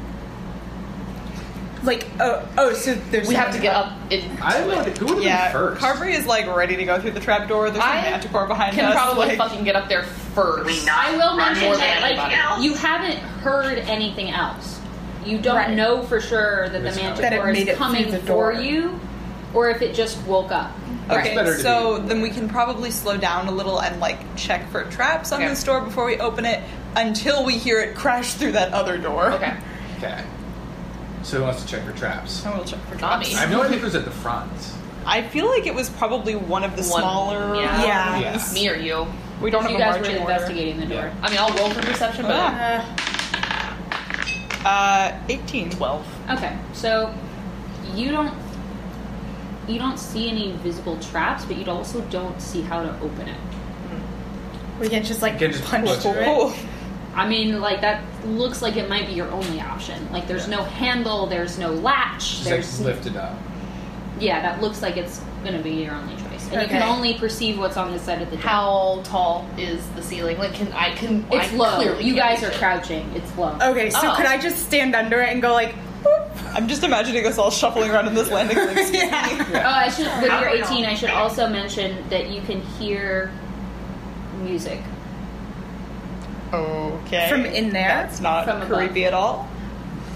Speaker 5: Like oh oh so there's
Speaker 6: We have to get up in
Speaker 2: I would. Who would have been
Speaker 4: yeah.
Speaker 2: first?
Speaker 4: Carvery is like ready to go through the trapdoor. There's a
Speaker 6: I
Speaker 4: manticore behind
Speaker 6: can
Speaker 4: us.
Speaker 6: probably
Speaker 4: like,
Speaker 6: fucking get up there first.
Speaker 3: We not
Speaker 1: I will
Speaker 3: run
Speaker 1: mention
Speaker 3: into
Speaker 1: that, like,
Speaker 3: anybody else.
Speaker 1: You haven't heard anything else. You don't
Speaker 5: Right.
Speaker 1: know for sure that the
Speaker 2: It's not-
Speaker 5: That it
Speaker 1: manticore
Speaker 5: made it
Speaker 1: is
Speaker 5: through
Speaker 1: coming
Speaker 5: the
Speaker 1: for
Speaker 5: door.
Speaker 1: you, or if it just woke up.
Speaker 2: It's better
Speaker 4: Okay,
Speaker 2: to
Speaker 4: so
Speaker 2: be-
Speaker 4: then we can probably slow down a little and like check for traps on
Speaker 6: Okay.
Speaker 4: this door before we open it until we hear it crash through that other door.
Speaker 6: Okay.
Speaker 2: Okay. So who wants to check for traps?
Speaker 4: And we'll check for
Speaker 6: Nami.
Speaker 4: traps.
Speaker 2: I have no idea if it was at the front.
Speaker 4: I feel like it was probably one of the
Speaker 6: One.
Speaker 4: smaller.
Speaker 1: Yeah.
Speaker 5: Yeah.
Speaker 2: Yeah.
Speaker 6: It's me or you.
Speaker 4: We don't have
Speaker 1: You
Speaker 4: a
Speaker 1: guys were
Speaker 4: marching order.
Speaker 1: investigating the door.
Speaker 2: Yeah.
Speaker 6: I mean, I'll roll for perception, but
Speaker 4: Ah.
Speaker 5: Uh,
Speaker 4: Uh, 18.
Speaker 6: 12.
Speaker 1: Okay, so you don't you don't see any visible traps, but you also don't see how to open it.
Speaker 5: we can just like
Speaker 2: You can just
Speaker 5: punch
Speaker 2: punch
Speaker 5: through
Speaker 2: it.
Speaker 5: it.
Speaker 4: Cool.
Speaker 1: I mean, like that looks like it might be your only option. Like there's
Speaker 2: Yeah.
Speaker 1: no handle, there's no latch,
Speaker 2: Just
Speaker 1: there's
Speaker 2: like lifted up.
Speaker 1: yeah, that looks like it's gonna be your only choice, and you
Speaker 5: Okay.
Speaker 1: can only perceive what's on this side of the door.
Speaker 6: How tall is the ceiling? Like, can I can
Speaker 1: it's
Speaker 6: I
Speaker 1: low.
Speaker 6: clearly
Speaker 1: You
Speaker 6: can't
Speaker 1: guys are
Speaker 6: reach it.
Speaker 1: crouching. It's low.
Speaker 5: Okay, so
Speaker 6: Oh.
Speaker 5: could I just stand under it and go like
Speaker 4: I'm just imagining us all shuffling around in this landing. Like, excuse me.
Speaker 1: Oh, I should with your
Speaker 3: How-
Speaker 1: 18. I should also mention that you can hear music.
Speaker 4: Okay.
Speaker 5: From in there?
Speaker 4: That's not
Speaker 1: From above.
Speaker 4: creepy at all.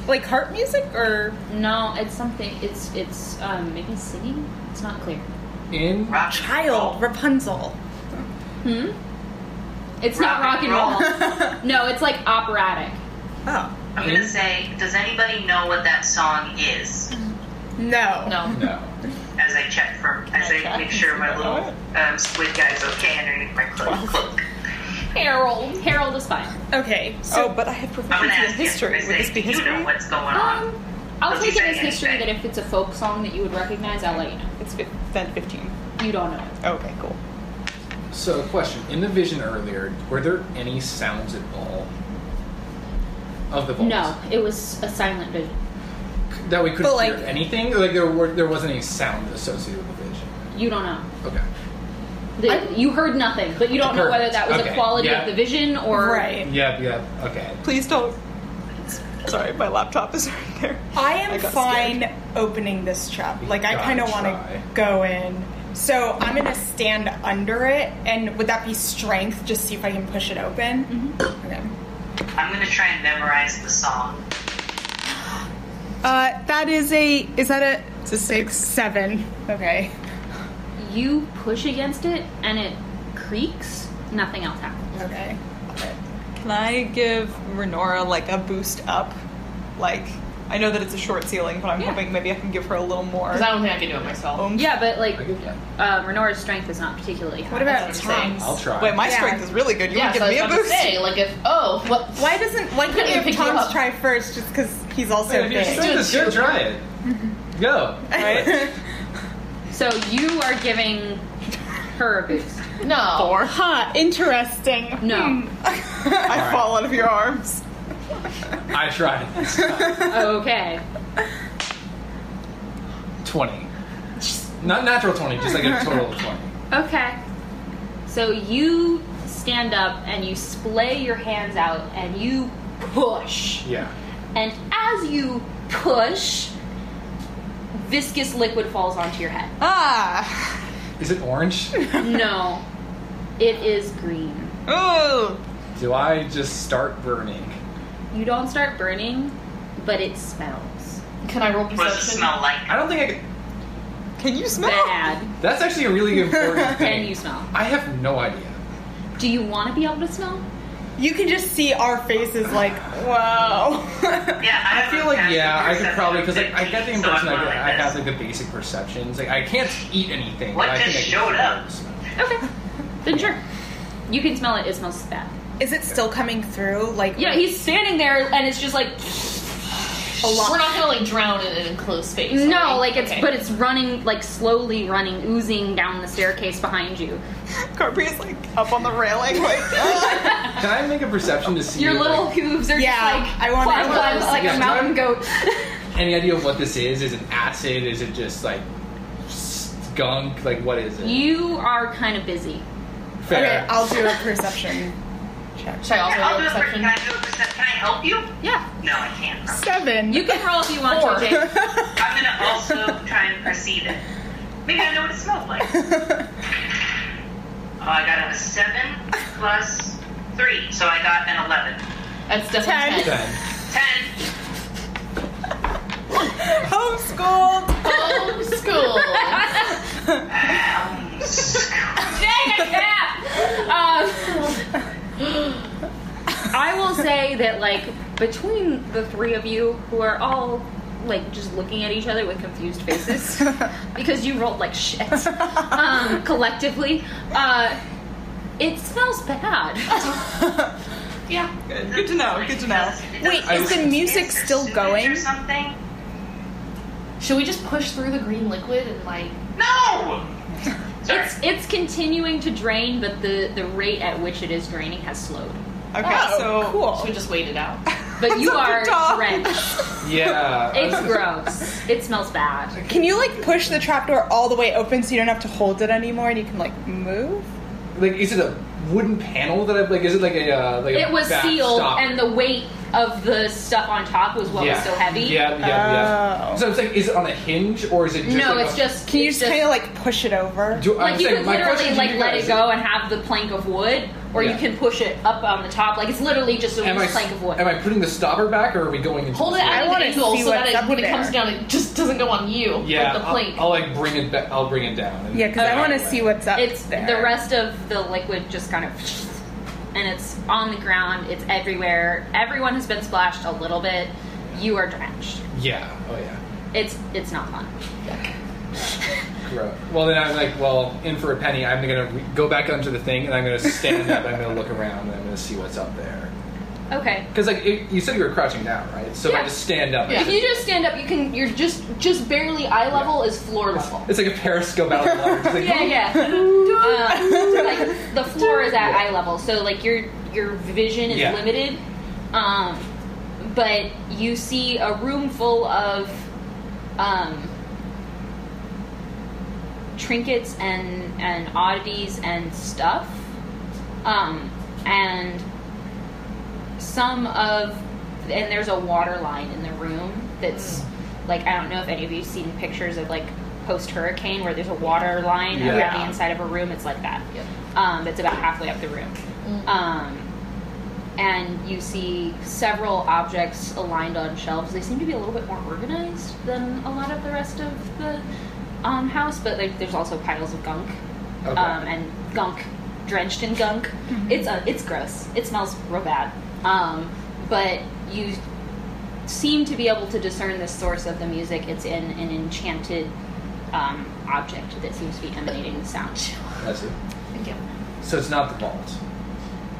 Speaker 5: like harp music or
Speaker 1: No, it's something. It's it's um, maybe singing. It's not clear.
Speaker 2: In
Speaker 3: Rock and
Speaker 5: child
Speaker 3: roll.
Speaker 5: Rapunzel?
Speaker 1: Hmm? It's
Speaker 3: Rock
Speaker 1: not
Speaker 3: and
Speaker 1: rock and roll.
Speaker 5: oh.
Speaker 1: no, it's like operatic.
Speaker 3: I'm gonna say, does anybody know what that song is?
Speaker 5: No.
Speaker 6: No.
Speaker 2: no.
Speaker 3: As I check for, as I, make sure my little um, squid guy's okay underneath my cloak. cloak.
Speaker 1: Harold. Harold is fine.
Speaker 5: Okay. So
Speaker 4: oh, but I have
Speaker 3: I'm gonna
Speaker 4: proficiency in
Speaker 3: ask
Speaker 4: history.
Speaker 3: you.
Speaker 4: Would this be
Speaker 3: you
Speaker 4: history?
Speaker 3: know what's going on?
Speaker 1: Um, I'll
Speaker 3: Does
Speaker 1: take
Speaker 3: he
Speaker 1: it as
Speaker 3: say
Speaker 1: history that
Speaker 3: anything?
Speaker 1: if it's a folk song that you would recognize, I'll let you know.
Speaker 4: It's fi- then 15.
Speaker 1: You don't know it.
Speaker 4: Okay, cool.
Speaker 2: So, question: In the vision earlier, were there any sounds at all of the vault?
Speaker 1: No, it was a silent vision.
Speaker 2: that we couldn't
Speaker 5: But, like-
Speaker 2: hear anything. Like there were, there wasn't any sound associated with the vision.
Speaker 1: You don't know.
Speaker 2: Okay.
Speaker 1: The- you heard nothing, but you don't know
Speaker 2: Perfect.
Speaker 1: whether that was
Speaker 2: Okay,
Speaker 1: a quality
Speaker 2: yeah.
Speaker 1: of the vision or.
Speaker 5: right.
Speaker 2: Yep. Yep. Okay.
Speaker 4: Please don't. Sorry, my laptop is right there.
Speaker 5: I
Speaker 4: I
Speaker 5: am
Speaker 4: got
Speaker 5: fine opening this trap.
Speaker 2: You
Speaker 5: Like I
Speaker 2: gotta
Speaker 5: kind of want
Speaker 2: try.
Speaker 5: to go in. So I'm gonna stand under it, and would that be strength? Just see if I can push it open. Okay.
Speaker 3: I'm gonna try and memorize the song.
Speaker 5: Uh, that is a. Is that a? It's a six, seven. Okay.
Speaker 1: You push against it and it creaks. Nothing else happens.
Speaker 5: Okay.
Speaker 4: Can I give Renora like a boost up? Like, I know that it's a short ceiling, but I'm
Speaker 1: Yeah.
Speaker 4: hoping maybe I can give her a little more.
Speaker 6: Because I don't think I can do it myself.
Speaker 4: oomph.
Speaker 1: Yeah, but like,
Speaker 2: I get that.
Speaker 1: um, Renora's strength is not particularly high.
Speaker 5: What about
Speaker 6: That's what I'm saying.
Speaker 5: Tom's?
Speaker 2: I'll try.
Speaker 4: Wait, my
Speaker 5: Yeah.
Speaker 4: strength is really good. You
Speaker 6: yeah,
Speaker 4: want to
Speaker 6: so
Speaker 4: give me
Speaker 6: I
Speaker 4: a
Speaker 6: was about
Speaker 4: boost?
Speaker 6: to say, like if oh what
Speaker 5: Why doesn't why
Speaker 6: couldn't you
Speaker 5: couldn't you
Speaker 6: pick me
Speaker 5: Tom's
Speaker 6: up?
Speaker 5: try first? Just because he's also
Speaker 2: If your
Speaker 5: big.
Speaker 2: strength is good, try it. Go.
Speaker 4: Right?
Speaker 1: So you are giving her a boost.
Speaker 6: no
Speaker 4: Four.
Speaker 5: Huh, Uh, interesting.
Speaker 1: No.
Speaker 4: I
Speaker 2: Alright.
Speaker 4: fall out of your arms.
Speaker 2: I tried it. this time.
Speaker 1: okay.
Speaker 2: 20. Not natural 20, just like a total of 20.
Speaker 1: Okay. So you stand up and you splay your hands out and you push.
Speaker 2: Yeah.
Speaker 12: And as you push, viscous liquid falls onto your head.
Speaker 4: Ah!
Speaker 2: Is it orange?
Speaker 1: no. It is green.
Speaker 4: Ooh!
Speaker 2: Do I just start burning?
Speaker 1: You don't start burning, but it smells
Speaker 6: can I roll
Speaker 3: What does it
Speaker 6: perception
Speaker 3: smell like?
Speaker 2: I don't think I can.
Speaker 4: Can you smell?
Speaker 1: bad.
Speaker 2: That's actually a really important thing.
Speaker 1: Can you smell?
Speaker 2: I have no idea.
Speaker 1: Do you want to be able to smell?
Speaker 5: You can just see our faces like, whoa.
Speaker 3: Yeah, I,
Speaker 2: I
Speaker 3: have
Speaker 2: feel
Speaker 3: a
Speaker 2: like
Speaker 3: passive
Speaker 2: yeah, I could
Speaker 3: perception
Speaker 2: probably
Speaker 3: of
Speaker 2: because like, I got the
Speaker 3: 15, so I'm
Speaker 2: impression I,
Speaker 3: going
Speaker 2: could,
Speaker 3: like
Speaker 2: I
Speaker 3: this.
Speaker 2: have like the basic perceptions. Like I can't eat anything.
Speaker 3: What
Speaker 2: but I
Speaker 3: just
Speaker 2: think
Speaker 3: showed
Speaker 2: I
Speaker 3: up?
Speaker 2: can smell it.
Speaker 1: Okay. Then sure. You can smell it. It smells bad.
Speaker 5: Is it still coming through? Like,
Speaker 1: Yeah, he's standing there and it's just like
Speaker 5: a
Speaker 6: we're
Speaker 5: lot.
Speaker 6: not gonna like drown in an enclosed space
Speaker 1: no,
Speaker 6: are we?
Speaker 1: like it's
Speaker 6: Okay.
Speaker 1: but it's running like slowly running, oozing down the staircase behind you.
Speaker 4: Carpi is like up on the railing, like, ah.
Speaker 2: Can I make a perception to see
Speaker 1: Your
Speaker 6: Oh,
Speaker 1: little
Speaker 2: like,
Speaker 1: hooves are
Speaker 5: Yeah,
Speaker 1: just like
Speaker 5: I want-
Speaker 1: climb,
Speaker 5: I want
Speaker 1: climb,
Speaker 6: to see
Speaker 1: like
Speaker 2: that.
Speaker 1: a mountain
Speaker 2: Yeah.
Speaker 1: goat.
Speaker 2: any idea of what this is? Is it acid? Is it just like skunk? Like what is it?
Speaker 1: you are kind of busy.
Speaker 2: Fair.
Speaker 5: Okay, I'll do a perception.
Speaker 6: should I also
Speaker 3: Yeah, I'll
Speaker 6: roll
Speaker 3: do it for,
Speaker 6: perception
Speaker 3: can I do a perception? Can I help you?
Speaker 1: Yeah,
Speaker 3: No, I can't.
Speaker 5: Seven.
Speaker 1: you can roll if you want
Speaker 6: Four.
Speaker 1: to. Jake.
Speaker 3: I'm gonna also try and perceive it. Maybe I know what it smells like. Oh, I got a seven plus three, so I got an eleven.
Speaker 6: that's definitely
Speaker 5: Ten.
Speaker 6: ten.
Speaker 2: Then.
Speaker 3: Ten.
Speaker 4: homeschooled.
Speaker 6: Home school
Speaker 1: Dang it, Cap! Um, I will say that, like, between the three of you, who are all, like, just looking at each other with confused faces, because you rolled like shit, um, collectively, uh, it smells bad.
Speaker 6: yeah
Speaker 4: Good. Good to know. Good to know.
Speaker 5: Wait,
Speaker 2: I
Speaker 5: is
Speaker 2: was-
Speaker 5: the music
Speaker 3: Is there
Speaker 5: still
Speaker 3: sewage
Speaker 5: going?
Speaker 3: Or something?
Speaker 6: should we just push through the green liquid and like
Speaker 3: No. Sorry.
Speaker 1: It's it's continuing to drain, but the, the rate at which it is draining has slowed.
Speaker 4: Okay,
Speaker 6: Oh,
Speaker 4: so
Speaker 6: should we just wait it out
Speaker 1: But you
Speaker 4: Such a
Speaker 1: are
Speaker 4: dog.
Speaker 1: drenched.
Speaker 2: Yeah.
Speaker 1: It's gross. It smells bad.
Speaker 5: Can you like push the trapdoor all the way open so you don't have to hold it anymore and you can like move?
Speaker 2: Like, is it a wooden panel that I like? Is it like a uh, like a
Speaker 1: It was
Speaker 2: back
Speaker 1: sealed,
Speaker 2: stopper?
Speaker 1: and the weight of the stuff on top was what
Speaker 2: yeah.
Speaker 1: was so heavy.
Speaker 2: Yeah, yeah, yeah.
Speaker 5: Oh.
Speaker 2: So it's like, is it on a hinge or is it just
Speaker 1: no,
Speaker 2: like
Speaker 1: it's
Speaker 2: a,
Speaker 1: just.
Speaker 5: Can you
Speaker 1: it's
Speaker 5: just kind of like push it over?
Speaker 2: Do, I'm
Speaker 1: like you
Speaker 2: saying,
Speaker 1: could
Speaker 2: my
Speaker 1: literally
Speaker 2: question to
Speaker 1: like
Speaker 2: you
Speaker 1: let
Speaker 2: guys
Speaker 1: it go and have the plank of wood, or
Speaker 2: Yeah.
Speaker 1: you can push it up on the top. Like it's literally just a
Speaker 2: Am I,
Speaker 1: loose plank of wood.
Speaker 2: am I putting the stopper back or are we going into
Speaker 6: hold it
Speaker 2: the
Speaker 6: at an
Speaker 5: wanna
Speaker 6: angle
Speaker 5: see
Speaker 6: so that
Speaker 5: what's
Speaker 6: it,
Speaker 5: up
Speaker 6: when it
Speaker 5: there.
Speaker 6: comes down it just doesn't go on you
Speaker 2: Yeah,
Speaker 6: like the
Speaker 2: I'll-
Speaker 6: plank
Speaker 2: I'll, like bring it back. I'll bring it down. and-
Speaker 5: Yeah, because I want to see what's up
Speaker 1: it's
Speaker 5: there.
Speaker 1: the rest of the liquid just kind of, and it's on the ground. It's everywhere. Everyone has been splashed a little bit. You are drenched.
Speaker 2: Yeah. Oh yeah.
Speaker 1: It's it's not fun.
Speaker 2: Gross. Well then I'm like, well, in for a penny. I'm gonna re- go back onto the thing and I'm gonna stand up. I'm gonna look around and I'm gonna see what's up there.
Speaker 1: Okay.
Speaker 2: Because like it, you said, you were crouching down, right? So if
Speaker 1: Yeah.
Speaker 2: I just stand up.
Speaker 6: Yeah.
Speaker 2: it's
Speaker 1: If you just stand up, you can. You're just just barely eye level is floor level.
Speaker 2: It's like a periscope out of the water. It's like,
Speaker 1: Yeah, yeah. Uh, so, like the floor is at eye level, so like your your vision is
Speaker 2: Yeah.
Speaker 1: limited. Um, but you see a room full of um, trinkets and and oddities and stuff. Um, and some of and there's a water line in the room that's
Speaker 2: Hmm.
Speaker 1: like I don't know if any of you've seen pictures of like post hurricane where there's a water line
Speaker 2: Yeah.
Speaker 1: around the inside of a room. It's like that.
Speaker 6: Yep.
Speaker 1: Um, it's about halfway up the room.
Speaker 2: Hmm.
Speaker 1: Um, and you see several objects aligned on shelves. They seem to be a little bit more organized than a lot of the rest of the um, house, but like there's also piles of gunk
Speaker 2: oh, Okay.
Speaker 1: um, and gunk
Speaker 12: drenched in gunk. It's uh, it's gross. It smells real bad. Um, but you seem to be able to discern the source of the music. It's in an enchanted um, object that seems to be emanating sound.
Speaker 2: That's it. So it's not the vault,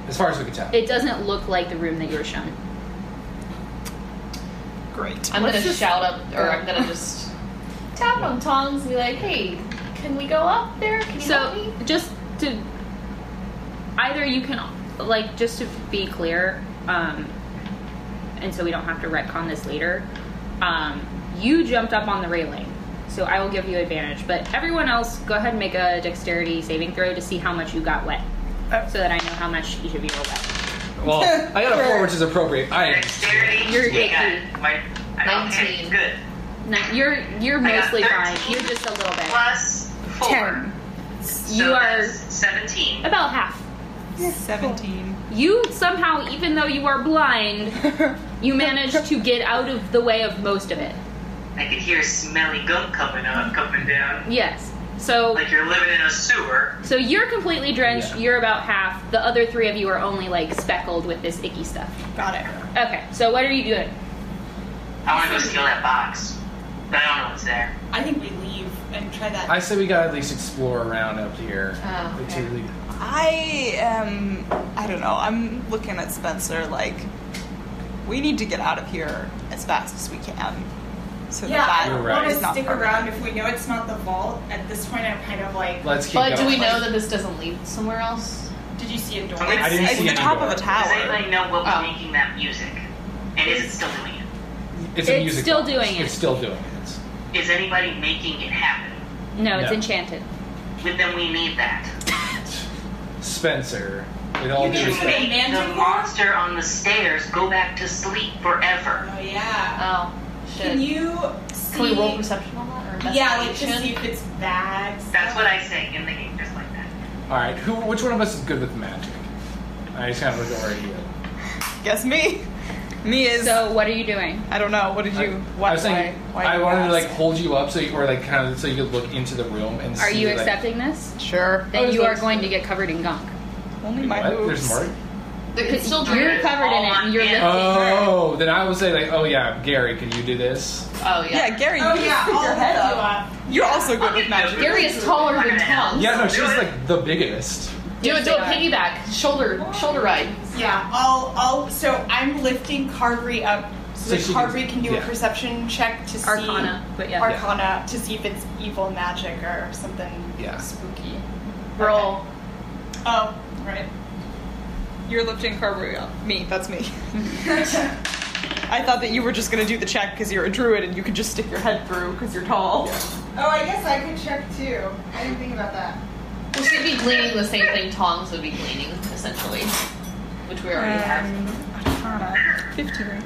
Speaker 2: as far as we can tell.
Speaker 12: It doesn't look like the room that you were shown.
Speaker 4: Great.
Speaker 6: I'm gonna shout up, or I'm gonna just tap on Tom's and be like, "Hey, can we go up there? Can you
Speaker 1: So
Speaker 6: help me?"
Speaker 1: just to either you can like just to be clear, um, and so we don't have to retcon this later. Um, you jumped up on the railing, so I will give you advantage. But everyone else, go ahead and make a dexterity saving throw to see how much you got wet, so that I know how much each of you are wet.
Speaker 2: Well, I got a four, which is appropriate. I
Speaker 3: Dexterity.
Speaker 1: You're
Speaker 3: yeah,
Speaker 1: icky.
Speaker 3: my, I- Okay,
Speaker 6: Nineteen.
Speaker 3: good.
Speaker 1: No, you're you're
Speaker 3: got
Speaker 1: mostly fine.
Speaker 3: 13.
Speaker 1: You're just a little bit.
Speaker 3: Plus four.
Speaker 5: Ten.
Speaker 3: So
Speaker 1: You are
Speaker 3: that's seventeen.
Speaker 1: about half.
Speaker 4: Seventeen.
Speaker 1: You somehow, even though you are blind, you manage to get out of the way of most of it.
Speaker 3: I could hear smelly gunk coming up, coming down.
Speaker 1: Yes. So
Speaker 3: Like you're living in a sewer.
Speaker 1: so you're completely drenched.
Speaker 2: Yeah.
Speaker 1: You're about half. The other three of you are only like speckled with this icky stuff.
Speaker 4: Got it.
Speaker 1: Okay. So what are you doing?
Speaker 3: I want to go steal that box, but I don't know what's there.
Speaker 5: I think we leave and try that.
Speaker 2: I say we gotta at least explore around up here.
Speaker 7: Oh, okay.
Speaker 2: To the-
Speaker 4: I am. I don't know. I'm looking at Spencer like, we need to get out of here as fast as we can. So
Speaker 5: yeah,
Speaker 4: that
Speaker 5: I
Speaker 2: You're
Speaker 4: that
Speaker 5: don't
Speaker 2: right.
Speaker 5: want
Speaker 4: is
Speaker 5: to
Speaker 4: not
Speaker 5: stick
Speaker 4: permanent.
Speaker 5: around if we know it's not the vault. At this point, I'm kind of like,
Speaker 2: Let's keep
Speaker 6: But do
Speaker 2: going.
Speaker 6: we know that this doesn't lead somewhere else?
Speaker 5: did you see a door?
Speaker 3: I
Speaker 2: didn't
Speaker 4: It's
Speaker 2: see
Speaker 4: the
Speaker 2: any
Speaker 4: top
Speaker 2: door.
Speaker 4: of a
Speaker 3: Does
Speaker 4: tower.
Speaker 3: anybody know what was
Speaker 6: Oh.
Speaker 3: making that music? And is it still doing it?
Speaker 2: It's, a
Speaker 1: It's
Speaker 2: music
Speaker 1: still
Speaker 2: box.
Speaker 1: doing it.
Speaker 2: It's still doing it.
Speaker 3: Is anybody making it happen?
Speaker 1: No, it's
Speaker 2: No.
Speaker 1: enchanted.
Speaker 3: But then we need that.
Speaker 2: Spencer, with all
Speaker 5: You
Speaker 2: due
Speaker 5: mean-
Speaker 3: To
Speaker 2: respect,
Speaker 5: Mantic
Speaker 3: make the
Speaker 5: Mantic?
Speaker 3: monster on the stairs go back to sleep forever.
Speaker 5: Oh yeah.
Speaker 6: Oh, shit.
Speaker 5: Can you see?
Speaker 6: Can we roll perception on that? Or
Speaker 5: yeah, like to
Speaker 6: investigation?
Speaker 5: see if it's bad.
Speaker 3: That's what I say in the game, just like that.
Speaker 2: all right, who? Which one of us is good with magic? I just kind of look over at you.
Speaker 4: Guess me. Me is.
Speaker 1: So what are you doing?
Speaker 4: I don't know. What did you? What,
Speaker 2: I was saying
Speaker 4: why, why
Speaker 2: I
Speaker 4: did you
Speaker 2: wanted to
Speaker 4: ask?
Speaker 2: like hold you up so you, or like kind of so you could look into the room and
Speaker 1: Are
Speaker 2: see.
Speaker 1: you
Speaker 2: like-
Speaker 1: accepting this?
Speaker 4: Sure.
Speaker 1: Then you are
Speaker 4: There's
Speaker 1: going to get covered in gunk.
Speaker 4: Only
Speaker 2: Wait,
Speaker 4: my
Speaker 2: what? There's
Speaker 4: boobs.
Speaker 2: more.
Speaker 6: It's still
Speaker 1: You're
Speaker 6: dreary.
Speaker 1: covered in it. And you're lifting.
Speaker 2: Oh, then I would say like, oh yeah, Gary, could you do this?
Speaker 6: Oh
Speaker 4: Yeah,
Speaker 6: yeah.
Speaker 4: Gary.
Speaker 5: Oh
Speaker 4: you
Speaker 5: yeah,
Speaker 4: stick your
Speaker 5: I'll
Speaker 4: head
Speaker 5: head
Speaker 4: up.
Speaker 5: you up.
Speaker 4: You're also good with magic.
Speaker 6: Gary is taller than Tom.
Speaker 2: Yeah, no,
Speaker 3: Do
Speaker 2: she's
Speaker 3: it.
Speaker 2: like the biggest.
Speaker 6: Do it. Do a
Speaker 1: Yeah.
Speaker 6: piggyback. Shoulder. Shoulder ride.
Speaker 5: Yeah, I'll, I'll. So I'm lifting Carvery up
Speaker 2: So
Speaker 5: so, that
Speaker 2: she can-
Speaker 5: Carvery can do
Speaker 2: yeah.
Speaker 5: a perception check to
Speaker 1: Arcana,
Speaker 5: see
Speaker 1: but yeah.
Speaker 5: Arcana to see if it's evil magic or something
Speaker 2: Yeah.
Speaker 5: spooky.
Speaker 6: Roll.
Speaker 5: Oh, right.
Speaker 4: You're lifting Carvery up. Me, that's me. I thought that you were just gonna do the check because you're a druid and you could just stick your head through because you're tall.
Speaker 5: Oh, I guess I could check too. I didn't think about that.
Speaker 6: Well, she'd be gleaning the same thing Tongs would be gleaning, essentially, which we already have.
Speaker 5: Um,
Speaker 4: Arcana. Fifteen.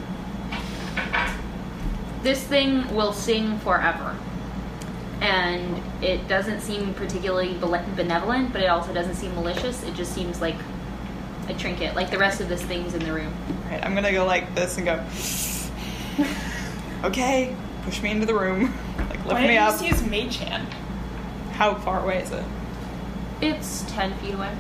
Speaker 1: This thing will sing forever. And it doesn't seem particularly bele- benevolent, but it also doesn't seem malicious. It just seems like a trinket, like the rest of this thing's in the room.
Speaker 4: Right, I'm gonna go like this and go. okay, push me into the room. Like lift
Speaker 5: Why
Speaker 4: me
Speaker 5: didn't
Speaker 4: up.
Speaker 5: you just use Machan?
Speaker 4: How far away is it?
Speaker 1: It's 10 feet away.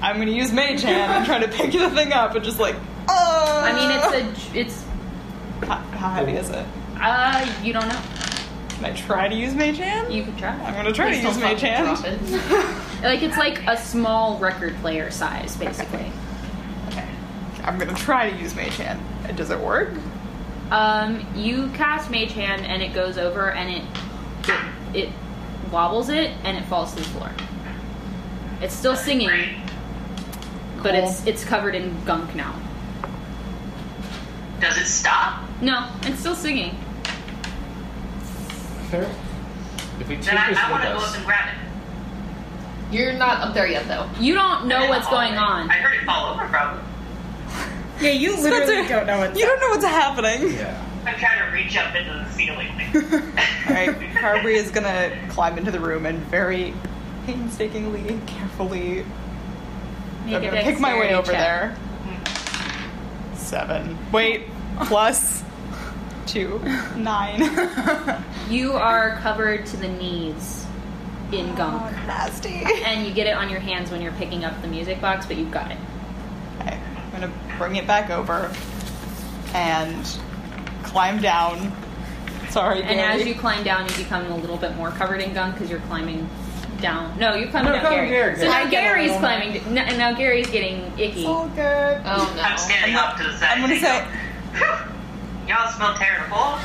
Speaker 4: I'm gonna use Mage Hand and try to pick the thing up and just like. Oh.
Speaker 1: I mean, it's a. j- It's.
Speaker 4: a. How, how heavy is it?
Speaker 1: Uh, you don't know.
Speaker 4: Can I try to use Mage Hand?
Speaker 1: You can try.
Speaker 4: I'm gonna try
Speaker 6: Please
Speaker 4: to
Speaker 6: don't
Speaker 4: use Mage
Speaker 6: fucking
Speaker 4: Hand.
Speaker 6: drop it.
Speaker 1: Like, it's like a small record player size, basically.
Speaker 4: I'm gonna try to use Mage Hand. Uh, Does it work?
Speaker 1: Um, you cast Mage Hand, and it goes over, and it. It, it wobbles it, and it falls to the floor. It's still singing, but it's it's covered in gunk now.
Speaker 3: Does it stop?
Speaker 1: No, it's still singing.
Speaker 2: Fair. If we take
Speaker 3: Then I,
Speaker 2: this with
Speaker 3: I want to go up
Speaker 2: us,
Speaker 3: and grab it.
Speaker 6: You're not up there yet, though.
Speaker 1: You don't know what's going on.
Speaker 3: I heard it fall over, probably.
Speaker 5: Yeah, you literally don't know what.
Speaker 4: You don't know what's happening.
Speaker 2: yeah,
Speaker 3: I'm trying to reach up into the ceiling.
Speaker 4: Alright, Carberry is gonna climb into the room and very painstakingly and carefully
Speaker 1: Make
Speaker 4: I'm
Speaker 1: a
Speaker 4: gonna pick my way
Speaker 1: dexterity
Speaker 4: over
Speaker 1: check.
Speaker 4: there. Seven. Wait, plus two. Nine.
Speaker 1: You are covered to the knees in gunk,
Speaker 4: Oh, Nasty.
Speaker 1: and you get it on your hands when you're picking up the music box, but you've got it.
Speaker 4: Okay, I'm gonna bring it back over and climb down. Sorry,
Speaker 1: And
Speaker 4: Gary.
Speaker 1: as you climb down, you become a little bit more covered in gunk because you're climbing down. No, you're climbing
Speaker 2: No,
Speaker 1: down, Gary.
Speaker 2: climb Gary.
Speaker 1: So
Speaker 2: I
Speaker 1: now
Speaker 4: get a
Speaker 1: Gary's
Speaker 4: little
Speaker 1: climbing, d- n- and now Gary's getting icky.
Speaker 4: it's all good.
Speaker 6: Oh no.
Speaker 3: I'm standing
Speaker 4: I'm
Speaker 3: up to the side.
Speaker 4: I'm gonna
Speaker 3: and
Speaker 4: say-
Speaker 3: go, "Phew, y'all smell terrible.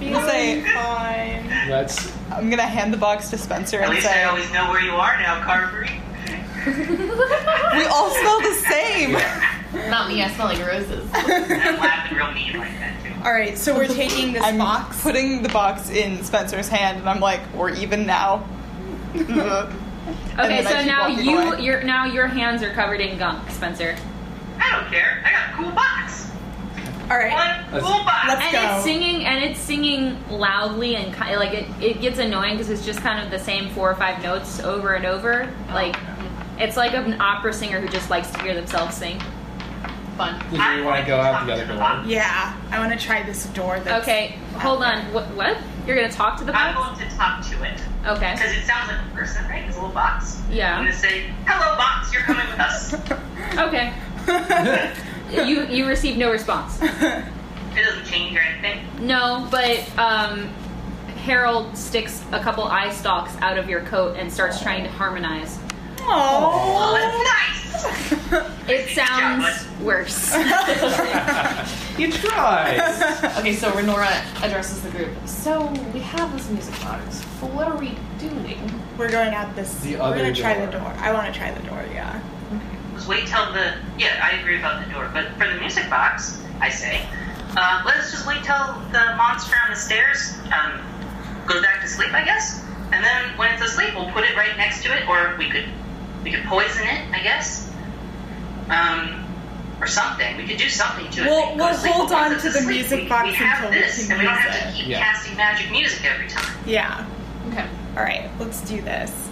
Speaker 4: I'm gonna say,
Speaker 5: fine.
Speaker 2: Let's.
Speaker 4: I'm gonna hand the box to Spencer
Speaker 3: At
Speaker 4: and
Speaker 3: least I
Speaker 4: say,
Speaker 3: always know where you are now, Carvery.
Speaker 4: we all smell the same.
Speaker 6: Not me, I smell like roses.
Speaker 3: I'm laughing real mean like that too.
Speaker 5: All right, so we're taking this
Speaker 4: I'm
Speaker 5: box.
Speaker 4: putting the box in Spencer's hand, and I'm like, we're even now.
Speaker 1: Okay,
Speaker 4: then I
Speaker 1: so
Speaker 4: keep
Speaker 1: now
Speaker 4: walking
Speaker 1: you,
Speaker 4: away.
Speaker 1: your now your hands are covered in gunk, Spencer,
Speaker 3: I don't care. I got a cool box.
Speaker 5: All right,
Speaker 3: One cool box.
Speaker 5: let's
Speaker 1: and
Speaker 5: go.
Speaker 1: it's singing, and it's singing loudly, and ki like it, it gets annoying because it's just kind of the same four or five notes over and over.
Speaker 5: Oh.
Speaker 1: Like, it's like an opera singer who just likes to hear themselves sing.
Speaker 6: Fun.
Speaker 2: If you want to go out the other door.
Speaker 5: yeah, I want to try this door. That's
Speaker 1: Okay, hold on. What? what? You're gonna talk to the
Speaker 3: I'm
Speaker 1: box?
Speaker 3: going to talk to it
Speaker 1: Okay.
Speaker 3: because it sounds like a person, right? It's a little box. I'm
Speaker 1: Yeah.
Speaker 3: gonna say, "Hello, box. You're coming with us." It
Speaker 1: Okay. you you received no response.
Speaker 3: doesn't change or anything.
Speaker 1: No, but um, Harold sticks a couple eye stalks out of your coat and starts trying to harmonize.
Speaker 3: Oh, that's nice.
Speaker 1: It sounds worse.
Speaker 2: you tried.
Speaker 6: Okay, so Renora addresses the group. So we have this music box, but what are we doing?
Speaker 5: We're going out this.
Speaker 2: The
Speaker 5: we're
Speaker 2: other
Speaker 5: gonna try the
Speaker 2: door.
Speaker 5: door. I want to try the door. Yeah.
Speaker 3: Let's wait till the yeah. I agree about the door, but for the music box, I say, uh, let's just wait till the monster on the stairs um, goes back to sleep, I guess. And then when it's asleep, we'll put it right next to it, or we could we could poison it, I guess, um, or something. We could do something to it.
Speaker 5: We'll-
Speaker 3: It goes
Speaker 5: we'll
Speaker 3: to sleep,
Speaker 5: hold
Speaker 3: once
Speaker 5: on
Speaker 3: it's
Speaker 5: to the
Speaker 3: asleep,
Speaker 5: music
Speaker 3: we,
Speaker 5: box
Speaker 3: We have
Speaker 5: until we
Speaker 3: this,
Speaker 5: can
Speaker 3: and we don't
Speaker 5: use
Speaker 3: have to
Speaker 5: it.
Speaker 3: keep
Speaker 2: Yeah.
Speaker 3: casting magic music every time.
Speaker 5: Yeah.
Speaker 6: Okay.
Speaker 5: All right, let's do this.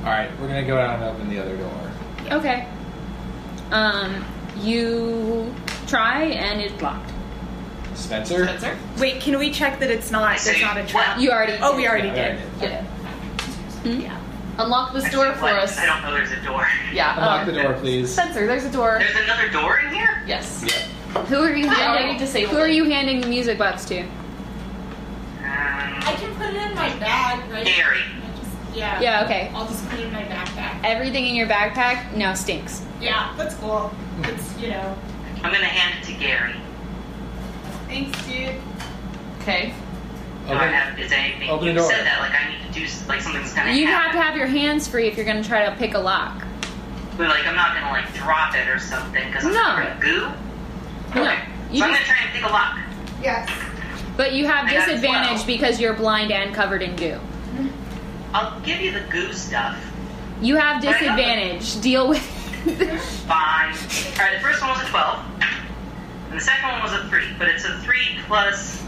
Speaker 2: All right, we're gonna go out and open the other door.
Speaker 1: okay. Um, you try and it's locked.
Speaker 2: Spencer.
Speaker 6: Spencer?
Speaker 5: Wait, can we check that it's not?
Speaker 3: I
Speaker 5: There's
Speaker 3: see.
Speaker 5: not a trap.
Speaker 1: You already.
Speaker 5: Oh, we
Speaker 2: Yeah,
Speaker 5: already
Speaker 2: there
Speaker 5: did.
Speaker 2: it is.
Speaker 1: Yeah. Hmm?
Speaker 6: Unlock this door
Speaker 3: Actually,
Speaker 6: for
Speaker 3: what?
Speaker 6: us.
Speaker 3: I don't know. There's a door.
Speaker 6: Yeah.
Speaker 2: Unlock
Speaker 6: um,
Speaker 2: the door, please.
Speaker 6: Spencer, there's a door.
Speaker 3: There's another door in here.
Speaker 6: Yes.
Speaker 2: Yep.
Speaker 1: Who are you
Speaker 6: I
Speaker 1: handing?
Speaker 6: already disabled
Speaker 1: Who are
Speaker 6: it.
Speaker 1: you handing the music box to?
Speaker 3: Um,
Speaker 7: I can put it in my bag, right?
Speaker 3: Gary.
Speaker 7: I just,
Speaker 6: Oh.
Speaker 7: yeah.
Speaker 1: Yeah. Okay.
Speaker 7: I'll just put it in my backpack.
Speaker 1: Everything in your backpack now stinks.
Speaker 7: Yeah, that's cool. It's, you know.
Speaker 3: I'm gonna hand it to Gary.
Speaker 7: Thanks, dude.
Speaker 6: Okay.
Speaker 3: Do I have, is anything?
Speaker 2: Open
Speaker 3: you
Speaker 2: the door.
Speaker 3: said that like I need to do s- like something's gonna
Speaker 1: You have
Speaker 3: happen.
Speaker 1: to have your hands free if you're going to try to pick a lock.
Speaker 3: But like I'm not gonna like drop it or something because I'm
Speaker 1: No.
Speaker 3: covered in goo.
Speaker 1: No,
Speaker 3: Okay.
Speaker 1: you
Speaker 3: so I'm gonna
Speaker 1: just-
Speaker 3: try and pick a lock.
Speaker 7: Yes.
Speaker 1: But you have
Speaker 3: I got
Speaker 1: disadvantage
Speaker 3: 12.
Speaker 1: because you're blind and covered in goo.
Speaker 3: I'll give you the goo stuff.
Speaker 1: You have
Speaker 3: I got it.
Speaker 1: disadvantage. Deal with it.
Speaker 3: Fine. All right. The first one was a twelve, and the second one was a three. But it's a three plus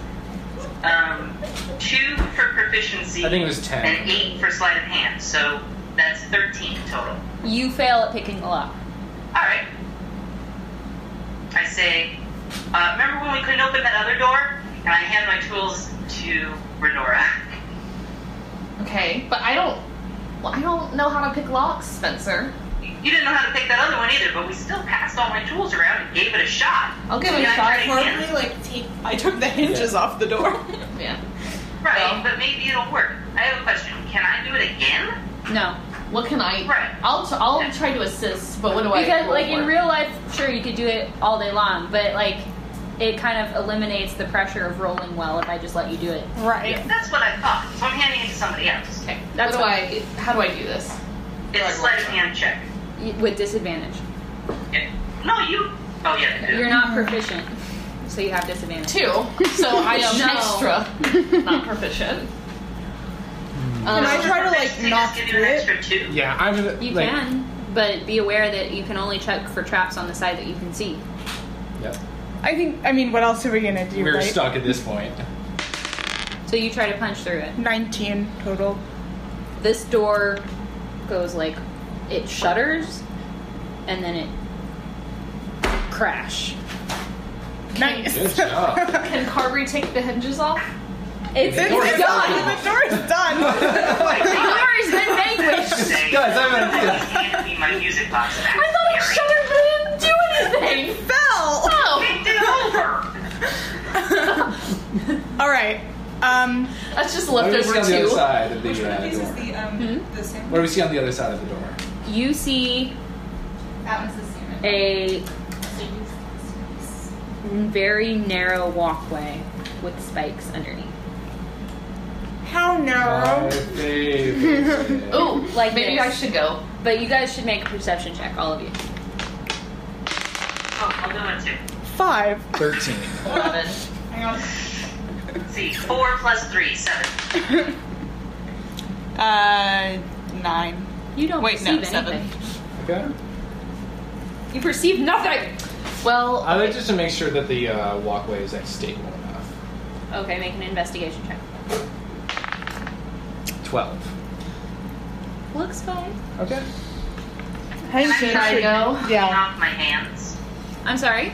Speaker 3: um, two for proficiency.
Speaker 2: I think it was 10.
Speaker 3: And eight for sleight of hand. So that's thirteen total.
Speaker 1: you fail at picking a lock.
Speaker 3: All right. I say, uh, remember when we couldn't open that other door? And I hand my tools to Renora.
Speaker 6: Okay. But I don't. Well, I don't know how to pick locks, Spencer.
Speaker 3: You didn't know how to pick that other one either, but we still passed all my tools around and gave it a shot.
Speaker 6: I'll give it
Speaker 3: Yeah,
Speaker 6: a
Speaker 3: I
Speaker 6: shot.
Speaker 3: tried.
Speaker 7: Probably, like, take.
Speaker 4: I took the hinges off the door.
Speaker 6: Yeah.
Speaker 3: Right,
Speaker 6: Well-
Speaker 3: but maybe it'll work. I have a question. Can I do it again?
Speaker 1: No.
Speaker 6: What can I?
Speaker 3: Right.
Speaker 6: I'll t- I'll try to assist, but what do I?
Speaker 1: because,
Speaker 6: roll
Speaker 1: like, in
Speaker 6: for?
Speaker 1: real life, sure, you could do it all day long, but, like, it kind of eliminates the pressure of rolling well if I just let you do it.
Speaker 5: Right.
Speaker 3: That's what I thought. So I'm handing it to somebody else.
Speaker 6: Okay.
Speaker 1: That's
Speaker 6: That's why. How do I do this?
Speaker 3: It's a sleight of hand check.
Speaker 1: Y- With disadvantage.
Speaker 3: Yeah. No, you. Oh yeah. you do.
Speaker 1: You're not proficient, so you have disadvantage.
Speaker 6: Two. So I am
Speaker 1: No.
Speaker 6: extra, not proficient.
Speaker 4: Can I
Speaker 6: Um,
Speaker 4: try to
Speaker 3: Proficiency,
Speaker 4: like knock
Speaker 3: just give you
Speaker 4: through
Speaker 3: an
Speaker 4: it?
Speaker 3: extra two.
Speaker 2: Yeah, I'm gonna.
Speaker 1: You
Speaker 2: like,
Speaker 1: can, but be aware that you can only check for traps on the side that you can see.
Speaker 2: Yep.
Speaker 5: I think. I mean, what else are we gonna do?
Speaker 2: We're
Speaker 5: right?
Speaker 2: stuck at this point.
Speaker 1: So you try to punch through it.
Speaker 5: Nineteen total.
Speaker 1: This door goes like it shudders and then it crash.
Speaker 5: Nice.
Speaker 2: Good job.
Speaker 6: can Carvery take the hinges off?
Speaker 12: It's,
Speaker 2: The door is
Speaker 12: it's done.
Speaker 2: open.
Speaker 4: The door is done.
Speaker 3: Like,
Speaker 12: The
Speaker 3: God,
Speaker 12: door has been vanquished.
Speaker 3: say,
Speaker 2: Guys, I have an
Speaker 3: I
Speaker 2: idea.
Speaker 3: need to be my music box.
Speaker 6: I thought it shut her, but it didn't do anything.
Speaker 4: Fell.
Speaker 6: Oh,
Speaker 3: Picked it over.
Speaker 5: All right. Um,
Speaker 6: that's just
Speaker 2: What do we see
Speaker 6: leftover
Speaker 2: on the other
Speaker 6: two.
Speaker 2: side of the uh,
Speaker 7: This is
Speaker 2: door?
Speaker 7: the, um,
Speaker 5: Hmm?
Speaker 7: the same.
Speaker 2: What do we see on the other side of the door?
Speaker 1: You see
Speaker 7: That one's the same.
Speaker 1: a very narrow walkway with spikes underneath.
Speaker 5: how narrow?
Speaker 2: My favorite.
Speaker 6: Ooh,
Speaker 1: Like
Speaker 6: like maybe
Speaker 1: this.
Speaker 6: I should go.
Speaker 1: But you guys should make a perception check, all of you.
Speaker 3: Oh, I'll do it
Speaker 4: Five.
Speaker 2: Thirteen.
Speaker 6: Eleven.
Speaker 7: Hang on.
Speaker 3: too. See, four plus three, seven.
Speaker 4: Uh, nine.
Speaker 1: You don't
Speaker 4: Wait, no,
Speaker 1: perceive
Speaker 4: seven.
Speaker 1: anything.
Speaker 2: Okay.
Speaker 1: You perceive nothing.
Speaker 6: Well,
Speaker 2: I like Uh, just to make sure that the uh, walkway is like stable enough.
Speaker 1: Okay, make an investigation check.
Speaker 2: Twelve.
Speaker 1: Looks fine.
Speaker 2: Okay.
Speaker 4: Hey,
Speaker 6: should I go?
Speaker 3: Clean off my hands.
Speaker 1: I'm sorry.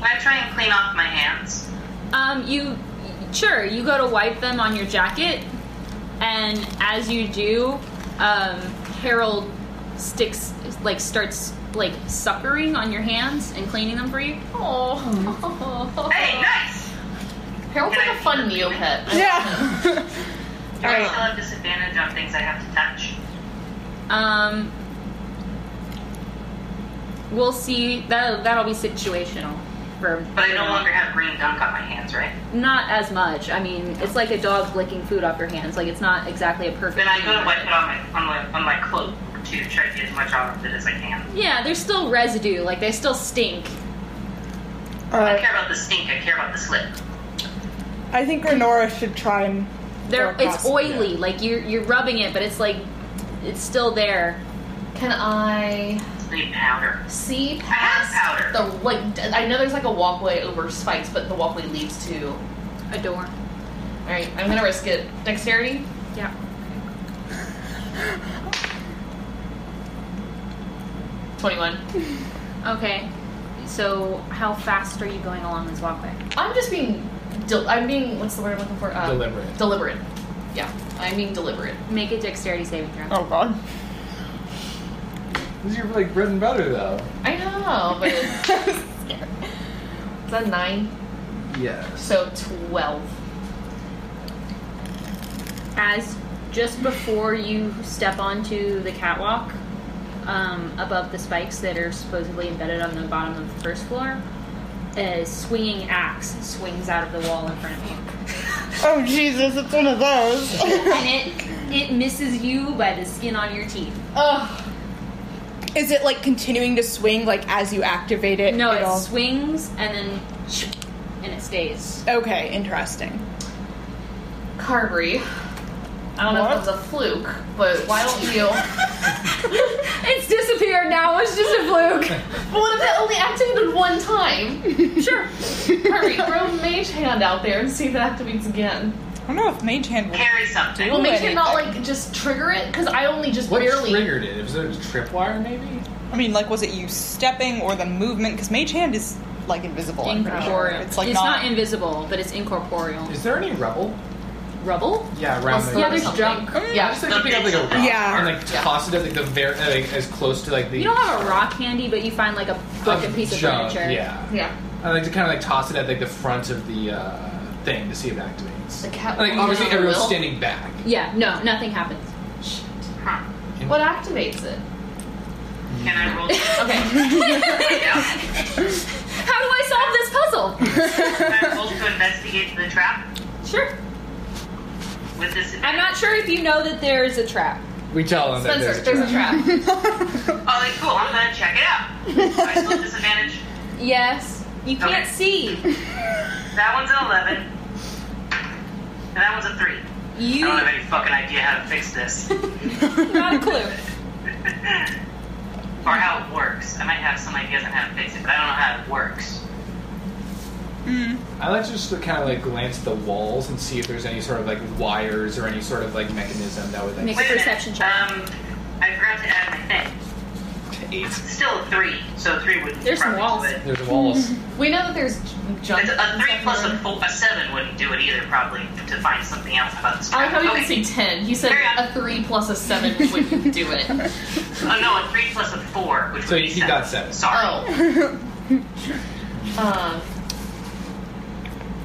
Speaker 3: Can I try and clean off my hands?
Speaker 1: Um, you sure you go to wipe them on your jacket, and as you do, um, Harold sticks like starts like suckering on your hands and cleaning them for you.
Speaker 6: oh.
Speaker 3: Hey, nice!
Speaker 6: Harold's like a fun Neopet.
Speaker 4: Yeah.
Speaker 3: Do I still have disadvantage on things I have to touch?
Speaker 1: Um, we'll see. That that'll be situational. For,
Speaker 3: But I no longer have green gunk on my hands, right?
Speaker 1: Not as much. I mean, it's like a dog licking food off your hands. Like it's not exactly a perfect.
Speaker 3: Then I go to wipe it on my on my on my cloak to try to get as much out of it as I can.
Speaker 1: Yeah, there's still residue. Like they still stink.
Speaker 3: I
Speaker 4: Uh,
Speaker 3: don't care about the stink. I care about the slip.
Speaker 4: I think Renora should try and.
Speaker 1: They're
Speaker 4: go
Speaker 1: it's
Speaker 4: across.
Speaker 1: oily. Like you're you're rubbing it, but it's like it's still there.
Speaker 6: Can I
Speaker 3: I need powder.
Speaker 6: see
Speaker 3: have
Speaker 6: past the
Speaker 3: powder.
Speaker 6: like? d- I know there's like a walkway over spikes, but the walkway leads to. All
Speaker 1: A door.
Speaker 6: right, I'm gonna risk it. Dexterity.
Speaker 1: Yeah.
Speaker 6: Twenty-one.
Speaker 1: Okay. So how fast are you going along this walkway?
Speaker 6: I'm just being. Del- I'm being. What's the word I'm looking for? Um,
Speaker 2: Deliberate.
Speaker 6: Deliberate. Yeah, I'm being deliberate.
Speaker 1: Make a dexterity saving throw.
Speaker 4: Oh god.
Speaker 2: This is your like bread and butter though.
Speaker 6: I know, but it's a nine,
Speaker 2: Yes.
Speaker 6: so twelve.
Speaker 1: As just before you step onto the catwalk, um, above the spikes that are supposedly embedded on the bottom of the first floor, a swinging axe swings out of the wall in front of you.
Speaker 4: Oh Jesus, it's one of those.
Speaker 1: and it it misses you by the skin on your teeth.
Speaker 6: Ugh.
Speaker 5: Is it like continuing to swing like as you activate it?
Speaker 1: No, it
Speaker 5: it'll-
Speaker 1: swings and then and it stays.
Speaker 5: Okay, interesting.
Speaker 6: Carvery. I don't know if that's a fluke, but why don't you?
Speaker 1: It's disappeared now. It's just a fluke.
Speaker 6: But what if it only activated one time?
Speaker 1: sure.
Speaker 6: Carvery, throw Mage Hand out there and see if it activates again.
Speaker 4: I don't know if Mage Hand will.
Speaker 3: Carry something.
Speaker 6: Will Mage Hand not
Speaker 4: anything.
Speaker 6: like just trigger it? Because I only just
Speaker 2: What
Speaker 6: barely.
Speaker 2: triggered it? Was it a tripwire maybe?
Speaker 4: I mean, like, was it you stepping or the movement? Because Mage Hand is like invisible. I'm pretty sure.
Speaker 1: Incorporeal.
Speaker 4: It's like
Speaker 1: not invisible, but it's incorporeal.
Speaker 2: Is there any rubble?
Speaker 1: Rubble?
Speaker 2: Yeah,
Speaker 6: I'll
Speaker 2: around the
Speaker 6: throw
Speaker 1: Yeah, there's
Speaker 6: something.
Speaker 1: junk.
Speaker 2: I
Speaker 6: Yeah.
Speaker 2: just like to pick up like a rock
Speaker 4: Yeah.
Speaker 2: and like
Speaker 6: Yeah.
Speaker 2: toss it at like the very like, as close to like the
Speaker 1: You don't have a rock handy, but you find like a broken piece of
Speaker 2: junk,
Speaker 1: furniture.
Speaker 2: Yeah.
Speaker 6: Yeah.
Speaker 2: I like to kind of like toss it at like the front of the uh, thing to see if it activates.
Speaker 6: The cat-
Speaker 2: like obviously
Speaker 6: Yeah,
Speaker 2: everyone's
Speaker 6: will.
Speaker 2: standing back.
Speaker 1: Yeah, no, nothing happens.
Speaker 3: Huh.
Speaker 6: What activates it?
Speaker 3: Can I roll?
Speaker 6: Okay.
Speaker 3: yeah.
Speaker 1: How do I solve this
Speaker 3: Can I roll to investigate the trap
Speaker 1: puzzle? Sure.
Speaker 3: with this? Oh,
Speaker 1: I'm not sure if you know that there is a trap.
Speaker 2: We tell them
Speaker 6: Spencer,
Speaker 2: that there's a trap.
Speaker 3: Oh, like, cool. I'm gonna check it out. Do I still have disadvantage.
Speaker 1: Yes. You can't
Speaker 3: Okay.
Speaker 1: see.
Speaker 3: That one's an eleven. And that one's a three. I
Speaker 1: You
Speaker 3: don't have any fucking idea how to fix this.
Speaker 1: not a clue.
Speaker 3: or how it works. I might have some ideas on how to fix it, but I don't know how it works.
Speaker 2: I like to just kind of like glance at the walls and see if there's any sort of like wires or any sort of like mechanism that would like.
Speaker 1: Make- It's a perception check.
Speaker 3: Um, I forgot to add my thing.
Speaker 2: eight.
Speaker 3: Still a three, so three would
Speaker 1: There's some
Speaker 3: probably
Speaker 1: walls.
Speaker 3: do it.
Speaker 2: There's walls.
Speaker 6: We know that there's j- junk.
Speaker 3: It's a three plus a
Speaker 6: definitely.
Speaker 3: four, a seven wouldn't do it either, probably, to find something else about this.
Speaker 6: I like how
Speaker 3: trap.
Speaker 6: you
Speaker 3: okay.
Speaker 6: can say ten. He said
Speaker 3: Carry on.
Speaker 6: a three plus a seven wouldn't do it.
Speaker 3: Oh no, a three plus a four, which
Speaker 2: So
Speaker 3: would be
Speaker 2: he got seven.
Speaker 3: Sorry.
Speaker 6: Oh. Uh,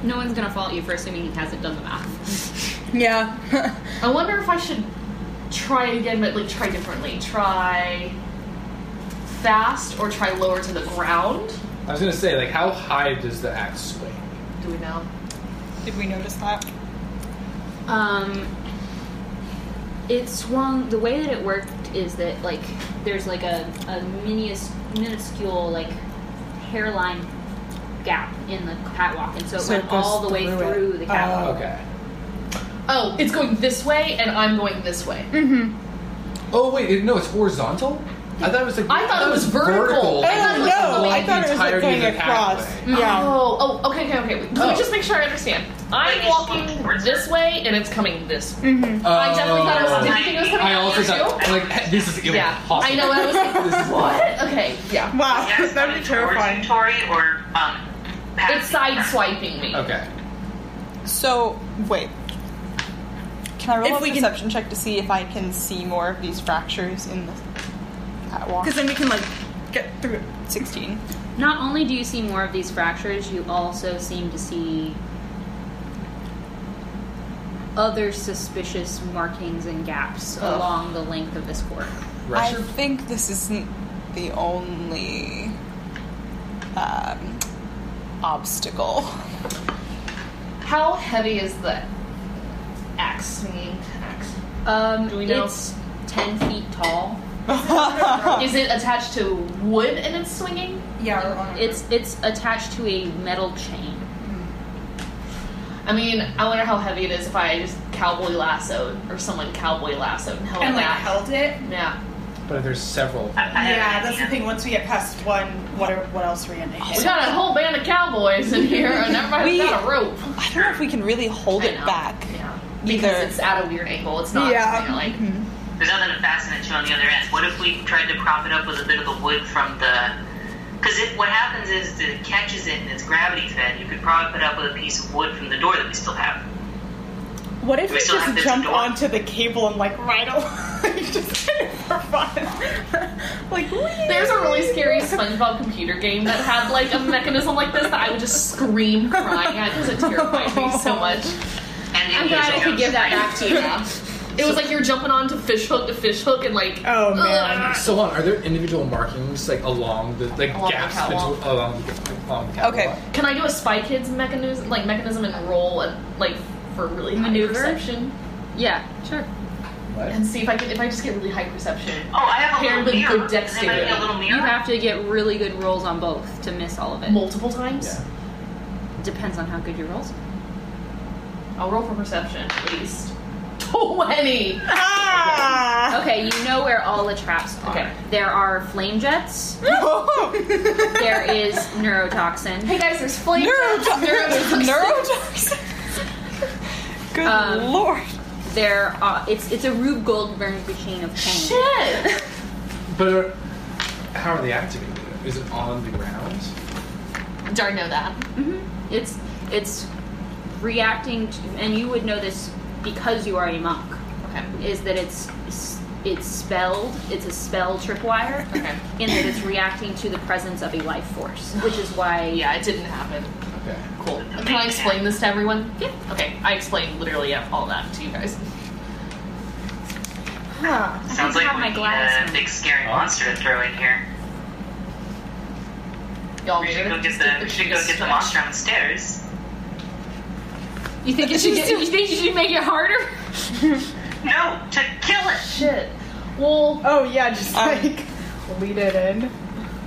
Speaker 1: No one's gonna fault you for assuming he hasn't done the math.
Speaker 4: Yeah.
Speaker 6: I wonder if I should try again, but like try differently. Try fast or try lower to the ground.
Speaker 2: I was gonna say, like, how high does the axe swing?
Speaker 6: Do we know?
Speaker 4: Did we notice that?
Speaker 1: Um, it swung. The way that it worked is that like there's like a a minis, minuscule like hairline gap in the catwalk, and so it
Speaker 4: So
Speaker 1: went
Speaker 4: it goes
Speaker 1: all the way
Speaker 4: through it.
Speaker 1: through the
Speaker 4: Uh,
Speaker 1: catwalk.
Speaker 2: Okay.
Speaker 6: Oh, it's going this way, and I'm going this way.
Speaker 2: Mm-hmm. Oh wait, it- no, it's horizontal. I thought it was like
Speaker 6: I thought it was vertical. I thought it was
Speaker 4: Oh,
Speaker 6: all the
Speaker 4: no,
Speaker 6: way
Speaker 4: I thought it was like
Speaker 2: entirety of
Speaker 4: going
Speaker 2: the
Speaker 4: across.
Speaker 2: pathway.
Speaker 4: Yeah.
Speaker 6: Oh, oh, okay, okay, okay. Let
Speaker 2: Oh.
Speaker 6: me just make sure I understand. I'm
Speaker 3: Maybe it's
Speaker 6: walking
Speaker 3: towards
Speaker 6: this
Speaker 3: her.
Speaker 6: way, and it's coming this way.
Speaker 4: Mm-hmm.
Speaker 6: I definitely thought it was. Did you
Speaker 2: Oh.
Speaker 6: think it was coming
Speaker 2: I
Speaker 6: out
Speaker 2: also
Speaker 6: here,
Speaker 2: thought
Speaker 6: too?
Speaker 2: like this is
Speaker 6: Yeah,
Speaker 2: impossible.
Speaker 6: I know. I was like,
Speaker 2: This is-
Speaker 6: what? Okay, yeah.
Speaker 4: Wow,
Speaker 3: Yeah, it's
Speaker 4: that'd
Speaker 3: coming
Speaker 4: be
Speaker 3: towards
Speaker 4: terrifying.
Speaker 3: you, Tori, or um, Pat.
Speaker 6: It's side swiping me.
Speaker 2: Okay.
Speaker 4: So wait. Can I roll
Speaker 5: If
Speaker 4: a
Speaker 5: we can-
Speaker 4: perception check to see if I can see more of these fractures in the catwalk?
Speaker 5: Because then we can like get through it.
Speaker 4: Sixteen.
Speaker 1: Not only do you see more of these fractures, you also seem to see other suspicious markings and gaps
Speaker 6: Oh.
Speaker 4: Ugh.
Speaker 1: along the length of this corridor.
Speaker 4: I
Speaker 2: Right.
Speaker 4: think this isn't the only um, obstacle.
Speaker 6: How heavy is the axe swinging? Axe.
Speaker 1: Um,
Speaker 6: Do we know?
Speaker 1: It's ten feet tall.
Speaker 6: Is it attached to wood and it's swinging?
Speaker 7: Yeah,
Speaker 6: Oh,
Speaker 7: we're on it.
Speaker 1: It's it's attached to a metal chain.
Speaker 6: I mean, I wonder how heavy it is if I just cowboy lassoed or someone cowboy lassoed and held
Speaker 7: and like
Speaker 6: that.
Speaker 7: held it.
Speaker 6: yeah.
Speaker 2: But there's several.
Speaker 3: I, I have an
Speaker 5: Yeah, that's the
Speaker 3: idea.
Speaker 5: thing. Once we get past one, what are, what else are we gonna hit?
Speaker 6: We got a whole band of cowboys in here and everybody's
Speaker 4: We-
Speaker 6: got a rope.
Speaker 4: I don't know if we can really hold it
Speaker 6: I know.
Speaker 4: back.
Speaker 6: Yeah.
Speaker 4: Either-
Speaker 6: Because it's at a weird angle. It's not
Speaker 5: Yeah.
Speaker 6: you know, like
Speaker 3: There's nothing to fascinate you on the other end. What if we tried to prop it up with a bit of the wood from the? Because if what happens is it catches it and it's gravity fed, you could prop it up with a piece of wood from the door that we still have.
Speaker 5: What if
Speaker 3: We
Speaker 5: we
Speaker 3: still have
Speaker 5: just
Speaker 3: this
Speaker 5: jump
Speaker 3: door.
Speaker 5: onto the cable and like ride along, just for fun? like, whee!
Speaker 6: There's a really scary SpongeBob computer game that had like a mechanism like this that I would just scream crying at because it terrified me so much.
Speaker 3: And
Speaker 6: I'm
Speaker 3: it
Speaker 6: glad
Speaker 3: is a
Speaker 6: I could give that
Speaker 3: ghost.
Speaker 6: back to you. It was like you're jumping onto fish hook to fish hook and like
Speaker 5: Oh, man.
Speaker 6: ugh.
Speaker 2: So on. Are there individual markings like along the like
Speaker 6: Along the
Speaker 2: gaps
Speaker 6: catwalk.
Speaker 2: between along the, along the catwalk?
Speaker 4: Okay.
Speaker 6: Can I do a Spy Kids mechanism like mechanism and roll and like for really high
Speaker 1: Maneuver?
Speaker 6: perception
Speaker 1: Yeah, sure.
Speaker 2: What?
Speaker 6: and see if I can if I just get really high perception.
Speaker 3: Oh, I have a
Speaker 6: Paired
Speaker 3: little
Speaker 6: with
Speaker 3: mirror.
Speaker 6: good
Speaker 3: Does anybody
Speaker 6: dexterity.
Speaker 3: have a little mirror.
Speaker 1: You have to get really good rolls on both to miss all of it.
Speaker 6: Multiple times?
Speaker 2: Yeah.
Speaker 1: Depends on how good your rolls. are.
Speaker 6: I'll roll for perception at least. Twenty!
Speaker 4: Ah!
Speaker 1: Okay, you know where all the traps are.
Speaker 6: Okay.
Speaker 1: There are flame jets. there is neurotoxin.
Speaker 6: Hey guys, there's flame.
Speaker 4: Neurotoxin. Good
Speaker 1: Um,
Speaker 4: lord.
Speaker 1: There, are, it's it's a Rube Goldberg machine of pain.
Speaker 6: Shit!
Speaker 2: But are, how are they activated? Is it on the ground?
Speaker 6: Darn know that.
Speaker 1: Mm-hmm. It's it's reacting, to, and you would know this because you are a monk.
Speaker 6: Okay.
Speaker 1: Is that it's it's spelled. It's a spell tripwire.
Speaker 6: Okay.
Speaker 1: In that it's reacting to the presence of a life force, which is why
Speaker 6: Yeah, it didn't happen.
Speaker 2: Okay.
Speaker 6: Cool. Can I explain this to everyone? Yeah. Okay, I explained literally all that to you guys.
Speaker 3: Sounds
Speaker 1: I
Speaker 3: like
Speaker 1: have
Speaker 3: we
Speaker 1: my
Speaker 3: need
Speaker 1: glass.
Speaker 3: a big scary monster to throw in here.
Speaker 6: Y'all
Speaker 3: We should go
Speaker 6: weird.
Speaker 3: get the we should go get the monster on the stairs.
Speaker 1: you think it should get, you think you should make it harder.
Speaker 3: No, to kill it.
Speaker 6: Shit. Well,
Speaker 5: Oh yeah, just
Speaker 4: Um,
Speaker 5: like lead it in.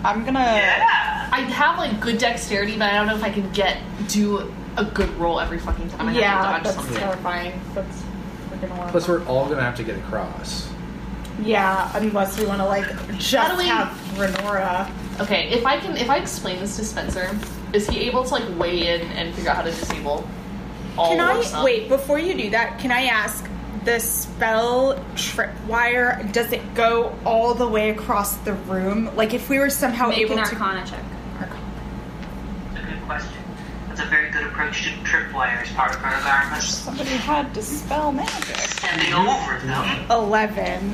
Speaker 4: I'm gonna.
Speaker 3: Yeah.
Speaker 6: I have like good dexterity, but I don't know if I can get do a good roll every fucking time I
Speaker 5: yeah,
Speaker 6: have to dodge
Speaker 5: that's
Speaker 6: something.
Speaker 5: terrifying. That's we're gonna want.
Speaker 2: Plus, we're all gonna have to get across.
Speaker 5: yeah, unless we want to like
Speaker 6: How do
Speaker 5: just
Speaker 6: we-
Speaker 5: have Renora.
Speaker 6: Okay, if I can, if I explain this to Spencer, is he able to like weigh in and figure out how to disable all
Speaker 5: Can
Speaker 6: or
Speaker 5: I
Speaker 6: some?
Speaker 5: wait before you do that? Can I ask? the spell tripwire, does it go all the way across the room? Like if we were somehow
Speaker 1: Make
Speaker 5: able
Speaker 1: an
Speaker 5: to
Speaker 1: Arcana check.
Speaker 3: That's a good question. That's a very good approach to tripwires, Paragaramus.
Speaker 4: Somebody had to spell magic.
Speaker 3: Stepping over them.
Speaker 5: 11.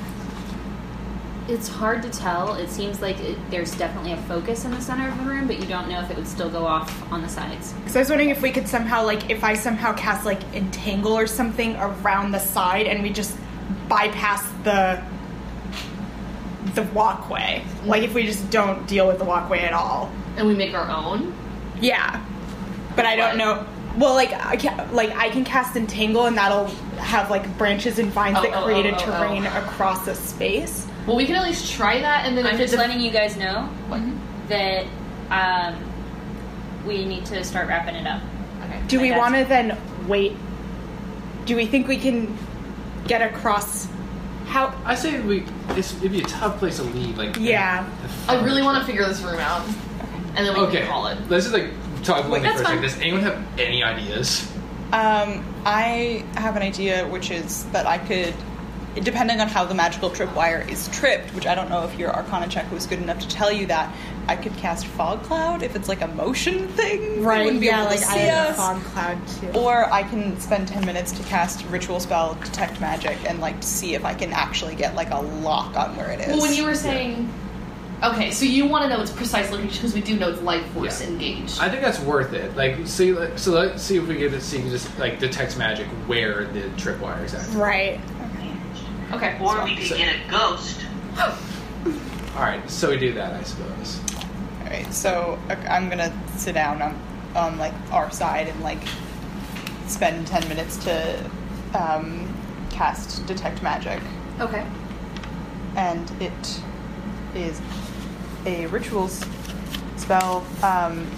Speaker 1: It's hard to tell. It seems like it, there's definitely a focus in the center of the room, but you don't know if it would still go off on the sides.
Speaker 5: So I was wondering if we could somehow, like, if I somehow cast, like, entangle or something around the side and we just bypass the the walkway. Like, if we just don't deal with the walkway at all.
Speaker 6: and we make our own.
Speaker 5: Yeah. But I don't know. Well, like, I can, like I can cast entangle and that'll have, like, branches and vines
Speaker 6: Oh,
Speaker 5: that
Speaker 6: oh,
Speaker 5: create
Speaker 6: oh,
Speaker 5: a
Speaker 6: oh, oh.
Speaker 5: terrain across a space.
Speaker 6: Well, we can at least try that, and then
Speaker 1: I'm
Speaker 6: if
Speaker 1: just
Speaker 6: it's
Speaker 1: letting you guys know that um, we need to start wrapping it up.
Speaker 5: Do we
Speaker 1: Like that's-
Speaker 5: want to then wait? Do we think we can get across? How?
Speaker 2: I say we. It's, it'd be a tough place to leave. Like
Speaker 5: Yeah.
Speaker 2: the-
Speaker 6: I really want to figure this room out, and then we
Speaker 2: Okay.
Speaker 6: can call it.
Speaker 2: Let's just like talk about
Speaker 4: that's
Speaker 2: for a second.
Speaker 4: fine.
Speaker 2: Does anyone have any ideas?
Speaker 4: Um, I have an idea, which is that I could, depending on how the magical tripwire is tripped, which I don't know if your Arcana check was good enough to tell you that, I could cast fog cloud if it's like a motion thing. They wouldn't be
Speaker 5: yeah,
Speaker 4: able
Speaker 5: like
Speaker 4: to
Speaker 5: I
Speaker 4: see
Speaker 5: have a
Speaker 4: us.
Speaker 5: fog cloud too.
Speaker 4: Or I can spend 10 minutes to cast ritual spell, detect magic, and like see if I can actually get like a lock on where it is.
Speaker 6: Well, when you were saying, okay, so you want to know its precise location because we do know it's life force
Speaker 2: Yeah.
Speaker 6: engaged.
Speaker 2: I think that's worth it. Like, see, like, so let's see if we get to see just like detects magic where the tripwire is at.
Speaker 5: Right.
Speaker 6: okay,
Speaker 3: Or we could get a ghost.
Speaker 2: All right, so we do that, I suppose.
Speaker 4: All right, so ok- I'm gonna sit down on, on like our side and like spend ten minutes to um, cast detect magic,
Speaker 1: Okay.
Speaker 4: and it is a rituals spell. Um,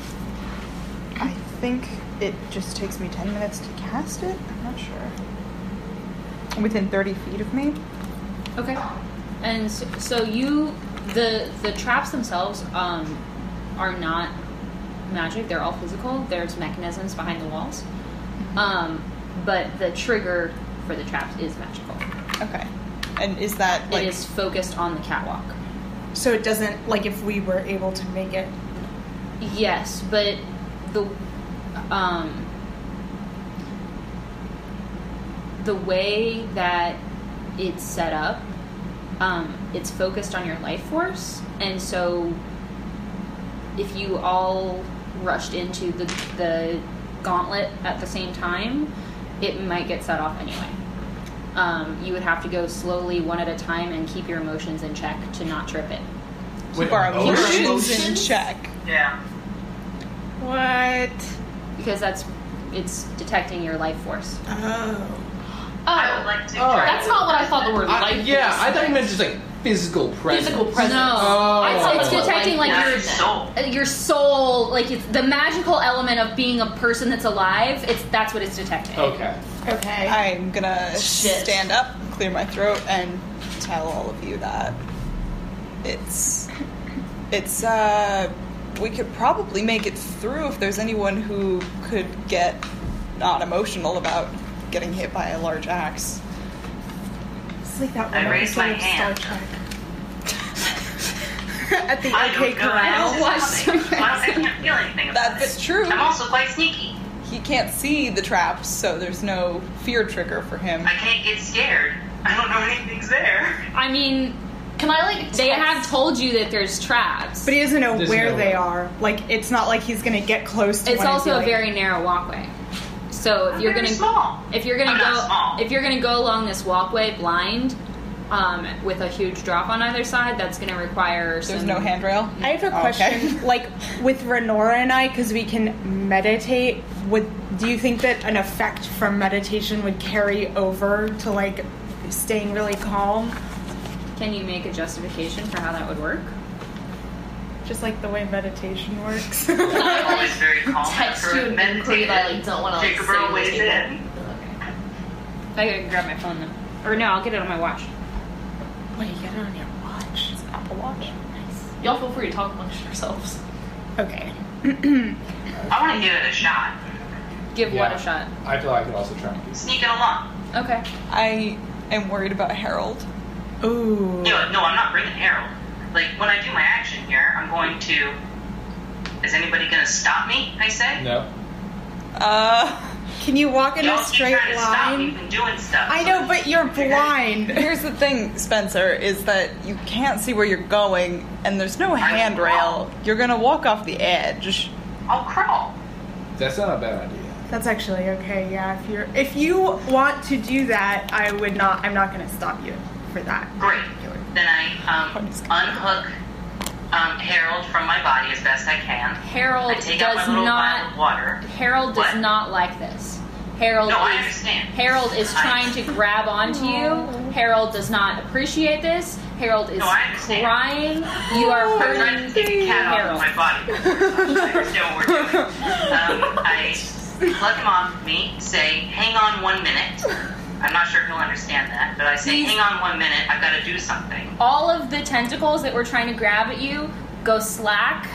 Speaker 4: I think it just takes me ten minutes to cast it. I'm not sure. Within thirty feet of me.
Speaker 1: Okay. And s- so you, the the traps themselves um, are not magic. They're all physical. There's mechanisms behind the walls, um, but the trigger for the traps is magical.
Speaker 4: Okay. And is that like
Speaker 1: it is focused on the catwalk.
Speaker 5: So it doesn't like if we were able to make it.
Speaker 1: Yes, but the um, the way that it's set up, um, it's focused on your life force, and so if you all rushed into the the gauntlet at the same time, it might get set off anyway. Um, you would have to go slowly, one at a time, and keep your emotions in check to not trip it.
Speaker 4: keep our
Speaker 2: oh,
Speaker 4: emotions in check?
Speaker 3: Yeah.
Speaker 5: What?
Speaker 1: because that's it's detecting your life force.
Speaker 5: Oh.
Speaker 3: I would
Speaker 6: Oh,
Speaker 3: like to
Speaker 2: Oh.
Speaker 3: try
Speaker 6: that's not what I thought the word
Speaker 2: I-
Speaker 6: life force.
Speaker 2: yeah, I thought you meant just like physical presence.
Speaker 6: physical presence.
Speaker 1: No.
Speaker 2: Oh.
Speaker 6: I thought
Speaker 1: It's
Speaker 6: that's what
Speaker 1: detecting,
Speaker 6: life
Speaker 1: like,
Speaker 6: force
Speaker 1: your-
Speaker 6: meant.
Speaker 3: soul.
Speaker 1: Uh, Your soul, like it's the magical element of being a person that's alive. It's that's what it's detecting.
Speaker 2: Okay.
Speaker 5: Okay.
Speaker 4: I'm gonna
Speaker 6: Shit.
Speaker 4: stand up, clear my throat, and tell all of you that it's it's uh we could probably make it through if there's anyone who could get not emotional about getting hit by a large axe.
Speaker 5: it's like that
Speaker 3: I
Speaker 5: one
Speaker 3: raised my
Speaker 5: episode of Star
Speaker 3: hand.
Speaker 5: Trek. At the
Speaker 3: I
Speaker 5: OK
Speaker 3: don't know.
Speaker 5: Corral.
Speaker 3: I,
Speaker 1: Watch
Speaker 3: don't know. I can't feel anything about
Speaker 4: That's
Speaker 3: it.
Speaker 4: true.
Speaker 3: I'm also quite sneaky.
Speaker 4: He can't see the traps, so there's no fear trigger for him.
Speaker 3: I can't get scared. I don't know anything's there.
Speaker 1: I mean,
Speaker 6: Can I like?
Speaker 1: they
Speaker 6: text-
Speaker 1: have told you that there's traps.
Speaker 5: But he doesn't know
Speaker 2: Doesn't
Speaker 5: where
Speaker 2: know
Speaker 5: they
Speaker 2: where.
Speaker 5: are. Like it's not like he's gonna get close to.
Speaker 1: it's
Speaker 5: one and be
Speaker 1: also a
Speaker 5: like-
Speaker 1: very narrow walkway. So if
Speaker 3: I'm
Speaker 1: you're
Speaker 3: very
Speaker 1: gonna
Speaker 3: small.
Speaker 1: if you're gonna
Speaker 3: I'm not
Speaker 1: go
Speaker 3: small.
Speaker 1: if you're gonna go along this walkway blind, um, with a huge drop on either side, that's gonna require
Speaker 4: There's
Speaker 1: some
Speaker 4: no handrail.
Speaker 5: Um,
Speaker 4: Oh,
Speaker 5: I have a
Speaker 4: Okay.
Speaker 5: question. Like with Renora and I, because we can meditate. Would do you think that an effect from meditation would carry over to like staying really calm,
Speaker 1: Can you make a justification for how that would work?
Speaker 5: just like the way meditation works?
Speaker 6: I,
Speaker 3: I'm
Speaker 6: like,
Speaker 3: always very calm
Speaker 6: text
Speaker 3: after
Speaker 6: you an
Speaker 3: meditating.
Speaker 6: inquiry that I like don't want to like
Speaker 3: Jacob
Speaker 6: say
Speaker 3: Earl weighs
Speaker 6: anything.
Speaker 3: in.
Speaker 1: I gotta grab my phone then, or no, I'll get it on my watch.
Speaker 5: Wait, get it on your watch. Apple Watch.
Speaker 6: Y'all feel free to talk amongst yourselves.
Speaker 5: Okay.
Speaker 3: I want to give it a shot.
Speaker 1: Give
Speaker 2: Yeah.
Speaker 1: what a shot.
Speaker 2: I feel like I could also try. and do-
Speaker 3: Sneaking along.
Speaker 14: Okay.
Speaker 4: I am worried about Harold.
Speaker 5: Ooh.
Speaker 3: No, no, I'm not bringing Harold. Like when I do my action here, I'm going to. Is anybody going to stop me? I say.
Speaker 2: No.
Speaker 4: Uh,
Speaker 5: Can you walk in a
Speaker 3: Y'all keep
Speaker 5: straight
Speaker 3: trying to stop me
Speaker 5: line?
Speaker 3: from doing stuff.
Speaker 5: I know, but you're blind.
Speaker 4: here's the thing, Spencer, is that you can't see where you're going, and there's no handrail. You're gonna walk off the edge.
Speaker 3: I'll crawl.
Speaker 2: That's not a bad idea.
Speaker 5: That's actually okay. Yeah, if you're if you want to do that, I would not. I'm not going to stop you for that.
Speaker 3: Great. Then I um, unhook um, Harold from my body as best I can. I
Speaker 1: Harold
Speaker 3: take out my
Speaker 1: does
Speaker 3: little vial of
Speaker 1: not.
Speaker 3: water.
Speaker 1: Harold does
Speaker 3: What?
Speaker 1: not like this. Harold
Speaker 3: No, I
Speaker 1: is
Speaker 3: understand.
Speaker 1: Harold is
Speaker 3: I-
Speaker 1: trying to grab onto you. Harold does not appreciate this. Harold is
Speaker 3: No, I understand.
Speaker 1: crying. You are
Speaker 3: I'm trying to
Speaker 1: hurting
Speaker 3: get the cat
Speaker 1: Harold.
Speaker 3: off of my body. I understand what we're doing. Um, I lug him off me, say, hang on one minute. I'm not sure if he'll understand that, but I say,
Speaker 1: He's-
Speaker 3: hang on one minute, I've got to do something.
Speaker 1: All of the tentacles that were trying to grab at you go slack,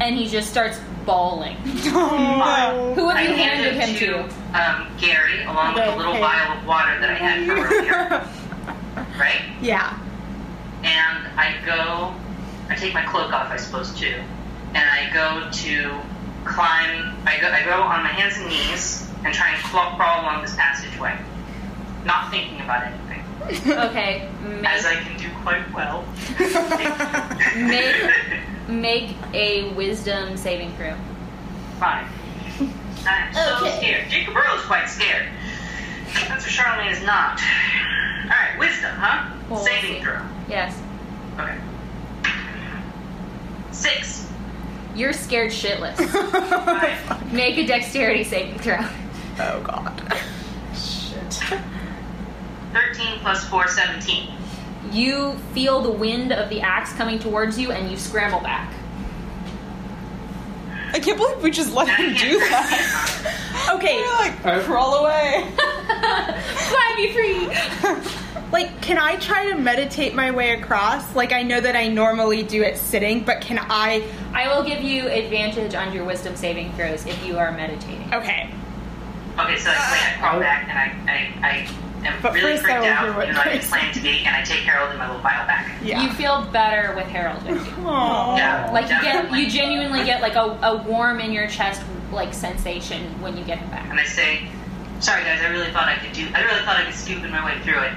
Speaker 1: and he just starts bawling.
Speaker 3: Fine.
Speaker 1: Who have
Speaker 3: I
Speaker 1: you
Speaker 3: hand
Speaker 1: handed him to?
Speaker 3: Um, Gary, along with a little
Speaker 5: Okay.
Speaker 3: vial of water that I had from earlier. right?
Speaker 5: Yeah.
Speaker 3: and I go. I take my cloak off, I suppose, too, and I go to climb. I go. I go on my hands and knees and try and claw, crawl along this passageway, not thinking about anything,
Speaker 1: Okay,
Speaker 3: as
Speaker 1: make,
Speaker 3: I can do quite well.
Speaker 1: make make a wisdom saving throw.
Speaker 3: Fine. I'm so
Speaker 1: Okay.
Speaker 3: scared. Jacob Earl's quite scared. Spencer Charlemagne is not. All right, wisdom, huh?
Speaker 1: Well, we'll see.
Speaker 3: Saving throw.
Speaker 1: Yes.
Speaker 3: Okay. Six.
Speaker 1: You're scared shitless. Make a dexterity saving throw.
Speaker 4: Oh god.
Speaker 3: Thirteen plus four, seventeen.
Speaker 1: You feel the wind of the axe coming towards you and you scramble back.
Speaker 4: I can't believe we just let him do that.
Speaker 5: Okay.
Speaker 4: We're like,
Speaker 2: I-
Speaker 4: crawl away.
Speaker 1: Fly me free!
Speaker 5: Like, can I try to meditate my way across? Like, I know that I normally do it sitting, but can I?
Speaker 1: I will give you advantage on your wisdom saving throws if you are meditating.
Speaker 5: Okay.
Speaker 3: Okay, so that's when I crawl back and I, I, I am
Speaker 5: But
Speaker 3: really
Speaker 5: first I
Speaker 3: freaked
Speaker 5: will
Speaker 3: out,
Speaker 5: hear what
Speaker 3: even though I
Speaker 5: Chris-
Speaker 3: plan to be, and I take Harold in my little vial back.
Speaker 5: Yeah.
Speaker 1: You feel better with Harold with you.
Speaker 5: Aw.
Speaker 3: Yeah,
Speaker 1: Like you get
Speaker 3: definitely.
Speaker 1: you genuinely get like a, a warm in your chest like sensation when you get him back.
Speaker 3: And I say, sorry guys, I really thought I could do, I really thought I could scoop in my way through it.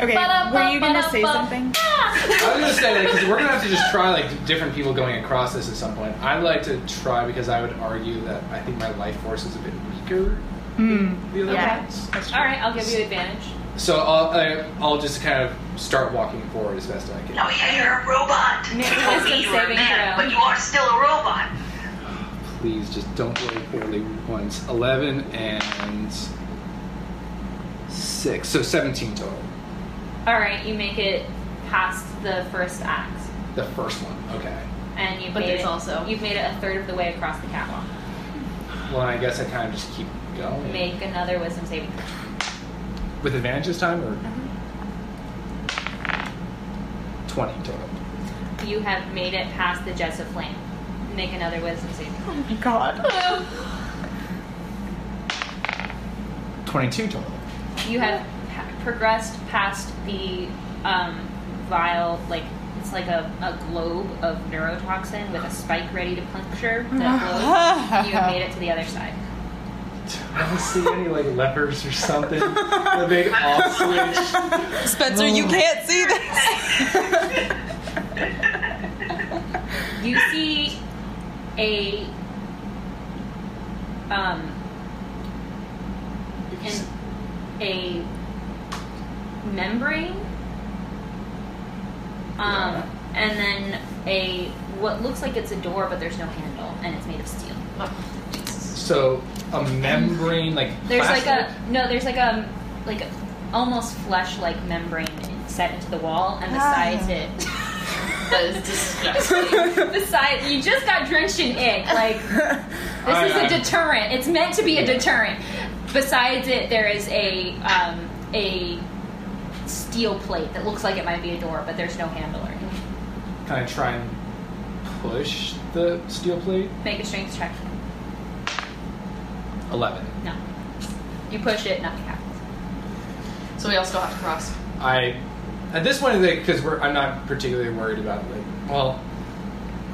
Speaker 5: Okay. Were you gonna say something?
Speaker 1: Ah!
Speaker 2: I was gonna say like, 'cause we're gonna have to just try like different people going across this at some point. I'd like to try because I would argue that I think my life force is a bit weaker.
Speaker 5: Hmm.
Speaker 2: than The other
Speaker 1: Yeah.
Speaker 2: ones.
Speaker 1: Alright, I'll give you advantage.
Speaker 2: So I'll I, I'll just kind of start walking forward as best I can.
Speaker 3: Oh yeah, you're a robot.
Speaker 1: Make
Speaker 3: You
Speaker 1: a
Speaker 3: told
Speaker 1: wisdom
Speaker 3: me you were a
Speaker 1: saving
Speaker 3: man,
Speaker 1: throw.
Speaker 3: but you are still a robot.
Speaker 2: Please just don't roll poorly once. Eleven and six, so seventeen total.
Speaker 1: Alright, you make it past the first act.
Speaker 2: The first one, okay.
Speaker 1: And you've
Speaker 6: But
Speaker 1: made
Speaker 6: there's
Speaker 1: it,
Speaker 6: also-
Speaker 1: you've made it a third of the way across the catwalk.
Speaker 2: Well, I guess I kind of just keep going
Speaker 1: Make another wisdom saving throw.
Speaker 2: with advantage this time, or twenty total.
Speaker 1: You have made it past the jets of flame. Make another wisdom saving. throw.
Speaker 5: God.
Speaker 2: Twenty-two total.
Speaker 1: You have pa- progressed past the um, vial, like it's like a, a globe of neurotoxin with a spike ready to puncture. That globe. you have made it to the other side.
Speaker 2: I don't see any like lepers or something. The big off switch.
Speaker 4: Spencer, you can't see this.
Speaker 1: You see a um, an, a membrane, um, and then a what looks like it's a door, but there's no handle, and it's made of steel.
Speaker 2: So a membrane like
Speaker 1: There's
Speaker 2: plastic?
Speaker 1: like a no. There's like a like a, almost flesh-like membrane set into the wall, and besides it.
Speaker 6: Ah.
Speaker 1: That is disgusting. Besides, you just got drenched in it. Like this
Speaker 2: I-
Speaker 1: is
Speaker 2: I-
Speaker 1: a deterrent. It's meant to be a deterrent. Besides it, there is a um, a steel plate that looks like it might be a door, but there's no handle or anything.
Speaker 2: Can I try and push the steel plate?
Speaker 1: Make a strength check.
Speaker 2: Eleven.
Speaker 1: No. You push it, nothing happens.
Speaker 6: So we all still have to cross.
Speaker 2: I at this point because we're I'm not particularly worried about like well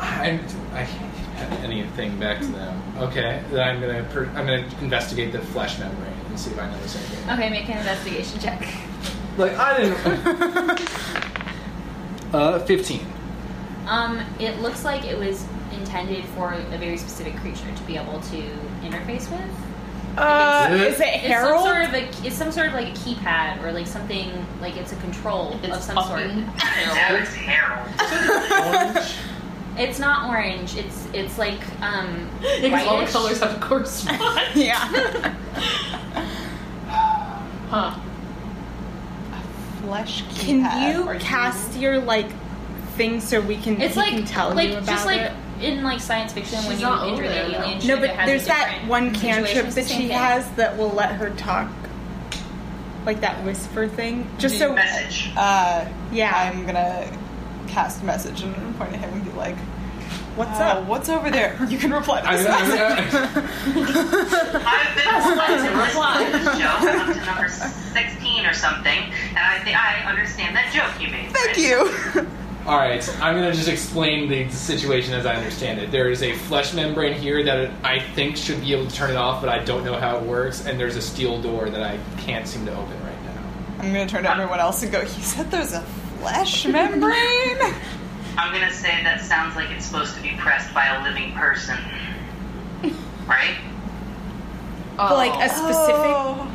Speaker 2: I'm I can't have anything back to them. Okay, then I'm gonna per, I'm gonna investigate the flesh membrane and see if I notice anything.
Speaker 1: Okay, make an investigation check.
Speaker 2: Like I didn't. uh, fifteen.
Speaker 1: Um, it looks like it was intended for a very specific creature to be able to interface with.
Speaker 5: Uh,
Speaker 2: Is it-
Speaker 5: is it
Speaker 1: It's some
Speaker 5: Harold?
Speaker 1: sort of a, it's some sort of like a keypad or like something like it's a control
Speaker 6: It's
Speaker 1: of some
Speaker 6: fucking
Speaker 1: sort.
Speaker 3: Now it's Harold.
Speaker 2: Orange.
Speaker 1: It's not orange. It's it's like um.
Speaker 6: Because all the
Speaker 1: whitish.
Speaker 6: colors have to correspond.
Speaker 4: yeah.
Speaker 6: huh.
Speaker 4: Flesh keypad.
Speaker 5: Can you
Speaker 4: or
Speaker 5: cast your like thing so we can?
Speaker 1: It's
Speaker 5: he
Speaker 1: like
Speaker 5: can tell
Speaker 1: like
Speaker 5: you about
Speaker 1: just like
Speaker 5: it?
Speaker 1: in like science fiction when
Speaker 6: She's
Speaker 1: you
Speaker 6: not
Speaker 1: enter the
Speaker 6: over there, though.
Speaker 1: alien. ship,
Speaker 5: No,
Speaker 1: it
Speaker 5: but
Speaker 1: has
Speaker 5: there's
Speaker 1: a
Speaker 5: that
Speaker 1: different
Speaker 5: one
Speaker 1: situation.
Speaker 5: cantrip
Speaker 1: It's the
Speaker 5: that
Speaker 1: same
Speaker 5: she
Speaker 1: thing.
Speaker 5: has that will let her talk, like that whisper thing. Just so,
Speaker 3: Message.
Speaker 4: Uh,
Speaker 5: Yeah.
Speaker 4: I'm gonna cast message and point at him and be like,
Speaker 5: what's
Speaker 4: uh,
Speaker 5: up?
Speaker 4: What's over there? You can reply to
Speaker 2: I,
Speaker 4: this message.
Speaker 2: I,
Speaker 3: I've been wanting to listen to the show. I'm up to number 16 or something, and I think I understand that joke you made.
Speaker 4: Thank
Speaker 3: Chris.
Speaker 4: you.
Speaker 2: all right, I'm gonna just explain the situation as I understand it. There is a flesh membrane here that I think should be able to turn it off, but I don't know how it works. And there's a steel door that I can't seem to open right now.
Speaker 4: I'm gonna turn to everyone else and go. He said there's a flesh membrane.
Speaker 3: I'm gonna say that sounds like it's supposed to be pressed by a living person, right?
Speaker 6: Oh.
Speaker 5: like a specific.
Speaker 4: Oh.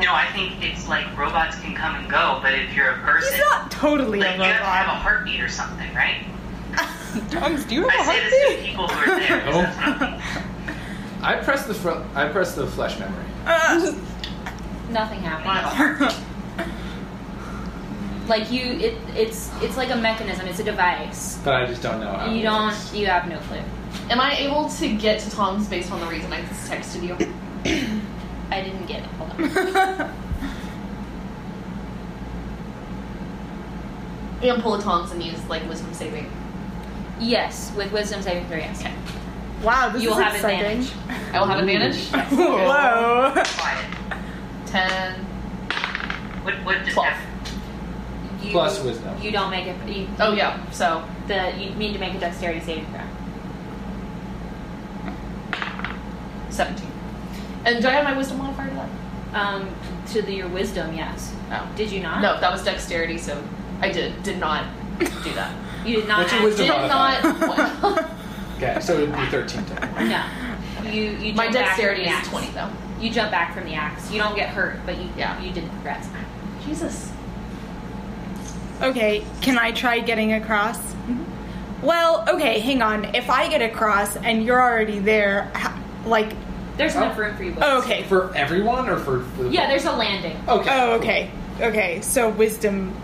Speaker 3: No, I think it's like robots can come and go, but if you're a person,
Speaker 5: He's not totally
Speaker 3: like
Speaker 5: a
Speaker 3: you have to have a
Speaker 5: robot.
Speaker 3: heartbeat or something, right?
Speaker 4: Drums, do you
Speaker 3: I
Speaker 4: have
Speaker 3: say
Speaker 4: a
Speaker 3: this to the
Speaker 4: heartbeat?
Speaker 3: people who are there. 'cause that's what I'm thinking.
Speaker 2: I press the fr- I press the flesh membrane.
Speaker 1: Nothing
Speaker 3: You have a
Speaker 1: happens.
Speaker 3: heartbeat.
Speaker 1: Like you, it it's it's like a mechanism. It's a device.
Speaker 2: But I just don't e- know how.
Speaker 1: You
Speaker 2: it
Speaker 1: don't.
Speaker 2: works.
Speaker 1: You have no clue.
Speaker 6: Am I able to get to Tom's based on the reason I just texted you?
Speaker 1: I didn't get it. Hold on.
Speaker 6: And pull a Tom's and use like wisdom saving.
Speaker 1: Yes, with wisdom saving throw. Yes.
Speaker 5: Wow, this
Speaker 1: You will
Speaker 5: is
Speaker 1: have
Speaker 5: exciting.
Speaker 1: advantage.
Speaker 6: I will have advantage.
Speaker 5: Whoa.
Speaker 3: Quiet.
Speaker 6: Ten.
Speaker 3: What, what just
Speaker 6: Twelve.
Speaker 3: happened?
Speaker 1: You,
Speaker 2: Plus wisdom.
Speaker 1: You don't make it. You,
Speaker 6: Oh yeah. So
Speaker 1: the you need to make a dexterity saving throw.
Speaker 6: seventeen. And do I have my wisdom modifier to that? Oh.
Speaker 1: Um, to the, your wisdom, yes.
Speaker 6: No.
Speaker 1: Did you not?
Speaker 6: No, that was dexterity. So I did did not do that.
Speaker 1: You did not.
Speaker 2: What's your
Speaker 1: add-
Speaker 2: wisdom
Speaker 6: Did not.
Speaker 2: Okay, so it would be thirteen total.
Speaker 1: No. You you.
Speaker 6: my
Speaker 1: jump back from
Speaker 6: dexterity
Speaker 1: the
Speaker 6: is
Speaker 1: axe.
Speaker 6: twenty though.
Speaker 1: You jump back from the axe. You don't get hurt, but you
Speaker 6: Yeah.
Speaker 1: you didn't progress.
Speaker 6: Jesus.
Speaker 5: Okay, can I try getting across?
Speaker 4: Mm-hmm.
Speaker 5: Well, okay, hang on. If I get across and you're already there, ha- like,
Speaker 1: There's
Speaker 2: Oh.
Speaker 1: enough room for you. both.
Speaker 5: oh, okay.
Speaker 2: For everyone or for, for the
Speaker 1: Yeah, there's a landing.
Speaker 2: Okay.
Speaker 5: Oh, okay. Okay, so wisdom.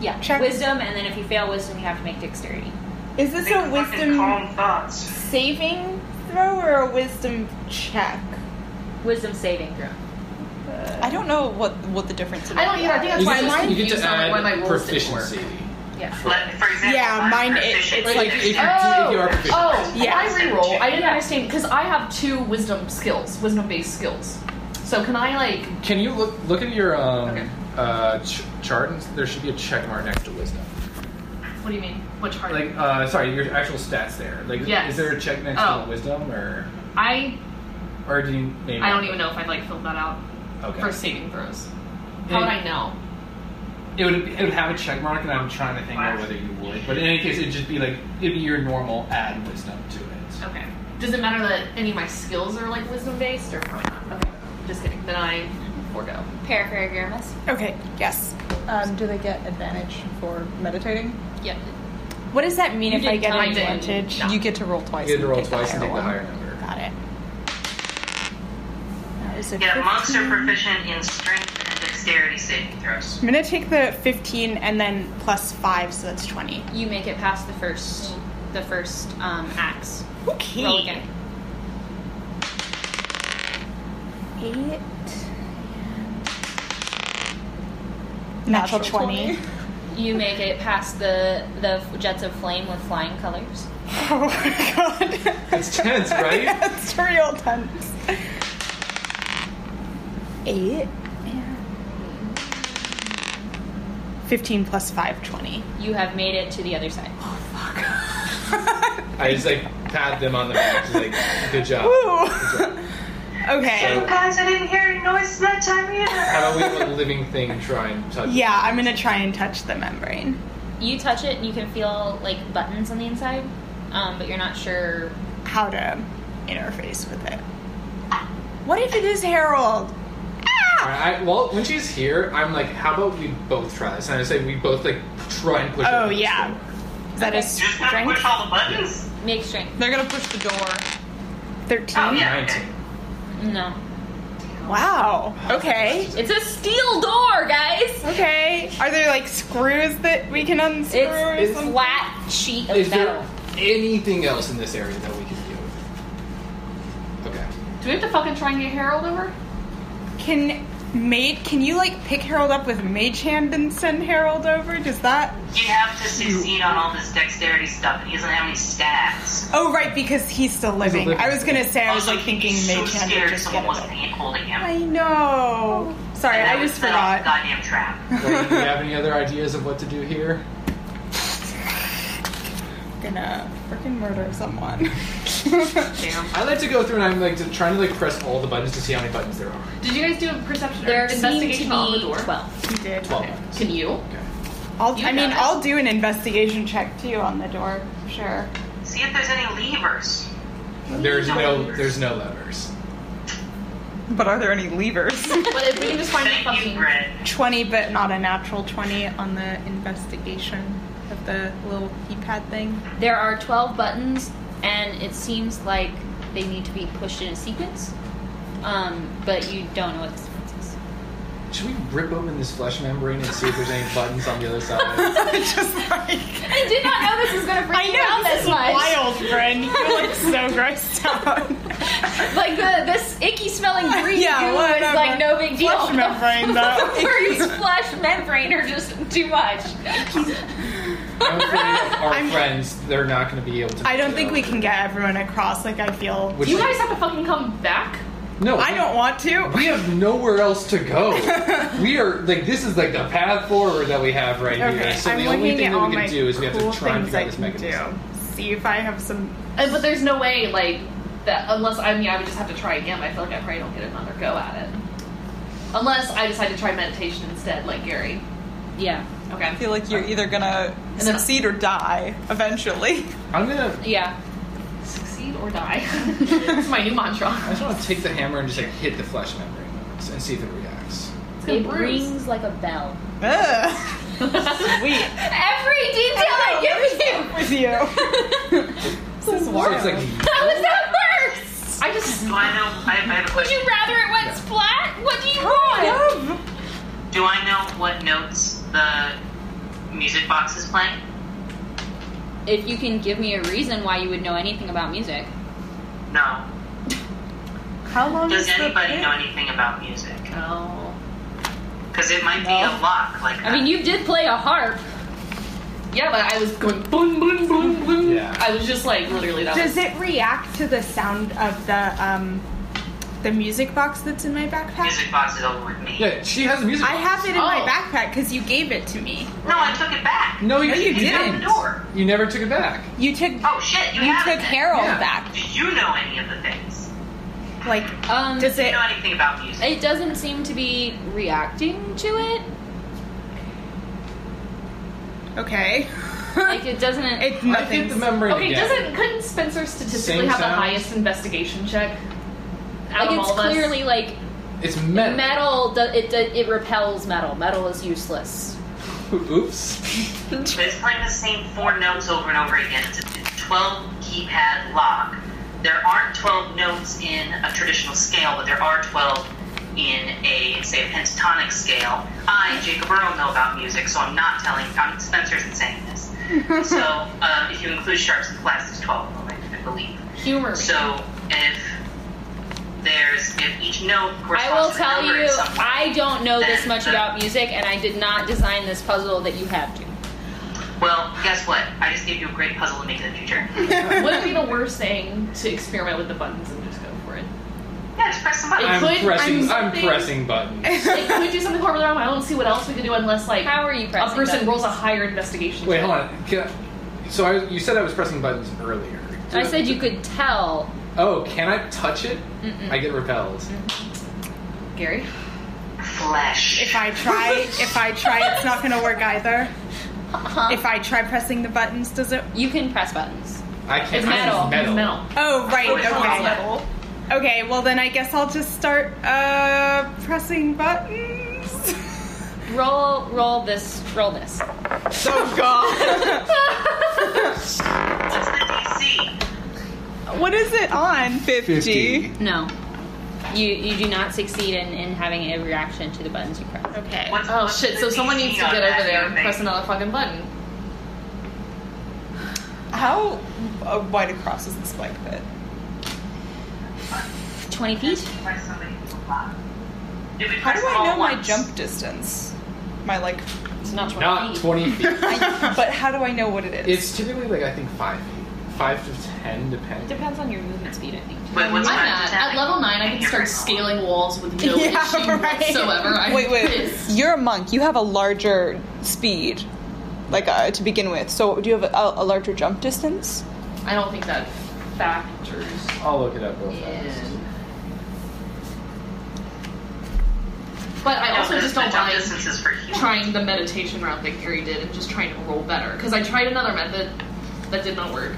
Speaker 1: Yeah.
Speaker 5: Check.
Speaker 1: Wisdom, and then if you fail wisdom, you have to make dexterity.
Speaker 5: Is this a
Speaker 3: Think fucking
Speaker 5: wisdom
Speaker 3: calm thoughts.
Speaker 5: saving throw or a wisdom check?
Speaker 1: Wisdom saving throw.
Speaker 4: I don't know what what the difference.
Speaker 6: I don't either. I think that's
Speaker 2: You
Speaker 6: why
Speaker 2: get, to-
Speaker 6: I'm
Speaker 2: you get
Speaker 6: confused
Speaker 2: to
Speaker 6: on
Speaker 2: add
Speaker 6: like, why my rules didn't work.
Speaker 2: proficiency.
Speaker 1: Yeah.
Speaker 3: Like, for example,
Speaker 5: Yeah,
Speaker 3: I'm
Speaker 5: mine, it-
Speaker 3: proficient
Speaker 5: it's
Speaker 3: in
Speaker 5: like-
Speaker 2: If,
Speaker 3: dexterity.
Speaker 2: if you are proficient.
Speaker 6: Oh,
Speaker 5: Yeah.
Speaker 6: yeah. I reroll. I didn't understand because I have two wisdom skills, wisdom based skills. So can I like?
Speaker 2: Can you look look at your um,
Speaker 6: Okay.
Speaker 2: uh, ch- chart? And there should be a check mark next to wisdom.
Speaker 6: What do you mean? Which heart?
Speaker 2: Like, uh, sorry, your actual stats there. Like,
Speaker 6: Yes.
Speaker 2: is there a check next
Speaker 6: Oh.
Speaker 2: to wisdom, or
Speaker 6: I
Speaker 2: or do you maybe?
Speaker 6: I don't even know if I'd like filled that out
Speaker 2: Okay.
Speaker 6: for saving throws. How would I know?
Speaker 2: It would it would have a check mark, and I'm trying to think of whether you would. But in any case, it'd just be like it'd be your normal add wisdom to it.
Speaker 6: Okay. Does it matter that any of my skills are like wisdom based or probably not? Okay. Just kidding. Then I forego.
Speaker 1: Paragragaramus.
Speaker 5: Okay, yes.
Speaker 4: Um, do they get advantage for meditating?
Speaker 1: Yep.
Speaker 5: What does that mean
Speaker 6: You
Speaker 5: if I
Speaker 6: didn't
Speaker 5: get
Speaker 6: tell me,
Speaker 5: an
Speaker 6: did you?
Speaker 5: advantage?
Speaker 6: No.
Speaker 4: You get to roll twice.
Speaker 2: You had to roll
Speaker 4: pick the
Speaker 2: twice and
Speaker 4: higher
Speaker 2: take the
Speaker 4: one.
Speaker 2: higher number.
Speaker 5: Got it. That is a
Speaker 3: Yeah, monks are
Speaker 5: 15.
Speaker 3: proficient in strength and dexterity saving throws.
Speaker 5: I'm gonna take the 15 and then plus 5, so that's 20.
Speaker 1: You make it past the first the first um, axe.
Speaker 5: Okay.
Speaker 1: Roll again.
Speaker 5: Eight. Natural, 20.
Speaker 1: You make it past the the jets of flame with flying colors.
Speaker 5: Oh my god.
Speaker 2: It's tense, right?
Speaker 5: That's real tense. Eight? 15 plus 5, 20.
Speaker 1: You have made it to the other side.
Speaker 2: I just like pat them on the back, just like good job.
Speaker 5: okay.
Speaker 2: So
Speaker 3: Guys, I didn't hear any noise that time either.
Speaker 2: how about we let a living thing try and touch? it?
Speaker 5: Yeah, I'm gonna try and touch the membrane.
Speaker 1: You touch it and you can feel like buttons on the inside, um, but you're not sure.
Speaker 5: How to interface with it. What if it is Harold? Ah!
Speaker 2: All right, I, well, when she's here, I'm like, how about we both try this? And I say we both like try and push. it
Speaker 5: Oh,
Speaker 2: open this
Speaker 5: yeah.
Speaker 2: door.
Speaker 5: Is that a
Speaker 3: Just gotta
Speaker 5: strength?
Speaker 3: push all the buttons.
Speaker 1: Make strength.
Speaker 4: They're gonna push the door.
Speaker 5: 13?
Speaker 3: Oh yeah.
Speaker 2: Nineteen.
Speaker 1: No.
Speaker 5: Wow. Okay.
Speaker 1: It's a steel door, guys!
Speaker 5: Okay. Are there like screws that we can unscrew or
Speaker 1: It's a
Speaker 5: something?
Speaker 1: flat sheet of
Speaker 2: Is
Speaker 1: metal.
Speaker 2: there anything else in this area that we can do? Okay.
Speaker 6: Do we have to fucking try and get Harold over?
Speaker 5: Can maid can you like pick Harold up with mage hand and send Harold over? Does that
Speaker 3: You have to succeed on all this dexterity stuff, and he doesn't have any stats.
Speaker 5: Oh right, because he's still living.
Speaker 2: living.
Speaker 5: I was gonna say I was
Speaker 3: Also,
Speaker 5: like thinking
Speaker 3: he's
Speaker 5: mage
Speaker 3: so
Speaker 5: hand
Speaker 3: scared
Speaker 5: would just get
Speaker 3: someone
Speaker 5: it.
Speaker 3: wasn't
Speaker 5: over.
Speaker 3: hand holding him.
Speaker 5: I know. Sorry,
Speaker 3: And that
Speaker 5: I
Speaker 3: would
Speaker 5: just
Speaker 3: set off a
Speaker 5: forgot.
Speaker 3: Goddamn trap.
Speaker 2: Wait, do you have any other ideas of what to do here?
Speaker 5: Gonna freaking murder someone.
Speaker 2: I like to go through and I'm like to, trying to like press all the buttons to see how many buttons there are.
Speaker 6: Did you guys do a perception or
Speaker 1: There seem to
Speaker 6: investigation on the
Speaker 1: be
Speaker 6: door?
Speaker 1: 12.
Speaker 5: he did.
Speaker 2: Twelve buttons.
Speaker 6: Can you?
Speaker 2: Okay.
Speaker 5: I'll,
Speaker 6: You
Speaker 5: I mean,
Speaker 6: got it.
Speaker 5: I'll do an investigation check too on the door. Sure.
Speaker 3: See if there's any levers.
Speaker 2: There's no there's no levers.
Speaker 4: But are there any levers?
Speaker 6: But if we can just find the
Speaker 3: Thank you,
Speaker 6: fucking.
Speaker 3: Brett.
Speaker 5: 20, but not a natural 20 on the investigation of the little keypad thing.
Speaker 1: There are 12 buttons, and it seems like they need to be pushed in a sequence, um, but you don't know what the sequence is.
Speaker 2: Should we rip open this flesh membrane and see if there's any buttons on the other side?
Speaker 5: just like.
Speaker 1: I did not know this was going to freak
Speaker 5: I
Speaker 1: you out
Speaker 5: know, this
Speaker 1: this
Speaker 5: is
Speaker 1: much.
Speaker 5: wild, Bryn. You look so grossed out.
Speaker 1: Like the this icky smelling green
Speaker 5: Yeah,
Speaker 1: goo is
Speaker 5: whatever.
Speaker 1: like no big deal.
Speaker 5: Flesh membrane, though.
Speaker 1: Furry's flesh membrane are just too much.
Speaker 2: I'm afraid of our
Speaker 5: I'm-
Speaker 2: friends, they're not going to be able to.
Speaker 5: I don't think we can get everyone across. Like, I feel.
Speaker 2: Which-
Speaker 6: You guys have to fucking come back?
Speaker 2: No,
Speaker 5: I
Speaker 2: we-
Speaker 5: don't want to.
Speaker 2: We have nowhere else to go. we are like this is like the path forward that we have right
Speaker 5: Okay,
Speaker 2: here. So
Speaker 5: I'm
Speaker 2: the only
Speaker 5: looking
Speaker 2: thing
Speaker 5: at
Speaker 2: that
Speaker 5: all
Speaker 2: we
Speaker 5: my
Speaker 2: can do is we have
Speaker 5: cool
Speaker 2: to try and
Speaker 5: things
Speaker 2: figure
Speaker 5: I
Speaker 2: out this
Speaker 5: can
Speaker 2: mechanism.
Speaker 5: do. See if I have some.
Speaker 6: Uh, But there's no way, like, that unless I mean, I would just have to try again. but I feel like I probably don't get another go at it. Unless I decide to try meditation instead, like Gary.
Speaker 1: Yeah.
Speaker 6: Okay.
Speaker 4: I feel like you're either gonna
Speaker 6: And then-
Speaker 4: succeed or die eventually.
Speaker 2: I'm gonna.
Speaker 1: Yeah.
Speaker 6: Succeed or die. It's my new mantra.
Speaker 2: I just want to take the hammer and just like hit the flesh membrane and see if it reacts.
Speaker 6: It's gonna
Speaker 1: It
Speaker 6: bruise.
Speaker 1: rings like a bell.
Speaker 4: Ugh.
Speaker 5: Sweet.
Speaker 1: Every detail I give you.
Speaker 5: With you.
Speaker 4: This is
Speaker 2: So
Speaker 4: wild.
Speaker 2: it's like
Speaker 1: How was that worse?
Speaker 6: I just.
Speaker 3: Do I know? I, I have a
Speaker 1: Would you
Speaker 3: question.
Speaker 1: rather it went splat? What do you want?
Speaker 3: Do I know what notes the music box is playing?
Speaker 1: If you can give me a reason why you would know anything about music.
Speaker 3: No.
Speaker 5: How long
Speaker 3: Does
Speaker 5: is the
Speaker 3: anybody
Speaker 5: bit?
Speaker 3: know anything about music?
Speaker 6: No.
Speaker 3: Because it might be a lock. Like
Speaker 1: Oh. I mean, you did play a harp.
Speaker 6: Yeah, but I was going boom, boom, boom, boom.
Speaker 2: Yeah.
Speaker 6: I was just like, literally, that
Speaker 5: Does it react to the sound of the um, the music box that's in my
Speaker 3: that.
Speaker 5: backpack?
Speaker 3: music box is over with me.
Speaker 2: yeah, she has a music.
Speaker 5: I have it in my
Speaker 6: Oh.
Speaker 5: backpack because you gave it to me.
Speaker 3: No, I took it back.
Speaker 2: no, you,
Speaker 5: No, you
Speaker 2: you
Speaker 3: It's out
Speaker 5: didn't.
Speaker 3: the door.
Speaker 2: You never took it back.
Speaker 5: You took
Speaker 3: Oh shit! You,
Speaker 4: you
Speaker 3: have
Speaker 4: took
Speaker 3: it.
Speaker 4: Harold
Speaker 2: Yeah.
Speaker 4: back.
Speaker 3: Do you know any of the things?
Speaker 5: like
Speaker 1: Um,
Speaker 5: does
Speaker 3: Do you
Speaker 5: it?
Speaker 3: know anything about music?
Speaker 1: it doesn't seem to be reacting to it.
Speaker 5: Okay.
Speaker 1: Like it doesn't.
Speaker 5: it's
Speaker 2: I hit
Speaker 5: nothing.
Speaker 2: the membrane
Speaker 6: Okay,
Speaker 2: again.
Speaker 6: doesn't couldn't Spencer statistically
Speaker 2: Same
Speaker 6: have the
Speaker 2: sound?
Speaker 6: highest investigation check? Out
Speaker 1: like
Speaker 6: of
Speaker 1: it's
Speaker 6: all of us?
Speaker 1: clearly like
Speaker 2: It's metal.
Speaker 1: metal. do- It it, it repels metal. Metal is useless.
Speaker 2: Oops.
Speaker 3: But it's playing the same four notes over and over again. It's a 12 keypad lock. There aren't 12 notes in a traditional scale, but there are 12 in a, say, a pentatonic scale. I, Jacob Earl, know about music, so I'm not telling. I'm, Spencer isn't saying this. so um, if you include sharps and flats, it's 12 of them, I believe.
Speaker 6: humor me.
Speaker 3: So if there's, if each note
Speaker 1: I will
Speaker 3: corresponds to a
Speaker 1: tell
Speaker 3: number in
Speaker 1: you,
Speaker 3: some way-
Speaker 1: I don't know this much
Speaker 3: Then-
Speaker 1: about music, and I did not design this puzzle that you have to.
Speaker 3: Well, guess what? I just gave you a great puzzle to make in the future.
Speaker 6: Wouldn't be the worst thing to experiment with the buttons and just go for it.
Speaker 3: Yeah, just press some buttons.
Speaker 2: I'm
Speaker 6: could-
Speaker 2: pressing.
Speaker 6: I'm
Speaker 2: I'm,
Speaker 6: something-
Speaker 2: pressing buttons.
Speaker 6: like, can we do something horrible wrong? I don't see what else we could do unless like
Speaker 1: How are you
Speaker 6: a
Speaker 1: pressing?
Speaker 6: person
Speaker 1: buttons?
Speaker 6: rolls a higher investigation.
Speaker 2: Wait,
Speaker 6: check.
Speaker 2: hold on. Can I, so I, you said I was pressing buttons earlier.
Speaker 1: I said you could tell,
Speaker 2: Oh, can I touch it? I get repelled.
Speaker 1: Gary.
Speaker 3: Flesh.
Speaker 5: If I try, if I try, it's not going to work either. If I try pressing the buttons, does it?
Speaker 1: Uh-huh. You can press buttons.
Speaker 2: I can't.
Speaker 6: It's
Speaker 2: I
Speaker 6: metal.
Speaker 2: use metal.
Speaker 6: It's metal.
Speaker 5: Oh, right.
Speaker 3: Oh, it's
Speaker 5: Okay.
Speaker 6: metal.
Speaker 5: Okay, well then I guess I'll just start uh, pressing buttons.
Speaker 1: Roll, roll this, roll this.
Speaker 4: Oh god.
Speaker 3: What's the DC?
Speaker 4: what is it on? 50.
Speaker 1: No, you you do not succeed in, in having a reaction to the buttons you press.
Speaker 5: Okay.
Speaker 3: What's,
Speaker 6: Oh
Speaker 3: what's
Speaker 6: shit!
Speaker 3: the
Speaker 6: So someone
Speaker 3: DC
Speaker 6: needs to
Speaker 3: on
Speaker 6: get
Speaker 3: that,
Speaker 6: over there
Speaker 3: you
Speaker 6: and
Speaker 3: think?
Speaker 6: press another fucking button.
Speaker 4: How uh, wide across is the spike pit?
Speaker 1: Twenty feet.
Speaker 3: Press something. Did we
Speaker 4: How do
Speaker 3: press them
Speaker 4: I
Speaker 3: all
Speaker 4: know my
Speaker 3: once?
Speaker 4: jump distance? My like,
Speaker 1: It's not twenty
Speaker 2: Not
Speaker 1: feet.
Speaker 2: twenty feet.
Speaker 4: but how do I know what it is?
Speaker 2: it's typically like I think five feet, five to ten, depending.
Speaker 1: Depends on your movement speed, I think.
Speaker 3: Wait,
Speaker 6: I'm
Speaker 3: what's my
Speaker 6: not. At level nine, I can start scaling walls with no
Speaker 4: Yeah,
Speaker 6: issue
Speaker 4: right.
Speaker 6: whatsoever. I'm
Speaker 4: wait, wait.
Speaker 6: pissed.
Speaker 4: You're a monk. You have a larger speed, like uh, to begin with. So do you have a, a larger jump distance?
Speaker 6: I don't think that factors.
Speaker 2: I'll look it up real fast.
Speaker 6: in. But I also just don't
Speaker 3: Oh, jump
Speaker 6: mind
Speaker 3: distances for humans.
Speaker 6: trying the meditation route that Gary did and just trying to roll better. Because I tried another method that did not work.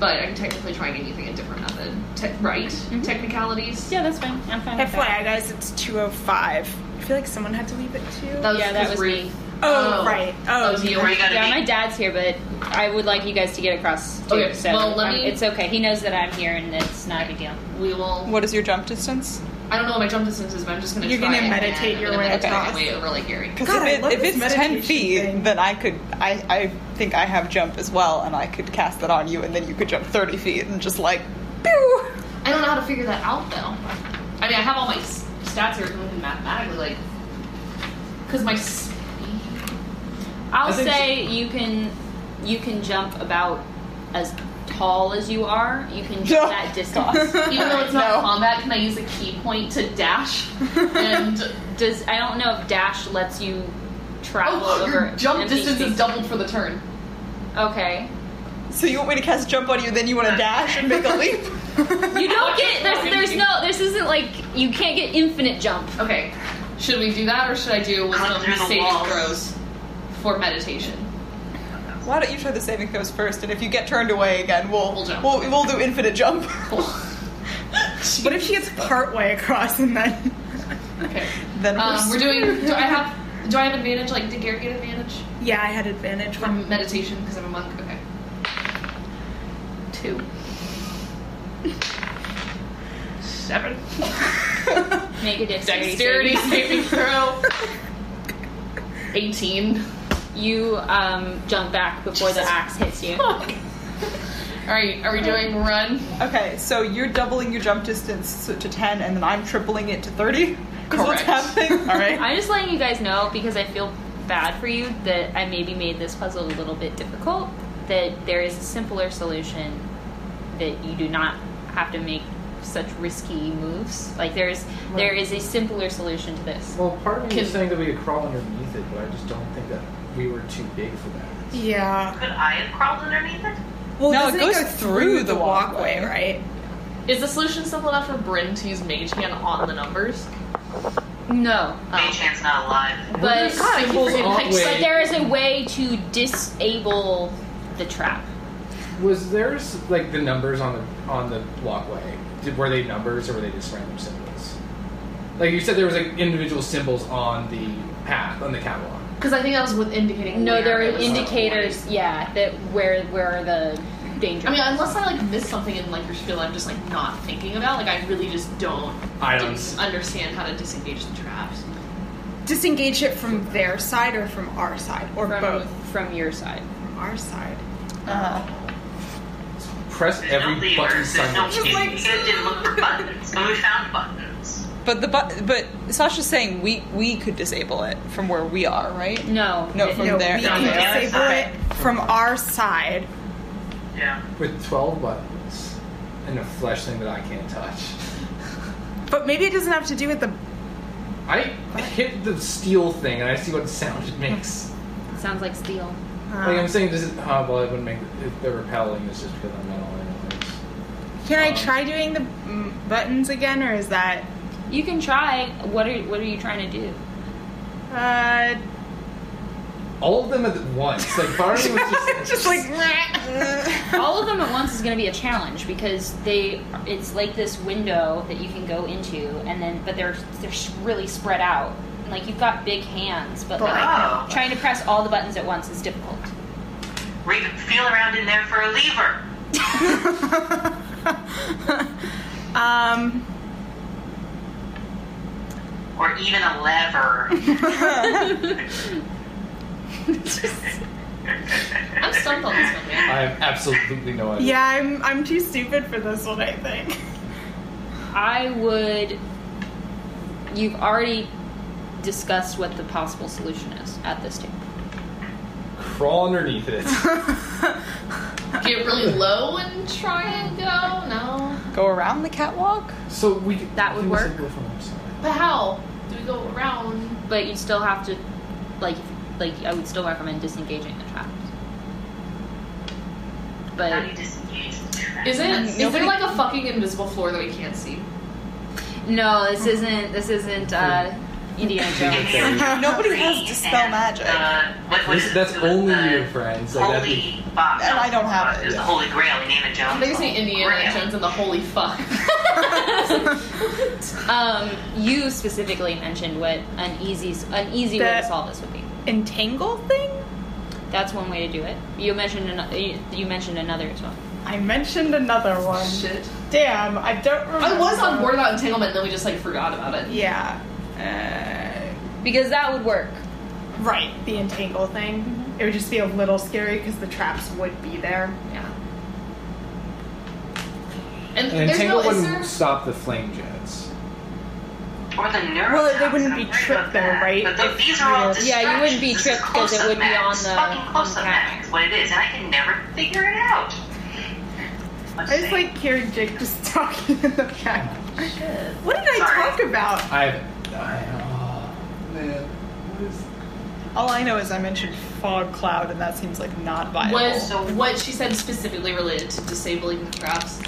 Speaker 6: But I'm technically trying and using a different method. Te- right? Technicalities?
Speaker 1: Yeah, that's fine. I'm fine. With that.
Speaker 5: FYI, guys, it's 205. I feel like someone had to leave at 2.
Speaker 1: Yeah, that was me.
Speaker 5: Oh, right. Oh,
Speaker 6: that was you.
Speaker 3: Where you gotta
Speaker 1: Yeah,
Speaker 3: be.
Speaker 1: my dad's here, but I would like you guys to get across. Too,
Speaker 6: Okay,
Speaker 1: so
Speaker 6: well, let
Speaker 1: um,
Speaker 6: me-
Speaker 1: It's okay. He knows that I'm here, and it's not a big deal.
Speaker 6: We will.
Speaker 4: What is your jump distance?
Speaker 6: I don't know what my jump distance is, but I'm just gonna.
Speaker 5: You're
Speaker 6: try
Speaker 5: gonna
Speaker 6: it.
Speaker 5: meditate
Speaker 6: I'm
Speaker 5: your
Speaker 6: gonna
Speaker 5: way
Speaker 6: meditate my
Speaker 5: across.
Speaker 6: way over like Gary.
Speaker 4: Because
Speaker 5: God, I
Speaker 4: if,
Speaker 5: love
Speaker 4: it, if
Speaker 5: this
Speaker 4: it's ten
Speaker 5: meditation
Speaker 4: feet,
Speaker 5: thing.
Speaker 4: then I could. I, I think I have jump as well, and I could cast that on you, and then you could jump thirty feet and just like, pew.
Speaker 6: I don't know how to figure that out though. I mean, I have all my s- stats here looking mathematically, like, because my speed.
Speaker 1: I'll
Speaker 2: I think
Speaker 1: say you can you can jump about as tall as you are. You can jump
Speaker 4: No.
Speaker 1: that distance.
Speaker 6: Even though it's not
Speaker 4: No.
Speaker 6: combat, can I use a key point to dash? And
Speaker 1: Does I don't know if dash lets you travel
Speaker 6: oh,
Speaker 1: over
Speaker 6: your jump
Speaker 1: empty
Speaker 6: distance is
Speaker 1: space.
Speaker 6: doubled for the turn.
Speaker 1: Okay.
Speaker 4: So you want me to cast jump on you, then you want to dash and make a leap?
Speaker 1: You don't get there's there's no this isn't like you can't get infinite jump.
Speaker 6: Okay, should we do that or should I do wisdom
Speaker 3: Cut through the
Speaker 6: saving
Speaker 3: walls.
Speaker 6: throws for meditation?
Speaker 4: Why don't you try the saving throws first, and if you get turned away again, we'll
Speaker 6: We'll jump.
Speaker 4: we'll, we'll do infinite jump.
Speaker 5: What if she gets part way across and then.
Speaker 6: Okay,
Speaker 4: then we're,
Speaker 6: um, we're doing. Do I have? Do I have advantage? Like, did Gary get advantage
Speaker 5: Yeah, I had advantage from.
Speaker 6: from meditation because I'm a monk? Okay, two. Seven.
Speaker 1: Make a dexterity.
Speaker 6: Dexterity
Speaker 1: saving.
Speaker 6: saving throw. 18.
Speaker 1: You um, jump back before the axe hits you.
Speaker 6: Alright, are we doing run?
Speaker 4: Okay, so you're doubling your jump distance to to 10, and then I'm tripling it to 30? Is
Speaker 6: Correct.
Speaker 4: what's happening? Alright.
Speaker 1: I'm just letting you guys know because I feel bad for you that I maybe made this puzzle a little bit difficult. That there is a simpler solution that you do not have to make such risky moves. Like there is there is a simpler solution to this.
Speaker 2: Well, part of me is
Speaker 6: Can-
Speaker 2: saying that we could crawl underneath it, but I just don't think that we were too big for that.
Speaker 5: Yeah.
Speaker 3: Could I have crawled underneath it?
Speaker 5: Well,
Speaker 4: No, it
Speaker 5: doesn't
Speaker 4: goes
Speaker 5: go
Speaker 4: through
Speaker 5: through
Speaker 4: the
Speaker 5: the walkway,
Speaker 4: walkway.
Speaker 5: right?
Speaker 6: Is the solution simple enough for Bryn to use Mage Hand on the numbers?
Speaker 1: No,
Speaker 6: Oh.
Speaker 3: Mage hand's not alive.
Speaker 1: but
Speaker 6: Symbols
Speaker 2: forgetting
Speaker 6: on-
Speaker 2: how to say-
Speaker 1: but there is a way to disable the trap.
Speaker 2: Was there's like the numbers on the on the walkway? Did, were they numbers or were they just random symbols? Like you said, there was like individual symbols on the path on the catwalk.
Speaker 6: Because I think that was with indicating.
Speaker 1: No,
Speaker 6: where
Speaker 1: there are
Speaker 6: it was
Speaker 1: indicators. Yeah, that where where the danger.
Speaker 6: I mean, unless I like miss something in like your spiel, I'm just like not thinking about. Like I really just don't,
Speaker 2: I don't
Speaker 6: didn't
Speaker 2: s-
Speaker 6: understand how to disengage the traps.
Speaker 5: Disengage it from their side or from our side? Or
Speaker 1: from
Speaker 5: both?
Speaker 1: from your side.
Speaker 5: From our side.
Speaker 2: Press
Speaker 3: There's no
Speaker 2: every button
Speaker 3: levers. There's no
Speaker 2: simultaneously.
Speaker 3: You guys didn't look for buttons, but we found buttons.
Speaker 4: But the but, but Sasha's saying we we could disable it from where we are, right?
Speaker 1: No,
Speaker 4: No,
Speaker 1: it-
Speaker 4: from there.
Speaker 5: we
Speaker 3: down
Speaker 5: can
Speaker 3: there.
Speaker 5: disable it from our side.
Speaker 3: Yeah.
Speaker 2: with 12 buttons and a flesh thing that I can't touch.
Speaker 5: But maybe it doesn't have to do with the. uh,
Speaker 2: I hit the steel thing and I see what sound it makes.
Speaker 1: Sounds like steel.
Speaker 5: Ah.
Speaker 2: Like I'm saying, this is oh, well, it wouldn't make if the repelling is just because I'm metal. anyways.
Speaker 5: Can I try doing the mm, buttons again, or is that
Speaker 1: You can try. What are What are you trying to do?
Speaker 5: uh,
Speaker 2: All of them at once. Like Barney was just,
Speaker 5: just like? meh.
Speaker 1: All of them at once is going to be a challenge because they it's like this window that you can go into, and then but they're they're s- really spread out. And, Like you've got big hands, but like
Speaker 3: Oh.
Speaker 1: trying to press all the buttons at once is difficult.
Speaker 3: Raven, feel around in there for a lever.
Speaker 5: um.
Speaker 3: Or even a lever.
Speaker 6: I'm stumped on this one. man.
Speaker 2: I have absolutely no idea.
Speaker 5: Yeah, I'm I'm too stupid for this one. I think.
Speaker 1: I would. You've already discussed what the possible solution is at this table.
Speaker 2: Crawl underneath it.
Speaker 6: Get really low and try and go. No,
Speaker 4: Go around the catwalk?
Speaker 2: So we
Speaker 1: That would
Speaker 2: we
Speaker 1: work.
Speaker 2: Go from outside.
Speaker 6: but how do we go around?
Speaker 1: But you still have to, like, if- like I would still recommend disengaging the traps.
Speaker 3: How
Speaker 1: But
Speaker 3: do you disengage?
Speaker 6: Is it? Is there like a fucking invisible floor that we can't see?
Speaker 1: no, this isn't. This isn't uh, Indiana Jones.
Speaker 4: Nobody has dispel
Speaker 3: And,
Speaker 4: magic.
Speaker 3: Uh, what, what
Speaker 2: This-
Speaker 3: is
Speaker 2: that's
Speaker 3: it?
Speaker 2: only
Speaker 3: uh,
Speaker 2: you, friends. Like, that'd be-
Speaker 3: Holy Bob.
Speaker 4: And I don't have it,
Speaker 3: It's
Speaker 4: yeah.
Speaker 3: the Holy Grail, Indiana Jones.
Speaker 6: I think it's the Indiana Jones and the Holy Fuck.
Speaker 1: Um, you specifically mentioned what an easy, an easy way to
Speaker 5: The-
Speaker 1: solve this would be.
Speaker 5: Entangle thing?
Speaker 1: That's one way to do it. You mentioned another. You you mentioned another as well.
Speaker 5: I mentioned another one.
Speaker 6: Shit.
Speaker 5: Damn, I don't remember.
Speaker 6: I was on board about entanglement, and then we just like forgot about it.
Speaker 5: Yeah. Uh,
Speaker 1: Because that would work.
Speaker 5: right, the entangle thing.
Speaker 6: Mm-hmm.
Speaker 5: It would just be a little scary because the traps would be there.
Speaker 6: Yeah. And,
Speaker 2: And
Speaker 6: there's
Speaker 2: Tangle
Speaker 6: no is
Speaker 2: wouldn't
Speaker 6: there,
Speaker 2: stop the flame jets.
Speaker 3: Or the neuro.
Speaker 5: Well, they wouldn't be tripped,
Speaker 3: tripped
Speaker 5: though, right?
Speaker 3: But the,
Speaker 5: If
Speaker 3: these are all
Speaker 5: you-
Speaker 1: Yeah, you wouldn't be
Speaker 3: distractions. This
Speaker 1: tripped 'cause
Speaker 3: is
Speaker 1: it
Speaker 3: close-up
Speaker 1: would be
Speaker 3: magic.
Speaker 1: on
Speaker 3: It's
Speaker 1: the-
Speaker 3: fucking close
Speaker 1: on
Speaker 3: up
Speaker 1: the
Speaker 3: magic is what it is, and I can never figure it out. Let's
Speaker 5: I just
Speaker 3: see.
Speaker 5: like hearing Jake just talking in the back. What did I
Speaker 3: Sorry.
Speaker 5: talk about?
Speaker 2: I have. I, oh, man. What is
Speaker 4: All I know is I mentioned fog cloud, and that seems like not viable.
Speaker 6: was what she said specifically related to disabling the traps.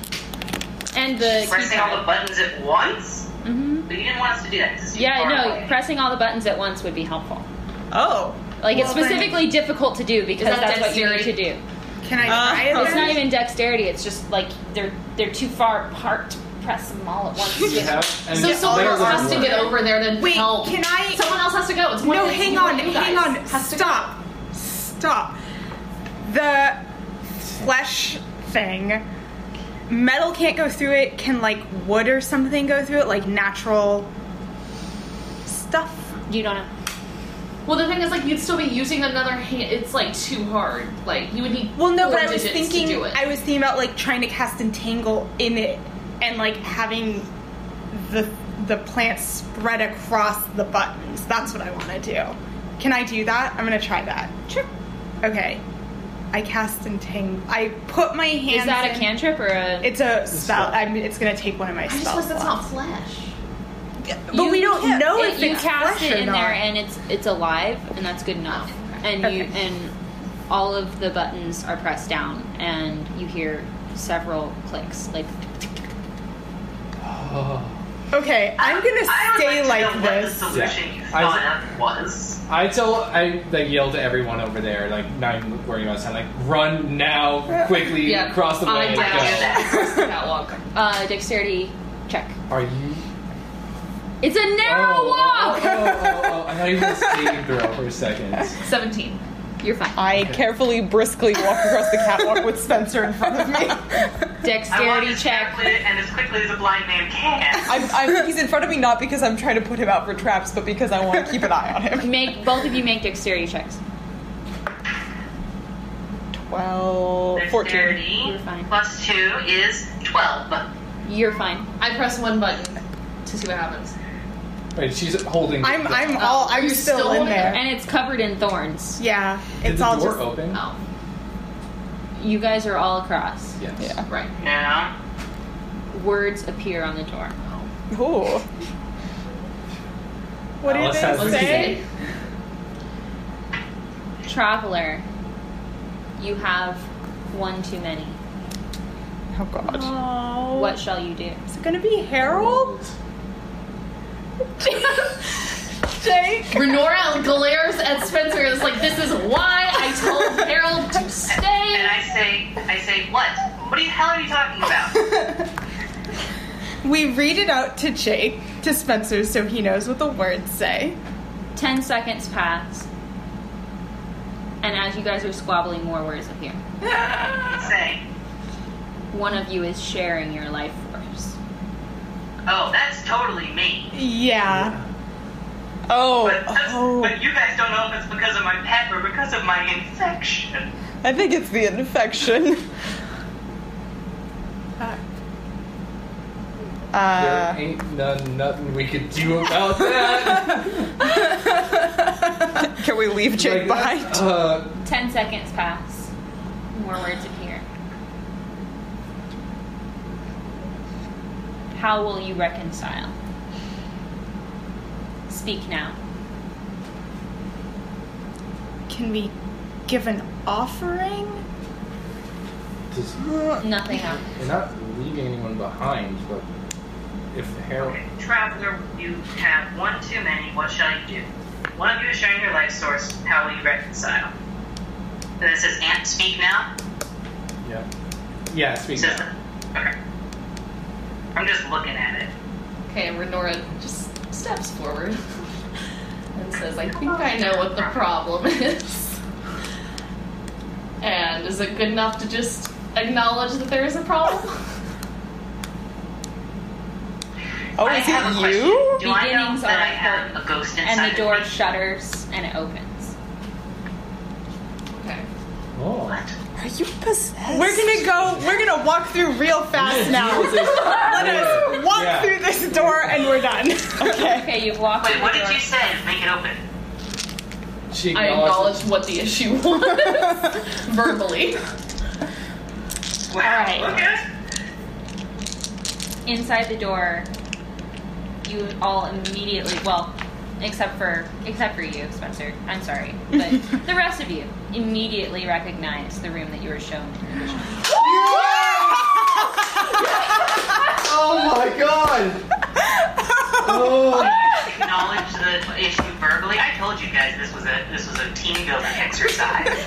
Speaker 1: And the
Speaker 3: pressing all the buttons at once.
Speaker 1: hmm
Speaker 3: But you didn't want us to do that. This is too
Speaker 1: Yeah,
Speaker 3: far
Speaker 1: no,
Speaker 3: away.
Speaker 1: pressing all the buttons at once would be helpful.
Speaker 4: Oh.
Speaker 1: Like it's
Speaker 5: Well, then-
Speaker 1: specifically difficult to do because
Speaker 6: Is that
Speaker 1: that's what you need to
Speaker 6: dexterity?
Speaker 1: do.
Speaker 5: Can I
Speaker 4: Uh,
Speaker 5: try it?
Speaker 1: It's
Speaker 5: then?
Speaker 1: not even dexterity. It's just like they're they're too far apart to press them all at once.
Speaker 2: You have, and
Speaker 6: So
Speaker 2: yeah,
Speaker 6: someone
Speaker 2: there
Speaker 6: else
Speaker 2: would
Speaker 6: has to
Speaker 2: work.
Speaker 6: get over there to
Speaker 5: Wait,
Speaker 6: help.
Speaker 5: can I?
Speaker 6: Someone else has to go. It's one
Speaker 5: no,
Speaker 6: of the
Speaker 5: hang
Speaker 6: two
Speaker 5: on,
Speaker 6: of you
Speaker 5: hang
Speaker 6: guys
Speaker 5: on.
Speaker 6: Has to
Speaker 5: Stop. Stop. The flesh thing. Metal can't go through it. Can like wood or something go through it? Like natural stuff.
Speaker 1: You don't know.
Speaker 6: go. Well, the thing is, like, you'd still be using another hand. It's like too hard. Like, you would need.
Speaker 5: Well, no,
Speaker 6: four
Speaker 5: but I was
Speaker 6: digits to
Speaker 5: thinking.
Speaker 6: do it.
Speaker 5: I was thinking about like trying to cast entangle in it, and like having the the plant spread across the buttons. That's what I want to do. Can I do that? I'm gonna try that. Sure. Okay. I cast entangle. I put my hands.
Speaker 1: Is that a
Speaker 5: in-
Speaker 1: cantrip or a?
Speaker 5: It's a spell.
Speaker 2: spell.
Speaker 5: I'm, it's gonna take one of my
Speaker 6: I
Speaker 5: spells.
Speaker 6: just wish that's not flesh.
Speaker 5: but we don't know if
Speaker 1: you
Speaker 5: it's
Speaker 1: cast
Speaker 5: flesh
Speaker 1: it
Speaker 5: or
Speaker 1: in
Speaker 5: not.
Speaker 1: there and it's it's alive and that's good enough. And you
Speaker 5: Okay.
Speaker 1: and all of the buttons are pressed down and you hear several clicks like
Speaker 2: Oh.
Speaker 5: okay, I'm gonna
Speaker 3: I would
Speaker 5: stay
Speaker 3: like,
Speaker 5: like,
Speaker 3: to know
Speaker 5: this.
Speaker 3: What the solution
Speaker 2: Yeah.
Speaker 3: you
Speaker 2: I-
Speaker 3: thought of was.
Speaker 2: I tell, I like yell to everyone over there, like not even worrying about sound, like run now, quickly,
Speaker 6: Yeah.
Speaker 2: across the
Speaker 6: I
Speaker 2: way,
Speaker 6: doubt
Speaker 2: go.
Speaker 6: that. Across the catwalk.
Speaker 1: uh, dexterity check.
Speaker 2: Are you?
Speaker 1: It's a narrow
Speaker 2: oh,
Speaker 1: walk.
Speaker 2: Oh, oh, oh, oh, I thought you were saving throw for a second.
Speaker 6: Seventeen.
Speaker 1: You're fine.
Speaker 4: I carefully, briskly walk across the catwalk with Spencer in front of me.
Speaker 3: I want
Speaker 1: Dexterity
Speaker 3: as
Speaker 1: check.
Speaker 3: quickly and as quickly as a blind man can.
Speaker 4: I'm, I'm, he's in front of me not because I'm trying to put him out for traps, but because I want to keep an eye on him.
Speaker 1: Make both of you make dexterity checks.
Speaker 4: 12, 14.
Speaker 3: Dexterity
Speaker 1: You're fine.
Speaker 3: plus two is twelve.
Speaker 1: You're fine.
Speaker 6: I press one button to see what happens.
Speaker 2: Wait, she's holding.
Speaker 5: I'm
Speaker 2: the-
Speaker 5: I'm all I'm
Speaker 6: you're
Speaker 5: still,
Speaker 6: still
Speaker 5: in
Speaker 6: in
Speaker 5: there.
Speaker 1: And it's covered in thorns.
Speaker 5: Yeah,
Speaker 2: Did
Speaker 5: it's
Speaker 2: the
Speaker 5: all
Speaker 2: door
Speaker 5: just
Speaker 2: open?
Speaker 6: Oh,
Speaker 1: You guys are all across.
Speaker 2: Yes.
Speaker 4: Yeah.
Speaker 6: right.
Speaker 3: Yeah.
Speaker 1: Words appear on the door.
Speaker 6: Oh.
Speaker 4: Ooh.
Speaker 5: What did
Speaker 2: Alice has
Speaker 5: they
Speaker 2: the
Speaker 5: say?
Speaker 2: key.
Speaker 1: Traveler, you have one too many.
Speaker 4: Oh god.
Speaker 5: Oh,
Speaker 1: What shall you do?
Speaker 5: is it gonna be? Harold? Jake?
Speaker 6: Renora glares at Spencer and is like, this is why I told Harold to
Speaker 3: And
Speaker 6: stay.
Speaker 3: I say, I say, what? What the hell are you talking about?
Speaker 5: We read it out to Jake, to Spencer, so he knows what the words say.
Speaker 1: Ten seconds pass, and as you guys are squabbling, more words appear.
Speaker 3: say,
Speaker 1: One of you is sharing your life force.
Speaker 3: oh, that's totally me.
Speaker 5: Yeah.
Speaker 4: Oh,
Speaker 3: But, that's,
Speaker 4: oh.
Speaker 3: but you guys don't know if it's because of my pet or because of my infection.
Speaker 4: I think it's the infection.
Speaker 2: There
Speaker 4: Uh,
Speaker 2: ain't none nothing we could do about that.
Speaker 4: can we leave Jake
Speaker 2: Like,
Speaker 4: behind?
Speaker 2: Uh,
Speaker 1: Ten seconds pass, more words appear. How will you reconcile? Speak now.
Speaker 5: Can we give an offering?
Speaker 2: does-
Speaker 1: Nothing happens.
Speaker 2: We're not leaving anyone behind, but if Harold.
Speaker 3: Okay, traveler, you have one too many. What shall you do? One of you is sharing your life source. How will you reconcile? And it says, "Aunt, speak now."
Speaker 2: Yeah. Yeah,
Speaker 3: It
Speaker 2: speaking
Speaker 3: says,
Speaker 2: of.
Speaker 3: "Okay." I'm just looking at it.
Speaker 6: Okay, Renora just steps forward and says, I think I know what the problem is. And is it good enough to just acknowledge that there is a problem?
Speaker 4: Oh,
Speaker 3: I
Speaker 4: is
Speaker 3: have a
Speaker 4: it
Speaker 3: question.
Speaker 4: you?
Speaker 3: Do I know
Speaker 1: Beginnings
Speaker 3: that
Speaker 1: are
Speaker 3: I have a ghost inside
Speaker 1: And the
Speaker 3: of
Speaker 1: door
Speaker 3: me?
Speaker 1: shutters and it opens.
Speaker 6: Okay.
Speaker 2: Oh.
Speaker 3: What?
Speaker 4: Are you possessed?
Speaker 5: We're gonna go, we're gonna walk through real fast now. Let us walk
Speaker 2: Yeah.
Speaker 5: through this door and we're done. Okay.
Speaker 1: Okay, you've walked
Speaker 3: Wait,
Speaker 1: through
Speaker 3: what
Speaker 1: the
Speaker 3: did
Speaker 1: door.
Speaker 3: you say? Make it open.
Speaker 2: She
Speaker 6: I acknowledge what the issue was verbally.
Speaker 3: Wow.
Speaker 1: right.
Speaker 3: Okay.
Speaker 1: Inside the door, you all immediately, well, except for except for you, Spencer. I'm sorry, but the rest of you immediately recognize the room that you were shown.
Speaker 2: Oh my god! oh.
Speaker 3: Acknowledge the issue verbally. I told you guys this was a this was a team building exercise.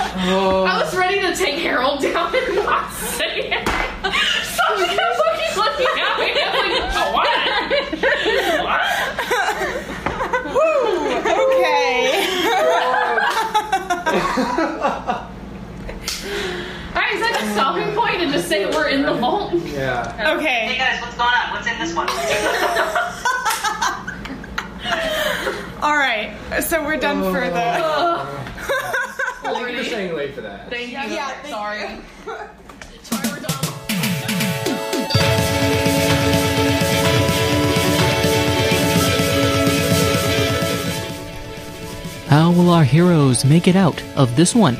Speaker 6: I was ready to take Harold down and not say it. Someone kept fucking looking at me. I'm like, what? What?
Speaker 5: Okay.
Speaker 6: Alright, is that a stopping point and just say we're in the vault?
Speaker 2: yeah.
Speaker 3: hey
Speaker 5: Okay.
Speaker 3: guys, what's going on? What's in this one?
Speaker 5: All right. So we're done for the.
Speaker 2: Oh. Thank you for staying late for that.
Speaker 6: Thank you.
Speaker 5: Yeah, thank
Speaker 6: Sorry. Sorry, we're done.
Speaker 15: How will our heroes make it out of this one?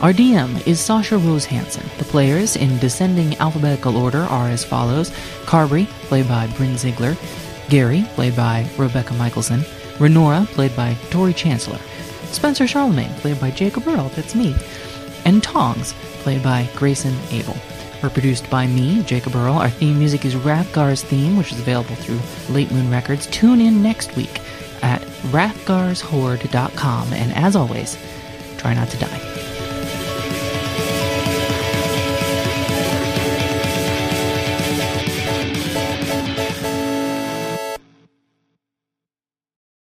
Speaker 15: Our DM is Sasha Rose Hansen. The players, in descending alphabetical order, are as follows Carberry, played by Bryn Ziegler, Gary, played by Rebecca Michelson, Renora, played by Tori Chancellor, Spencer Charlemagne, played by Jacob Earl, that's me, and Tongs, played by Grayson Abel. Were produced by me, Jacob Earl. Our theme music is Rathgar's theme, which is available through Late Moon Records. Tune in next week at rathgarshorde.com, and as always, try not to die.